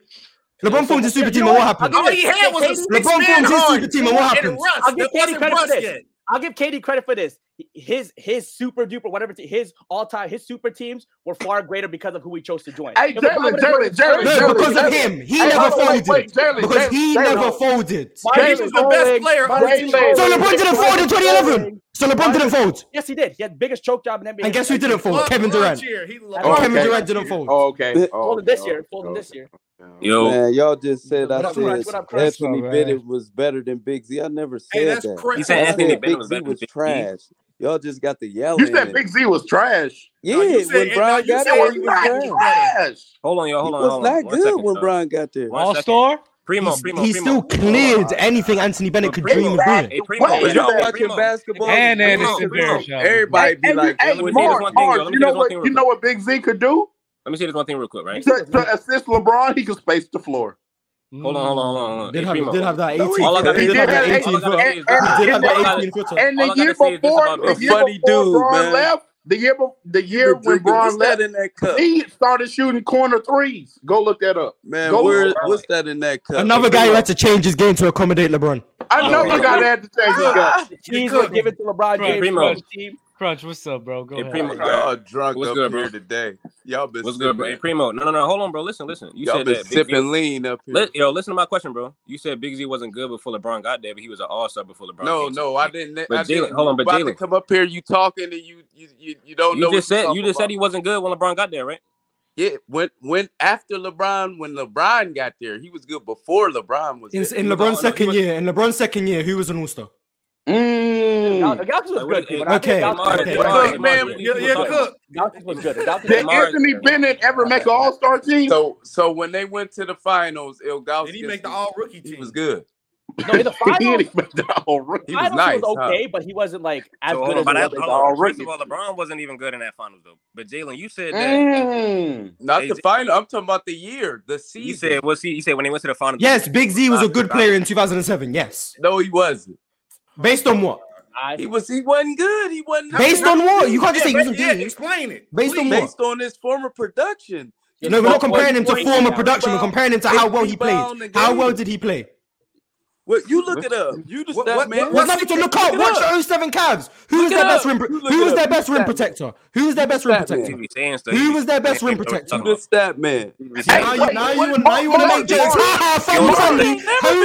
Speaker 9: LeBron formed his super team, and what happened?
Speaker 4: All he had was a
Speaker 9: LeBron formed his super team, and what happened?
Speaker 4: I'll give Katie credit for this. I'll give Katie credit for this. His his super duper whatever te- his all time his super teams were far greater because of who he chose to join.
Speaker 6: Hey,
Speaker 4: If LeBron
Speaker 6: Jalen,
Speaker 4: would've
Speaker 6: Jalen,
Speaker 4: joined his
Speaker 6: Jalen, Jalen,
Speaker 4: first-
Speaker 9: No, because of
Speaker 6: Jalen.
Speaker 9: him. He
Speaker 6: Hey,
Speaker 9: never
Speaker 6: hold on, wait,
Speaker 9: folded.
Speaker 6: wait, Jalen,
Speaker 9: Because
Speaker 6: Jalen,
Speaker 9: he
Speaker 6: Jalen,
Speaker 9: never
Speaker 6: hold on.
Speaker 9: folded. So
Speaker 4: Marcus
Speaker 6: Jalen Owing, Marcus Owing.
Speaker 9: LeBron didn't fold in 2011. So LeBron didn't fold.
Speaker 4: Yes, he did. He had the biggest choke job in NBA.
Speaker 9: And guess who didn't fold? Kevin Durant.
Speaker 4: Oh,
Speaker 9: Kevin Durant didn't fold.
Speaker 6: okay.
Speaker 4: Folded this year. Folded this year.
Speaker 11: Yo, man, y'all just said
Speaker 4: What
Speaker 11: I
Speaker 4: up,
Speaker 11: said
Speaker 4: Crunch? What up, Crunch?
Speaker 11: Anthony
Speaker 4: All right.
Speaker 11: Bennett was better than Big Z. I never said
Speaker 8: that's
Speaker 11: that.
Speaker 8: crazy. You said
Speaker 11: I
Speaker 8: Anthony
Speaker 11: said
Speaker 8: Bennett
Speaker 11: Big
Speaker 8: was
Speaker 11: Z
Speaker 8: better than
Speaker 11: was
Speaker 8: Big Z?
Speaker 11: trash. Y'all just got the yelling.
Speaker 6: You said Big Z was trash.
Speaker 11: Yeah,
Speaker 8: you said-
Speaker 11: when
Speaker 8: no,
Speaker 11: Brian
Speaker 8: you
Speaker 11: got
Speaker 8: said
Speaker 11: there,
Speaker 8: he
Speaker 11: he was
Speaker 8: was trash.
Speaker 11: trash.
Speaker 6: Trash.
Speaker 13: Hold on, yo.
Speaker 11: He
Speaker 13: Hold on.
Speaker 11: was
Speaker 13: hold on.
Speaker 11: not
Speaker 13: One
Speaker 11: good
Speaker 13: second,
Speaker 11: when
Speaker 13: though.
Speaker 11: Brian got there.
Speaker 13: One second. Primo,
Speaker 9: He's-
Speaker 13: primo,
Speaker 9: he
Speaker 13: primo.
Speaker 9: still cleared anything Anthony Bennett could
Speaker 13: Primo,
Speaker 9: dream of doing.
Speaker 13: Hey, primo,
Speaker 6: Wait,
Speaker 13: primo,
Speaker 11: you
Speaker 13: hey,
Speaker 11: watching
Speaker 13: primo.
Speaker 11: basketball?
Speaker 1: And
Speaker 11: Primo,
Speaker 1: Anderson
Speaker 11: Primo.
Speaker 1: Barrett shot.
Speaker 11: Everybody be
Speaker 6: Hey,
Speaker 11: like,
Speaker 6: hey,
Speaker 11: that
Speaker 13: let me see this
Speaker 11: was
Speaker 6: Mark,
Speaker 13: one thing,
Speaker 6: Mark,
Speaker 13: yo. Let me
Speaker 6: you
Speaker 13: see
Speaker 6: know
Speaker 13: this one
Speaker 6: what
Speaker 13: thing
Speaker 6: you
Speaker 13: real
Speaker 6: know
Speaker 13: quick.
Speaker 6: what Big Z could do?
Speaker 13: Let me see this one thing real quick, right?
Speaker 6: To, to assist LeBron, he could space the floor.
Speaker 13: Hold on, hold on, hold on, hold on.
Speaker 9: Did
Speaker 13: Hey,
Speaker 9: have,
Speaker 13: primo.
Speaker 9: did have that 18
Speaker 6: No, he
Speaker 13: All I
Speaker 9: foot.
Speaker 13: gotta
Speaker 9: Did
Speaker 6: did
Speaker 9: have
Speaker 6: have
Speaker 9: that 18
Speaker 6: 18
Speaker 9: foot.
Speaker 6: and,
Speaker 13: All I
Speaker 9: Did have
Speaker 6: and,
Speaker 9: that
Speaker 13: gotta-
Speaker 9: 18
Speaker 6: and
Speaker 9: footer.
Speaker 13: All
Speaker 6: the
Speaker 13: I
Speaker 6: year
Speaker 13: gotta say is this
Speaker 6: before,
Speaker 13: about
Speaker 6: the
Speaker 11: a
Speaker 13: Big Z.
Speaker 6: year
Speaker 11: funny
Speaker 6: before
Speaker 11: dude,
Speaker 6: Braun
Speaker 11: man.
Speaker 6: left, the year bef- the
Speaker 11: You been
Speaker 6: year when
Speaker 11: drinking. What's
Speaker 6: Braun
Speaker 11: that
Speaker 6: left,
Speaker 11: in that cup?
Speaker 6: he started shooting corner threes. Go look that up.
Speaker 11: Man,
Speaker 6: Go
Speaker 11: where
Speaker 6: look that up.
Speaker 11: what's that in that cup?
Speaker 9: Another guy who had to change his game to accommodate LeBron.
Speaker 6: Another
Speaker 11: Primo.
Speaker 6: guy that had to change his gut.
Speaker 4: The keys were given to LeBron
Speaker 1: Hey,
Speaker 4: James.
Speaker 13: Primo.
Speaker 4: from the team.
Speaker 1: Crunch, what's up, bro? Go
Speaker 13: Hey,
Speaker 1: ahead.
Speaker 13: Primo.
Speaker 11: Y'all drunk
Speaker 13: What's
Speaker 11: up
Speaker 13: good, bro?
Speaker 11: here today. Y'all been
Speaker 13: What's good,
Speaker 11: sipping.
Speaker 13: bro? Hey, primo. No, no, no. Hold on, bro. Listen, listen. You
Speaker 11: Y'all
Speaker 13: said
Speaker 11: been
Speaker 13: that Big Z.
Speaker 11: sipping lean up here.
Speaker 13: Li- yo, listen to my question, bro. You said Big Z wasn't good before LeBron got there, but he was an all star before LeBron.
Speaker 11: No,
Speaker 13: came to
Speaker 11: no,
Speaker 13: the
Speaker 11: I
Speaker 13: league.
Speaker 11: didn't. I
Speaker 13: But
Speaker 11: didn't.
Speaker 13: Jalen, hold on,
Speaker 11: you
Speaker 13: but
Speaker 11: about to
Speaker 13: Jalen,
Speaker 11: come up here, you talking and you you you, you don't know
Speaker 13: you just
Speaker 11: what
Speaker 13: said
Speaker 11: you're
Speaker 13: you
Speaker 11: talking
Speaker 13: just said
Speaker 11: about.
Speaker 13: he wasn't good when LeBron got there, right?
Speaker 11: Yeah, when when after LeBron, when LeBron got there, he was good before LeBron was
Speaker 9: In,
Speaker 11: there.
Speaker 9: in LeBron's second year, in LeBron's second year, who was an all-star?
Speaker 4: Gal-
Speaker 6: Mm.
Speaker 4: Galkis was
Speaker 13: Like, what
Speaker 4: good.
Speaker 13: is-
Speaker 4: too,
Speaker 13: hey,
Speaker 4: but I think
Speaker 9: okay,
Speaker 4: Galkis-
Speaker 9: okay.
Speaker 13: Lamar,
Speaker 8: Cook,
Speaker 13: Lamar,
Speaker 8: man.
Speaker 13: Lamar,
Speaker 8: Yeah,
Speaker 13: Lamar,
Speaker 8: yeah,
Speaker 13: Lamar.
Speaker 8: Cook.
Speaker 4: Galkis was good. Galkis
Speaker 6: Did
Speaker 4: was
Speaker 13: Lamar-
Speaker 6: Anthony Bennett ever make an All Star team?
Speaker 11: So so when they went to the finals, Ilgauskas,
Speaker 8: Did he make the all rookie
Speaker 11: he
Speaker 8: team?
Speaker 11: was good.
Speaker 4: good. No, in the
Speaker 6: he
Speaker 4: finals,
Speaker 6: didn't make the All Rookie.
Speaker 11: He was
Speaker 4: finals
Speaker 11: nice.
Speaker 4: he was
Speaker 11: huh?
Speaker 4: okay, but he wasn't like as
Speaker 13: So hold
Speaker 4: good
Speaker 13: on,
Speaker 4: as
Speaker 13: but
Speaker 4: he
Speaker 13: I,
Speaker 4: was.
Speaker 13: hold
Speaker 4: in the
Speaker 13: on. First
Speaker 4: all-rookie
Speaker 13: of all,
Speaker 4: team.
Speaker 13: LeBron wasn't even good in that finals though. But Jalen, you said that
Speaker 6: Mm.
Speaker 11: Not
Speaker 13: Hey,
Speaker 11: the
Speaker 13: Z-
Speaker 11: final. I'm talking about the year, the
Speaker 13: you
Speaker 11: season.
Speaker 13: said what's he? You said when they went to the finals.
Speaker 9: Yes, Big Z was a good player in 2007. Yes.
Speaker 11: No, he wasn't.
Speaker 9: Based on what?
Speaker 4: I-
Speaker 11: He was. He wasn't good. He wasn't.
Speaker 9: Based on what? You can't just say he
Speaker 8: Yeah,
Speaker 9: wasn't
Speaker 8: yeah,
Speaker 9: good.
Speaker 8: explain it.
Speaker 9: Based on what?
Speaker 11: based on his former production.
Speaker 9: No, we're not comparing him to
Speaker 11: Point,
Speaker 9: former
Speaker 11: rebound,
Speaker 9: production. We're comparing him to how well he
Speaker 11: rebound
Speaker 9: played.
Speaker 11: the
Speaker 9: How
Speaker 11: game.
Speaker 9: well did he play?
Speaker 11: What you look it up? You the
Speaker 8: What-
Speaker 11: stat
Speaker 8: what-
Speaker 11: man.
Speaker 9: There's nothing to look up.
Speaker 11: it
Speaker 9: Watch
Speaker 11: up.
Speaker 9: the 07 Cavs. Who was
Speaker 11: it
Speaker 9: their best
Speaker 11: up.
Speaker 9: rim?
Speaker 11: You look
Speaker 9: Who
Speaker 11: it
Speaker 9: was
Speaker 11: up.
Speaker 9: their
Speaker 11: You
Speaker 9: best rim
Speaker 11: stat man.
Speaker 9: protector? Who was their best rim
Speaker 11: stat man.
Speaker 13: He
Speaker 9: protector?
Speaker 13: be saying stuff.
Speaker 9: Who
Speaker 13: He be
Speaker 9: was their best
Speaker 13: saying
Speaker 9: rim
Speaker 13: things I wasn't
Speaker 9: protector?
Speaker 13: talking
Speaker 11: You the
Speaker 13: about.
Speaker 11: stat man.
Speaker 13: He be
Speaker 6: Hey,
Speaker 13: saying
Speaker 9: Now
Speaker 13: things.
Speaker 9: you, now you, want, now you want to make jokes. Ha ha,
Speaker 13: Yo,
Speaker 9: from
Speaker 13: look,
Speaker 9: Sunday.
Speaker 11: never
Speaker 9: Who
Speaker 11: said that.
Speaker 9: was, who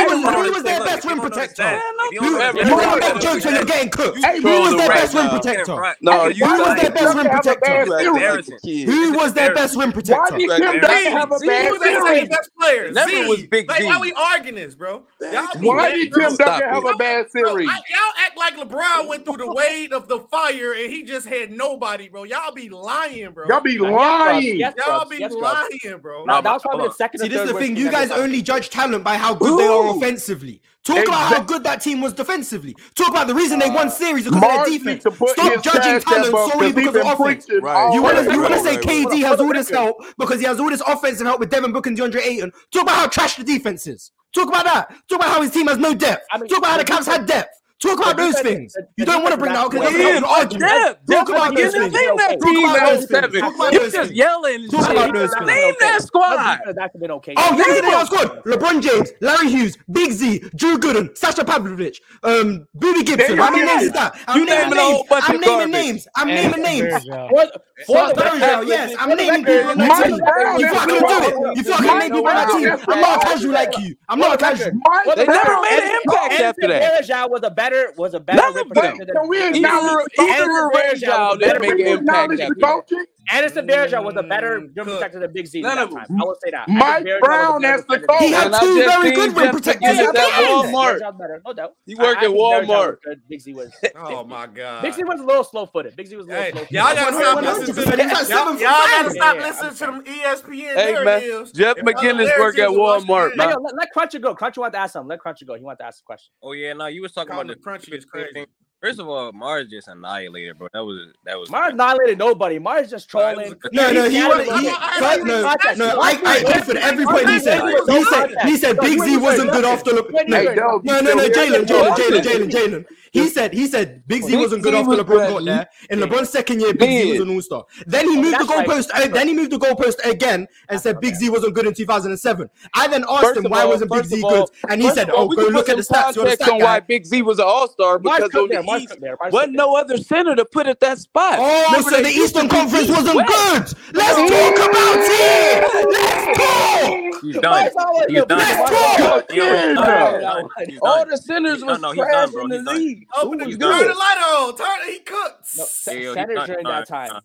Speaker 9: was their
Speaker 13: Look,
Speaker 9: best
Speaker 13: if you don't know
Speaker 9: rim
Speaker 13: the
Speaker 9: protector?
Speaker 13: stats, if you
Speaker 11: Man, look
Speaker 13: don't
Speaker 11: it
Speaker 9: Who,
Speaker 13: know the stats,
Speaker 11: up. Everybody
Speaker 9: you want
Speaker 11: look
Speaker 9: to
Speaker 11: it up.
Speaker 9: make jokes when you're getting cooked.
Speaker 11: You
Speaker 6: Hey,
Speaker 9: Who was
Speaker 11: trolling
Speaker 9: their
Speaker 11: right
Speaker 9: best rim
Speaker 11: now.
Speaker 9: protector?
Speaker 11: No,
Speaker 6: Hey,
Speaker 11: you
Speaker 9: Who was
Speaker 6: why
Speaker 9: their
Speaker 6: did
Speaker 11: like
Speaker 6: Kim
Speaker 9: best rim
Speaker 6: have a bad
Speaker 9: protector?
Speaker 11: you acting like
Speaker 6: series?
Speaker 13: embarrassing.
Speaker 11: a kid.
Speaker 9: Who was their best rim
Speaker 6: Why
Speaker 9: protector?
Speaker 6: did
Speaker 11: You acting
Speaker 6: Kim Dunn
Speaker 11: crazy.
Speaker 6: have a
Speaker 11: Z
Speaker 6: bad
Speaker 8: was the second
Speaker 6: series?
Speaker 8: best player.
Speaker 11: Never
Speaker 8: Z.
Speaker 11: was Big
Speaker 8: like,
Speaker 11: Z.
Speaker 8: Why we arguing this, bro? Y'all be
Speaker 6: Why
Speaker 8: mad,
Speaker 6: did
Speaker 8: bro.
Speaker 6: Tim
Speaker 11: Stop
Speaker 6: Duncan have
Speaker 11: it.
Speaker 6: a bad
Speaker 8: Bro, I,
Speaker 6: series?
Speaker 8: y'all act like LeBron went through the wave of the fire and he just had nobody, bro. Y'all be lying, bro.
Speaker 6: Y'all be
Speaker 4: Yes,
Speaker 6: lying.
Speaker 4: yes,
Speaker 8: Y'all
Speaker 4: Scrubs.
Speaker 8: be
Speaker 4: Yes, Scrubs.
Speaker 8: lying, bro.
Speaker 4: That,
Speaker 13: Nah,
Speaker 4: that was
Speaker 13: but- hold
Speaker 4: probably the
Speaker 13: on.
Speaker 4: second. or
Speaker 9: See, this is
Speaker 4: third
Speaker 9: the
Speaker 4: worst
Speaker 9: thing. You
Speaker 4: I've ever
Speaker 9: guys
Speaker 4: done.
Speaker 9: only judge talent by how good they are
Speaker 6: Ooh.
Speaker 9: offensively. Talk about how
Speaker 6: Exact-
Speaker 9: good that team was defensively. Talk about the reason they won series because of
Speaker 6: Mark
Speaker 9: their
Speaker 6: needs
Speaker 9: defense.
Speaker 6: to put
Speaker 9: Stop
Speaker 6: his
Speaker 9: judging
Speaker 6: trash up
Speaker 9: talent solely
Speaker 6: because he
Speaker 9: because of
Speaker 6: been
Speaker 9: offense.
Speaker 6: preaching
Speaker 11: Right,
Speaker 6: all
Speaker 9: You want
Speaker 11: right,
Speaker 9: to you want to
Speaker 11: right,
Speaker 9: say
Speaker 11: right, right.
Speaker 9: KD has all this help because he has all this offensive help with Devin Booker and DeAndre Ayton. Talk about how trash the defense is. Talk about that. Talk about how his team has no depth.
Speaker 4: I mean,
Speaker 9: Talk about how the
Speaker 4: the
Speaker 9: Cavs had depth. Talk about
Speaker 4: the
Speaker 9: those
Speaker 4: defense-
Speaker 9: things.
Speaker 4: the- the
Speaker 9: You don't want
Speaker 4: defense
Speaker 9: to bring that up
Speaker 4: is
Speaker 9: because
Speaker 4: actually-
Speaker 9: it makes an
Speaker 11: Damn,
Speaker 9: argument.
Speaker 11: depth.
Speaker 9: Talk
Speaker 4: Defense is
Speaker 9: about those
Speaker 4: actually
Speaker 9: things.
Speaker 11: Name
Speaker 4: okay.
Speaker 11: that
Speaker 9: Talk
Speaker 11: team
Speaker 9: about
Speaker 11: out
Speaker 9: those
Speaker 11: of
Speaker 9: things.
Speaker 11: seven.
Speaker 9: Talk about
Speaker 11: You
Speaker 9: those
Speaker 11: just
Speaker 9: things.
Speaker 11: yelling and
Speaker 9: Talk
Speaker 11: shit.
Speaker 9: about
Speaker 11: Name
Speaker 9: those things.
Speaker 11: that squad.
Speaker 4: That's been okay.
Speaker 9: Oh, you
Speaker 11: Name
Speaker 9: know
Speaker 11: them.
Speaker 9: what's good? LeBron James, Larry Hughes, Big Z, Drew Gooden, Sasha Pavlovich, um, Booby Gibson.
Speaker 6: you
Speaker 9: How many
Speaker 6: go.
Speaker 9: names is that?
Speaker 11: You
Speaker 9: I'm naming
Speaker 11: naming a whole
Speaker 9: names.
Speaker 11: bunch
Speaker 9: I'm
Speaker 11: of
Speaker 9: naming
Speaker 11: garbage.
Speaker 9: names. I'm naming
Speaker 1: Anderson
Speaker 9: names.
Speaker 1: Barrett shot.
Speaker 4: For, the- for
Speaker 9: Fuck
Speaker 4: the
Speaker 9: Barry
Speaker 4: record,
Speaker 9: Hill, yes, I'm
Speaker 4: for the
Speaker 9: naming people
Speaker 4: record,
Speaker 9: on that
Speaker 4: for the
Speaker 6: Mike
Speaker 9: team.
Speaker 4: record,
Speaker 6: Brown
Speaker 9: You
Speaker 6: is
Speaker 4: for
Speaker 9: fucking
Speaker 4: the
Speaker 9: do
Speaker 4: record,
Speaker 9: it.
Speaker 6: wrong.
Speaker 9: You
Speaker 4: for the
Speaker 9: fucking
Speaker 4: record,
Speaker 6: Mike
Speaker 9: make people on that
Speaker 6: Brown
Speaker 9: team.
Speaker 6: is
Speaker 9: I'm not
Speaker 4: for the
Speaker 6: wrong.
Speaker 9: casual like
Speaker 4: record,
Speaker 9: you.
Speaker 4: for
Speaker 9: I'm not
Speaker 4: the
Speaker 9: casual.
Speaker 4: record,
Speaker 6: Mike
Speaker 4: for the
Speaker 11: They never
Speaker 6: Brown
Speaker 4: record,
Speaker 11: made
Speaker 6: is
Speaker 11: an
Speaker 6: wrong.
Speaker 11: impact after
Speaker 4: Anderson
Speaker 11: that.
Speaker 4: Varejao was a better was a better
Speaker 11: None of
Speaker 4: rim
Speaker 11: them.
Speaker 4: protector
Speaker 6: Wait,
Speaker 4: than
Speaker 6: can we
Speaker 11: Either
Speaker 6: acknowledge the
Speaker 11: either
Speaker 6: coaches?
Speaker 4: Anderson Varejao was a
Speaker 11: Varejao
Speaker 6: Can
Speaker 11: didn't
Speaker 4: better
Speaker 11: make an
Speaker 4: rim
Speaker 6: we
Speaker 4: protector
Speaker 11: impact
Speaker 6: acknowledge
Speaker 4: than
Speaker 6: the
Speaker 11: after
Speaker 4: Big Z.
Speaker 11: that.
Speaker 6: coaches?
Speaker 4: Anderson Varejao was a better
Speaker 8: Mm,
Speaker 4: rim
Speaker 8: Cook.
Speaker 4: protector than Big Z
Speaker 11: None
Speaker 4: at that
Speaker 11: of 'em.
Speaker 4: time. I will say that. Anderson
Speaker 6: Mike
Speaker 4: Varejao was a
Speaker 6: Brown
Speaker 4: better
Speaker 6: has
Speaker 4: rim
Speaker 6: the
Speaker 4: protector
Speaker 9: He
Speaker 6: coach.
Speaker 9: had
Speaker 11: And I
Speaker 9: two
Speaker 11: just
Speaker 9: very
Speaker 11: seen
Speaker 9: good rim
Speaker 11: Jeff
Speaker 9: protectors
Speaker 11: McGinn at
Speaker 9: at the
Speaker 11: that
Speaker 9: end.
Speaker 11: Walmart.
Speaker 4: Varejao was better. No doubt.
Speaker 11: He
Speaker 4: I,
Speaker 11: worked
Speaker 4: I
Speaker 11: at
Speaker 4: think Varejao
Speaker 11: Walmart.
Speaker 4: was good. Big Z was.
Speaker 8: Oh my god.
Speaker 4: Big Z was a little slow footed. Big Z was a little
Speaker 8: Hey,
Speaker 4: slow footed.
Speaker 8: y'all gotta stop
Speaker 9: 100%.
Speaker 8: listening to
Speaker 9: He's
Speaker 8: them.
Speaker 9: at
Speaker 8: Y'all,
Speaker 9: seven
Speaker 8: y'all gotta
Speaker 9: for five.
Speaker 8: stop
Speaker 4: Yeah, yeah,
Speaker 8: listening to them ESPN
Speaker 11: Hey man,
Speaker 8: lives.
Speaker 12: Jeff
Speaker 8: If other
Speaker 12: McGinnis
Speaker 8: players
Speaker 12: work
Speaker 8: is
Speaker 12: at
Speaker 8: watching
Speaker 12: Walmart,
Speaker 8: games-
Speaker 12: man.
Speaker 4: Let, let Cruncher go. Cruncher wanted to ask something. Let Cruncher go. He wanted to ask a question.
Speaker 13: Oh yeah, no, you was talking about the crunchy is crazy. First of all, Mars just annihilated, bro. That was that was.
Speaker 4: Mars annihilated nobody. Mars just trolling.
Speaker 13: No, no, he
Speaker 4: was.
Speaker 13: wasn't- he- Cut- no,
Speaker 9: no, I- I go for every point he said. He said- he said Big Z wasn't good off the look- no, no, no, no, Jalen, Jalen, Jalen, Jalen, Jalen. He said, he said Big Z
Speaker 7: Big
Speaker 9: wasn't
Speaker 7: Z
Speaker 9: good after
Speaker 7: was
Speaker 9: LeBron got
Speaker 7: good.
Speaker 9: there. In LeBron's second year, Big Z was an all-star. Then he
Speaker 12: Oh,
Speaker 9: moved the goalpost. uh, then he moved the goalpost again and said Big Z wasn't good in 2007. I then asked
Speaker 12: First
Speaker 9: him
Speaker 12: of
Speaker 9: why
Speaker 12: all-
Speaker 9: wasn't Big
Speaker 12: first
Speaker 9: Z
Speaker 12: of all-
Speaker 9: good, and he
Speaker 12: first
Speaker 9: said,
Speaker 12: of all,
Speaker 9: "Oh,
Speaker 12: we
Speaker 9: go
Speaker 12: can
Speaker 9: look
Speaker 12: put
Speaker 9: at the
Speaker 12: some
Speaker 9: stats. You're the
Speaker 12: context
Speaker 9: stat
Speaker 12: on
Speaker 9: guy."
Speaker 12: why Big Z was an All Star
Speaker 9: Mars
Speaker 12: because
Speaker 9: cut
Speaker 12: on
Speaker 9: there,
Speaker 12: the
Speaker 9: Mars
Speaker 12: East,
Speaker 9: cut there, Mars
Speaker 12: wasn't no other center to put at that spot.
Speaker 9: Oh,
Speaker 12: Remember
Speaker 9: so
Speaker 12: they
Speaker 9: the
Speaker 12: used to
Speaker 9: Eastern
Speaker 12: be
Speaker 9: Conference
Speaker 12: deep
Speaker 9: wasn't
Speaker 12: west.
Speaker 9: good. Let's talk about it. Let's talk.
Speaker 13: He's done. He's done.
Speaker 9: Let's
Speaker 13: Yo,
Speaker 9: talk.
Speaker 13: yo, he's done. He's done. He's
Speaker 12: All
Speaker 13: done.
Speaker 12: the centers
Speaker 13: He's
Speaker 12: was
Speaker 13: done. No, he's
Speaker 12: trash
Speaker 13: done, bro.
Speaker 12: in
Speaker 13: He's
Speaker 12: the
Speaker 13: done.
Speaker 12: league. Who
Speaker 13: He's
Speaker 12: was
Speaker 13: done.
Speaker 8: Turn the
Speaker 12: good?
Speaker 8: light on. Turn. He cooks.
Speaker 13: he's
Speaker 4: Centers
Speaker 13: done.
Speaker 4: during
Speaker 13: All
Speaker 4: that
Speaker 13: right,
Speaker 4: time.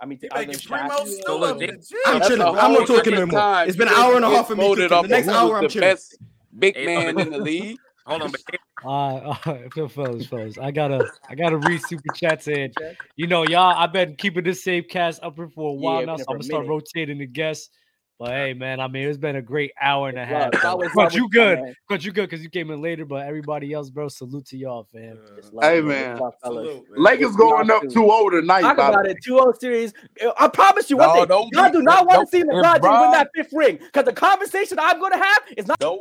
Speaker 4: I mean,
Speaker 8: He
Speaker 4: other
Speaker 8: making
Speaker 4: than
Speaker 8: Primo
Speaker 4: Shaq.
Speaker 8: still up in the gym.
Speaker 9: I'm
Speaker 12: That's
Speaker 9: chilling.
Speaker 12: a
Speaker 9: I'm not
Speaker 12: whole
Speaker 9: talking no
Speaker 12: different
Speaker 9: more.
Speaker 12: time.
Speaker 9: It's been
Speaker 12: You
Speaker 9: an hour
Speaker 12: guys
Speaker 9: and a
Speaker 12: get
Speaker 9: half of me
Speaker 12: voted
Speaker 9: cooking.
Speaker 12: off
Speaker 9: The
Speaker 12: of
Speaker 9: next
Speaker 12: who
Speaker 9: hour,
Speaker 12: was
Speaker 9: I'm
Speaker 12: the
Speaker 9: chilling.
Speaker 12: best big
Speaker 13: Hey,
Speaker 12: man in the league.
Speaker 13: Hold on, but they-
Speaker 1: All right, all right, fellas, fellas. I gotta, I gotta read super chats and you know, y'all. I've been keeping this same cast up here for a while
Speaker 4: Yeah,
Speaker 1: now,
Speaker 4: been
Speaker 1: so
Speaker 4: for
Speaker 1: I'm
Speaker 4: a
Speaker 1: gonna start
Speaker 4: minute.
Speaker 1: rotating the guests. But hey, man, I mean, it's been a great hour and a
Speaker 4: love.
Speaker 1: half.
Speaker 4: It's
Speaker 1: Bro.
Speaker 4: always love
Speaker 1: But you
Speaker 4: with y'all,
Speaker 1: good,
Speaker 4: man.
Speaker 1: but you good because you came in later. But everybody else, bro, salute to y'all, fam.
Speaker 6: Hey man, Lakers going up 2-0 tonight.
Speaker 4: Talk
Speaker 6: by the
Speaker 4: about
Speaker 6: way.
Speaker 4: it. 2-0 series. I promise you one
Speaker 6: No,
Speaker 4: thing.
Speaker 6: don't
Speaker 4: Y'all
Speaker 6: be-
Speaker 4: do not want
Speaker 6: don't-
Speaker 4: to see LeBron
Speaker 6: and
Speaker 4: James win
Speaker 6: Bron-
Speaker 4: that fifth ring because the conversation I'm going to have is not.
Speaker 8: Don't.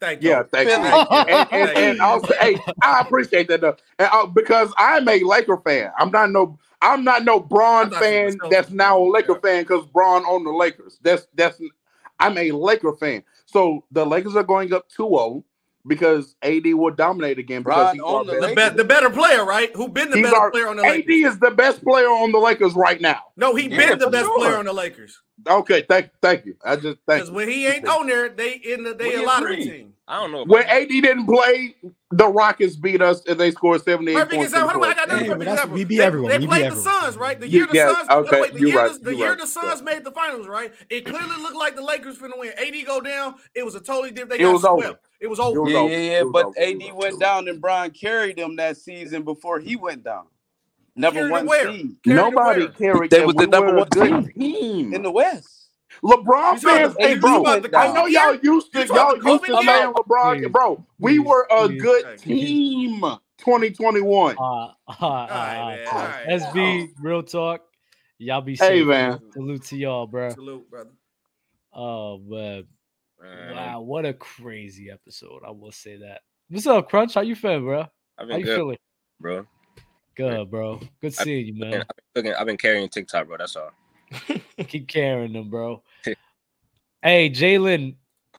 Speaker 8: Thank
Speaker 6: Yeah, thank you.
Speaker 4: Philly.
Speaker 6: And, and, and also, hey, I appreciate that though, and, uh, because I'm a Laker fan. I'm not no, I'm not no Braun fan. That's now a Laker fan because Braun on the Lakers. That's that's. I'm a Laker fan. So the Lakers are going up 2-0 because AD will dominate again because
Speaker 8: Braun
Speaker 6: he's
Speaker 8: on
Speaker 6: our
Speaker 8: the
Speaker 6: best.
Speaker 8: Lakers. The be- the better player, right? Who been the
Speaker 6: He's
Speaker 8: better
Speaker 6: our-
Speaker 8: player on the
Speaker 6: AD is the best player on the Lakers right now.
Speaker 8: No, he
Speaker 6: Yeah,
Speaker 8: been the
Speaker 6: for
Speaker 8: best
Speaker 6: sure.
Speaker 8: player on the Lakers.
Speaker 6: Okay, thank thank you. I just thank
Speaker 8: Because when he ain't on there, they in the they
Speaker 6: We
Speaker 8: a lottery
Speaker 6: agree.
Speaker 8: team.
Speaker 13: I don't know.
Speaker 6: When AD didn't play, the Rockets beat us and they scored 78
Speaker 8: Perfect
Speaker 6: points.
Speaker 8: example. Hold on, I
Speaker 6: in
Speaker 8: got
Speaker 6: the
Speaker 8: another
Speaker 6: fourth.
Speaker 8: perfect example.
Speaker 9: we beat
Speaker 8: They-
Speaker 9: everyone.
Speaker 8: They
Speaker 9: We beat
Speaker 8: played the
Speaker 9: everyone.
Speaker 8: Suns, right? The
Speaker 6: Yeah,
Speaker 8: year the
Speaker 6: yeah,
Speaker 8: Suns.
Speaker 6: okay,
Speaker 8: wait, the
Speaker 6: you
Speaker 8: year
Speaker 6: right,
Speaker 8: the, the
Speaker 6: you
Speaker 8: year
Speaker 6: right,
Speaker 8: the Suns made the finals, right? It clearly looked like the Lakers finna win. AD go down. It was a totally different. They
Speaker 6: It
Speaker 8: got
Speaker 6: was
Speaker 8: swept.
Speaker 6: over.
Speaker 8: It was over.
Speaker 12: Yeah, yeah, yeah. But AD went down and Brian carried him that season before he went down. Number
Speaker 6: Carried
Speaker 12: one
Speaker 6: him where?
Speaker 12: seed.
Speaker 6: Nobody carried
Speaker 12: They
Speaker 6: them.
Speaker 12: was the
Speaker 6: We
Speaker 12: number
Speaker 6: were a
Speaker 12: one
Speaker 6: good
Speaker 12: team
Speaker 6: team.
Speaker 12: in the West.
Speaker 6: LeBron
Speaker 12: You talking-
Speaker 6: fans,
Speaker 12: hey,
Speaker 6: hey
Speaker 12: you
Speaker 6: bro,
Speaker 12: talking about the
Speaker 6: I know y'all
Speaker 12: COVID year?
Speaker 6: used
Speaker 12: You
Speaker 6: to
Speaker 12: talking
Speaker 6: y'all
Speaker 12: about the
Speaker 6: used to
Speaker 12: COVID
Speaker 6: saying
Speaker 12: year?
Speaker 6: LeBron,
Speaker 1: Please,
Speaker 6: bro. We
Speaker 1: please,
Speaker 6: were a
Speaker 1: please,
Speaker 6: good
Speaker 1: please.
Speaker 6: team. 2021.
Speaker 1: SB,
Speaker 9: uh,
Speaker 1: real talk. Y'all be
Speaker 6: Hey,
Speaker 1: safe.
Speaker 6: man.
Speaker 1: Salute to y'all, bro.
Speaker 8: Salute, brother.
Speaker 1: Oh man. Wow, what a crazy episode. I will say that. What's up, Crunch? How you feeling, bro?
Speaker 13: I've
Speaker 1: How
Speaker 13: been
Speaker 1: you
Speaker 13: good,
Speaker 1: feeling?
Speaker 13: bro.
Speaker 1: Good, bro. Good
Speaker 13: I've
Speaker 1: seeing you,
Speaker 13: been,
Speaker 1: man.
Speaker 13: I've been cooking- I've been carrying TikTok, bro. That's all.
Speaker 1: Keep carrying them, bro. Hey, Jalen.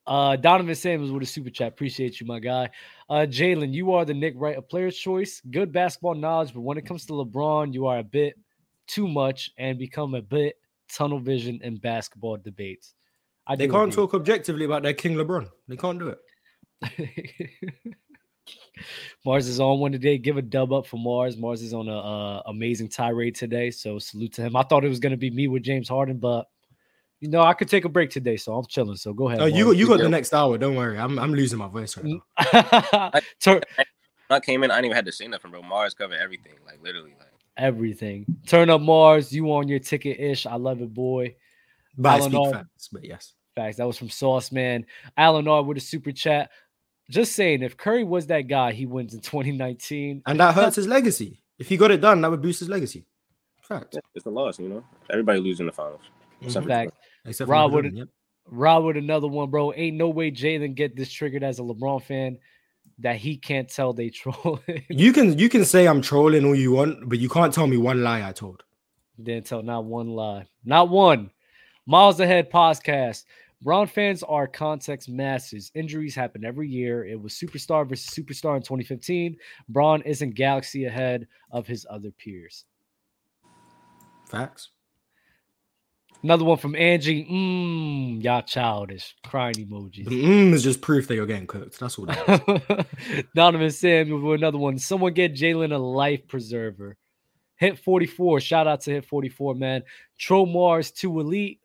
Speaker 1: Uh, Donovan Samuels with a super chat. Appreciate you, my guy. Uh, Jalen, you are the Nick Wright of player's choice. Good basketball knowledge, but when it comes to LeBron, you are a bit too much and become a bit tunnel vision in basketball debates. I
Speaker 5: They
Speaker 1: do
Speaker 5: can't
Speaker 1: agree.
Speaker 5: talk objectively about their King LeBron. They can't do it.
Speaker 1: Mars is on one today. Give a dub up for Mars. Mars is on a uh, amazing tirade today, so salute to him. I thought it was gonna be me with James Harden, but you know I could take a break today, so I'm chilling. So go ahead.
Speaker 5: Oh,
Speaker 1: Mars.
Speaker 5: you got you got the next hour. Don't worry. I'm I'm losing my voice right now.
Speaker 1: Tur-
Speaker 13: When I came in, I didn't even have to say nothing, bro. Mars covered everything, like literally. Like,
Speaker 1: everything. Turn up, Mars. You on your ticket ish? I love it, boy.
Speaker 5: But I
Speaker 1: Alan
Speaker 5: speak
Speaker 1: Ar-
Speaker 5: facts. But yes.
Speaker 1: Facts. That was from Sauce Man. Alan R with a super chat. Just saying, if Curry was that guy, he wins in 2019.
Speaker 5: And that hurts his legacy. If he got it done, that would boost his legacy. Fact.
Speaker 13: yeah, it's a loss, you know. Everybody losing the finals. Except for
Speaker 1: Fact.
Speaker 13: Jordan.
Speaker 5: Except for
Speaker 1: Rob
Speaker 5: Jordan,
Speaker 1: with
Speaker 5: yep.
Speaker 1: Rob with another one, bro. Ain't no way Jalen get this triggered as a LeBron fan that he can't tell they troll.
Speaker 5: You can you can say I'm trolling all you want, but you can't tell me one lie I told.
Speaker 1: Didn't tell not one lie, not one. Miles ahead podcast. Braun fans are context masters. Injuries happen every year. It was superstar versus superstar in 2015. Braun isn't galaxy ahead of his other peers.
Speaker 5: Facts.
Speaker 1: Another one from Angie. Mmm, y'all childish. Crying emojis.
Speaker 5: The mm is just proof that you're getting cooked. That's all that is.
Speaker 1: Donovan Samuel with another one. Someone get Jalen a life preserver. Hit 44. Shout out to Hit 44, man. Tro Mars to Elite.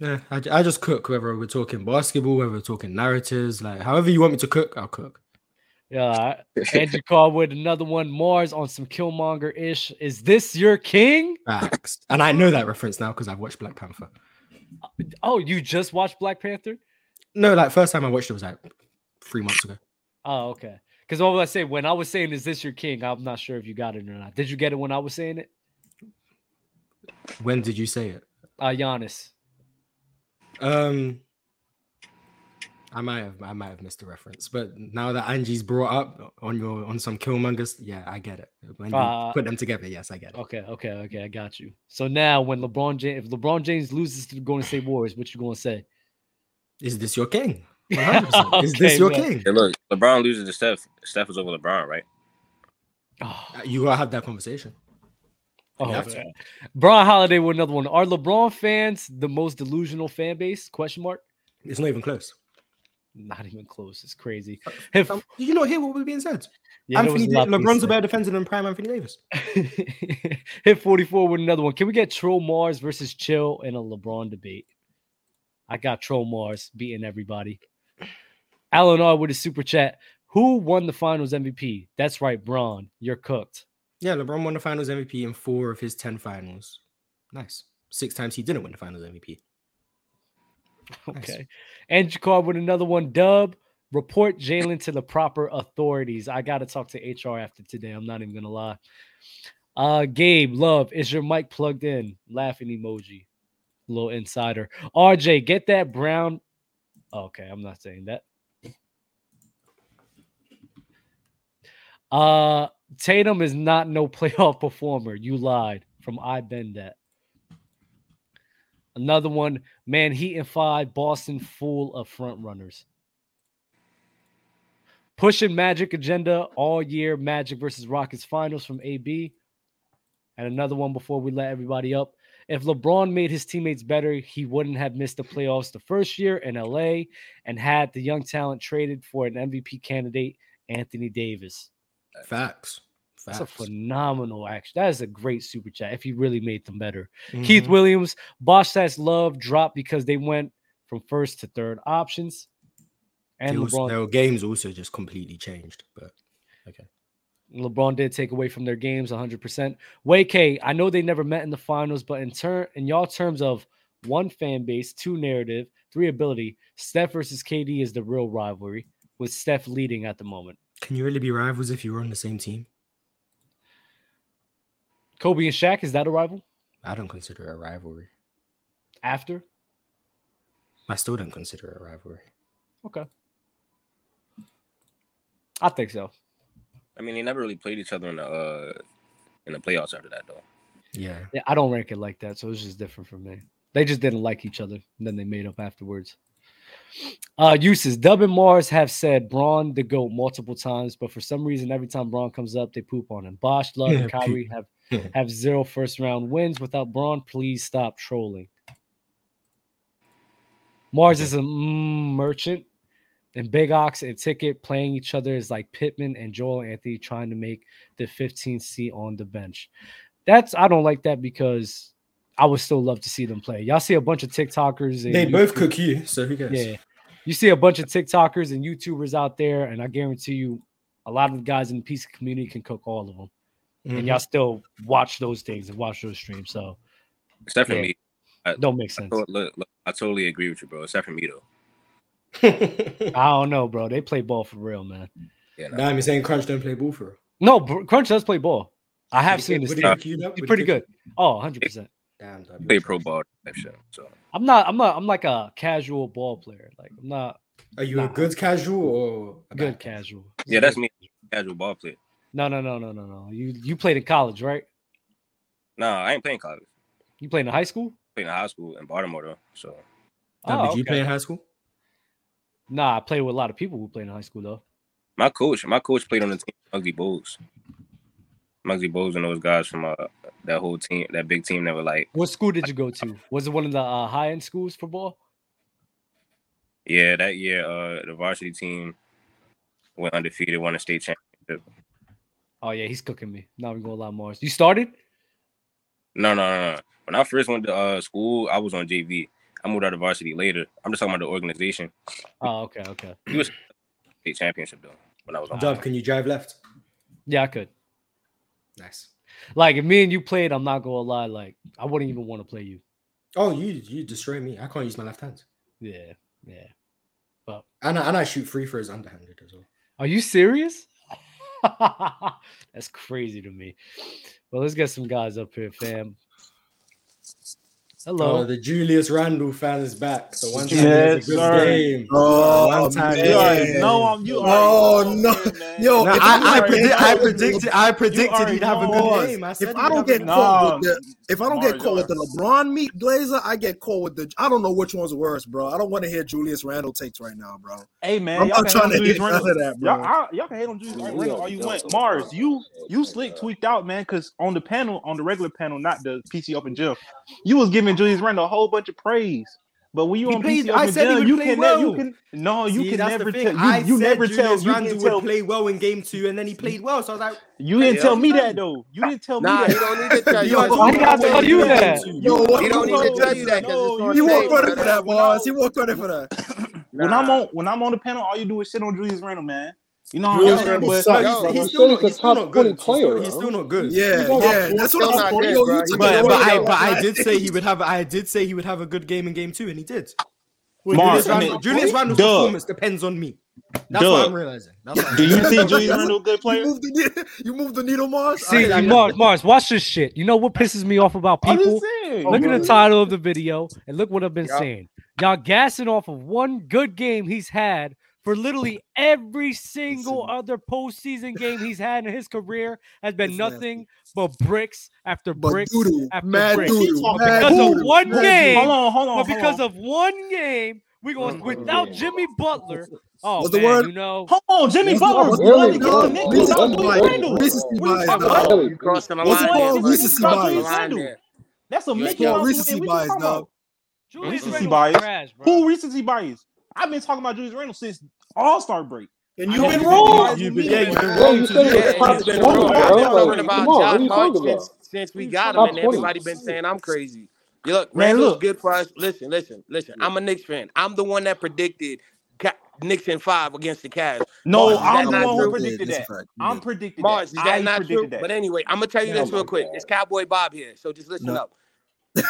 Speaker 5: Yeah, I, I just cook whether we're talking basketball, whether we're talking narratives, like however you want me to cook, I'll cook.
Speaker 1: Yeah. Uh, Andrew Carwood, another one. Mars on some Killmonger ish. Is this your king?
Speaker 5: Facts. And I know that reference now because I've watched Black Panther.
Speaker 1: Oh, you just watched Black Panther?
Speaker 2: No, like first time I watched it was like three months ago.
Speaker 1: Oh, okay. Because what was I saying? When I was saying, "Is this your king?" I'm not sure if you got it or not. Did you get it when I was saying it?
Speaker 2: When did you say it?
Speaker 1: Uh, Giannis.
Speaker 2: Um, I might have I might have missed the reference, but now that Angie's brought up on your on some Killmongers, yeah, I get it. When you
Speaker 1: Uh,
Speaker 2: put them together, yes, I get it.
Speaker 1: Okay, okay, okay. I got you. So now, when LeBron James, if LeBron James loses to the Golden State Warriors, what you gonna say?
Speaker 2: Is this your king?
Speaker 1: Is this Okay, your man. king?
Speaker 13: Hey, look, LeBron loses to Steph. Steph is over LeBron, right?
Speaker 2: Uh, You gotta have that conversation.
Speaker 1: Oh,
Speaker 2: You have to.
Speaker 1: man. Bron Holiday with another one. Are LeBron fans the most delusional fan base? Question mark.
Speaker 2: It's not even close.
Speaker 1: Not even close. It's crazy.
Speaker 2: Did you not hear what was being said?
Speaker 1: Yeah, there was
Speaker 2: Anthony
Speaker 1: a lot
Speaker 2: Da-
Speaker 1: being
Speaker 2: LeBron's a
Speaker 1: said.
Speaker 2: better defender than prime Anthony Davis.
Speaker 1: Hit 44 with another one. Can we get Troll Mars versus Chill in a LeBron debate? I got Troll Mars beating everybody. Alan R with a super chat. Who won the finals MVP? That's right, Braun. You're cooked.
Speaker 2: Yeah, LeBron won the Finals MVP in four of his ten finals. Nice. Six times he didn't win the Finals MVP.
Speaker 1: Okay. And Jakar with another one. Dub, report Jalen to the proper authorities. I got to talk to HR after today. I'm not even going to lie. Uh, Gabe, love, is your mic plugged in? Laughing emoji. Little insider. RJ, get that brown. Oh, Okay, I'm not saying that. Uh, Tatum is not no playoff performer. You lied. From I bend that. Another one, man. Heat and five. Boston full of front runners. Pushing Magic agenda all year. Magic versus Rockets finals from AB. And another one before we let everybody up. If LeBron made his teammates better, he wouldn't have missed the playoffs the first year in LA and had the young talent traded for an MVP candidate, Anthony Davis.
Speaker 2: Facts.
Speaker 1: That's a
Speaker 2: Facts.
Speaker 1: phenomenal action. That is a great super chat. If he really made them better,
Speaker 2: Mhm.
Speaker 1: Keith Williams, Bosch that's love dropped because they went from first to third options.
Speaker 2: They
Speaker 1: And
Speaker 2: also-
Speaker 1: LeBron,
Speaker 2: their games also just completely changed. But okay.
Speaker 1: LeBron did take away from their games 100%. Way K, I know they never met in the finals, but in turn, in y'all terms of one fan base, two narrative, three ability, Steph versus KD is the real rivalry with Steph leading at the moment.
Speaker 2: Can you really be rivals if you were on the same team?
Speaker 1: Kobe and Shaq, is that a rival
Speaker 2: I don't consider it a rivalry.
Speaker 1: after?
Speaker 2: I still don't consider it a rivalry.
Speaker 1: Okay. I think so.
Speaker 13: I mean, they never really played each other in the uh, in the playoffs after that, though.
Speaker 2: Yeah.
Speaker 1: Yeah, I don't rank it like that, so it's just different for me. They just didn't like each other, and then they made up afterwards. Uh, uses Dub and Mars have said Braun the goat multiple times, but for some reason, every time Braun comes up, they poop on him. Bosh, Love,
Speaker 2: Yeah,
Speaker 1: and
Speaker 2: poop.
Speaker 1: Kyrie have have zero first round wins without Braun. Please stop trolling. Mars is a mm, merchant, and Big Ox and Ticket playing each other is like Pittman and Joel Anthony trying to make the 15th seat on the bench. That's I don't like that because I would still love to see them play. Y'all see a bunch of TikTokers. And
Speaker 2: They both
Speaker 1: YouTube-
Speaker 2: cook you, so who cares?
Speaker 1: Yeah, you see a bunch of TikTokers and YouTubers out there, and I guarantee you, a lot of the guys in the PC community can cook all of them,
Speaker 2: Mm-hmm.
Speaker 1: and y'all
Speaker 13: Mhm.
Speaker 1: still watch those things and watch those streams. So
Speaker 13: It's definitely
Speaker 1: Yeah.
Speaker 13: me. I,
Speaker 1: don't make sense.
Speaker 13: I, to- look, look, I totally agree with you, bro. Except for me, though.
Speaker 1: I don't know, bro. They play ball for real, man.
Speaker 13: Yeah,
Speaker 2: Nah, I'm saying Crunch don't play ball for real.
Speaker 1: No, bro, Crunch does play ball. I have
Speaker 2: Would he-
Speaker 1: seen this.
Speaker 2: would he
Speaker 1: team.
Speaker 2: get queued up?
Speaker 1: He's
Speaker 2: Would he
Speaker 1: pretty
Speaker 2: get-
Speaker 1: good. Oh, 100%.
Speaker 2: Damn,
Speaker 13: You play pro ball type shit. So
Speaker 1: I'm not, I'm not, I'm like a casual ball player. Like, I'm not.
Speaker 2: Are you a good casual or a
Speaker 1: good casual?
Speaker 13: yeah, that's me, casual ball player.
Speaker 1: No, no, no, no, no, no. You you played in college, right?
Speaker 13: Nah, I ain't playing college.
Speaker 1: You played in high school?
Speaker 13: Playing in high school in Baltimore though. So
Speaker 1: Oh, did you play in
Speaker 2: high school?
Speaker 1: Nah, I played with a lot of people who played in high school though.
Speaker 13: my coach, my coach played on the team Muggsy Bowles. Muggsy Bowles and those guys from uh, that whole team, that big team that were like,
Speaker 1: What school did you go to? Was it one of the uh, high end schools for ball?
Speaker 13: yeah, that year uh, the varsity team went undefeated, won a state championship.
Speaker 1: Oh yeah, he's cooking me. Not even gonna lie, Mars. You started?
Speaker 13: No, no, no, no. When I first went to uh, school, I was on JV. I moved out of varsity later. I'm just talking about the organization.
Speaker 1: Oh, okay, okay.
Speaker 13: He was state championship though. When I was on,
Speaker 2: Dub, can you drive left?
Speaker 1: Yeah, I could.
Speaker 2: Nice.
Speaker 1: Like if me and you played, I'm not gonna lie. Like I wouldn't even want to play you.
Speaker 2: Oh, you you destroy me. I can't use my left hand.
Speaker 1: Yeah, yeah. But
Speaker 2: and I, and I shoot free throws underhanded as well.
Speaker 1: Are you serious? That's crazy to me. Well, let's get some guys up here, fam. Hello.
Speaker 2: Oh, the Julius Randle fan is back. The one time yes,
Speaker 1: Yes,
Speaker 2: good
Speaker 1: sir.
Speaker 2: game.
Speaker 1: Oh,
Speaker 2: One time
Speaker 1: man.
Speaker 2: he had a good
Speaker 1: You already
Speaker 2: game.
Speaker 1: know
Speaker 9: Oh no, yo!
Speaker 2: No,
Speaker 9: if
Speaker 2: I-
Speaker 9: you
Speaker 2: I
Speaker 9: are
Speaker 2: predict-
Speaker 9: in-
Speaker 2: I predicted- I
Speaker 9: You
Speaker 2: predicted
Speaker 9: already
Speaker 2: he'd have a good
Speaker 9: know.
Speaker 2: game. I said
Speaker 9: if
Speaker 2: he'd
Speaker 9: I don't
Speaker 2: have
Speaker 9: get
Speaker 2: a-
Speaker 9: caught
Speaker 2: No.
Speaker 9: with the, if I don't get caught with the LeBron meat blazer, I get caught with the. I don't know which one's worse, bro. I don't want to hear Julius Randle takes right now, bro.
Speaker 14: Hey man,
Speaker 9: I'm
Speaker 14: y'all
Speaker 9: not
Speaker 14: can hate
Speaker 9: trying
Speaker 14: on
Speaker 9: to
Speaker 14: Julius
Speaker 9: hear none
Speaker 14: Randle.
Speaker 9: of that, bro.
Speaker 14: Y'all, I- y'all can hate on Julius
Speaker 9: Yeah, we
Speaker 14: Randle all
Speaker 9: already
Speaker 14: you
Speaker 9: know
Speaker 14: want.
Speaker 9: that.
Speaker 14: Mars, you you slick tweaked out, man, because on the panel, on the regular panel, not the PC Open Gym, you was giving Julius Randle a whole bunch of praise. But when you
Speaker 9: He
Speaker 14: on
Speaker 9: plays-
Speaker 14: PC
Speaker 9: I
Speaker 14: Open
Speaker 9: said he
Speaker 14: Gym,
Speaker 9: would
Speaker 14: you
Speaker 9: play
Speaker 14: can
Speaker 9: well.
Speaker 14: you can no, you
Speaker 2: See,
Speaker 14: can
Speaker 2: that's the
Speaker 14: never
Speaker 2: thing.
Speaker 14: tell
Speaker 2: I
Speaker 14: you, you
Speaker 2: said
Speaker 14: never tell
Speaker 2: Julius
Speaker 14: you
Speaker 2: Randle
Speaker 14: didn't
Speaker 2: would
Speaker 14: tell
Speaker 2: play well in game two, and then he played well. So I was like,
Speaker 14: you didn't tell me that though. You didn't tell
Speaker 2: Nah,
Speaker 14: me
Speaker 2: he
Speaker 14: that.
Speaker 2: don't need to tell you
Speaker 14: Yo,
Speaker 2: that. Why did I tell you that?
Speaker 9: Yo,
Speaker 14: You
Speaker 9: what-
Speaker 14: told-
Speaker 9: don't need to tell you that 'cause it's
Speaker 14: no,
Speaker 9: on
Speaker 14: you
Speaker 9: tape,
Speaker 14: told
Speaker 9: brother.
Speaker 14: me
Speaker 9: for that,
Speaker 14: when I
Speaker 9: Mars. He won't credit for that.
Speaker 14: When I'm on when I'm on the panel, all you do is shit on Julius Randle, man. You know how
Speaker 2: Julius
Speaker 14: I'm
Speaker 2: Randle
Speaker 14: but
Speaker 2: sucks, No, bro. he's- he's still not- he's still not good. He's still- he's still not good. Yeah, yeah, that's what I'm- yo, you took it
Speaker 9: away
Speaker 2: But, but I
Speaker 9: though,
Speaker 2: but I
Speaker 9: like-
Speaker 2: did say he would have I did say he would have a good game in game two, and he did.
Speaker 14: Wait, Mars,
Speaker 2: Julius,
Speaker 14: I mean-
Speaker 2: Randle, Julius Randle's
Speaker 14: Duh.
Speaker 2: performance depends on me. That's what
Speaker 14: Duh.
Speaker 2: I'm realizing. That's what I'm
Speaker 14: Do you
Speaker 2: realizing.
Speaker 14: think Julius Randle a good player?
Speaker 9: You moved the needle, you moved the needle Mars.
Speaker 1: See,
Speaker 9: I- I-
Speaker 1: Mars, Mars, watch this shit. You know what pisses me off about
Speaker 9: I'm just
Speaker 1: people?
Speaker 9: saying.
Speaker 1: Look at
Speaker 9: Oh,
Speaker 1: the
Speaker 9: bro.
Speaker 1: title of the video and look what I've been
Speaker 9: Yeah.
Speaker 1: saying. Y'all gassing off of one good game he's had for literally every single other postseason game he's had in his career has been nothing but bricks after bricks
Speaker 9: doodoo,
Speaker 1: after
Speaker 9: mad
Speaker 1: bricks.
Speaker 9: doodoo,
Speaker 1: But
Speaker 9: mad
Speaker 1: because of
Speaker 9: doodoo,
Speaker 1: one
Speaker 9: mad
Speaker 1: game,
Speaker 9: doodoo. Hold on, hold on,
Speaker 1: but
Speaker 9: hold
Speaker 1: because
Speaker 9: on.
Speaker 1: of one game, we going without Jimmy Butler. Oh
Speaker 9: What's the
Speaker 1: man,
Speaker 9: word?
Speaker 1: you know.
Speaker 14: Hold on, Jimmy
Speaker 1: What's
Speaker 14: Butler
Speaker 1: the-
Speaker 14: was
Speaker 1: what's
Speaker 14: barely
Speaker 1: the-
Speaker 14: getting
Speaker 1: no,
Speaker 14: Nick
Speaker 1: no,
Speaker 14: without
Speaker 1: no,
Speaker 14: Julius
Speaker 1: no,
Speaker 14: Randle.
Speaker 9: Recency
Speaker 14: What are
Speaker 9: bias.
Speaker 14: you talking
Speaker 9: dog.
Speaker 14: about?
Speaker 9: You crossing
Speaker 14: What's the point Nick
Speaker 9: Recency
Speaker 14: without Julius
Speaker 9: bias.
Speaker 14: Randle? That's a
Speaker 9: You're
Speaker 14: Mickey
Speaker 9: still-
Speaker 14: Mouse
Speaker 9: recency
Speaker 14: win. What you
Speaker 9: bias,
Speaker 14: talking
Speaker 9: dog.
Speaker 14: about?
Speaker 1: Julius
Speaker 14: recency
Speaker 1: Randle
Speaker 14: bias.
Speaker 1: trash, bro.
Speaker 14: Who recency bias? I've been talking about Julius Randle since All Star break.
Speaker 9: And
Speaker 14: I
Speaker 9: you've
Speaker 14: got
Speaker 9: been
Speaker 14: recency
Speaker 9: wrong.
Speaker 14: bias
Speaker 9: You've been-
Speaker 14: with me.
Speaker 9: yeah, you've been Yeah, wrong you since said he was then. top You've been 20, wrong. bro.
Speaker 12: Y'all
Speaker 9: Like,
Speaker 12: talking about
Speaker 9: come on, what
Speaker 12: John
Speaker 9: are you
Speaker 12: Mark
Speaker 9: talking
Speaker 12: since
Speaker 9: about?
Speaker 12: since we got him,
Speaker 9: Top
Speaker 12: and
Speaker 9: 20.
Speaker 12: everybody been saying I'm crazy. You look,
Speaker 14: Man,
Speaker 12: Randall's
Speaker 14: look.
Speaker 12: good for us. Listen, listen, listen. I'm a Knicks fan. I'm the one that predicted Ca- Knicks in five against the Cavs.
Speaker 14: No,
Speaker 12: Mars, is
Speaker 14: I'm
Speaker 12: that
Speaker 14: the
Speaker 12: not
Speaker 14: one who
Speaker 12: true?
Speaker 14: predicted that. I'm predicted
Speaker 12: Mars,
Speaker 14: that.
Speaker 12: is
Speaker 14: I
Speaker 12: that not true?
Speaker 14: predicted that.
Speaker 12: But anyway, I'm gonna tell you
Speaker 14: Oh
Speaker 12: this
Speaker 14: my
Speaker 12: real quick.
Speaker 14: God.
Speaker 12: It's Cowboy Bob here, so just listen
Speaker 14: No.
Speaker 12: up,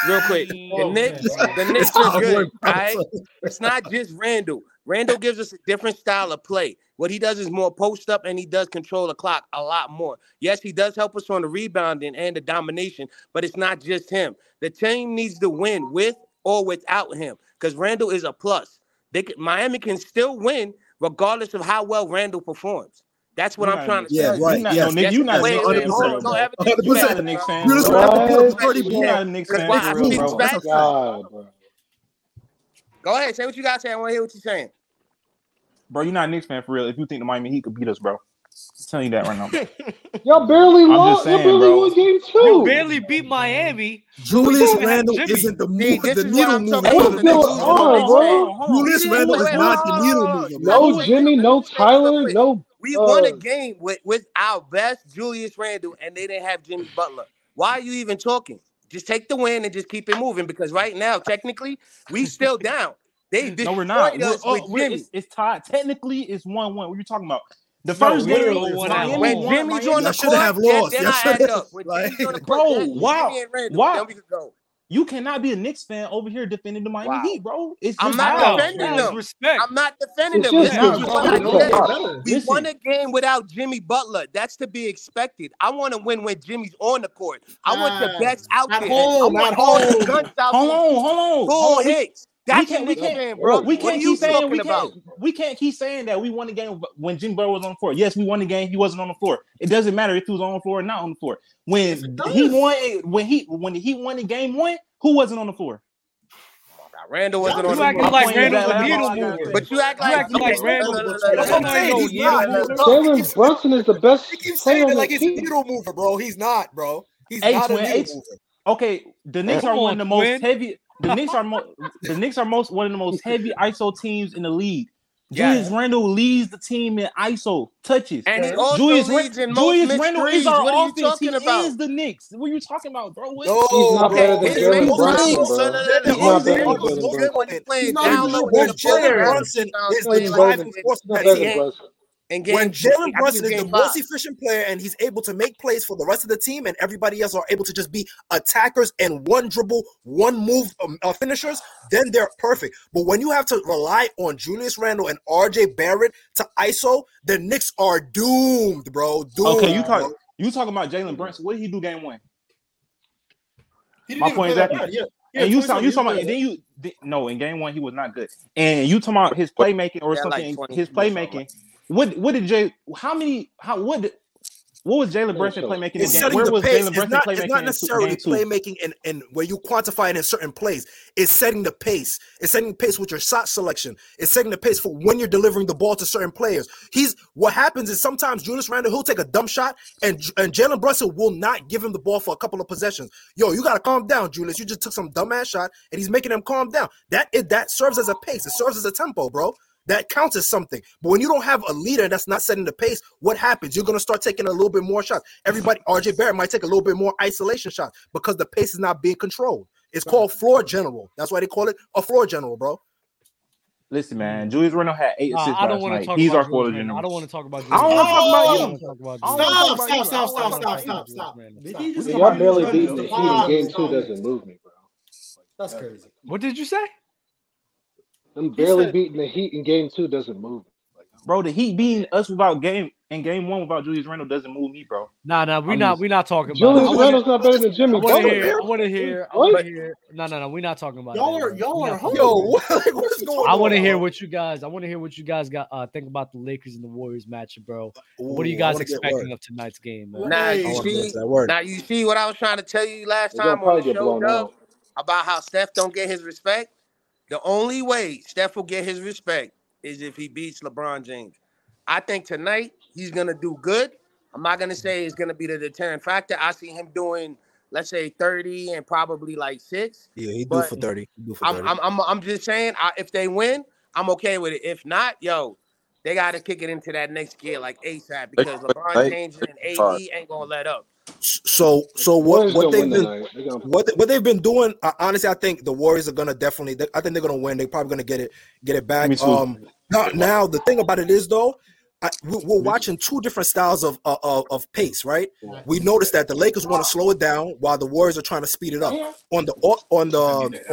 Speaker 12: real quick. The
Speaker 14: Oh,
Speaker 12: Knicks,
Speaker 14: man.
Speaker 12: the Knicks are good. All right, it's not just Randall. Randall gives us a different style of play. What he does is more post up, and he does control the clock a lot more. Yes, he does help us on the rebounding and the domination, but it's not just him. The team needs to win with or without him, because Randall is a plus. They can, Miami can still win regardless of how well Randall performs. That's what
Speaker 14: You
Speaker 12: I'm
Speaker 14: not a
Speaker 12: trying to
Speaker 14: Knicks
Speaker 12: tell
Speaker 14: fan.
Speaker 12: you.
Speaker 14: You not no nigga.
Speaker 12: Yes,
Speaker 14: You not a
Speaker 12: wait,
Speaker 14: Knicks
Speaker 12: wait,
Speaker 14: fan for
Speaker 12: hold
Speaker 14: real,
Speaker 12: on. Don't
Speaker 14: bro.
Speaker 12: ever think you
Speaker 14: You not
Speaker 12: bad,
Speaker 14: a Knicks
Speaker 12: bro.
Speaker 14: fan
Speaker 9: You
Speaker 14: for
Speaker 9: just
Speaker 14: real,
Speaker 9: have to
Speaker 14: bro.
Speaker 9: peel the 30,
Speaker 14: You
Speaker 9: bro.
Speaker 14: not a Knicks
Speaker 12: That's
Speaker 14: fan
Speaker 12: why
Speaker 14: for
Speaker 12: I
Speaker 14: real,
Speaker 12: speak
Speaker 14: bro.
Speaker 12: facts now.
Speaker 14: Oh, God, bro.
Speaker 12: Go ahead, say what you got to say. I want to hear what you're saying.
Speaker 14: Bro, you not a Knicks fan for real. If you think the Miami Heat could beat us, bro, I'm telling you that right now. bro.
Speaker 15: Y'all barely
Speaker 14: I'm
Speaker 15: lost.
Speaker 14: just
Speaker 15: Y'all
Speaker 14: saying,
Speaker 15: barely
Speaker 14: bro.
Speaker 15: won game
Speaker 1: You
Speaker 15: two.
Speaker 1: barely beat Miami.
Speaker 9: Julius
Speaker 1: Even had
Speaker 9: Randle
Speaker 1: Jimmy.
Speaker 9: isn't the
Speaker 12: See,
Speaker 9: move,
Speaker 12: this
Speaker 9: the
Speaker 12: is why
Speaker 9: needle
Speaker 12: I'm
Speaker 9: mover
Speaker 12: talking
Speaker 9: for
Speaker 12: about
Speaker 9: the
Speaker 12: the
Speaker 9: Knicks,
Speaker 12: Knicks
Speaker 9: bro.
Speaker 12: losing to the
Speaker 15: on,
Speaker 12: Knicks fan.
Speaker 15: bro.
Speaker 9: Julius Randle is not
Speaker 12: We didn't win. Wait, hold on,
Speaker 9: the
Speaker 12: hold on,
Speaker 9: needle
Speaker 12: hold on.
Speaker 9: mover, bro.
Speaker 12: Let me wait. Let
Speaker 15: No
Speaker 12: me
Speaker 15: Jimmy, no
Speaker 12: finish this real
Speaker 15: Tyler,
Speaker 12: quick.
Speaker 15: no.
Speaker 12: Uh, We won a
Speaker 8: Oh.
Speaker 15: Uh,
Speaker 12: game with, with our best Julius Randle, and they didn't have Jimmy Butler. Why are you even talking? Just take the win and just keep it moving because right now, technically, we still down. They
Speaker 14: No, we're
Speaker 12: destroyed
Speaker 14: not. We're,
Speaker 12: us
Speaker 14: oh,
Speaker 12: with
Speaker 14: we're
Speaker 12: Jimmy.
Speaker 14: it's, it's tied. Technically, it's one one. What are you talking about? The
Speaker 9: No,
Speaker 14: first
Speaker 9: literally,
Speaker 14: game,
Speaker 9: it's one at
Speaker 14: Miami
Speaker 12: When
Speaker 9: home.
Speaker 14: won.
Speaker 12: Jimmy's on
Speaker 14: Miami,
Speaker 9: Y'all
Speaker 12: the
Speaker 9: should
Speaker 12: court,
Speaker 9: have
Speaker 12: then,
Speaker 9: lost.
Speaker 12: then
Speaker 9: Y'all
Speaker 12: I
Speaker 9: should
Speaker 12: act
Speaker 9: have
Speaker 12: up. When Jimmy's on the court,
Speaker 14: bro.
Speaker 12: then Jimmy
Speaker 14: Wow,
Speaker 12: and Randall,
Speaker 14: wow.
Speaker 12: then we could go.
Speaker 14: You cannot be a Knicks fan over here defending the Miami
Speaker 12: Wow.
Speaker 14: Heat, bro. It's
Speaker 12: I'm
Speaker 14: just
Speaker 12: not
Speaker 14: how,
Speaker 12: defending
Speaker 14: how.
Speaker 12: them.
Speaker 1: respect.
Speaker 12: I'm not defending
Speaker 15: It's
Speaker 12: them.
Speaker 15: just
Speaker 12: Listen
Speaker 14: Nah,
Speaker 12: to
Speaker 14: bro.
Speaker 12: what I
Speaker 14: Hold on,
Speaker 12: said.
Speaker 14: hold on.
Speaker 12: We won
Speaker 14: Listen,
Speaker 12: a game without Jimmy Butler. That's to be expected. I want to win when Jimmy's on the court. I want the
Speaker 14: Nah.
Speaker 12: best out
Speaker 14: At
Speaker 12: there. I
Speaker 14: Um, home,
Speaker 12: want
Speaker 14: at
Speaker 12: all the
Speaker 14: home.
Speaker 12: guns out
Speaker 14: Hold
Speaker 12: there.
Speaker 14: on, hold on,
Speaker 12: Full
Speaker 14: hold on. We,
Speaker 12: hits.
Speaker 14: we
Speaker 12: That's a
Speaker 14: can't, we
Speaker 12: Knicks
Speaker 14: can't,
Speaker 12: fan, bro.
Speaker 14: we
Speaker 12: What are
Speaker 14: can't keep
Speaker 12: you
Speaker 14: saying
Speaker 12: talking
Speaker 14: we
Speaker 12: about?
Speaker 14: can't, we can't keep saying that we won the game when Jim Burrow was on the floor. Yes, we won the game. He wasn't on the floor. It doesn't matter if he was on the floor or not on the floor. When he won, it- when he when he won the game one, who wasn't on the floor?
Speaker 12: Randall wasn't
Speaker 1: You
Speaker 12: on the
Speaker 1: acting
Speaker 12: court.
Speaker 1: like
Speaker 14: Point is
Speaker 1: Randall's
Speaker 14: that-
Speaker 1: a
Speaker 14: that's
Speaker 1: needle
Speaker 14: all I gotta
Speaker 1: mover.
Speaker 14: say.
Speaker 12: But you act
Speaker 1: You
Speaker 12: like
Speaker 1: acting like
Speaker 12: okay.
Speaker 1: Randall.
Speaker 12: look, look, look,
Speaker 9: That's
Speaker 12: look,
Speaker 9: what
Speaker 1: Randall's
Speaker 9: I'm
Speaker 1: not even
Speaker 9: saying.
Speaker 1: no
Speaker 9: He's
Speaker 1: needle
Speaker 9: not. That's
Speaker 1: mover.
Speaker 9: all. He
Speaker 15: Jalen
Speaker 9: keeps saying,
Speaker 15: Brunson is the
Speaker 9: he
Speaker 15: best
Speaker 9: keeps
Speaker 15: player
Speaker 9: saying
Speaker 15: on
Speaker 9: it like
Speaker 15: that
Speaker 9: it's
Speaker 15: team.
Speaker 9: needle mover, bro. He's not, bro. He's
Speaker 14: H
Speaker 9: not a
Speaker 14: twin
Speaker 9: needle
Speaker 14: H.
Speaker 9: mover.
Speaker 14: Okay, the Knicks
Speaker 1: Come
Speaker 14: are one
Speaker 1: on,
Speaker 14: of the most
Speaker 1: twin.
Speaker 14: heavy. The Knicks are mo- the Knicks are most one of the most heavy ISO teams in the league. Julius
Speaker 12: Yes.
Speaker 14: Randle leads the team in ISO touches.
Speaker 12: And he also
Speaker 14: Julius Ran-
Speaker 12: leads in most
Speaker 14: Julius
Speaker 12: missed
Speaker 14: Randle is
Speaker 12: threes.
Speaker 14: our
Speaker 12: What are you
Speaker 14: offense. He
Speaker 12: talking about?
Speaker 14: is the Knicks. What are you talking about, bro? What?
Speaker 15: He's
Speaker 9: No,
Speaker 15: not
Speaker 9: bro.
Speaker 15: better than
Speaker 12: His
Speaker 9: Jalen
Speaker 15: Jalen
Speaker 12: missed
Speaker 9: Brunson,
Speaker 12: threes.
Speaker 15: Brunson,
Speaker 12: Look,
Speaker 15: bro.
Speaker 9: Jalen
Speaker 12: look, look. His
Speaker 15: He's not
Speaker 9: Brunson
Speaker 15: better
Speaker 9: is moving
Speaker 12: game was good
Speaker 15: than Jalen Brunson.
Speaker 12: when he's
Speaker 9: He's
Speaker 12: playing
Speaker 9: not even
Speaker 12: down
Speaker 9: the
Speaker 12: low in the
Speaker 9: best
Speaker 15: He's not
Speaker 12: post.
Speaker 9: player.
Speaker 15: better.
Speaker 12: Randall
Speaker 9: Brunson
Speaker 12: sounds
Speaker 9: is
Speaker 15: He's not
Speaker 9: the
Speaker 12: just
Speaker 15: better
Speaker 12: like
Speaker 15: than
Speaker 9: driving
Speaker 12: him.
Speaker 15: Brunson.
Speaker 9: force
Speaker 15: He's
Speaker 9: of
Speaker 15: not
Speaker 9: that
Speaker 12: He
Speaker 15: better than
Speaker 9: team.
Speaker 12: ain't.
Speaker 15: Brunson.
Speaker 12: And
Speaker 15: when Jalen Brunson is the most
Speaker 12: efficient.
Speaker 15: efficient player and he's able to make plays for the rest of the team, and everybody else are able to just be attackers and one dribble, one move um, uh, finishers, then they're perfect. But when you have to rely on Julius Randle and RJ Barrett to ISO, the Knicks are doomed, bro. Doomed.
Speaker 14: Okay, you
Speaker 15: bro.
Speaker 14: talk, you talking about Jalen Brunson? What did he do game one?
Speaker 15: He didn't
Speaker 14: My
Speaker 15: even
Speaker 14: point
Speaker 15: play that
Speaker 14: exactly.
Speaker 15: bad, yeah. Yeah,
Speaker 14: and you
Speaker 15: Brunson
Speaker 14: saw you
Speaker 15: didn't
Speaker 14: talking
Speaker 15: play
Speaker 14: about and then you di- no in game one he was not good. And you talking about his playmaking or
Speaker 12: Yeah, like
Speaker 14: something?
Speaker 12: 20
Speaker 14: his playmaking. What what did Jay? How many? How what? did- What was Jalen Brunson playmaking? in
Speaker 15: It's
Speaker 14: game?
Speaker 15: setting
Speaker 14: Where
Speaker 15: the
Speaker 14: was
Speaker 15: pace.
Speaker 14: Jalen
Speaker 15: It's
Speaker 14: Brunson
Speaker 15: not,
Speaker 14: playmaking?
Speaker 15: it's not
Speaker 14: in two-
Speaker 15: necessarily
Speaker 14: game two?
Speaker 15: playmaking and, and where you quantify it in certain plays. It's setting the pace. It's setting the pace with your shot selection. It's setting the pace for when you're delivering the ball to certain players. He's what happens is sometimes Julius Randle he'll take a dumb shot and and Jalen Brunson will not give him the ball for a couple of possessions. Yo, you gotta calm down, Julius. You just took some dumbass shot and he's making him calm down. That it that serves as a pace. It serves as a tempo, bro. That counts as something. But when you don't have a leader that's not setting the pace, what happens? You're going to start taking a little bit more shots. Everybody, RJ Barrett might take a little bit more isolation shots because the pace is not being controlled. It's called floor general. That's why they call it a floor general, bro.
Speaker 14: Listen, man, Julius Randle had eight
Speaker 15: Nah,
Speaker 14: assists
Speaker 15: I don't
Speaker 14: last
Speaker 15: wanna
Speaker 14: night.
Speaker 15: talk
Speaker 14: He's
Speaker 15: about
Speaker 14: our
Speaker 15: Julius
Speaker 14: quarter
Speaker 1: Randle.
Speaker 14: general.
Speaker 1: I don't wanna talk about
Speaker 14: I don't want to talk about
Speaker 1: Julius Randle. I
Speaker 14: you.
Speaker 1: don't wanna
Speaker 14: Stop,
Speaker 1: talk about
Speaker 14: stop,
Speaker 1: Julius.
Speaker 14: stop,
Speaker 1: I don't wanna
Speaker 14: stop,
Speaker 1: talk about
Speaker 14: stop, stop,
Speaker 1: Julius Randle.
Speaker 14: Did he just
Speaker 16: Yeah,
Speaker 1: Stop.
Speaker 16: y'all barely beating the Heat in game two doesn't move me, bro.
Speaker 2: That's crazy.
Speaker 1: What did you say?
Speaker 16: Them
Speaker 14: He
Speaker 16: barely
Speaker 14: said-
Speaker 16: beating the Heat in game two doesn't move me.
Speaker 14: Bro, the Heat beating us without game in game one without Julius Randle doesn't move me, bro.
Speaker 1: Nah, nah, we
Speaker 14: I'm
Speaker 1: not
Speaker 14: just-
Speaker 1: we not talking about. it. I
Speaker 16: Julius
Speaker 1: wanna-
Speaker 16: Randle's not better than
Speaker 1: I
Speaker 16: Jimmy
Speaker 1: want to
Speaker 16: Butler.
Speaker 1: hear. I want to hear. I want
Speaker 16: What?
Speaker 1: to hear. No, no, no. We're not talking about
Speaker 16: Y'all
Speaker 1: that.
Speaker 16: are- y'all
Speaker 1: We're
Speaker 16: are
Speaker 1: not talking
Speaker 16: hoes.
Speaker 1: about that.
Speaker 15: what's going
Speaker 1: I want to
Speaker 15: on,
Speaker 1: hear
Speaker 15: bro?
Speaker 1: what you guys. I want to hear what you guys got. Uh, think about the Lakers and the Warriors matchup, bro. what are you
Speaker 15: Ooh, I
Speaker 1: guys
Speaker 15: wanna get
Speaker 1: expecting
Speaker 15: word.
Speaker 1: of tonight's game, man?
Speaker 12: Now
Speaker 1: I
Speaker 12: you
Speaker 1: wanna get
Speaker 12: see,
Speaker 1: that word.
Speaker 12: now you see what I was trying to tell you last
Speaker 16: They're gonna
Speaker 12: time on
Speaker 16: probably
Speaker 12: the
Speaker 16: get
Speaker 12: show,
Speaker 16: blown
Speaker 12: Dub,
Speaker 16: out.
Speaker 12: about how Steph don't get his respect. The only way Steph will get his respect is if he beats LeBron James. I think tonight he's gonna do good. I'm not gonna say it's gonna be the deterrent factor. I see him doing, let's say, 30 and probably like six.
Speaker 15: Yeah, he do
Speaker 12: But
Speaker 15: for 30. He do for
Speaker 12: I'm
Speaker 15: 30.
Speaker 12: I'm I'm, I'm just saying, I, if they win, I'm okay with it. If not, yo, they got to kick it into that next gear like ASAP because LeBron
Speaker 15: Right.
Speaker 12: James and AD
Speaker 15: Five.
Speaker 12: ain't gonna let up.
Speaker 15: So so what
Speaker 16: Warriors
Speaker 15: what
Speaker 16: gonna
Speaker 15: they've
Speaker 16: win
Speaker 15: been
Speaker 16: tonight. They're gonna
Speaker 15: what what they've been doing uh, honestly I think the Warriors are gonna definitely they- I think they're gonna win they're probably gonna get it get it back
Speaker 14: Me too.
Speaker 15: um now now the thing about it is though I, we- we're watching two different styles of uh, of, of pace right we noticed that the Lakers want to slow it down while the Warriors are trying to speed it up on the on the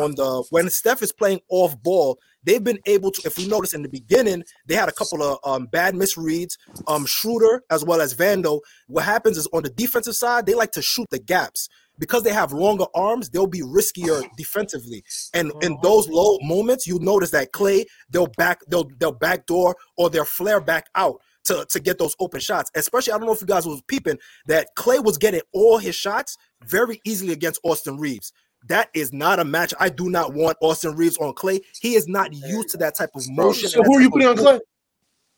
Speaker 15: on the when Steph is playing off ball they've been able to if we notice in the beginning they had a couple of um, bad misreads um Schroeder as well as Vando what happens is on the defensive side they like to shoot the gaps because they have longer arms, they'll be riskier defensively. And in those low moments, you notice that Clay, they'll back, they'll they'll backdoor or they'll flare back out to, to get those open shots. Especially, I don't know if you guys was peeping that Clay was getting all his shots very easily against Austin Reeves. That is not a match. I do not want Austin Reeves on Clay. He is not used to that type of
Speaker 16: Bro,
Speaker 15: motion.
Speaker 16: so
Speaker 15: and that
Speaker 16: who are you
Speaker 15: type of
Speaker 16: putting on
Speaker 15: movement.
Speaker 16: Clay?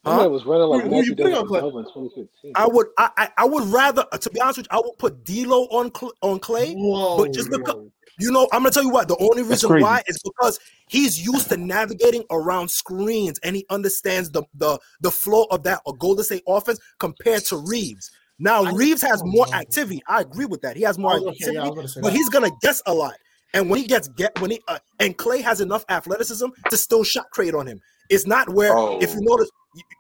Speaker 16: That man was running like
Speaker 15: Who- who you
Speaker 16: Matthew
Speaker 15: putting
Speaker 16: Dennis
Speaker 15: on Clay?
Speaker 16: Nova in 2015.
Speaker 15: I would I I I would rather uh, to be honest with you, I would put D'Lo on Cl- on Clay, but just because you know, I'm gonna tell you what. The only
Speaker 14: That's
Speaker 15: reason why
Speaker 14: crazy.
Speaker 15: is because he's used to navigating around screens and he understands the the the flow of that a Golden State offense compared to Reeves. Now Reeves has more activity. I agree with that. He has more
Speaker 2: I was- okay, Oh, yeah, I
Speaker 15: activity,
Speaker 2: was gonna say
Speaker 15: but
Speaker 2: that.
Speaker 15: he's gonna guess a lot. And when he gets get when he uh, and Clay has enough athleticism to still shot create on him. It's not where if you
Speaker 2: Oh.
Speaker 15: notice,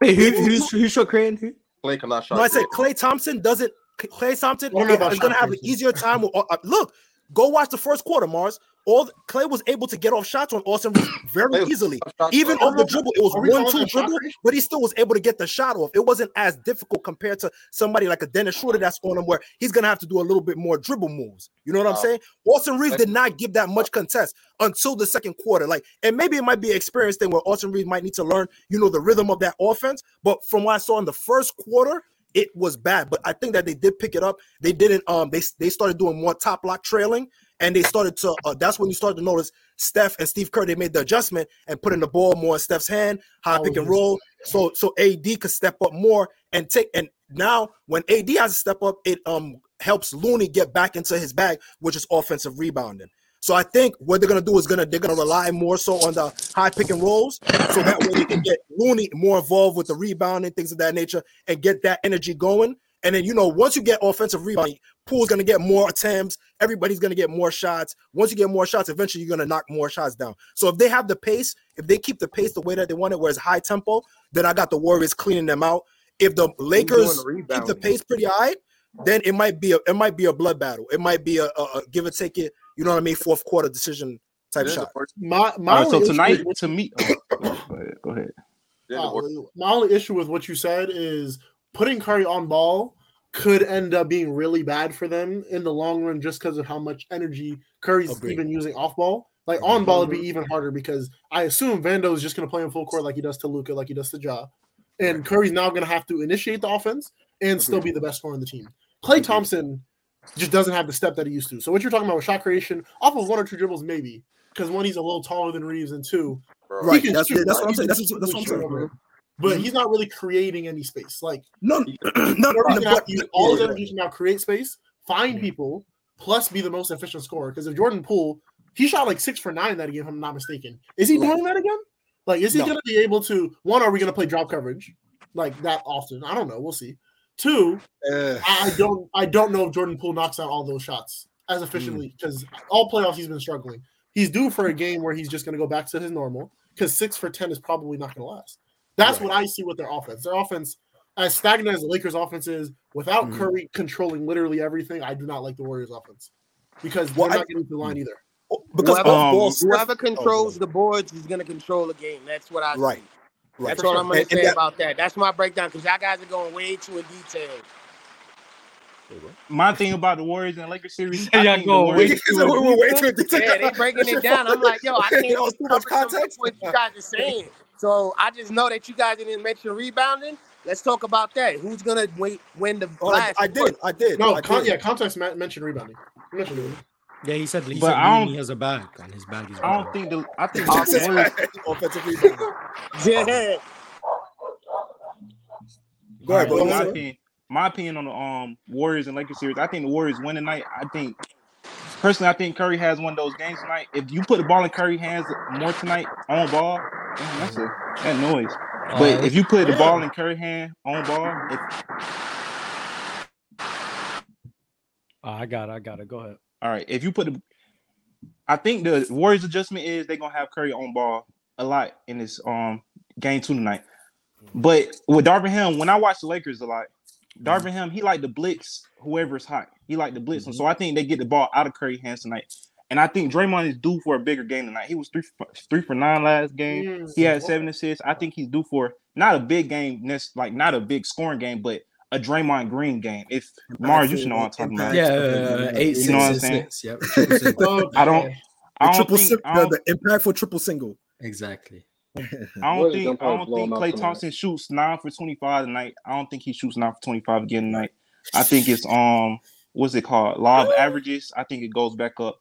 Speaker 9: Wait, who,
Speaker 15: if you
Speaker 9: who's who's shot creating? Who?
Speaker 16: Clay cannot
Speaker 15: no, I
Speaker 16: shot
Speaker 15: said Clay Thompson doesn't. Clay Thompson
Speaker 9: I don't know about
Speaker 15: is going to
Speaker 9: shot
Speaker 15: have an easier time. With, uh, look, go watch the first quarter, Mars. All Clay was able to get off shots on Austin Reeves very easily. Even off the dribble, it was
Speaker 9: Are we
Speaker 15: one
Speaker 9: calling
Speaker 15: two
Speaker 9: that shot
Speaker 15: dribble, but he still was able to get the shot off. It wasn't as difficult compared to somebody like a Dennis Schroeder that's on him, where he's going to have to do a little bit more dribble moves. You know what I'm
Speaker 16: Uh,
Speaker 15: saying? Austin Reeves
Speaker 16: Clay-
Speaker 15: did not give that much contest until the second quarter. Like, and maybe it might be an experience thing where Austin Reeves might need to learn, you know, the rhythm of that offense. But from what I saw in the first quarter, it was bad. But I think that they did pick it up. They didn't. Um, they they started doing more top lock trailing, and they started to. Uh, that's when you started to notice Steph and Steve Curry. They made the adjustment and putting the ball more in Steph's hand, high pick and roll. So so AD could step up more and take. And now when AD has to step up, it um helps Looney get back into his bag, which is offensive rebounding. So I think what they're gonna do is gonna they're gonna rely more so on the high pick and rolls, so that way they can get Looney more involved with the rebound and things of that nature, and get that energy going. And then you know once you get offensive rebound, Pool's gonna get more attempts. Everybody's gonna get more shots. Once you get more shots, eventually you're gonna knock more shots down. So if they have the pace, if they keep the pace the way that they want it, where it's high tempo, then I got the Warriors cleaning them out. If the Lakers
Speaker 16: doing the
Speaker 15: keep the
Speaker 16: rebounding?
Speaker 15: pace pretty high, then it might be a it might be a blood battle. It might be a, a, a give or take it. You know what I mean? Fourth quarter decision type
Speaker 16: It is a
Speaker 15: shot.
Speaker 16: first-
Speaker 10: My- my All right, so only issue tonight, is-
Speaker 14: to me, go ahead. Go ahead.
Speaker 10: Uh, my only issue with what you said is putting Curry on ball could end up being really bad for them in the long run just because of how much energy Curry's even using off ball. Like on ball would be even harder because I assume Vando is just going to play in full court like he does to Luca, like he does to Ja, and Curry's now going to have to initiate the offense and still be the best scorer on the team. Clay Thompson just doesn't have the step that he used to. So what you're talking about with shot creation off of one or two dribbles, maybe because one he's a little taller than Reeves, and two, he
Speaker 15: Right,
Speaker 10: can
Speaker 15: that's-
Speaker 10: shoot,
Speaker 15: that's what I'm
Speaker 10: He can
Speaker 15: saying. That's what- that's what I'm
Speaker 10: shoot
Speaker 15: saying,
Speaker 10: over
Speaker 15: bro.
Speaker 10: it. But
Speaker 15: Mhm.
Speaker 10: he's not really creating any space. Like
Speaker 15: no, no,
Speaker 10: Curry's
Speaker 15: no,
Speaker 10: gonna have
Speaker 15: but-
Speaker 10: to use all his
Speaker 15: yeah.
Speaker 10: energy to now create space,
Speaker 15: Mm-hmm.
Speaker 10: find people, plus be the most efficient scorer. Because if Jordan Poole, he shot like six for nine that game, if I'm not mistaken. Is he doing that again? Like, is he
Speaker 15: No.
Speaker 10: gonna be able to? One, are we gonna play drop coverage like that often? I don't know. We'll see. Two,
Speaker 15: Eh.
Speaker 10: I I don't I don't know if Jordan Poole knocks out all those shots as
Speaker 15: Hmm.
Speaker 10: efficiently because all playoffs he's been struggling. He's due for a game where he's just going to go back to his normal because six for ten is probably not going to last. That's what I see with their offense. Their offense, as stagnant as the Lakers' offense is, without
Speaker 15: Mhm.
Speaker 10: Curry controlling literally everything, I do not like the Warriors' offense because
Speaker 15: Well,
Speaker 10: they're
Speaker 15: I- Oh,
Speaker 10: not getting to the line either.
Speaker 15: because
Speaker 12: whoever,
Speaker 15: off ball Steph-
Speaker 12: whoever
Speaker 15: oh, go ahead.
Speaker 12: controls the boards is going to control the game. That's what I
Speaker 15: Right.
Speaker 12: see.
Speaker 15: Right.
Speaker 12: That's all I'm going
Speaker 15: And-
Speaker 12: to
Speaker 15: and
Speaker 12: say
Speaker 15: that-
Speaker 12: about that. That's my breakdown because y'all guys are going way too in detail.
Speaker 14: My thing about the Warriors and Lakers series,
Speaker 12: Yeah,
Speaker 14: I
Speaker 12: y'all
Speaker 14: think
Speaker 12: go
Speaker 14: the Warriors
Speaker 12: way- we were way too in detail. Yeah, they
Speaker 14: breaking
Speaker 12: it down. I'm like, yo, I can't
Speaker 15: That was too much
Speaker 12: cover some of
Speaker 15: context.
Speaker 12: what you guys are saying. So I just know that you guys didn't mention rebounding. Let's talk about that. Who's gonna wait, win the
Speaker 15: Oh, I,
Speaker 12: blast?
Speaker 15: I did. I did.
Speaker 10: No,
Speaker 15: I
Speaker 10: con-
Speaker 15: did.
Speaker 10: yeah, context ma- mentioned rebounding. He mentioned rebounding.
Speaker 17: Yeah, he said he
Speaker 14: But
Speaker 17: said
Speaker 14: I
Speaker 17: Looney
Speaker 14: don't-
Speaker 17: has a bag on his bag. Is
Speaker 14: I don't think the I think
Speaker 17: Offensive
Speaker 14: the Warriors
Speaker 15: offensive rebound.
Speaker 12: Yeah.
Speaker 15: Go ahead,
Speaker 14: All
Speaker 15: bro.
Speaker 14: right,
Speaker 15: You
Speaker 14: my
Speaker 15: said-
Speaker 14: opinion, my opinion on the um Warriors and Lakers series. I think the Warriors win tonight. I think personally, I think Curry has one of those games tonight. If you put the ball in Curry hands more tonight on ball, damn, that's a that noise.
Speaker 1: Uh,
Speaker 14: But if you put the ball in Curry hand on ball, if
Speaker 1: Oh, I got it. I got it. Go ahead.
Speaker 14: all right, if you put the, I think the Warriors adjustment is they're gonna have Curry on ball a lot in this um game two tonight. But with Darvin Ham, when I watch the Lakers a lot, Darvin Ham, he like to blitz whoever's hot. He like to blitz them. So I think they get the ball out of Curry hands tonight. And I think Draymond is due for a bigger game tonight. He was three for, three for nine last game. He had
Speaker 10: Mm.
Speaker 14: seven assists. I think he's due for not a big game, nes- like not a big scoring game, but a Draymond Green game. If Mars, you should know what I'm talking about.
Speaker 2: Yeah, uh, eight,
Speaker 14: you know what I'm
Speaker 2: six,
Speaker 14: saying?
Speaker 2: six, six. Yep. triple single.
Speaker 14: I don't.
Speaker 15: The
Speaker 14: I don't
Speaker 15: triple
Speaker 14: think.
Speaker 15: sing-
Speaker 14: I
Speaker 15: the-
Speaker 14: don't
Speaker 15: the impactful triple single.
Speaker 2: Exactly.
Speaker 14: I don't
Speaker 15: Warriors
Speaker 14: think
Speaker 15: don't probably
Speaker 14: I don't
Speaker 15: blow
Speaker 14: think
Speaker 15: him out
Speaker 14: Clay
Speaker 15: tonight.
Speaker 14: Thompson shoots nine for twenty five tonight. I don't think he shoots nine for twenty five again tonight. I think it's um what's it called? Law of averages. I think it goes back up.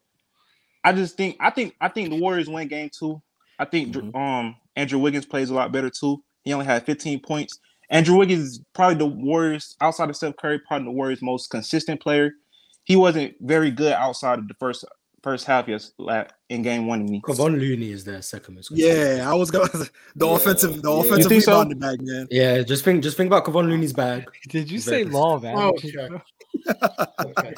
Speaker 14: I just think I think I think the Warriors win game two. I think
Speaker 17: Mm-hmm.
Speaker 14: Dr- um Andrew Wiggins plays a lot better too. He only had 15 points. Andrew Wiggins is probably the Warriors outside of Steph Curry, probably the Warriors' most consistent player. He wasn't very good outside of the first first half yes la- in game one to me.
Speaker 17: Kevon Looney is their second most.
Speaker 15: Yeah, I was going. The offensive, the
Speaker 17: yeah.
Speaker 15: offensive
Speaker 17: You think so?
Speaker 15: rebounding bag, man.
Speaker 2: Yeah, just think, just think about Kevon Looney's bag.
Speaker 1: Did you
Speaker 14: say law
Speaker 15: Oh,
Speaker 14: of averages,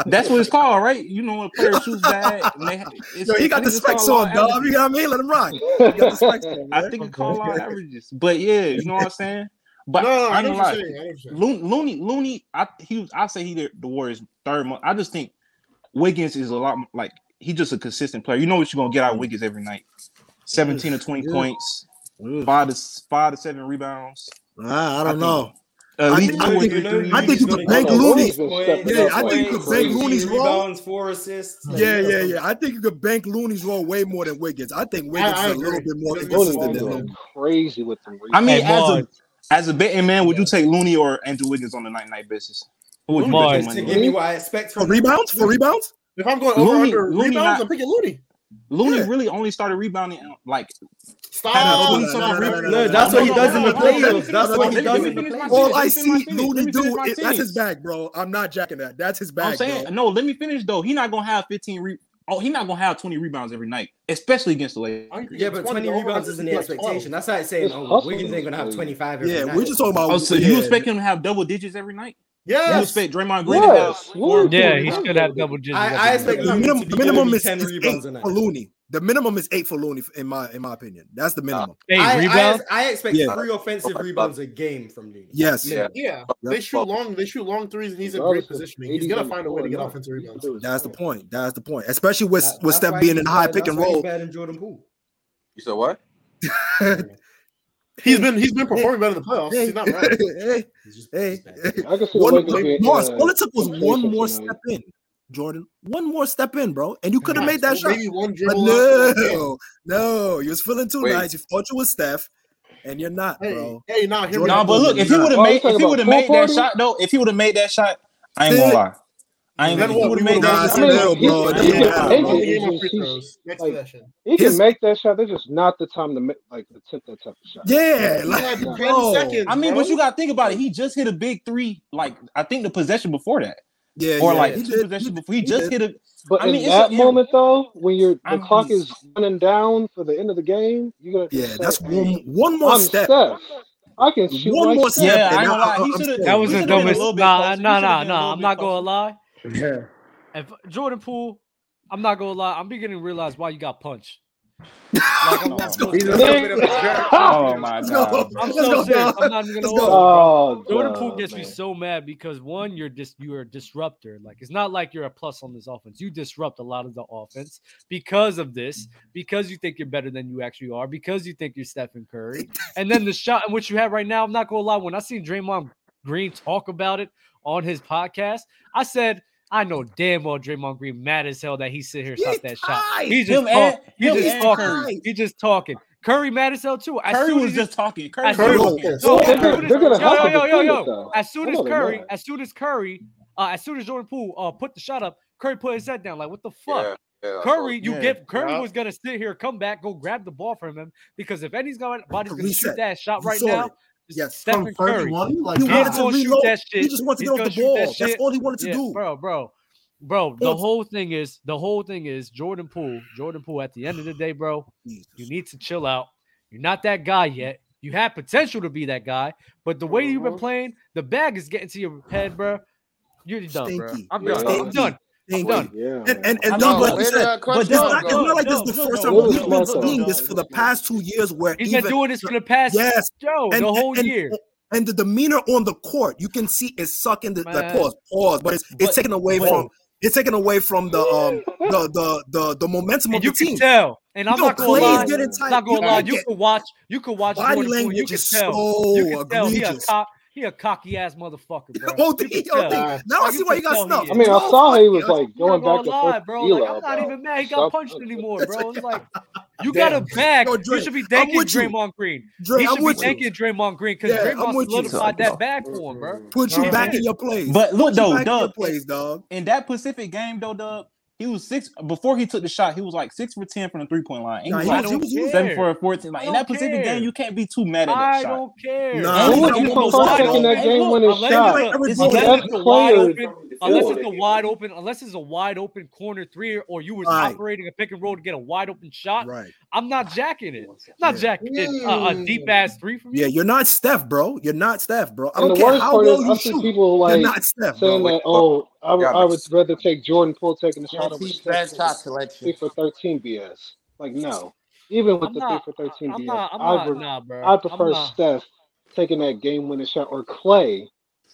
Speaker 14: That's what it's called, right? You know when a player shoots bad. And they, it's,
Speaker 15: Yo, he got
Speaker 14: I
Speaker 15: the
Speaker 14: think it's called
Speaker 15: specs
Speaker 14: law
Speaker 15: on, dog.
Speaker 14: averages.
Speaker 15: You know what I mean? Let him rock. He got the specs on.
Speaker 14: I think it's called law averages, but yeah, you know what I'm saying. But
Speaker 10: No, no, I
Speaker 14: I'm
Speaker 10: know
Speaker 14: gonna
Speaker 10: what
Speaker 14: lie,
Speaker 10: you're saying. I know what you're saying.
Speaker 14: Looney, Looney, Looney. I he was. I say he the, the Warriors third month. I just think Wiggins is a lot mo- like he just a consistent player. You know what you're gonna get out of Wiggins every night. Seventeen to twenty
Speaker 15: Oof.
Speaker 14: points,
Speaker 15: Oof.
Speaker 14: five to s- five to seven rebounds.
Speaker 15: Ah, I don't
Speaker 14: think
Speaker 15: know.
Speaker 14: At
Speaker 15: I
Speaker 14: least
Speaker 15: think,
Speaker 14: two
Speaker 15: I
Speaker 14: or
Speaker 15: think,
Speaker 14: three threes.
Speaker 15: I think you could bank Looney's. Yeah, I think you could bank Looney's role.
Speaker 2: rebounds, four assists. Like,
Speaker 15: Yeah,
Speaker 2: that's
Speaker 15: yeah,
Speaker 2: the-
Speaker 15: yeah. I think you could bank Looney's role way more than Wiggins. I think Wiggins
Speaker 10: I
Speaker 15: is a little
Speaker 10: agree.
Speaker 15: bit more
Speaker 10: Looney's
Speaker 15: inconsistent
Speaker 10: balling,
Speaker 15: than Looney.
Speaker 10: man.
Speaker 15: Crazy with the
Speaker 14: I mean,
Speaker 15: Hey,
Speaker 14: as a
Speaker 15: Mars.
Speaker 14: as a betting man, would you take Looney or Andrew Wiggins on a night night basis? Who would you bet your
Speaker 2: Mars.
Speaker 14: money
Speaker 2: To
Speaker 14: on?
Speaker 2: give me what I expect
Speaker 15: For
Speaker 2: from
Speaker 15: rebounds? For rebounds?
Speaker 10: If I'm going
Speaker 14: Looney- Looney not-
Speaker 10: picking Looney.
Speaker 14: Looney really only started rebounding um, like
Speaker 10: Stop.
Speaker 14: had a
Speaker 10: No,
Speaker 14: 20
Speaker 10: no,
Speaker 14: something
Speaker 10: no, no,
Speaker 14: rebound-
Speaker 10: no, no, no, that's what he does in the
Speaker 14: hold on, hold on,
Speaker 15: playoffs.
Speaker 14: hold on.
Speaker 15: That's what he
Speaker 14: Let me
Speaker 15: does in the
Speaker 14: finish my
Speaker 15: playoffs.
Speaker 14: sentence.
Speaker 15: All
Speaker 14: Let
Speaker 15: I
Speaker 14: me finish my
Speaker 15: see
Speaker 14: sentence. Let
Speaker 15: Looney
Speaker 14: me finish
Speaker 15: do
Speaker 14: my
Speaker 15: is that's his
Speaker 14: sentence.
Speaker 15: bag, bro. I'm not jacking that. That's his
Speaker 14: I'm
Speaker 15: bag,
Speaker 14: saying
Speaker 15: bro.
Speaker 14: no. Let me finish though. He not gonna have 15. Re- oh, he not gonna have 20 rebounds every night, especially against the Lakers.
Speaker 2: Yeah, but 20 rebounds isn't the expectation. That's how it's saying,
Speaker 14: Just
Speaker 2: oh,
Speaker 14: hustle.
Speaker 2: Wiggins ain't gonna have 25 every night.
Speaker 14: Oh, so you expect him to have double digits every night?
Speaker 2: Yes.
Speaker 14: You expect Draymond Green to have
Speaker 2: Yes.
Speaker 14: four?
Speaker 1: Yeah,
Speaker 14: four
Speaker 1: he
Speaker 14: rebounds?
Speaker 1: should have double digits.
Speaker 2: I, I expect
Speaker 15: The
Speaker 2: Looney
Speaker 15: minimum,
Speaker 2: to be
Speaker 15: the minimum
Speaker 2: minimum
Speaker 15: is,
Speaker 2: 10
Speaker 15: is
Speaker 2: rebounds
Speaker 15: eight
Speaker 2: a night.
Speaker 15: for Looney. The minimum is eight for Looney, in my in my opinion. That's the minimum.
Speaker 2: I, I, I expect
Speaker 15: Yeah.
Speaker 2: three offensive rebounds a game from Looney.
Speaker 15: Yes.
Speaker 10: Yeah. They shoot long. They shoot long threes, and he's in great positioning. He's gonna find a way to get offensive rebounds.
Speaker 15: That's the point. That's the point. Especially with with
Speaker 2: That's
Speaker 15: Steph
Speaker 2: why
Speaker 15: being
Speaker 2: he's
Speaker 15: in a high
Speaker 2: better-
Speaker 15: pick and
Speaker 2: that's why he's
Speaker 15: roll.
Speaker 2: better than Jordan Poole.
Speaker 18: You said what?
Speaker 10: He's been he's been performing better in the playoffs. He's not right.
Speaker 15: Hey, hey,
Speaker 18: I can see
Speaker 15: one,
Speaker 18: the Lakers being,
Speaker 15: Morris,
Speaker 18: uh,
Speaker 15: all it took was one
Speaker 18: complacent
Speaker 15: more
Speaker 18: tonight.
Speaker 15: step in, Jordan. One more step in, bro, and you could have
Speaker 18: Yeah,
Speaker 15: made that
Speaker 18: so
Speaker 15: shot.
Speaker 18: maybe
Speaker 10: one
Speaker 15: But
Speaker 18: dribble up.
Speaker 15: no, no, you was feeling too
Speaker 18: Wait.
Speaker 15: nice. You thought you was Steph, and you're not, bro.
Speaker 10: Hey, nah,
Speaker 15: here
Speaker 14: No, but look, if he would
Speaker 18: Oh,
Speaker 14: have made if he would have made that shot though, if he would have made that shot, I ain't gonna lie. I ain't
Speaker 10: Then
Speaker 14: gonna
Speaker 10: what would he
Speaker 14: made
Speaker 10: would've
Speaker 14: that
Speaker 10: done?
Speaker 14: shot-
Speaker 10: Still, bro, it doesn't matter,
Speaker 14: Hey,
Speaker 10: bro.
Speaker 14: hey,
Speaker 10: Game
Speaker 14: hey,
Speaker 10: on free throws. Next possession.
Speaker 18: He can make that shot. That's just not the time to make, like attempt that type of shot. Nah.
Speaker 14: I mean,
Speaker 18: bro.
Speaker 14: but you gotta think about it. He just hit a big three, like I think the possession before that.
Speaker 15: Yeah,
Speaker 14: or
Speaker 18: yeah.
Speaker 14: like
Speaker 18: He
Speaker 14: two possessions before. He, just hit a.
Speaker 18: But
Speaker 14: I mean,
Speaker 18: in
Speaker 14: it's
Speaker 18: that
Speaker 14: a-
Speaker 18: moment though, when you're the
Speaker 14: I mean,
Speaker 18: clock is running down for the end of the game, you gotta
Speaker 15: Yeah,
Speaker 18: say,
Speaker 15: that's
Speaker 18: "Hey,
Speaker 15: one one more
Speaker 18: I'm
Speaker 15: step.
Speaker 18: Steph. I can shoot
Speaker 15: One
Speaker 18: like
Speaker 15: more
Speaker 18: Steph."
Speaker 15: step. and I- I- I'm saying-
Speaker 1: That was the dumbest. Nah, nah, nah, nah. I'm not gonna lie.
Speaker 15: Yeah.
Speaker 1: If Jordan Poole, I'm not gonna lie. I'm beginning to realize why you got punched. Like, I'm not-
Speaker 14: Oh my god. Oh,
Speaker 1: I'm so serious. I'm not even gonna hold you, bro. Jordan Poole gets me so mad because one, you're just you're a disruptor. Like it's not like you're a plus on this offense. You disrupt a lot of the offense because of this, because you think you're better than you actually are, because you think you're Stephen Curry. And then the shot and what you have right now, I'm not gonna lie. When I seen Draymond Green talk about it on his podcast, I said. I know damn well Draymond Green mad as hell that he sit here shot that shot.
Speaker 14: tied.
Speaker 1: He's just,
Speaker 14: Him and-
Speaker 1: talk- he
Speaker 14: him
Speaker 1: just
Speaker 14: and
Speaker 1: talking.
Speaker 14: Curry.
Speaker 1: He just talking. Curry mad as hell too. As
Speaker 14: Curry
Speaker 1: soon
Speaker 14: was
Speaker 1: as
Speaker 14: just
Speaker 1: he-
Speaker 14: talking. Curry
Speaker 1: as
Speaker 14: was
Speaker 1: soon-
Speaker 14: talking.
Speaker 1: No,
Speaker 14: So
Speaker 1: as
Speaker 14: they're-
Speaker 1: soon as-
Speaker 14: they're
Speaker 1: yo,
Speaker 14: gonna help
Speaker 1: yo,
Speaker 14: the
Speaker 1: yo, yo,
Speaker 14: defenders,
Speaker 1: yo.
Speaker 14: though.
Speaker 1: As soon
Speaker 14: Come
Speaker 1: as
Speaker 14: on, they're
Speaker 1: Curry,
Speaker 14: not.
Speaker 1: as soon as Curry, uh, as soon as Jordan Poole uh, put the shot up, Curry put his head down. Like, what the fuck?
Speaker 18: Yeah, yeah, I saw
Speaker 1: Curry,
Speaker 18: it.
Speaker 1: you
Speaker 18: Yeah.
Speaker 1: give Curry
Speaker 18: Yeah.
Speaker 1: was gonna sit here, come back, go grab the ball from him because if anybody's gonna body's gonna shoot
Speaker 15: Reset.
Speaker 1: that shot
Speaker 15: You
Speaker 1: right
Speaker 15: saw
Speaker 1: now,
Speaker 15: it. Yes,
Speaker 1: Stephen Curry.
Speaker 15: he wanted to
Speaker 1: gonna shoot
Speaker 15: reload.
Speaker 1: that
Speaker 15: He
Speaker 1: shit.
Speaker 15: just wanted
Speaker 1: He's
Speaker 15: to get off
Speaker 1: gonna
Speaker 15: the
Speaker 1: shoot that
Speaker 15: ball. That's
Speaker 1: shit.
Speaker 15: all he wanted to
Speaker 1: Yeah,
Speaker 15: do.
Speaker 1: bro, bro, bro. The
Speaker 15: Wanted-
Speaker 1: whole thing is the whole thing is Jordan Poole. Jordan Poole. At the end of the day, bro, you need to chill out. You're not that guy yet. You have potential to be that guy, but the way you've
Speaker 15: Uh-huh.
Speaker 1: been playing, the bag is getting to your head, bro. You're done, bro.
Speaker 15: Stinky.
Speaker 1: I'm
Speaker 15: Yeah.
Speaker 1: done. I'm done. I'm
Speaker 15: Stinky.
Speaker 1: done.
Speaker 15: And and, and
Speaker 1: I'm
Speaker 15: Doug,
Speaker 1: done.
Speaker 15: like you said, but it's not, it's not like this
Speaker 1: No,
Speaker 15: the
Speaker 1: no,
Speaker 15: first
Speaker 1: no,
Speaker 15: time.
Speaker 1: no,
Speaker 15: We've
Speaker 1: no,
Speaker 15: been
Speaker 1: no, no,
Speaker 15: seeing
Speaker 1: no.
Speaker 15: this for the past two years, where
Speaker 1: He's
Speaker 15: even,
Speaker 1: been doing this for the past-
Speaker 15: yes,
Speaker 1: Yo, the whole year.
Speaker 15: and the demeanor on the court, you can see it's sucking the like,
Speaker 1: Man.
Speaker 15: pause, pause, but it's it's taken away
Speaker 1: but-
Speaker 15: from it's taken away from the um the the the, the momentum of
Speaker 1: you
Speaker 15: the team.
Speaker 1: can tell. And I'm
Speaker 15: You know,
Speaker 1: not gonna
Speaker 15: Clay is
Speaker 1: lie.
Speaker 15: getting
Speaker 1: I'm
Speaker 15: tight.
Speaker 1: not gonna
Speaker 15: You
Speaker 1: lie.
Speaker 15: can
Speaker 1: You
Speaker 15: get-
Speaker 1: could watch. You could watch.
Speaker 15: Body
Speaker 1: Jordan Poole, you
Speaker 15: language
Speaker 1: can
Speaker 15: is
Speaker 1: tell.
Speaker 15: so
Speaker 1: you can tell he a
Speaker 15: egregious.
Speaker 1: cock. He a cocky ass motherfucker, bro.
Speaker 15: Oh,
Speaker 1: You can tell.
Speaker 15: yo, think- now I
Speaker 1: Like,
Speaker 15: see why
Speaker 1: can
Speaker 15: you got
Speaker 1: tell he
Speaker 15: snubbed.
Speaker 1: is.
Speaker 18: I mean, I
Speaker 15: No,
Speaker 18: saw how he was
Speaker 15: yo.
Speaker 18: like
Speaker 1: I'm not
Speaker 18: going back
Speaker 1: gonna
Speaker 18: and forth.
Speaker 1: lie,
Speaker 18: with
Speaker 1: bro.
Speaker 18: D'Lo
Speaker 1: Like I'm not
Speaker 18: about
Speaker 1: even mad. He got
Speaker 18: Stop
Speaker 1: punched anymore, bro. It's like you
Speaker 15: Damn.
Speaker 1: got a bag.
Speaker 15: Yo,
Speaker 1: you
Speaker 15: Dre,
Speaker 1: should be
Speaker 15: I'm
Speaker 1: thanking
Speaker 15: with you.
Speaker 1: Draymond Green.
Speaker 15: Dre,
Speaker 1: he
Speaker 15: I'm
Speaker 1: should be
Speaker 15: with you.
Speaker 1: thanking Draymond Green because
Speaker 15: Yeah, I'm
Speaker 1: Draymond
Speaker 15: with you.
Speaker 1: solidified
Speaker 15: Suck it
Speaker 1: that
Speaker 15: up.
Speaker 1: bag for him, bro.
Speaker 15: Put you
Speaker 1: He
Speaker 15: back
Speaker 1: did.
Speaker 15: in your place.
Speaker 14: But look
Speaker 15: Put you
Speaker 14: though,
Speaker 15: back in your
Speaker 14: Doug,
Speaker 15: place, dog.
Speaker 14: in that Pacific game though, Doug, he was six before he took the shot. He was like six for ten from the three point line. And
Speaker 15: Nah,
Speaker 14: he
Speaker 15: he
Speaker 14: was
Speaker 15: was-
Speaker 14: like
Speaker 15: he was-
Speaker 14: seven
Speaker 15: I
Speaker 14: for fourteen. Like in
Speaker 15: don't
Speaker 14: that Pacific
Speaker 15: care.
Speaker 14: game, you can't be too mad at that
Speaker 1: I
Speaker 14: shot.
Speaker 1: don't care.
Speaker 15: Nah,
Speaker 14: And
Speaker 15: he
Speaker 14: he
Speaker 15: was
Speaker 14: was
Speaker 15: almost
Speaker 14: wide
Speaker 15: taking
Speaker 14: open.
Speaker 15: that
Speaker 14: Hey,
Speaker 15: game
Speaker 14: look,
Speaker 15: winning
Speaker 14: unless
Speaker 15: shot.
Speaker 14: it's a-
Speaker 15: Every
Speaker 14: it's
Speaker 15: ball-
Speaker 14: definitely-
Speaker 1: unless it's a wide
Speaker 15: player
Speaker 1: open,
Speaker 15: from the
Speaker 1: unless
Speaker 15: field.
Speaker 1: it's a wide open, unless it's a wide open corner three, or you was
Speaker 15: Right.
Speaker 1: operating a pick and roll to get a wide open shot.
Speaker 15: Right.
Speaker 1: I'm not jacking it. I'm not jacking it. Uh,
Speaker 15: Hmm.
Speaker 1: a deep ass three from
Speaker 15: Yeah, you're not Steph, bro. You're not Steph, bro. I
Speaker 18: And
Speaker 15: don't
Speaker 18: the
Speaker 15: care
Speaker 18: worst
Speaker 15: how
Speaker 18: part
Speaker 15: well
Speaker 18: is, I
Speaker 15: you
Speaker 18: see
Speaker 15: shoot.
Speaker 18: people
Speaker 15: You're
Speaker 18: like
Speaker 15: not Steph,
Speaker 18: saying
Speaker 15: bro.
Speaker 18: that, oh, I would, I would rather take Jordan Poole taking the shot over
Speaker 12: Antique
Speaker 18: Steph
Speaker 12: bad
Speaker 18: taking
Speaker 12: shot selection.
Speaker 18: three for thirteen BS. Like, no, even with
Speaker 1: I'm
Speaker 18: the
Speaker 1: not.
Speaker 18: three for thirteen
Speaker 1: I'm
Speaker 18: BS,
Speaker 1: not. I'm
Speaker 18: I
Speaker 1: not.
Speaker 18: would,
Speaker 1: Nah, bro.
Speaker 18: I
Speaker 1: I'm
Speaker 18: prefer
Speaker 1: not.
Speaker 18: Steph taking that game winning shot or Clay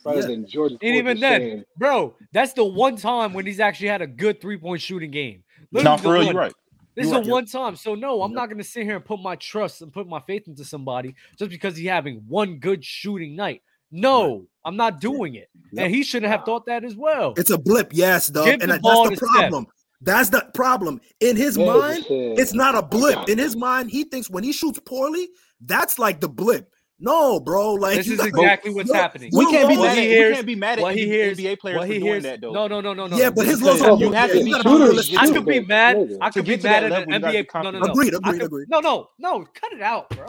Speaker 18: rather
Speaker 1: Yeah.
Speaker 18: than Jordan
Speaker 1: And
Speaker 18: Poole
Speaker 1: even
Speaker 18: just
Speaker 1: then,
Speaker 18: saying,
Speaker 1: bro, that's the one time when he's actually had a good three point shooting game.
Speaker 14: No,
Speaker 1: Literally the
Speaker 14: for real,
Speaker 1: one.
Speaker 14: you're right.
Speaker 1: This
Speaker 14: You're
Speaker 1: is
Speaker 14: right.
Speaker 1: a one time. So no, I'm not gonna sit here and put my trust and put my faith into somebody just because he having one good shooting night. No, I'm not doing it.
Speaker 15: Yep.
Speaker 1: And he shouldn't have thought that as well.
Speaker 15: It's a blip, yes, dog.
Speaker 1: Oh. Give the
Speaker 15: and that-
Speaker 1: ball
Speaker 15: that's the
Speaker 1: to Steph.
Speaker 15: problem. That's the problem. In his
Speaker 1: Yeah,
Speaker 15: mind,
Speaker 1: it's, uh,
Speaker 15: it's not a blip. In his mind, he thinks when he shoots poorly, that's like the blip. No, bro. Like
Speaker 1: this
Speaker 15: you
Speaker 1: is
Speaker 15: gotta-
Speaker 1: exactly what's
Speaker 15: you-
Speaker 1: happening.
Speaker 15: you lost-
Speaker 1: What he hears- what he
Speaker 14: NBA
Speaker 1: hears-
Speaker 14: players
Speaker 1: what
Speaker 14: for
Speaker 1: he
Speaker 14: doing
Speaker 1: hears-
Speaker 14: that, though.
Speaker 1: No, no, no, no, no.
Speaker 15: Yeah, but his
Speaker 1: Because
Speaker 15: loss on
Speaker 14: You have
Speaker 15: yeah,
Speaker 14: to
Speaker 15: you
Speaker 14: be
Speaker 15: gotta be
Speaker 14: shooters.
Speaker 15: realistic
Speaker 1: I
Speaker 15: too.
Speaker 1: could be mad. I
Speaker 14: To
Speaker 1: could be
Speaker 14: get to
Speaker 1: mad at
Speaker 14: that
Speaker 1: an
Speaker 14: level, you
Speaker 1: NBA. No,
Speaker 14: gotta be
Speaker 1: no, no.
Speaker 15: Agreed,
Speaker 1: I
Speaker 15: agreed,
Speaker 1: could-
Speaker 15: agreed.
Speaker 1: No, no, no. Cut it out, bro.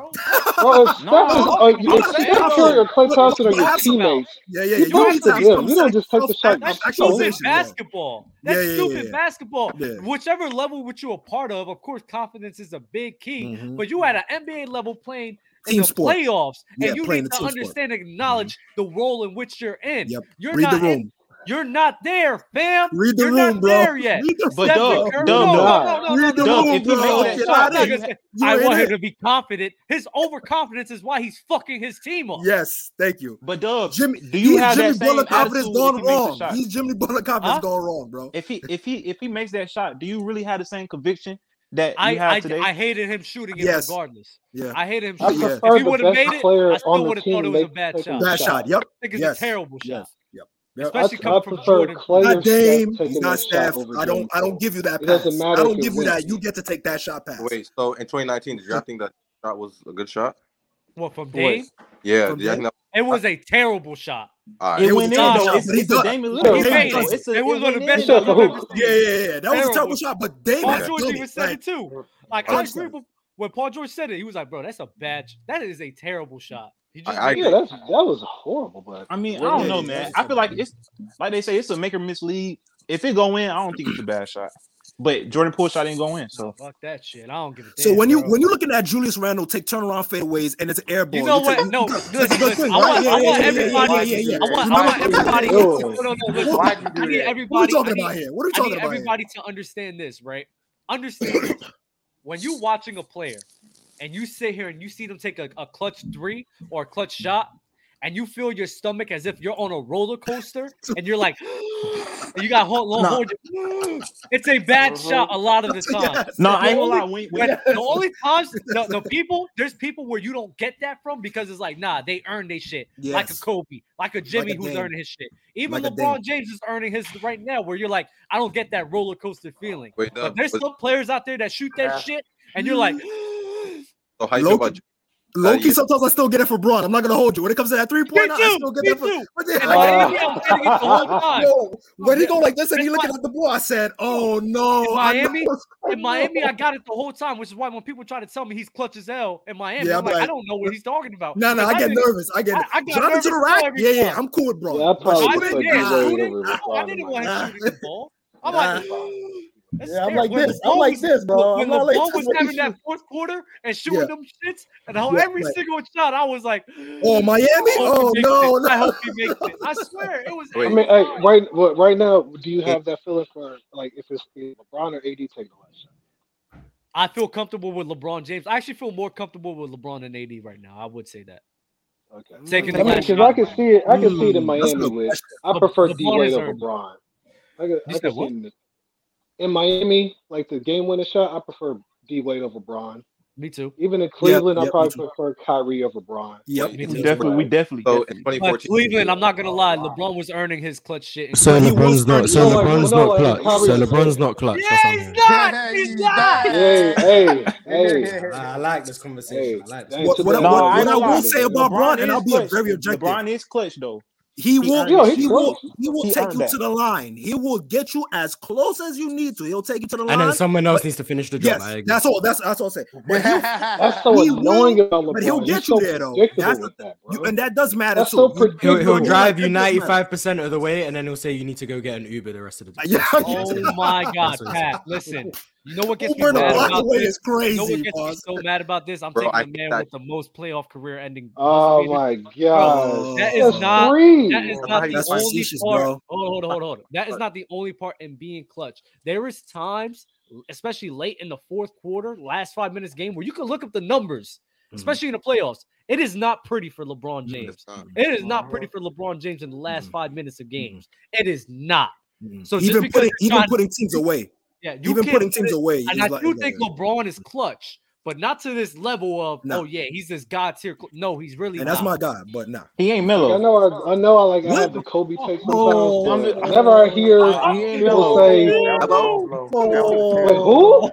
Speaker 18: well, if Steph is,
Speaker 1: No,
Speaker 18: uh, you-
Speaker 1: I'm
Speaker 18: if
Speaker 1: saying,
Speaker 18: Steph Curry or Clay
Speaker 15: But-
Speaker 18: Thompson are
Speaker 15: but
Speaker 18: your
Speaker 15: have some-
Speaker 18: teammates,
Speaker 15: Yeah, yeah, yeah.
Speaker 18: you
Speaker 15: You
Speaker 18: talk
Speaker 15: have
Speaker 18: to
Speaker 15: to have some
Speaker 18: them. You don't just take the shot
Speaker 1: That's stupid
Speaker 15: self-actualization, yeah.
Speaker 1: basketball. That's
Speaker 15: Yeah, yeah, yeah,
Speaker 1: stupid
Speaker 15: yeah.
Speaker 1: basketball.
Speaker 15: Yeah.
Speaker 1: Whichever level which you're a part of, of course, confidence is a big key.
Speaker 15: Mhm.
Speaker 1: But you at an NBA level playing in
Speaker 15: Team
Speaker 1: the
Speaker 15: sport.
Speaker 1: playoffs,
Speaker 15: Yeah,
Speaker 1: and you
Speaker 15: playing
Speaker 1: need
Speaker 15: the
Speaker 1: to
Speaker 15: team sport.
Speaker 1: understand and acknowledge the role in which you're in. You're
Speaker 15: Read the
Speaker 1: not in.
Speaker 15: room.
Speaker 1: You're not there, fam.
Speaker 15: Read the
Speaker 1: You're
Speaker 15: room,
Speaker 1: not
Speaker 15: bro.
Speaker 1: there yet.
Speaker 15: Read the- But
Speaker 1: Stephen
Speaker 15: dog,
Speaker 1: Curry-
Speaker 15: dog,
Speaker 1: no, no,
Speaker 15: dog.
Speaker 1: no, no,
Speaker 15: Read
Speaker 1: no,
Speaker 15: the
Speaker 1: no,
Speaker 15: room,
Speaker 1: if he
Speaker 15: bro.
Speaker 1: makes that
Speaker 15: You're not
Speaker 1: shot,
Speaker 15: in
Speaker 1: nigga,
Speaker 15: it.
Speaker 1: I
Speaker 15: You're in
Speaker 1: want him
Speaker 15: it.
Speaker 1: to be confident. His overconfidence is why he's fucking his team up.
Speaker 15: Yes, thank you. But Dub, Jimmy, do
Speaker 19: you have that same attitude if he makes a shot?
Speaker 15: Jimmy Butler confidence gone wrong, bro.
Speaker 14: If he if he if he makes that shot, do you really have the same conviction that
Speaker 1: I,
Speaker 14: you have
Speaker 1: I,
Speaker 14: today?
Speaker 1: I hated him shooting it
Speaker 14: Yes.
Speaker 1: regardless.
Speaker 14: Yeah.
Speaker 1: I hated him
Speaker 14: I
Speaker 1: shooting it.
Speaker 14: prefer
Speaker 1: If he
Speaker 14: the
Speaker 1: would have
Speaker 14: best
Speaker 1: made it,
Speaker 14: player
Speaker 1: I still
Speaker 14: on the
Speaker 1: would have thought
Speaker 14: team
Speaker 1: it was a
Speaker 14: make-
Speaker 1: bad
Speaker 14: take
Speaker 1: shot.
Speaker 14: the Bad shot. shot, yep,
Speaker 1: I think it's
Speaker 14: yes.
Speaker 1: a terrible shot.
Speaker 15: Yep.
Speaker 1: Especially
Speaker 8: I, I
Speaker 1: coming from
Speaker 8: prefer
Speaker 1: Jordan.
Speaker 8: Clay
Speaker 15: Not Dame,
Speaker 8: taking
Speaker 15: not
Speaker 8: that shot
Speaker 15: Steph.
Speaker 8: over
Speaker 15: I don't.
Speaker 8: James
Speaker 15: I
Speaker 8: Harden.
Speaker 15: don't give you that
Speaker 8: It
Speaker 15: pass.
Speaker 8: doesn't matter
Speaker 15: I don't
Speaker 8: if it
Speaker 15: give you that.
Speaker 8: wins.
Speaker 15: You get to take that shot pass.
Speaker 13: Wait, so in 2019, did y'all think that shot was a good shot?
Speaker 1: What from Dame?
Speaker 13: Yeah,
Speaker 1: From
Speaker 13: did y'all think that-
Speaker 1: It was a terrible shot.
Speaker 13: All right. It went in, though.
Speaker 1: no,
Speaker 13: It's-
Speaker 1: no.
Speaker 13: it's a Damian
Speaker 1: He
Speaker 13: Lillard
Speaker 1: made
Speaker 13: shot,
Speaker 1: it.
Speaker 13: though. It's a-
Speaker 1: it was
Speaker 13: it
Speaker 1: one
Speaker 13: went
Speaker 1: of the
Speaker 13: in,
Speaker 1: best
Speaker 13: though.
Speaker 1: shots I've ever seen.
Speaker 15: Yeah, yeah, yeah. That was a terrible
Speaker 1: Terrible.
Speaker 15: shot, but Dame
Speaker 1: Paul
Speaker 15: had
Speaker 1: George
Speaker 15: done
Speaker 1: even
Speaker 15: it,
Speaker 1: said
Speaker 15: like-
Speaker 1: it too. Like I
Speaker 15: Clutch
Speaker 1: agree with when Paul George said it. He was like, "Bro, that's a bad. sh- That is a terrible shot." He just
Speaker 13: I- I
Speaker 1: made
Speaker 13: agree.
Speaker 1: it.
Speaker 13: Yeah,
Speaker 8: That's, that was horrible, but
Speaker 14: I mean, I
Speaker 8: What
Speaker 14: don't
Speaker 8: it
Speaker 14: know,
Speaker 8: is,
Speaker 14: man.
Speaker 8: that's
Speaker 14: I feel like it's like they say it's a make or miss league. If it go in, I don't think it's a bad shot. But Jordan Poole shot didn't go in, so
Speaker 1: Fuck that shit. I don't give a damn.
Speaker 15: So when you
Speaker 1: bro.
Speaker 15: when you're looking at Julius Randle take turnaround fadeaways and it's an air ball,
Speaker 1: You know
Speaker 15: take-
Speaker 1: what? No,
Speaker 15: that's a
Speaker 1: listen,
Speaker 15: good
Speaker 1: listen.
Speaker 15: thing,
Speaker 1: I
Speaker 15: right?
Speaker 1: want, I
Speaker 15: Yeah,
Speaker 1: want
Speaker 15: yeah, yeah, yeah,
Speaker 1: everybody.
Speaker 15: yeah, yeah.
Speaker 1: I want,
Speaker 15: Why
Speaker 1: I
Speaker 15: do
Speaker 1: want
Speaker 15: you do
Speaker 1: everybody.
Speaker 15: that?
Speaker 1: No, no, no, listen.
Speaker 15: Why do Oh, you do
Speaker 1: I need
Speaker 15: that?
Speaker 1: everybody.
Speaker 15: What are we talking
Speaker 1: I need-
Speaker 15: about here? What are we
Speaker 1: I
Speaker 15: talking
Speaker 1: need
Speaker 15: about here?
Speaker 1: everybody to understand this, right? Understand this. when you watching a player and you sit here and you see them take a, a clutch three or a clutch shot, and you feel your stomach as if you're on a roller coaster, and you're like, and you got hold, long
Speaker 14: Nah.
Speaker 1: hold. It's a bad
Speaker 15: Uh-huh.
Speaker 1: shot a lot of the time.
Speaker 14: Yes. No, I ain't gonna
Speaker 1: The only-
Speaker 14: lie, when-
Speaker 1: when-
Speaker 14: when-
Speaker 1: The only times the, the people there's people where you don't get that from because it's like, nah, they earned their shit. Like a
Speaker 15: Yes.
Speaker 1: Kobe, like a Jimmy who's
Speaker 15: Dame.
Speaker 1: earning his shit. Even
Speaker 15: Like a
Speaker 1: LeBron
Speaker 15: Dame.
Speaker 1: James is earning his right now, where you're like, I don't get that roller coaster feeling.
Speaker 13: Wait, no,
Speaker 1: but there's
Speaker 13: but-
Speaker 1: some players out there that shoot that shit, and you're like,
Speaker 13: So how you feel about
Speaker 15: Loki, sometimes I still get it for Braun. I'm not gonna hold you. When it comes to that three point, I still get that for. But then-
Speaker 1: And Miami, I was getting it the whole time.
Speaker 15: Yo, when he go like this and
Speaker 1: That's
Speaker 15: he looking
Speaker 1: why-
Speaker 15: at the ball, I said, "Oh no,
Speaker 1: in
Speaker 15: I know
Speaker 1: Miami,
Speaker 15: what's going
Speaker 1: in Miami,
Speaker 15: on."
Speaker 1: I got it the whole time, which is why when people try to tell me he's clutch as hell in Miami,
Speaker 15: Yeah,
Speaker 1: I'm
Speaker 15: I'm
Speaker 1: like, I
Speaker 15: like,
Speaker 1: don't know what he's talking about.
Speaker 15: No, no,
Speaker 1: 'Cause
Speaker 15: I get
Speaker 1: didn't-
Speaker 15: nervous. I get
Speaker 1: I, I got
Speaker 15: driving
Speaker 1: nervous
Speaker 15: to the
Speaker 1: all
Speaker 15: rack.
Speaker 1: every
Speaker 15: Yeah, yeah,
Speaker 1: time.
Speaker 15: I'm cool with Braun.
Speaker 8: Yeah, I
Speaker 15: But
Speaker 8: probably
Speaker 15: shooting,
Speaker 8: prefer
Speaker 15: nah.
Speaker 8: D Wade over
Speaker 1: No, I didn't want him
Speaker 15: Nah.
Speaker 1: shooting the ball. I'm like, this is
Speaker 8: Yeah, I'm
Speaker 1: terrible.
Speaker 8: like
Speaker 1: When
Speaker 8: this. I'm like
Speaker 1: was-
Speaker 8: this, bro.
Speaker 1: When
Speaker 8: I'm not like
Speaker 1: LeBron
Speaker 8: this
Speaker 1: was
Speaker 8: when he
Speaker 1: having that fourth quarter and shooting
Speaker 15: Yeah.
Speaker 1: them shits, and how
Speaker 15: Yeah,
Speaker 1: every
Speaker 15: like-
Speaker 1: single shot, I was like,
Speaker 15: Oh, Miami?
Speaker 1: I hope he
Speaker 15: Oh,
Speaker 1: makes
Speaker 15: no,
Speaker 1: it. I
Speaker 15: no.
Speaker 1: hope he makes it. I swear, it was.
Speaker 8: I mean, hey, right, what- right now, do you have that feeling for like if it's if LeBron or AD taking the last shot?
Speaker 1: I feel comfortable with LeBron James. I actually feel more comfortable with Lebron and AD right now. I would say that.
Speaker 8: Okay.
Speaker 1: Taking
Speaker 8: I
Speaker 1: the
Speaker 8: mean,
Speaker 1: last
Speaker 8: because
Speaker 1: shot.
Speaker 8: I can see it. I can see it in
Speaker 1: Mm,
Speaker 8: Miami
Speaker 1: that's a good
Speaker 8: with.
Speaker 1: question.
Speaker 8: I
Speaker 1: Le-
Speaker 8: prefer D
Speaker 1: LeBron
Speaker 8: Wade
Speaker 1: is
Speaker 8: over
Speaker 1: earned.
Speaker 8: Braun. I can,
Speaker 1: You
Speaker 8: I
Speaker 1: said
Speaker 8: can see
Speaker 1: what?
Speaker 8: it in, in Miami, like the game winning shot. I prefer D Wade over Braun.
Speaker 1: Me too.
Speaker 8: Even in
Speaker 15: Yep,
Speaker 8: Cleveland, I
Speaker 15: yep, me
Speaker 8: probably
Speaker 15: too.
Speaker 8: prefer Kyrie over Braun.
Speaker 15: Yep,
Speaker 1: Me
Speaker 15: me
Speaker 1: too.
Speaker 15: too.
Speaker 14: definitely, we definitely.
Speaker 13: So in
Speaker 14: definitely.
Speaker 1: But
Speaker 13: 2014,
Speaker 1: Cleveland, I'm not gonna lie, LeBron was earning his clutch shit. in
Speaker 2: So
Speaker 1: Cleveland.
Speaker 2: LeBron's not. So
Speaker 8: No, like,
Speaker 2: LeBron's
Speaker 8: no,
Speaker 2: not
Speaker 8: like
Speaker 2: clutch.
Speaker 8: Kyrie
Speaker 2: So
Speaker 8: was
Speaker 2: LeBron's
Speaker 8: earning.
Speaker 2: not clutch. That's what I'm hearing.
Speaker 1: not. He's not.
Speaker 8: Hey, hey, hey.
Speaker 9: I, I like this conversation. I like this.
Speaker 8: Thanks
Speaker 15: What,
Speaker 8: to
Speaker 15: what, I-
Speaker 8: the
Speaker 15: what,
Speaker 8: Lord.
Speaker 15: what
Speaker 8: Thanks
Speaker 15: I
Speaker 8: to the
Speaker 15: will
Speaker 8: Lord.
Speaker 15: say about Braun, and
Speaker 14: is
Speaker 15: I'll be
Speaker 14: clutch.
Speaker 15: very objective.
Speaker 14: LeBron is clutch though.
Speaker 15: He will,
Speaker 14: earned it.
Speaker 15: he will, he will
Speaker 14: He
Speaker 15: take
Speaker 14: earned
Speaker 15: you
Speaker 14: that.
Speaker 15: to the line. He will get you as close as you need to. He'll take you to the line.
Speaker 2: And then someone
Speaker 15: but-
Speaker 2: else needs to finish the job.
Speaker 15: Yes,
Speaker 2: I agree.
Speaker 15: that's all. That's that's all I'm saying. But he'll,
Speaker 8: That's so
Speaker 15: he
Speaker 8: annoying
Speaker 15: will,
Speaker 8: about
Speaker 15: but he'll
Speaker 8: LeBron.
Speaker 15: get
Speaker 8: He's
Speaker 15: you
Speaker 8: so
Speaker 15: there though.
Speaker 8: predictable
Speaker 15: That's the
Speaker 8: with
Speaker 15: thing.
Speaker 8: that,
Speaker 15: You,
Speaker 8: bro.
Speaker 15: and that does matter
Speaker 8: That's
Speaker 15: too.
Speaker 8: so
Speaker 2: He'll,
Speaker 15: You-
Speaker 2: he'll
Speaker 8: predictable.
Speaker 15: you like
Speaker 2: drive you
Speaker 15: it does matter.
Speaker 2: 95% of the way and then he'll say you need to go get an Uber the rest of the day.
Speaker 15: Yeah.
Speaker 1: Oh my God,
Speaker 2: That's what he said.
Speaker 1: Pat! Listen, you know what gets
Speaker 15: Uber
Speaker 1: me
Speaker 15: the
Speaker 1: mad
Speaker 15: block
Speaker 1: about
Speaker 15: away
Speaker 1: this?
Speaker 15: is
Speaker 1: You know
Speaker 15: crazy,
Speaker 1: what gets me
Speaker 15: boss.
Speaker 1: so mad about this? I'm
Speaker 13: Bro, I
Speaker 1: taking
Speaker 13: think
Speaker 1: the man
Speaker 13: that-
Speaker 1: with the most playoff career-ending.
Speaker 8: Oh
Speaker 1: buzzer
Speaker 8: my
Speaker 1: Bro,
Speaker 8: gosh.
Speaker 1: that is
Speaker 8: That's
Speaker 1: not
Speaker 8: three.
Speaker 1: that is
Speaker 8: Bro,
Speaker 1: not
Speaker 8: how you-
Speaker 1: the
Speaker 8: that's
Speaker 1: only
Speaker 15: facetious,
Speaker 1: part.
Speaker 15: bro.
Speaker 1: Hold on, hold on, hold on. That is not the only part in being clutch. There is times, especially late in the fourth quarter, last five minutes game, where you can look up the numbers,
Speaker 8: Mm-hmm.
Speaker 1: especially in the playoffs. It is not pretty for LeBron James. It is not pretty for LeBron James in the last
Speaker 8: Mm-hmm.
Speaker 1: five minutes of games. It is not. So just
Speaker 15: even
Speaker 1: because
Speaker 15: putting
Speaker 1: you're
Speaker 15: even
Speaker 1: trying-
Speaker 15: putting teams away.
Speaker 1: yeah, you
Speaker 15: Even
Speaker 1: can't
Speaker 15: putting
Speaker 1: put
Speaker 15: teams
Speaker 1: it-
Speaker 15: away.
Speaker 1: And
Speaker 15: is
Speaker 1: I
Speaker 15: like-
Speaker 1: do think LeBron is clutch, but not to this level of
Speaker 15: No.
Speaker 1: oh yeah, he's this god tier. cl-" No, he's really
Speaker 15: and that's
Speaker 1: not.
Speaker 15: my guy, but nah.
Speaker 14: He ain't
Speaker 8: Like, I
Speaker 14: mellow.
Speaker 8: know I, I know I like I have the Kobe take sometimes, but whenever I hear
Speaker 14: he ain't
Speaker 8: people
Speaker 14: mellow.
Speaker 8: say
Speaker 13: Hello?
Speaker 8: wait, who?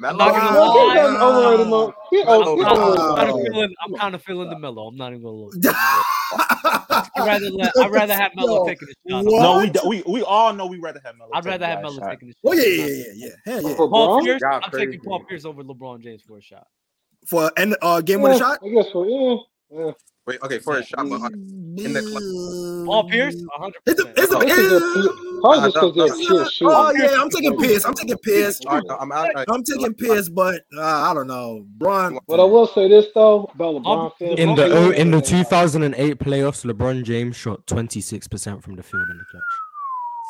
Speaker 1: I'm not gonna
Speaker 8: Bro, get
Speaker 1: lie.
Speaker 8: that overrated mo- get,
Speaker 1: Oh, I'm,
Speaker 8: o- get
Speaker 1: kind,
Speaker 8: overrated
Speaker 1: I'm kind of
Speaker 8: mo-
Speaker 1: feeling. I'm kind of feeling the mellow. I'm not even gonna look. I'd rather let, I'd rather have Melo
Speaker 14: Yo,
Speaker 1: taking the shot.
Speaker 14: No, we, we we all know we rather have Melo.
Speaker 1: I'd rather have
Speaker 14: Melo
Speaker 1: Melo taking the shot.
Speaker 15: Oh yeah, yeah, yeah, yeah. Hell yeah.
Speaker 1: Paul Pierce. I'm taking Paul Pierce over LeBron James for a shot.
Speaker 15: for and uh game winning
Speaker 8: Yeah,
Speaker 15: shot.
Speaker 8: I guess so. Yeah. yeah.
Speaker 13: Wait, okay, for a shot, but
Speaker 14: uh,
Speaker 13: like, in the clutch.
Speaker 1: Paul Pierce. 100.
Speaker 15: It's
Speaker 13: No.
Speaker 15: a, it's-
Speaker 13: Nah,
Speaker 8: Probably just
Speaker 13: no,
Speaker 8: because they're
Speaker 13: Uh, no.
Speaker 8: pure shooting.
Speaker 15: oh yeah, I'm taking Pierce. I'm taking Pierce.
Speaker 13: All right, no, I'm out.
Speaker 15: I'm taking Pierce, but uh, I don't know. Braun.
Speaker 8: But I will say this though, about LeBron fans,
Speaker 2: In
Speaker 8: I'm
Speaker 2: the
Speaker 8: sure
Speaker 2: oh,
Speaker 8: they
Speaker 2: in the
Speaker 8: think-
Speaker 2: 2008 playoffs, LeBron James shot 26% from the field in the clutch.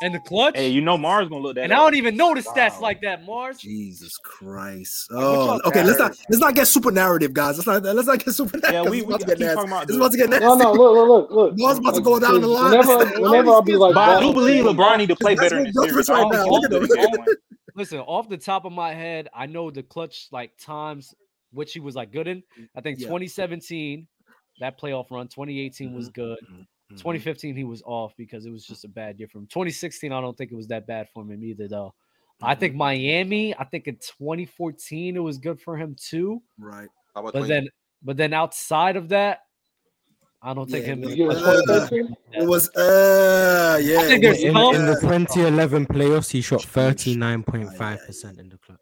Speaker 1: and the clutch.
Speaker 14: Hey, you know Mars gonna look that.
Speaker 1: And I
Speaker 14: up.
Speaker 1: don't even notice stats like that, Mars.
Speaker 15: Jesus Christ!
Speaker 1: y'all
Speaker 15: Oh, okay. Let's not let's not get super narrative, guys. Let's not let's not get super narrative.
Speaker 14: we-
Speaker 15: it's about
Speaker 14: we
Speaker 15: to get
Speaker 14: keep talking
Speaker 15: nasty.
Speaker 14: about
Speaker 15: It's about to get nasty.
Speaker 8: No, no, look, look, look, look.
Speaker 15: Mars about to go down the line.
Speaker 8: Whenever,
Speaker 15: That's-
Speaker 8: whenever I'll be like,
Speaker 14: But I
Speaker 8: that-
Speaker 14: do believe LeBron need to play better in this
Speaker 15: real
Speaker 14: series.
Speaker 15: difference right
Speaker 14: I don't
Speaker 15: now.
Speaker 14: think
Speaker 15: Look
Speaker 14: he did in game one.
Speaker 1: Listen, off the top of my head, I know the clutch like times which he was like good in. I think
Speaker 15: Yeah.
Speaker 1: 2017, that playoff run. 2018 was
Speaker 15: Mm-hmm.
Speaker 1: good. 2015 he was off because it was just a bad year for him. 2016 I don't think it was that bad for him either though. I
Speaker 15: Mm-hmm.
Speaker 1: think Miami. I think in 2014 it was good for him too.
Speaker 15: Right.
Speaker 11: How about
Speaker 1: But
Speaker 11: 20?
Speaker 1: then, but then outside of that, I don't think him. in the
Speaker 8: Yeah,
Speaker 1: clutch-
Speaker 8: uh,
Speaker 15: it was uh yeah.
Speaker 1: think
Speaker 15: it
Speaker 1: there's
Speaker 15: was-
Speaker 1: some-
Speaker 2: In, in the
Speaker 15: Yeah.
Speaker 2: 2011 playoffs, he shot 39.5% in the clutch.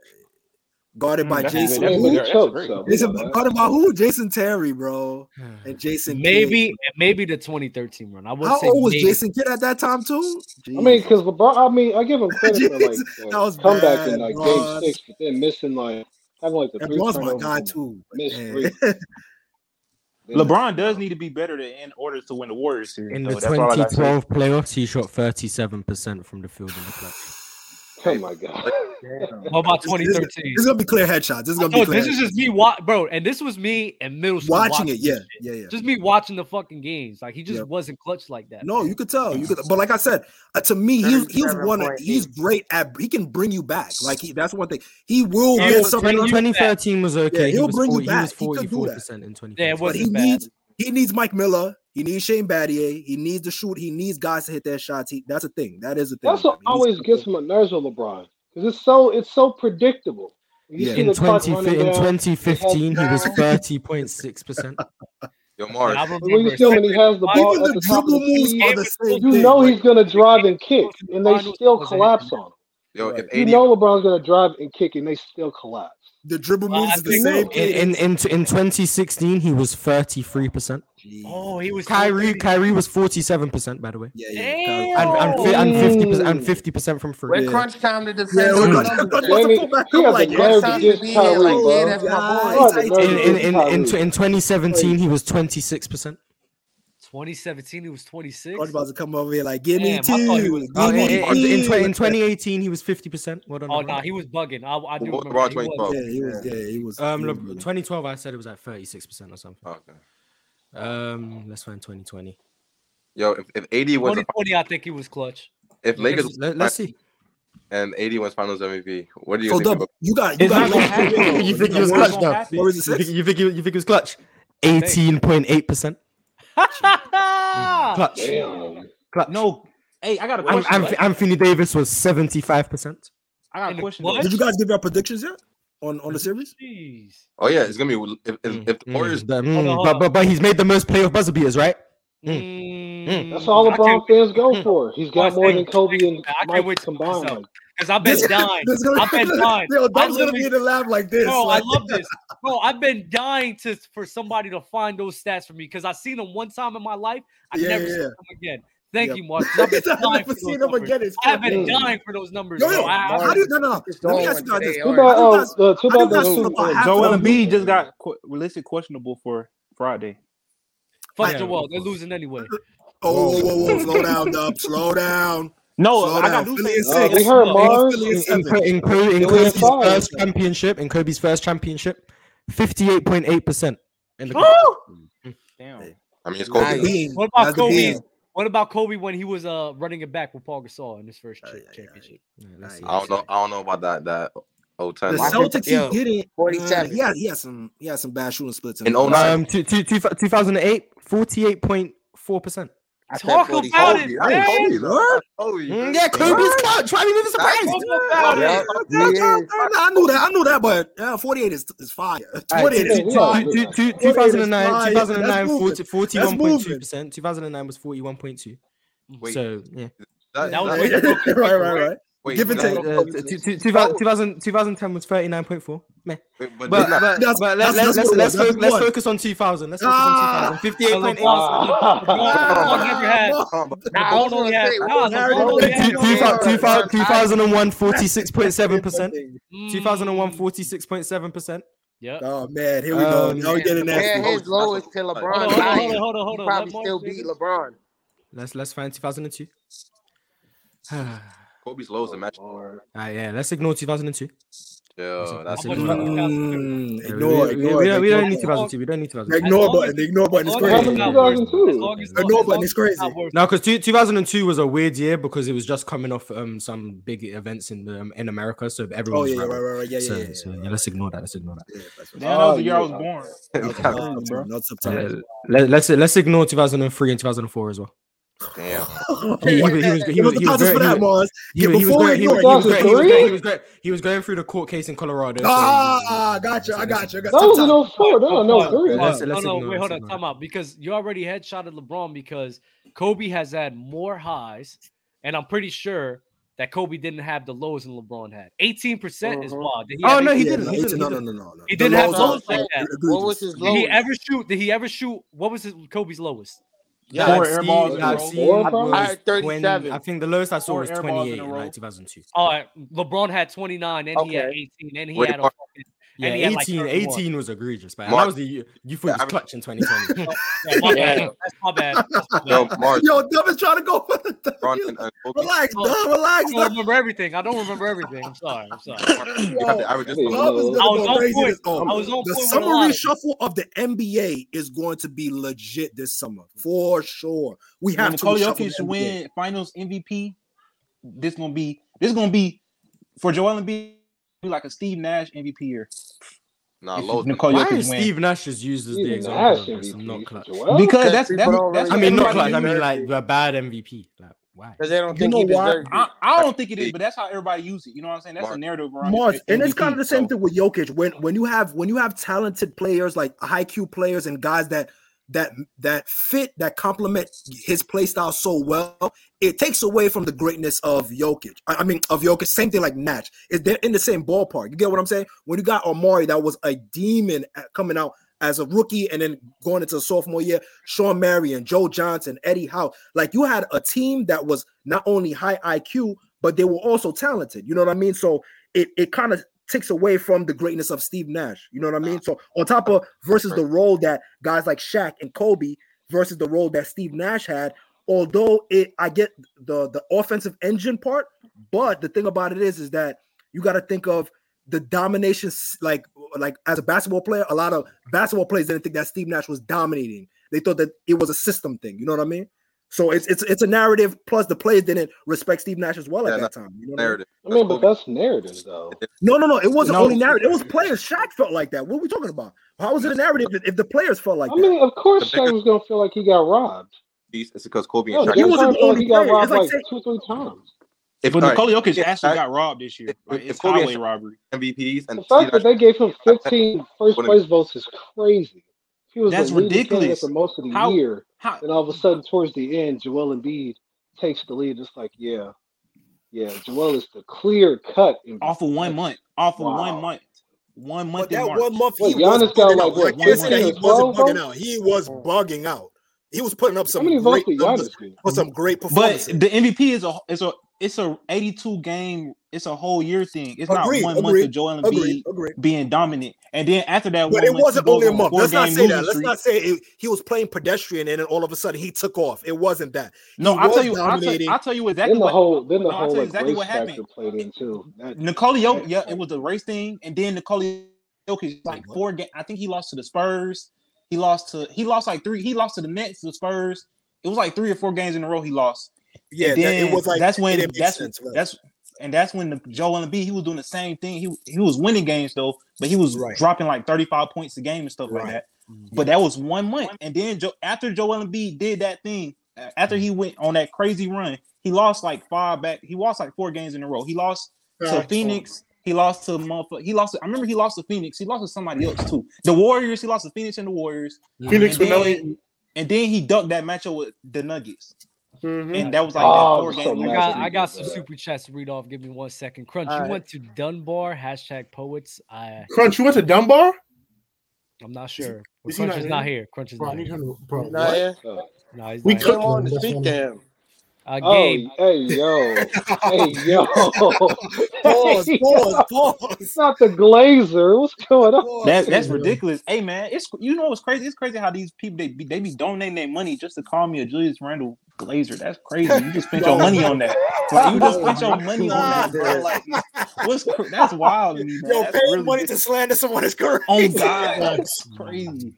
Speaker 15: guarded by
Speaker 2: Mm, that's a
Speaker 15: Jason.
Speaker 2: good- that's a
Speaker 15: who?
Speaker 2: good- that's a great
Speaker 15: Jason-
Speaker 2: comeback.
Speaker 15: guarded by who? Jason Terry, bro, and Jason. Kidd.
Speaker 1: maybe, maybe the 2013 run. I would
Speaker 15: How
Speaker 1: say
Speaker 15: old was
Speaker 1: maybe.
Speaker 15: Jason Kidd at that time too?
Speaker 8: I mean, because LeBron, I mean, I give him credit for like
Speaker 15: Jesus,
Speaker 8: the
Speaker 15: that was
Speaker 8: comeback
Speaker 15: bad,
Speaker 8: in like
Speaker 15: Bron.
Speaker 8: game six, but then missing like having like the
Speaker 15: And
Speaker 8: three
Speaker 15: Bron's my
Speaker 8: turnovers,
Speaker 15: guy
Speaker 8: and
Speaker 15: too.
Speaker 8: missed
Speaker 15: Man.
Speaker 8: three.
Speaker 14: LeBron does need to be better to, in order to win the Warriors series.
Speaker 2: In
Speaker 14: though.
Speaker 2: the
Speaker 14: That's all I got to say.
Speaker 2: 2012 playoffs, he shot 37% from the field in the clutch.
Speaker 8: Oh my god!
Speaker 1: What about
Speaker 15: This- this-
Speaker 1: 2013?
Speaker 15: This is gonna be clear headshots. This is gonna
Speaker 1: No,
Speaker 15: be clear.
Speaker 1: this is just me, wa- bro. And this was me in middle school
Speaker 15: Watching it,
Speaker 1: this
Speaker 15: yeah,
Speaker 1: shit.
Speaker 15: yeah, yeah.
Speaker 1: Just me watching the fucking games. Like he just
Speaker 15: Yep.
Speaker 1: wasn't clutch like that.
Speaker 15: No, you could tell. You could, but like I said, uh, to me, he's he's one. of-
Speaker 1: 37.8.
Speaker 15: He's great at. He can bring you back. Like he, that's one thing. He will
Speaker 2: Yeah,
Speaker 15: get
Speaker 2: but
Speaker 15: something.
Speaker 2: 20- 2013 was okay.
Speaker 15: Yeah,
Speaker 2: He
Speaker 15: he'll
Speaker 2: was
Speaker 15: bring
Speaker 2: 40
Speaker 15: you
Speaker 2: he
Speaker 15: back.
Speaker 2: was
Speaker 15: could do that.
Speaker 2: 44% in 2014.
Speaker 1: Yeah, it
Speaker 15: But he
Speaker 1: wasn't bad.
Speaker 15: needs he needs Mike Miller. He needs Shane Battier. He needs to shoot. He needs guys to hit their shots. He, that's a thing. That is a thing.
Speaker 8: That's what always gets my nerves with LeBron because it's so it's so predictable. You
Speaker 15: Yeah.
Speaker 8: see
Speaker 2: In,
Speaker 8: the clock
Speaker 2: 20,
Speaker 8: running down.
Speaker 2: in
Speaker 8: it has
Speaker 2: 2015, he was
Speaker 8: down.
Speaker 2: 30.6%.
Speaker 11: Yo,
Speaker 1: Mars. I
Speaker 8: When you see him and he has the ball at the top of the key, you know he's going to drive and kick, and they still collapse on him.
Speaker 11: Yo, if
Speaker 8: You
Speaker 11: AD
Speaker 8: know LeBron's going to drive and kick, and they still collapse.
Speaker 15: The dribble
Speaker 1: moves
Speaker 8: is the same
Speaker 2: In, in, in, in 2016, he was 33%.
Speaker 1: Oh, he was
Speaker 2: Kyrie, Kyrie was 47%, by the way.
Speaker 15: Yeah,
Speaker 2: And, and, fi- and 50%, and 50% from free.
Speaker 12: We're crunch time to defend those numbers.
Speaker 8: he had the nerve to
Speaker 12: Crunch time
Speaker 8: diss
Speaker 12: be
Speaker 8: Kyrie,
Speaker 12: there like,
Speaker 8: bro.
Speaker 12: yeah, that's my
Speaker 8: He
Speaker 12: boy.
Speaker 8: had the nerve
Speaker 2: in,
Speaker 8: to
Speaker 2: in,
Speaker 8: diss
Speaker 2: in, in,
Speaker 8: Kyrie.
Speaker 2: in 2017, he was 26%.
Speaker 1: 2017, he was 26.
Speaker 15: Coach about to come over here like, give
Speaker 1: Damn, I
Speaker 15: me two.
Speaker 1: thought he was-
Speaker 2: Oh,
Speaker 15: give
Speaker 2: in,
Speaker 15: me
Speaker 2: in, in, in
Speaker 15: two."
Speaker 2: twen- in 2018, he was 50%. Well done.
Speaker 1: E Oh
Speaker 2: LeBron.
Speaker 1: no, he was bugging. I, I do
Speaker 2: What was LeBron
Speaker 1: remember. that. He
Speaker 2: 2012?
Speaker 1: was.
Speaker 15: Yeah, he was. Yeah, he was.
Speaker 2: Um,
Speaker 15: he was
Speaker 2: look,
Speaker 15: good.
Speaker 2: 2012, I said it was at 36% or something.
Speaker 11: Okay.
Speaker 2: Um, let's find 2020.
Speaker 11: Yo, if, if AD was a,
Speaker 1: 2020, I think he was clutch.
Speaker 11: if Lakers
Speaker 2: Let, us see.
Speaker 11: and AD wins Finals MVP, what do you
Speaker 15: So
Speaker 11: think?
Speaker 15: double. You got. You
Speaker 2: It's
Speaker 15: got.
Speaker 2: not gonna happen. You think he was clutch though?
Speaker 15: What was it?
Speaker 2: You think, you think you think it was clutch? 18.8%. Clutch.
Speaker 8: Damn.
Speaker 2: Clutch.
Speaker 14: No. Hey, I got a
Speaker 2: An-
Speaker 14: question.
Speaker 2: Anth- Anthony Davis was 75%.
Speaker 14: I got a question.
Speaker 15: Did you guys give your predictions yet on on the series?
Speaker 11: Oh yeah, it's gonna be if, if, if the Warriors.
Speaker 2: Mm, but, but, but he's made the most playoff buzzer beaters, right?
Speaker 1: Mm.
Speaker 15: Mm.
Speaker 8: That's all LeBron fans go for. He's got more than Kobe and Mike combined. Like,
Speaker 1: Because I've been dying. I've been dying.
Speaker 15: Yo,
Speaker 1: I
Speaker 15: Dom's gonna be
Speaker 1: literally-
Speaker 15: in the lab like this.
Speaker 1: Bro,
Speaker 15: like-
Speaker 1: I love this. Bro, I've been dying to for somebody to find those stats for me because I seen them one time in my life. I
Speaker 15: Yeah,
Speaker 1: never
Speaker 15: yeah,
Speaker 1: seen
Speaker 15: yeah.
Speaker 1: them again. Thank
Speaker 15: Yep.
Speaker 1: you, Mark. 'cause I've been
Speaker 15: I've
Speaker 1: dying
Speaker 15: never
Speaker 1: for those
Speaker 15: seen them
Speaker 1: numbers.
Speaker 15: again. It's
Speaker 1: I've been
Speaker 15: crazy.
Speaker 1: dying for those numbers.
Speaker 15: Yo, yo,
Speaker 1: bro. I-
Speaker 15: how do you? No, no, no. Let me
Speaker 14: going
Speaker 15: ask you guys this.
Speaker 8: too
Speaker 15: How
Speaker 8: bad.
Speaker 15: do you guys?
Speaker 8: Oh, uh, too
Speaker 15: How do you
Speaker 8: bad.
Speaker 15: guys
Speaker 8: those-
Speaker 15: feel about half
Speaker 14: Joel
Speaker 15: of them?
Speaker 14: Embiid just got qu- listed questionable for Friday.
Speaker 1: Fuck
Speaker 14: Yeah.
Speaker 1: the world. They're losing anyway.
Speaker 15: Oh, whoa, whoa, whoa, slow down, Dub. Slow down.
Speaker 14: No,
Speaker 15: slow
Speaker 14: I got
Speaker 15: down.
Speaker 14: news
Speaker 15: Philly is
Speaker 14: for you.
Speaker 15: six.
Speaker 14: Uh, we heard
Speaker 15: Philly-
Speaker 14: Mars
Speaker 15: Philly
Speaker 2: In,
Speaker 15: is
Speaker 2: in,
Speaker 15: seven.
Speaker 2: Co- in, Co- in
Speaker 15: Philly is
Speaker 2: Kobe's
Speaker 15: five.
Speaker 2: first championship, in Kobe's first championship, 58.8%. In the
Speaker 14: Damn.
Speaker 11: I mean, it's
Speaker 15: Kobe, Nice.
Speaker 11: Kobe.
Speaker 15: though.
Speaker 1: What about
Speaker 15: That's the
Speaker 1: Kobe?
Speaker 15: beam.
Speaker 1: What about Kobe when he was uh running it back with Paul Gasol in his first cha- championship?
Speaker 11: I don't know. I don't know about that. That old
Speaker 14: Uh,
Speaker 15: The
Speaker 11: ten.
Speaker 15: Celtics,
Speaker 12: Yo,
Speaker 15: he didn't. Uh,
Speaker 12: 47.
Speaker 15: yeah, he had some. He had some bad shooting splits
Speaker 11: In
Speaker 15: the
Speaker 14: oh
Speaker 15: playoffs.
Speaker 11: 09.
Speaker 2: Um, two, two, two, 2008, 48.4%.
Speaker 12: I said
Speaker 1: Talk
Speaker 12: 47.
Speaker 1: about it,
Speaker 11: I
Speaker 1: man.
Speaker 11: ain't Kobe though.
Speaker 15: What?
Speaker 2: Mm, yeah, Kobe's clutch. Why are we even surprised?
Speaker 1: Talk about
Speaker 12: Yeah.
Speaker 1: it.
Speaker 15: Yeah, yeah, I knew that. I knew that, but yeah, 48 is, is fire. 28 is fire.
Speaker 2: Two- two- two-
Speaker 15: 48 is
Speaker 2: 2009,
Speaker 15: fire.
Speaker 2: 2009,
Speaker 15: That's moving.
Speaker 2: 40,
Speaker 15: That's
Speaker 2: 41.2%. 2009 was 41.2. So, yeah.
Speaker 11: That,
Speaker 1: That was
Speaker 15: moving. right, right, right.
Speaker 11: Wait,
Speaker 15: Give and
Speaker 11: that-
Speaker 15: take.
Speaker 2: Uh, uh, t- t- t- 2000 2010 was 39.4. Meh.
Speaker 11: wait, but
Speaker 2: But, but,
Speaker 11: didn't that-
Speaker 15: That's-
Speaker 2: but let,
Speaker 15: that's- that's
Speaker 2: us
Speaker 15: what
Speaker 2: let's,
Speaker 15: it was. That's Ah!
Speaker 2: fo- let's
Speaker 15: what.
Speaker 2: focus on 2000. Let's focus on 2000. 58.8.
Speaker 15: Ah!
Speaker 1: LeBron never had.
Speaker 12: Nah, I was
Speaker 1: LeBron
Speaker 12: gonna
Speaker 1: only had.
Speaker 12: say,
Speaker 1: Nah,
Speaker 15: Larry,
Speaker 1: LeBron
Speaker 15: don't
Speaker 1: only
Speaker 15: let
Speaker 1: had.
Speaker 15: you
Speaker 2: Two- two
Speaker 15: know.
Speaker 2: thou- two thou-
Speaker 12: I-
Speaker 2: 2001 46.7%.
Speaker 1: Mm.
Speaker 2: 2001 46.7%.
Speaker 1: Yep.
Speaker 15: Oh man, here we go.
Speaker 2: Um,
Speaker 15: Y'all getting
Speaker 12: Compare
Speaker 15: nasty.
Speaker 12: his lowest to
Speaker 11: Hold on,
Speaker 12: LeBron.
Speaker 1: hold on, hold on, hold on, hold on.
Speaker 12: He probably
Speaker 1: Let Mark
Speaker 12: still
Speaker 1: say
Speaker 12: beat
Speaker 1: this.
Speaker 12: LeBron.
Speaker 2: Let's let's find 2002.
Speaker 9: Kobe's low is a match.
Speaker 2: Ah, yeah, let's ignore 2002.
Speaker 9: Yeah, that's
Speaker 2: it.
Speaker 15: Mm, Ignore,
Speaker 2: mm, we, we-
Speaker 15: ignore,
Speaker 2: we don't, we don't
Speaker 15: ignore.
Speaker 2: need 2002. We don't need 2002.
Speaker 15: The ignore button. The ignore button is crazy. The ignore button is crazy.
Speaker 2: No, because 2002 was a weird year because it was just coming off um, some big events in um, in America, so everyone.
Speaker 15: Oh,
Speaker 2: was
Speaker 15: yeah,
Speaker 2: rabid.
Speaker 15: right, right, right. Yeah, yeah,
Speaker 2: so,
Speaker 15: yeah, yeah,
Speaker 2: so, Let's ignore that. Let's ignore that.
Speaker 14: that was the year I Oh, was born.
Speaker 15: Not
Speaker 2: Yeah,
Speaker 15: sometimes.
Speaker 2: let, let's let's ignore 2003 and 2004 as well.
Speaker 9: Damn.
Speaker 15: Oh,
Speaker 2: He was- he was- he
Speaker 15: Give us
Speaker 2: was-
Speaker 15: the
Speaker 2: he was
Speaker 15: passes for
Speaker 2: great-
Speaker 15: that,
Speaker 2: he was-
Speaker 15: Mars.
Speaker 2: he
Speaker 15: Yeah,
Speaker 2: was- he was
Speaker 15: before we
Speaker 2: great- he
Speaker 15: ignore
Speaker 2: was
Speaker 15: it,
Speaker 2: great- he was great- he was great- he was
Speaker 15: it.
Speaker 2: great- he was going through the court case in Colorado. so-
Speaker 15: Ah, gotcha. I gotcha. I got
Speaker 8: That was an
Speaker 15: sometimes.
Speaker 8: 04. That was
Speaker 2: Hold
Speaker 8: an
Speaker 2: on,
Speaker 8: 03.
Speaker 2: let's-
Speaker 1: no,
Speaker 2: let's
Speaker 1: no,
Speaker 2: ignore
Speaker 1: wait,
Speaker 2: it,
Speaker 1: hold
Speaker 2: let's
Speaker 1: on, time out because you already headshotted LeBron because Kobe has had more highs, and I'm pretty sure that Kobe didn't have the lows than LeBron had. 18 percent is wild. Did
Speaker 2: Oh, no, he
Speaker 1: Yeah,
Speaker 2: didn't. He
Speaker 1: it's-
Speaker 2: didn't.
Speaker 15: No,
Speaker 2: he
Speaker 15: no,
Speaker 2: didn't.
Speaker 15: no, no, no.
Speaker 1: uh, He
Speaker 15: The
Speaker 1: didn't have
Speaker 15: lows
Speaker 1: lows
Speaker 15: are-
Speaker 1: like that.
Speaker 15: What was
Speaker 1: Did
Speaker 15: his
Speaker 1: he
Speaker 15: lowest?
Speaker 1: ever shoot? Did he ever shoot? What was his, Kobe's lowest?
Speaker 2: That I've seen, I've seen was 20 I think the lowest I saw
Speaker 1: Four
Speaker 2: was
Speaker 1: air balls in
Speaker 2: 28
Speaker 1: a
Speaker 2: in
Speaker 1: row.
Speaker 2: like 2002.
Speaker 1: All right, LeBron had 29, and he had 18, and he
Speaker 2: Wait,
Speaker 1: had a
Speaker 2: Mark.
Speaker 1: fucking,
Speaker 2: Yeah,
Speaker 1: and he had like
Speaker 2: 18,
Speaker 1: 31.
Speaker 2: 18 was egregious, man.
Speaker 9: Mark-
Speaker 2: that was the year you thought it was clutch in 2020.
Speaker 1: Yeah, my bad. That's my bad. That's my
Speaker 9: Yo,
Speaker 1: bad.
Speaker 9: Mark,
Speaker 15: Yo, Dub is trying to go for the
Speaker 9: Bron and uh, Kobe.
Speaker 15: Relax,
Speaker 1: Oh,
Speaker 15: Dub. Relax.
Speaker 1: I don't remember everything. I don't remember everything. I'm sorry. I'm sorry.
Speaker 9: You have the averages.
Speaker 15: Dub is
Speaker 1: I
Speaker 15: gonna
Speaker 1: was
Speaker 15: go
Speaker 1: on
Speaker 15: crazy
Speaker 1: point.
Speaker 15: this summer.
Speaker 1: I was on
Speaker 15: The
Speaker 1: point with a
Speaker 15: summer
Speaker 1: lot of-
Speaker 15: reshuffle of the NBA is going to be legit this summer for sure. We
Speaker 14: When
Speaker 15: have to
Speaker 14: Nikola
Speaker 15: reshuffle
Speaker 14: Jokic
Speaker 15: the NBA.
Speaker 14: win Finals MVP, this gonna be this gonna be for Joel Embiid be like a Steve Nash MVP year.
Speaker 9: Nah,
Speaker 14: If
Speaker 9: low.
Speaker 14: Nikola
Speaker 2: Why
Speaker 14: Jokic
Speaker 2: is
Speaker 14: win.
Speaker 2: Steve Nash is used as the
Speaker 14: Steve
Speaker 2: example
Speaker 14: Nash
Speaker 2: of this? I'm not clutch.
Speaker 14: Joel? Because that's- Because that's- people don't that's-
Speaker 2: I
Speaker 14: really
Speaker 2: mean, not
Speaker 14: everybody
Speaker 2: clutch. I mean, like
Speaker 14: deserves
Speaker 2: the bad MVP. Like, why?
Speaker 14: Because they don't
Speaker 15: think know he why? deserves it.
Speaker 14: I, I don't think it is, but that's how everybody uses it. You know what I'm saying? That's
Speaker 15: Mark.
Speaker 14: a narrative around
Speaker 15: Mars,
Speaker 14: it.
Speaker 15: and it's kind of the same thing with Jokic. When when you have when you have talented players like high Q players and guys that that that fit that complement his play style so well, it takes away from the greatness of Jokic. I, I mean of Jokic. Same thing like Natch. Is they're in the same ballpark. You get what I'm saying? When you got Omari, that was a demon at- coming out as a rookie and then going into sophomore year, Sean Marion, Joe Johnson, Eddie Howe. Like you had a team that was not only high IQ, but they were also talented. You know what I mean? So it, it kind of takes away from the greatness of Steve Nash. You know what I mean? So on top of versus the role that guys like Shaq and Kobe versus the role that Steve Nash had, although it I get the the offensive engine part, but the thing about it is is that you got to think of the domination s- like like as a basketball player, a lot of basketball players didn't think that Steve Nash was dominating. They thought that it was a system thing. You know what I mean? So it's it's it's a narrative. Plus the players didn't respect Steve Nash as well at that time. You know what I mean?
Speaker 9: narrative.
Speaker 8: I mean, but that's narrative, though.
Speaker 15: No, no, no. It wasn't
Speaker 8: No.
Speaker 15: only narrative. It was players. Shaq felt like that. What are we talking about? How was it a narrative if, if the players felt like
Speaker 8: I
Speaker 15: that?
Speaker 8: mean, of course,
Speaker 9: The bigger-
Speaker 8: Shaq was gonna feel like he got robbed.
Speaker 9: It's because Kobe
Speaker 8: No,
Speaker 9: and
Speaker 8: the
Speaker 9: Shaq.
Speaker 8: big time felt like he got
Speaker 15: player. It's
Speaker 8: robbed
Speaker 15: like
Speaker 8: like
Speaker 15: saying-
Speaker 8: two, three times.
Speaker 9: If,
Speaker 14: But
Speaker 9: all
Speaker 14: Nikola Jokic
Speaker 9: if
Speaker 14: actually
Speaker 9: Shaq-
Speaker 14: got robbed this year. Like,
Speaker 9: if
Speaker 14: it's
Speaker 9: Kobe and
Speaker 14: highway
Speaker 9: Shaq-
Speaker 14: robbery.
Speaker 9: MVPs and
Speaker 8: The fact that they gave him 15 first
Speaker 9: wouldn't
Speaker 8: place votes is crazy. He was
Speaker 14: That's
Speaker 8: the leading candidate
Speaker 14: ridiculous.
Speaker 8: for most of the
Speaker 14: How-
Speaker 8: year,
Speaker 14: how-
Speaker 8: and all of a sudden, towards the end, Joel Embiid takes the lead. It's like, yeah, yeah, Joel is the clear cut. MVP.
Speaker 14: Off of one month. Off of
Speaker 8: Wow.
Speaker 14: one month. One month.
Speaker 15: But
Speaker 14: in
Speaker 15: that
Speaker 14: March.
Speaker 15: one month he
Speaker 8: What,
Speaker 15: was
Speaker 8: Giannis got
Speaker 15: bugging
Speaker 8: like
Speaker 15: out.
Speaker 8: what
Speaker 15: I can't
Speaker 8: 15 or
Speaker 15: say that he
Speaker 8: 12
Speaker 15: wasn't bugging
Speaker 8: votes?
Speaker 15: out. He was bugging out. He was putting up
Speaker 8: Oh. How
Speaker 15: some
Speaker 8: many votes
Speaker 15: great
Speaker 8: did Giannis
Speaker 15: numbers
Speaker 8: get?
Speaker 15: for some great
Speaker 14: But
Speaker 15: performances.
Speaker 14: the MVP is a it's a it's a 82 game, it's a whole year thing. It's not
Speaker 15: Agreed,
Speaker 14: one month
Speaker 15: agreed,
Speaker 14: of Joel Embiid
Speaker 15: agreed, agreed.
Speaker 14: being dominant. And then after that
Speaker 15: But
Speaker 14: one
Speaker 15: it
Speaker 14: month,
Speaker 15: wasn't
Speaker 14: he goes
Speaker 15: only a
Speaker 14: on
Speaker 15: month.
Speaker 14: four
Speaker 15: Let's not
Speaker 14: game
Speaker 15: say
Speaker 14: losing
Speaker 15: that. Let's
Speaker 14: streak.
Speaker 15: not say it, he was playing pedestrian and then all of a sudden he took off. It wasn't that.
Speaker 14: No,
Speaker 15: he
Speaker 14: I'll tell
Speaker 15: was
Speaker 14: you, I'll tell,
Speaker 15: dominating.
Speaker 14: I'll tell you
Speaker 8: Then
Speaker 14: exactly
Speaker 8: the
Speaker 14: what
Speaker 8: whole, then the
Speaker 14: no, I'll
Speaker 8: whole
Speaker 14: tell you
Speaker 8: like
Speaker 14: exactly
Speaker 8: race
Speaker 14: what happened.
Speaker 8: factor played in too. That,
Speaker 14: Nikola Jokic,
Speaker 8: that
Speaker 14: yeah, it was the race thing, and then Nikola Jokic like four game. I think he lost to the Spurs. He lost to he lost like three. He lost to the Nets, the Spurs. It was like three or four games in a row he lost.
Speaker 15: Yeah,
Speaker 14: and
Speaker 15: that- it
Speaker 14: then
Speaker 15: was like-
Speaker 14: that's
Speaker 15: it
Speaker 14: when
Speaker 15: didn't make
Speaker 14: that's
Speaker 15: sense, right.
Speaker 14: that's and that's when the Joel Embiid he was doing the same thing. He he was winning games though, but he was
Speaker 15: Right.
Speaker 14: dropping like thirty five points a game and stuff like
Speaker 15: Right. Mm-hmm.
Speaker 14: that. But that was one month, and then jo- after Joel Embiid did that thing, uh, after
Speaker 15: Mm-hmm.
Speaker 14: he went on that crazy run, he lost like five back. He lost like four games in a row. He lost to
Speaker 15: Facts.
Speaker 14: Phoenix. He lost to motherfucker. He lost. To, I remember he lost to Phoenix. He lost to somebody else too. The Warriors. He lost to Phoenix and the Warriors.
Speaker 6: Phoenix
Speaker 14: and
Speaker 6: with no-
Speaker 14: then, and then he ducked that matchup with the Nuggets,
Speaker 15: Mm-hmm.
Speaker 6: Mhm.
Speaker 2: Mm.
Speaker 14: and that was like
Speaker 8: Oh,
Speaker 14: that four game.
Speaker 1: I
Speaker 14: losing
Speaker 1: got,
Speaker 14: streak.
Speaker 1: I got some super chats to read off. Give me one second. Crunch, you
Speaker 6: Alright.
Speaker 1: went to Dunbar hashtag poets. I
Speaker 6: Crunch, you went to Dunbar?
Speaker 1: I'm not sure. But
Speaker 6: is he not
Speaker 1: Crunch is not
Speaker 6: here?
Speaker 1: here. Crunch is
Speaker 6: Bro, I
Speaker 1: not
Speaker 6: need
Speaker 1: here.
Speaker 6: him to- bro, He's
Speaker 8: not what?
Speaker 6: here?
Speaker 1: No, he's
Speaker 6: We
Speaker 1: not
Speaker 6: cooked
Speaker 1: here.
Speaker 6: Come on, him, that's
Speaker 8: speak to funny.
Speaker 20: him.
Speaker 1: Uh,
Speaker 8: Oh,
Speaker 1: Gabe.
Speaker 8: hey yo, hey yo,
Speaker 15: Pause,
Speaker 8: Hey,
Speaker 15: pause,
Speaker 8: yo.
Speaker 15: pause.
Speaker 8: Not the Glazer. What's going on?
Speaker 14: That's that's ridiculous. Hey man, it's you know what's crazy? It's crazy how these people they be they be donating their money just to call me a Julius Randle Glazer. That's crazy. You just spent your money on that. Like, you just put your money on that, bro. Like, what's cr- that's wild to me, man.
Speaker 15: Yo,
Speaker 14: That's
Speaker 15: paying
Speaker 14: really-
Speaker 15: money to slander someone is crazy.
Speaker 14: Oh God, that's crazy.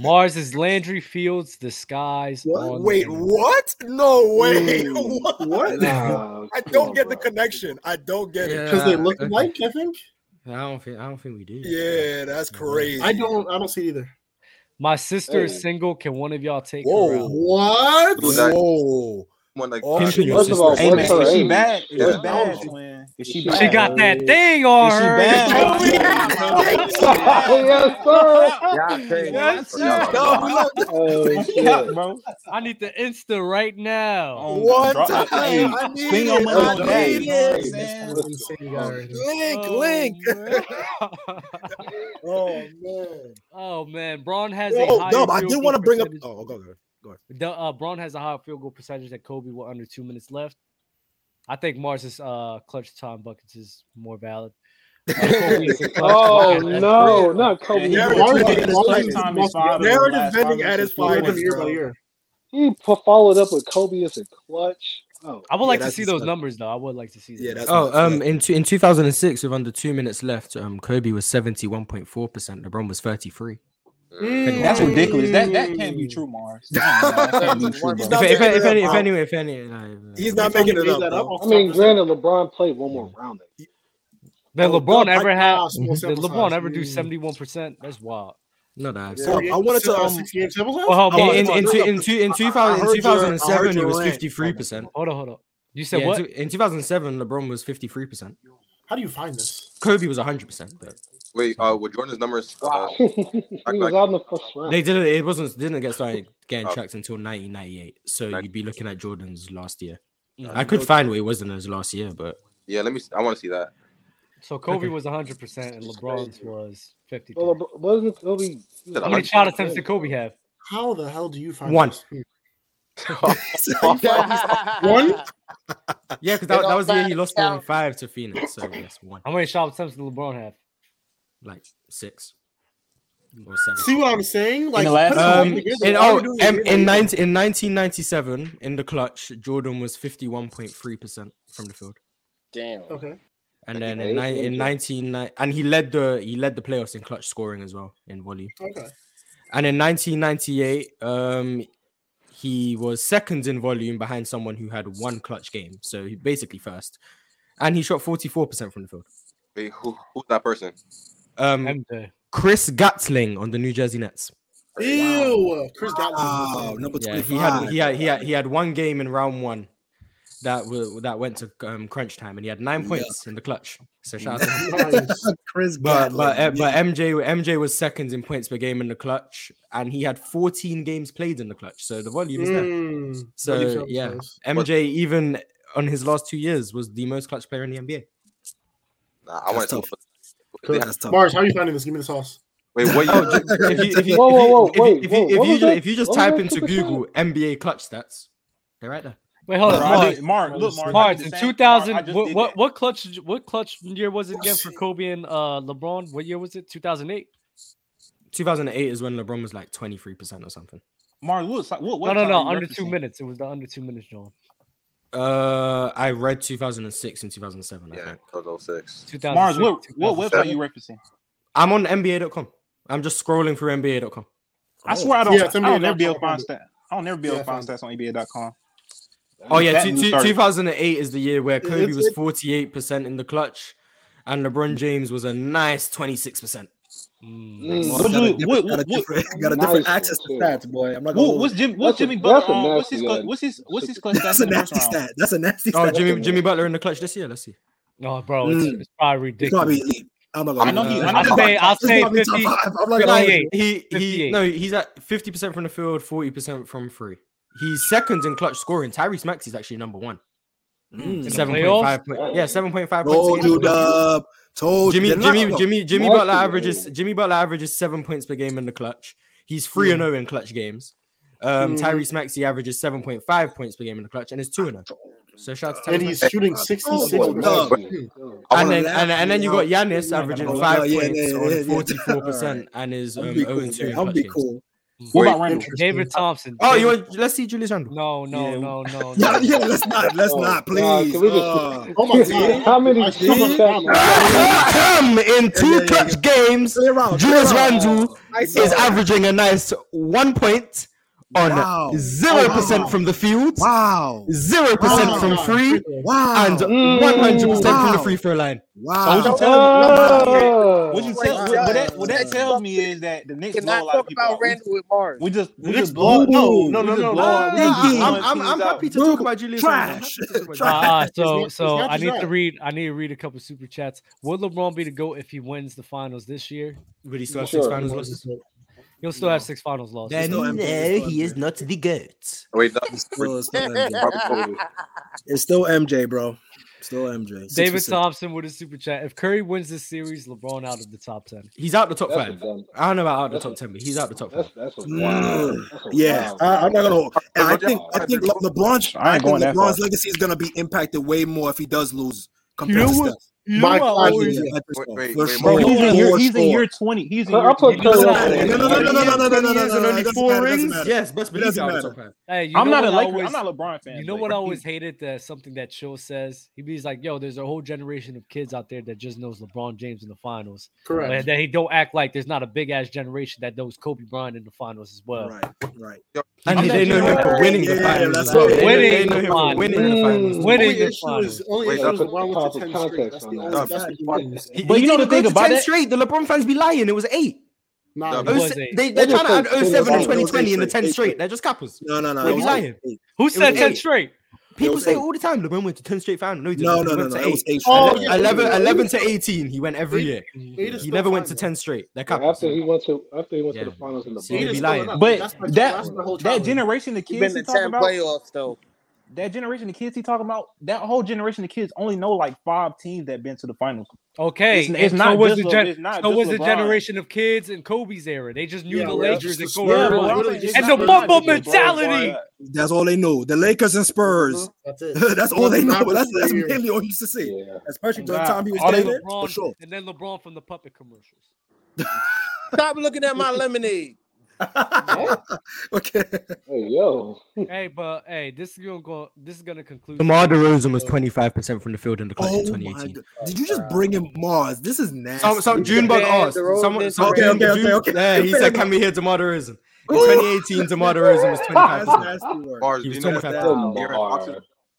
Speaker 1: Mars is Landry Fields, the skies. on
Speaker 15: Wait,
Speaker 1: the-
Speaker 15: what? No way.
Speaker 1: Mm.
Speaker 15: what?
Speaker 1: Nah,
Speaker 15: I don't get the connection. I don't get it.
Speaker 10: because they look alike. I think.
Speaker 2: I don't think I don't think we do.
Speaker 15: Yeah, that's crazy.
Speaker 10: I don't. I don't see either.
Speaker 1: My sister
Speaker 10: Hey.
Speaker 1: is single. Can one of y'all take her
Speaker 15: Whoa.
Speaker 1: out?
Speaker 15: What?
Speaker 9: Whoa.
Speaker 15: Oh,
Speaker 1: Continue,
Speaker 9: First of all,
Speaker 1: sister.
Speaker 9: what's
Speaker 1: Hey,
Speaker 9: her
Speaker 1: man,
Speaker 9: age?
Speaker 1: is she bad?
Speaker 9: What's
Speaker 1: Is she
Speaker 9: her
Speaker 1: bad,
Speaker 9: age?
Speaker 14: man?
Speaker 9: Is
Speaker 1: She got that thing on her.
Speaker 9: yes,
Speaker 1: sir.
Speaker 9: Yes, sir.
Speaker 1: Oh,
Speaker 9: shit.
Speaker 1: bro. I need the Insta right now.
Speaker 15: One time. I need it. I need it. Link, link. oh man.
Speaker 1: Oh man, Braun has a
Speaker 15: Oh,
Speaker 1: higher
Speaker 15: dumb. I
Speaker 1: field
Speaker 15: did
Speaker 1: goal
Speaker 15: want to bring up.
Speaker 1: percentage-
Speaker 15: Oh, go ahead. Go ahead.
Speaker 1: The, uh, Braun has a higher field goal percentage than Kobe with under two minutes left. I think Mars's uh, clutch time buckets is more valid. Uh, Kobe's clutch
Speaker 8: Oh,
Speaker 1: bucket at
Speaker 8: no,
Speaker 1: three.
Speaker 8: not Kobe. He put two minutes left.
Speaker 10: Narrative
Speaker 8: bending at his finest,
Speaker 10: year
Speaker 8: bro.
Speaker 10: by year.
Speaker 8: He put, followed up with Kobe as a clutch. Oh,
Speaker 1: I would like to
Speaker 8: that's
Speaker 1: see those
Speaker 8: disgusting.
Speaker 1: numbers though. I would like to see. Those. Yeah,
Speaker 15: that's
Speaker 2: Oh, um, in two, in 2006, with under two minutes left, um, Kobe was 71.4 percent. LeBron was 33.
Speaker 1: Mm.
Speaker 14: That's ridiculous. That that can't be true, Mars. Come on, man. That can't be true,
Speaker 2: If,
Speaker 14: bro.
Speaker 2: if, if, any, if any, if any, no,
Speaker 15: He's
Speaker 2: no.
Speaker 15: not making it up. bro.
Speaker 8: I mean, granted, LeBron played one more round.
Speaker 1: Did
Speaker 15: Oh,
Speaker 1: LeBron
Speaker 15: Doug,
Speaker 1: ever
Speaker 15: I-
Speaker 1: have?
Speaker 15: ah, small
Speaker 1: Did
Speaker 15: sample
Speaker 1: LeBron
Speaker 15: size.
Speaker 1: ever do
Speaker 15: Mm.
Speaker 1: seventy-one percent? That's wild.
Speaker 2: No, no.
Speaker 15: Yeah. I wanted to, um,
Speaker 1: Well, hold on,
Speaker 2: in, in,
Speaker 1: hold
Speaker 2: in,
Speaker 1: on.
Speaker 2: two- in, two- in, two thou- in 2007, he was 53 percent.
Speaker 1: Hold on, hold on. You said what?
Speaker 2: In, two- in 2007, LeBron was 53 percent.
Speaker 10: How do you find this?
Speaker 2: Kobe was 100 percent.
Speaker 13: Wait, uh, were Jordan's numbers? Uh,
Speaker 8: he was out in the first round.
Speaker 2: They didn't. It wasn't. Didn't get started getting tracked until 1998. So you'd be looking at Jordan's last year.
Speaker 1: Mhm.
Speaker 2: I could find where it was in his last year, but
Speaker 13: yeah, let me. I want to see that.
Speaker 1: So Kobe
Speaker 2: Okay.
Speaker 1: was one hundred percent, and LeBron's was fifty.
Speaker 8: Well, LeBron- wasn't Kobe?
Speaker 1: How many shot attempts did Kobe have?
Speaker 10: How the hell do you find
Speaker 2: One.
Speaker 10: This? Hmm.
Speaker 2: one. Yeah, because that,
Speaker 1: It
Speaker 2: that
Speaker 1: all
Speaker 2: was the year he
Speaker 1: back
Speaker 2: lost
Speaker 1: down.
Speaker 2: 45 to Phoenix. So yes, one,
Speaker 1: How many shot attempts did LeBron have?
Speaker 2: like six or seven.
Speaker 10: See what I'm saying? Like,
Speaker 2: in the last,
Speaker 10: put it all
Speaker 2: um,
Speaker 10: together.
Speaker 2: in,
Speaker 10: Why are
Speaker 2: oh,
Speaker 10: we doing
Speaker 2: um,
Speaker 10: it
Speaker 2: in,
Speaker 10: year by year?
Speaker 2: 19, in 1997, in the clutch, Jordan was 51.3% from the field.
Speaker 12: Damn.
Speaker 10: Okay.
Speaker 2: And
Speaker 12: Like,
Speaker 2: then
Speaker 12: wait,
Speaker 2: in, ni-
Speaker 12: let
Speaker 2: in
Speaker 12: me-
Speaker 2: 19 ni- and he led the he led the playoffs in clutch scoring as well in volume.
Speaker 10: Okay.
Speaker 2: And in 1998, um, he was second in volume behind someone who had one clutch game, so he basically first. And he shot 44% from the field.
Speaker 13: Wait, who, who's that person?
Speaker 2: Um, Chris Gatling on the New Jersey Nets.
Speaker 10: Ew, Oh, uh, Chris Godwin. Wow,
Speaker 15: number
Speaker 2: Yeah, he had he had he had he had one game in round one that were, that went to um, crunch time, and he had nine points in the clutch. So shout out to him.
Speaker 15: Chris
Speaker 2: But but uh,
Speaker 15: Gatlin,
Speaker 2: but
Speaker 15: yeah.
Speaker 2: MJ MJ was second in points per game in the clutch, and he had 14 games played in the clutch, so the volume is
Speaker 10: Mm,
Speaker 2: there.
Speaker 10: volume
Speaker 2: So
Speaker 10: sounds
Speaker 2: yeah,
Speaker 10: nice.
Speaker 2: MJ even on his last two years was the most clutch player in the NBA.
Speaker 13: Nah, I want to see. What,
Speaker 2: Cool.
Speaker 13: they have-
Speaker 10: Mars, how are you finding this? Give me the sauce.
Speaker 13: Wait, what?
Speaker 2: Oh, ju- if you if you
Speaker 10: Whoa, whoa, whoa,
Speaker 2: if you-
Speaker 10: wait,
Speaker 2: if
Speaker 10: whoa,
Speaker 2: you- if you if
Speaker 10: what
Speaker 2: you
Speaker 10: was
Speaker 2: ju-
Speaker 10: that?
Speaker 2: if you just
Speaker 10: What was
Speaker 2: type
Speaker 10: that
Speaker 2: into
Speaker 10: superstar?
Speaker 2: Google NBA clutch stats, they're right there.
Speaker 1: Wait, hold on.
Speaker 2: Bro, I
Speaker 1: Mark,
Speaker 2: did- Mark, look, Mark, I
Speaker 1: Mark,
Speaker 2: did
Speaker 1: in
Speaker 2: the
Speaker 1: two
Speaker 2: same- Mark, I
Speaker 1: thousand,
Speaker 2: just
Speaker 1: what,
Speaker 2: did
Speaker 1: what what clutch what clutch year was it again for Kobe and uh LeBron? What year was it? Two thousand eight.
Speaker 2: 2008 is when LeBron was like 23 percent or something.
Speaker 14: Mark, what, what,
Speaker 1: No,
Speaker 14: what
Speaker 1: no,
Speaker 14: time
Speaker 1: no.
Speaker 14: are you
Speaker 1: Under two
Speaker 14: referencing?
Speaker 1: minutes. It was the under two minutes, John.
Speaker 2: Uh, I read 2006 and 2007. I think.
Speaker 13: That was 06.
Speaker 14: Mars, what, what website
Speaker 2: 2007.
Speaker 14: you referencing?
Speaker 2: I'm on NBA.com. I'm just scrolling through NBA.com.
Speaker 14: I swear I don't.
Speaker 2: Yeah, it's
Speaker 14: I don't never be
Speaker 2: NBA.com.
Speaker 14: able to find stats. I don't never be able
Speaker 2: Yeah, I
Speaker 14: to find
Speaker 2: found
Speaker 14: stats on NBA.com.
Speaker 2: Oh yeah,
Speaker 14: That
Speaker 2: two,
Speaker 14: news
Speaker 2: two,
Speaker 14: started-
Speaker 2: 2008 is the year where Kobe
Speaker 14: it's-
Speaker 2: was
Speaker 14: it-
Speaker 2: 48 percent in the clutch, and LeBron James was a nice 26 percent.
Speaker 14: Hmm,
Speaker 15: Mm,
Speaker 14: What
Speaker 15: got a
Speaker 14: do
Speaker 15: different-
Speaker 14: what
Speaker 15: got a
Speaker 14: what what-
Speaker 15: different- got a different Nice access to one, too. stats, boy. I'm not gonna
Speaker 14: What-
Speaker 15: hold
Speaker 14: What's
Speaker 15: you.
Speaker 14: Jim? What's
Speaker 15: That's a-
Speaker 14: Jimmy Butler
Speaker 15: that's a
Speaker 14: on? What's
Speaker 15: nasty
Speaker 14: his
Speaker 15: one.
Speaker 14: cl- what's his what's his clutch
Speaker 15: That's
Speaker 14: stats
Speaker 15: a
Speaker 14: in the first
Speaker 15: nasty
Speaker 14: round?
Speaker 15: stat. That's a nasty
Speaker 2: Oh,
Speaker 15: stat.
Speaker 2: Jimmy Jimmy Butler in the clutch this year. Let's see.
Speaker 1: No, bro, it's,
Speaker 2: Mm.
Speaker 1: it's probably
Speaker 15: He's probably
Speaker 1: ridiculous.
Speaker 15: elite. I'm not
Speaker 2: I
Speaker 15: gonna.
Speaker 2: know
Speaker 15: hold
Speaker 2: he-
Speaker 15: you.
Speaker 2: I know
Speaker 15: He's
Speaker 2: he-
Speaker 15: probably
Speaker 2: I'll
Speaker 15: top- he's
Speaker 2: say
Speaker 15: probably top
Speaker 2: 50
Speaker 15: five. I'm not gonna hold you.
Speaker 2: He he no, he's at 50% from the field, 40% from free. He's second in clutch scoring. Tyrese Maxey's actually number one.
Speaker 15: Mm. In the
Speaker 2: 7.5
Speaker 15: playoffs?
Speaker 2: point, yeah, 7.5
Speaker 15: Told
Speaker 2: points. a
Speaker 15: you,
Speaker 2: game.
Speaker 15: Dub. Told you.
Speaker 2: Jimmy,
Speaker 15: They're not-
Speaker 2: Jimmy,
Speaker 15: look,
Speaker 2: Jimmy, Jimmy
Speaker 15: Maxey,
Speaker 2: Butler
Speaker 15: man.
Speaker 2: averages Jimmy Butler averages seven points per game in the clutch. He's three and zero in clutch games. Um,
Speaker 15: Hmm.
Speaker 10: Mhm.
Speaker 2: Tyrese Maxey averages seven point five points per game in the clutch, and is two and zero. So shout out to
Speaker 10: And
Speaker 2: Tyrese
Speaker 10: he's
Speaker 2: Maxey.
Speaker 9: Oh,
Speaker 10: shooting 66%.
Speaker 2: And then and, and then you
Speaker 9: oh.
Speaker 2: got Giannis
Speaker 10: Yeah,
Speaker 2: averaging
Speaker 10: yeah,
Speaker 2: five
Speaker 10: yeah,
Speaker 2: points
Speaker 10: yeah,
Speaker 2: on
Speaker 10: yeah.
Speaker 2: forty four percent, and is
Speaker 10: I'm
Speaker 2: um,
Speaker 10: be
Speaker 2: zero and two
Speaker 10: cool,
Speaker 2: in
Speaker 10: man. I'm
Speaker 2: clutch
Speaker 10: be
Speaker 2: games.
Speaker 10: cool.
Speaker 1: What
Speaker 9: about Randall?
Speaker 1: David Thompson.
Speaker 9: Oh, you
Speaker 1: David-
Speaker 9: want? Let's see Julius Randle. Oh,
Speaker 1: No, no, no, no.
Speaker 9: Yeah, yeah, let's not, let's not, please. Uh,
Speaker 8: Oh my God. How many super chats?
Speaker 9: Come in two clutch games, Julius
Speaker 8: clear out.
Speaker 9: Randle
Speaker 8: I
Speaker 9: is
Speaker 8: saw that.
Speaker 9: averaging a nice one point
Speaker 8: Wow.
Speaker 9: on zero
Speaker 8: Wow.
Speaker 9: percent from the field. Wow. Zero percent
Speaker 2: Ah,
Speaker 8: Wow.
Speaker 9: from free.
Speaker 8: Wow.
Speaker 9: And
Speaker 8: Mm.
Speaker 9: one hundred percent from the
Speaker 8: Wow.
Speaker 9: free throw line.
Speaker 14: So what you telling
Speaker 1: Oh.
Speaker 14: me? What you tell? What, what that, what that
Speaker 9: Wow.
Speaker 14: tells me is that the Knicks blow a
Speaker 12: Cannot
Speaker 14: lot of
Speaker 12: talk
Speaker 14: people
Speaker 12: about
Speaker 14: out. We-
Speaker 12: Randall with Mars.
Speaker 14: We just we
Speaker 12: Knicks
Speaker 14: just blow.
Speaker 12: blew.
Speaker 14: No, no,
Speaker 12: We
Speaker 14: no,
Speaker 12: just
Speaker 14: no.
Speaker 12: blow out
Speaker 14: no.
Speaker 12: teams.
Speaker 14: I'm-
Speaker 12: Blowing
Speaker 14: I'm-
Speaker 12: teams
Speaker 14: I'm
Speaker 12: out.
Speaker 14: happy
Speaker 9: to talk about Julius Trash.
Speaker 1: Uh, uh, so
Speaker 9: It's not-
Speaker 1: so
Speaker 9: it's not
Speaker 1: I need
Speaker 9: just
Speaker 1: to
Speaker 9: that.
Speaker 1: read I need to read a couple super chats. Would LeBron be the goat if he wins the finals this year?
Speaker 2: Would he still
Speaker 1: He'll
Speaker 2: have six finals losses?
Speaker 1: He'll still have six finals losses.
Speaker 2: Then no, he is not the goat.
Speaker 21: Wait, no,
Speaker 9: It's still, it's still
Speaker 21: Barbie
Speaker 9: MJ.
Speaker 21: Kobe.
Speaker 9: It's still MJ, bro. Still MJ. Six
Speaker 1: David
Speaker 9: percent.
Speaker 1: Thompson with a super chat. If Curry wins this series, LeBron out of the top ten.
Speaker 2: He's out the top
Speaker 1: That's a
Speaker 2: five. I don't know about out the top ten, but he's out the top five.
Speaker 1: that's a
Speaker 9: wow.
Speaker 15: Yeah, I, I'm not gonna hold. And I think I think Le- LeBron's
Speaker 14: I
Speaker 15: I
Speaker 14: ain't
Speaker 15: think
Speaker 14: going that far.
Speaker 15: LeBron's legacy is gonna be impacted way more if he does lose
Speaker 1: You
Speaker 15: compared
Speaker 1: know
Speaker 15: to
Speaker 1: what?
Speaker 15: Steph.
Speaker 1: You know what? I always-
Speaker 15: Yeah, at this
Speaker 21: Wait,
Speaker 15: point,
Speaker 21: wait,
Speaker 15: for
Speaker 21: wait,
Speaker 15: sure.
Speaker 21: Mo.
Speaker 14: He's in year.
Speaker 15: For
Speaker 14: He's in
Speaker 15: sure.
Speaker 14: year twenty. He's in
Speaker 15: I'll
Speaker 14: year
Speaker 15: put Curry up
Speaker 14: twenty.
Speaker 15: there. No, no, no, no, no, no, no, no, no, no, no, it doesn't matter, it doesn't matter.
Speaker 2: Yes, best
Speaker 15: It
Speaker 2: believe he's
Speaker 15: doesn't
Speaker 2: out of the
Speaker 15: matter.
Speaker 2: top five.
Speaker 1: Hey, you
Speaker 14: I'm
Speaker 1: know what
Speaker 14: not a
Speaker 1: I
Speaker 14: Laker-
Speaker 1: always-
Speaker 14: I'm not a LeBron fan,
Speaker 1: You know
Speaker 14: but-
Speaker 1: what I always hated that something that Chill says. He be like, "Yo, there's a whole generation of kids out there that just knows LeBron James in the finals.
Speaker 21: Correct.
Speaker 1: And they don't act like there's not a big ass generation that knows Kobe Bryant in the finals as well.
Speaker 15: Right, right.
Speaker 2: And they know him for winning the finals. as well. They know- they
Speaker 1: winning
Speaker 2: know
Speaker 1: the
Speaker 2: him for
Speaker 1: finals.
Speaker 2: winning the finals.
Speaker 1: Winning
Speaker 22: Only
Speaker 1: the
Speaker 22: issue
Speaker 1: finals.
Speaker 22: is only
Speaker 2: Wait,
Speaker 22: issue
Speaker 2: I
Speaker 22: is
Speaker 2: put
Speaker 22: LeBron went to ten straight. That's the only
Speaker 2: that.
Speaker 22: that's what he is.
Speaker 2: He- he didn't go to 10 straight. The LeBron fans be lying. It was eight.
Speaker 22: Nah,
Speaker 2: Oh,
Speaker 22: it was
Speaker 2: se-
Speaker 22: eight.
Speaker 2: They,
Speaker 22: They
Speaker 2: they're
Speaker 22: just
Speaker 2: trying to add
Speaker 22: said- they
Speaker 2: 07
Speaker 22: just
Speaker 2: and
Speaker 22: said-
Speaker 2: 2020 in the
Speaker 22: eight
Speaker 2: 10
Speaker 22: straight.
Speaker 2: straight. They're just couples.
Speaker 15: No, no, no,
Speaker 2: They
Speaker 15: it
Speaker 2: be
Speaker 15: was
Speaker 2: lying.
Speaker 15: eight.
Speaker 2: It
Speaker 1: Who
Speaker 2: was
Speaker 1: said 10
Speaker 2: eight.
Speaker 1: straight?
Speaker 15: It
Speaker 2: People
Speaker 15: was
Speaker 2: say
Speaker 15: eight.
Speaker 2: all the time LeBron went to 10 straight finals. No, he didn't.
Speaker 15: No,
Speaker 2: He
Speaker 15: no, no,
Speaker 2: went
Speaker 15: no,
Speaker 2: to
Speaker 15: it was eight
Speaker 2: Ele-
Speaker 15: straight. Oh, yeah,
Speaker 2: 11,
Speaker 15: yeah.
Speaker 2: 11 to 18. He went every year.
Speaker 22: Eight is
Speaker 2: He
Speaker 22: still
Speaker 2: never went
Speaker 22: time,
Speaker 2: to
Speaker 22: though.
Speaker 2: 10 straight. Ththey're
Speaker 8: Yeah,
Speaker 2: couples.
Speaker 8: after he went to after he went to the finals in the
Speaker 2: See, they
Speaker 8: Bucks.
Speaker 2: be lying.
Speaker 14: But
Speaker 22: my-
Speaker 14: that
Speaker 22: that's my whole
Speaker 14: that
Speaker 22: challenge.
Speaker 14: generation of
Speaker 12: He
Speaker 14: kids
Speaker 12: been
Speaker 14: he
Speaker 12: to
Speaker 14: talk
Speaker 12: 10
Speaker 14: about
Speaker 12: playoffs though.
Speaker 14: that generation of kids he talking about that whole generation of kids only know like five teams that been to the finals.
Speaker 1: Okay,
Speaker 14: it's,
Speaker 1: and
Speaker 14: it's
Speaker 1: so
Speaker 14: not
Speaker 1: was
Speaker 14: just
Speaker 1: the
Speaker 14: Le-
Speaker 1: gen-
Speaker 14: it's not
Speaker 1: so
Speaker 14: just
Speaker 1: was
Speaker 14: LeBron.
Speaker 1: the generation of kids in Kobe's era. They just knew
Speaker 14: Yeah,
Speaker 1: the
Speaker 14: yeah,
Speaker 1: Lakers
Speaker 14: just
Speaker 1: and
Speaker 14: the
Speaker 1: Kobe
Speaker 14: Spurs.
Speaker 1: Bryant.
Speaker 14: Yeah, literally just
Speaker 1: and
Speaker 14: the
Speaker 1: the
Speaker 14: Spurs,
Speaker 1: bubble
Speaker 14: just the Spurs, why
Speaker 1: mentality.
Speaker 14: not?
Speaker 15: That's all they know. The Lakers and Spurs.
Speaker 22: That's
Speaker 15: it. that's all they know. That's that's mainly all you used to see. Especially during the time he was
Speaker 1: And
Speaker 15: playing
Speaker 1: then
Speaker 15: there. For
Speaker 1: LeBron,
Speaker 15: sure.
Speaker 1: and then LeBron from the puppet commercials.
Speaker 12: Stop looking at my lemonade.
Speaker 15: okay.
Speaker 8: Hey yo.
Speaker 1: hey, but hey, this is gonna go. This is gonna conclude.
Speaker 2: DeMar
Speaker 1: today's
Speaker 2: DeRozan was
Speaker 1: episode.
Speaker 2: 25% from the field in the clutch in
Speaker 15: Oh my
Speaker 2: 2018.
Speaker 15: god. Did you just bring in Mars? This is nasty.
Speaker 2: Some, some Junebug asked. Someone, some
Speaker 15: okay,
Speaker 2: June-
Speaker 15: okay, okay,
Speaker 2: June-
Speaker 15: okay.
Speaker 2: Yeah, he
Speaker 15: Fair
Speaker 2: said,
Speaker 15: enough.
Speaker 2: "Can we hear DeMar DeRozan?" In 2018, DeMar DeRozan was 25.
Speaker 15: That's nasty work.
Speaker 21: Bars,
Speaker 2: He
Speaker 21: do
Speaker 2: was
Speaker 21: you know
Speaker 2: 25.
Speaker 21: that De'Aaron Fox is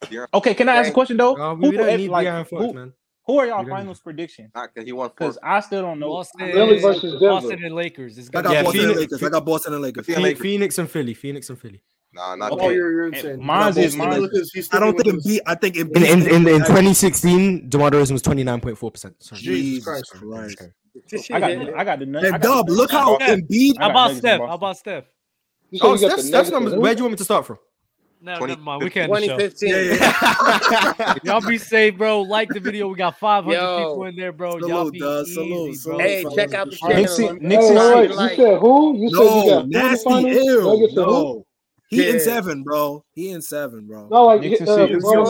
Speaker 21: De'aaron
Speaker 14: Okay, can I ask a question though?
Speaker 2: Uh, we,
Speaker 14: who
Speaker 2: we don't
Speaker 14: if,
Speaker 2: need
Speaker 14: like
Speaker 2: De'Aaron Fox,
Speaker 14: who,
Speaker 2: man.
Speaker 14: who are
Speaker 2: We
Speaker 14: y'all
Speaker 2: don't need-
Speaker 14: finals prediction?
Speaker 21: Fox? He won four.
Speaker 14: Because I still don't know.
Speaker 1: Boston,
Speaker 14: Really?
Speaker 8: versus Denver.
Speaker 1: Boston and Lakers. It's
Speaker 15: I
Speaker 1: gonna
Speaker 15: got
Speaker 2: Yeah,
Speaker 15: Boston and
Speaker 2: Phoenix-
Speaker 15: Lakers. I got Boston and Lakers.
Speaker 2: Phoenix, Phoenix and Philly. Phoenix and Philly.
Speaker 21: Nah,
Speaker 22: not Oh, Philly. you're- you're insane.
Speaker 14: Mine's
Speaker 15: I got
Speaker 14: is
Speaker 15: Boston and
Speaker 14: mine's.
Speaker 15: Lakers. I don't think Embiid. I think Embiid.
Speaker 2: In in, in, in 2016, DeMar DeRozan was 29.4 percent.
Speaker 15: Jesus Christ. Christ.
Speaker 14: I got the, I got the nut. I
Speaker 15: And
Speaker 14: got the
Speaker 15: Dub,
Speaker 14: nut-
Speaker 15: look how
Speaker 1: Steph.
Speaker 15: Embiid.
Speaker 1: How about Steph? How about Steph?
Speaker 2: Oh, Steph's, Steph's numbers. Where do you want me to start from?
Speaker 1: No,
Speaker 2: 20
Speaker 1: never mind. We can't.
Speaker 2: 2015.
Speaker 1: Y'all be safe, bro. Like the video. We got 500
Speaker 12: Yo.
Speaker 1: people in there, bro. Y'all
Speaker 15: Salute,
Speaker 1: be
Speaker 15: Dub.
Speaker 1: easy,
Speaker 15: Salute.
Speaker 1: bro.
Speaker 15: Salute.
Speaker 12: Hey,
Speaker 15: fellas.
Speaker 12: check out the
Speaker 15: All right.
Speaker 12: channel.
Speaker 8: Hey, no, wait,
Speaker 12: Like-
Speaker 8: you said who? You said you
Speaker 15: No,
Speaker 8: got who in the
Speaker 15: nasty.
Speaker 8: finals?
Speaker 15: Ew.
Speaker 8: Nuggets and who?
Speaker 15: No. He in
Speaker 12: Yeah.
Speaker 15: seven, bro. He in seven, bro.
Speaker 8: No, like uh, LeBron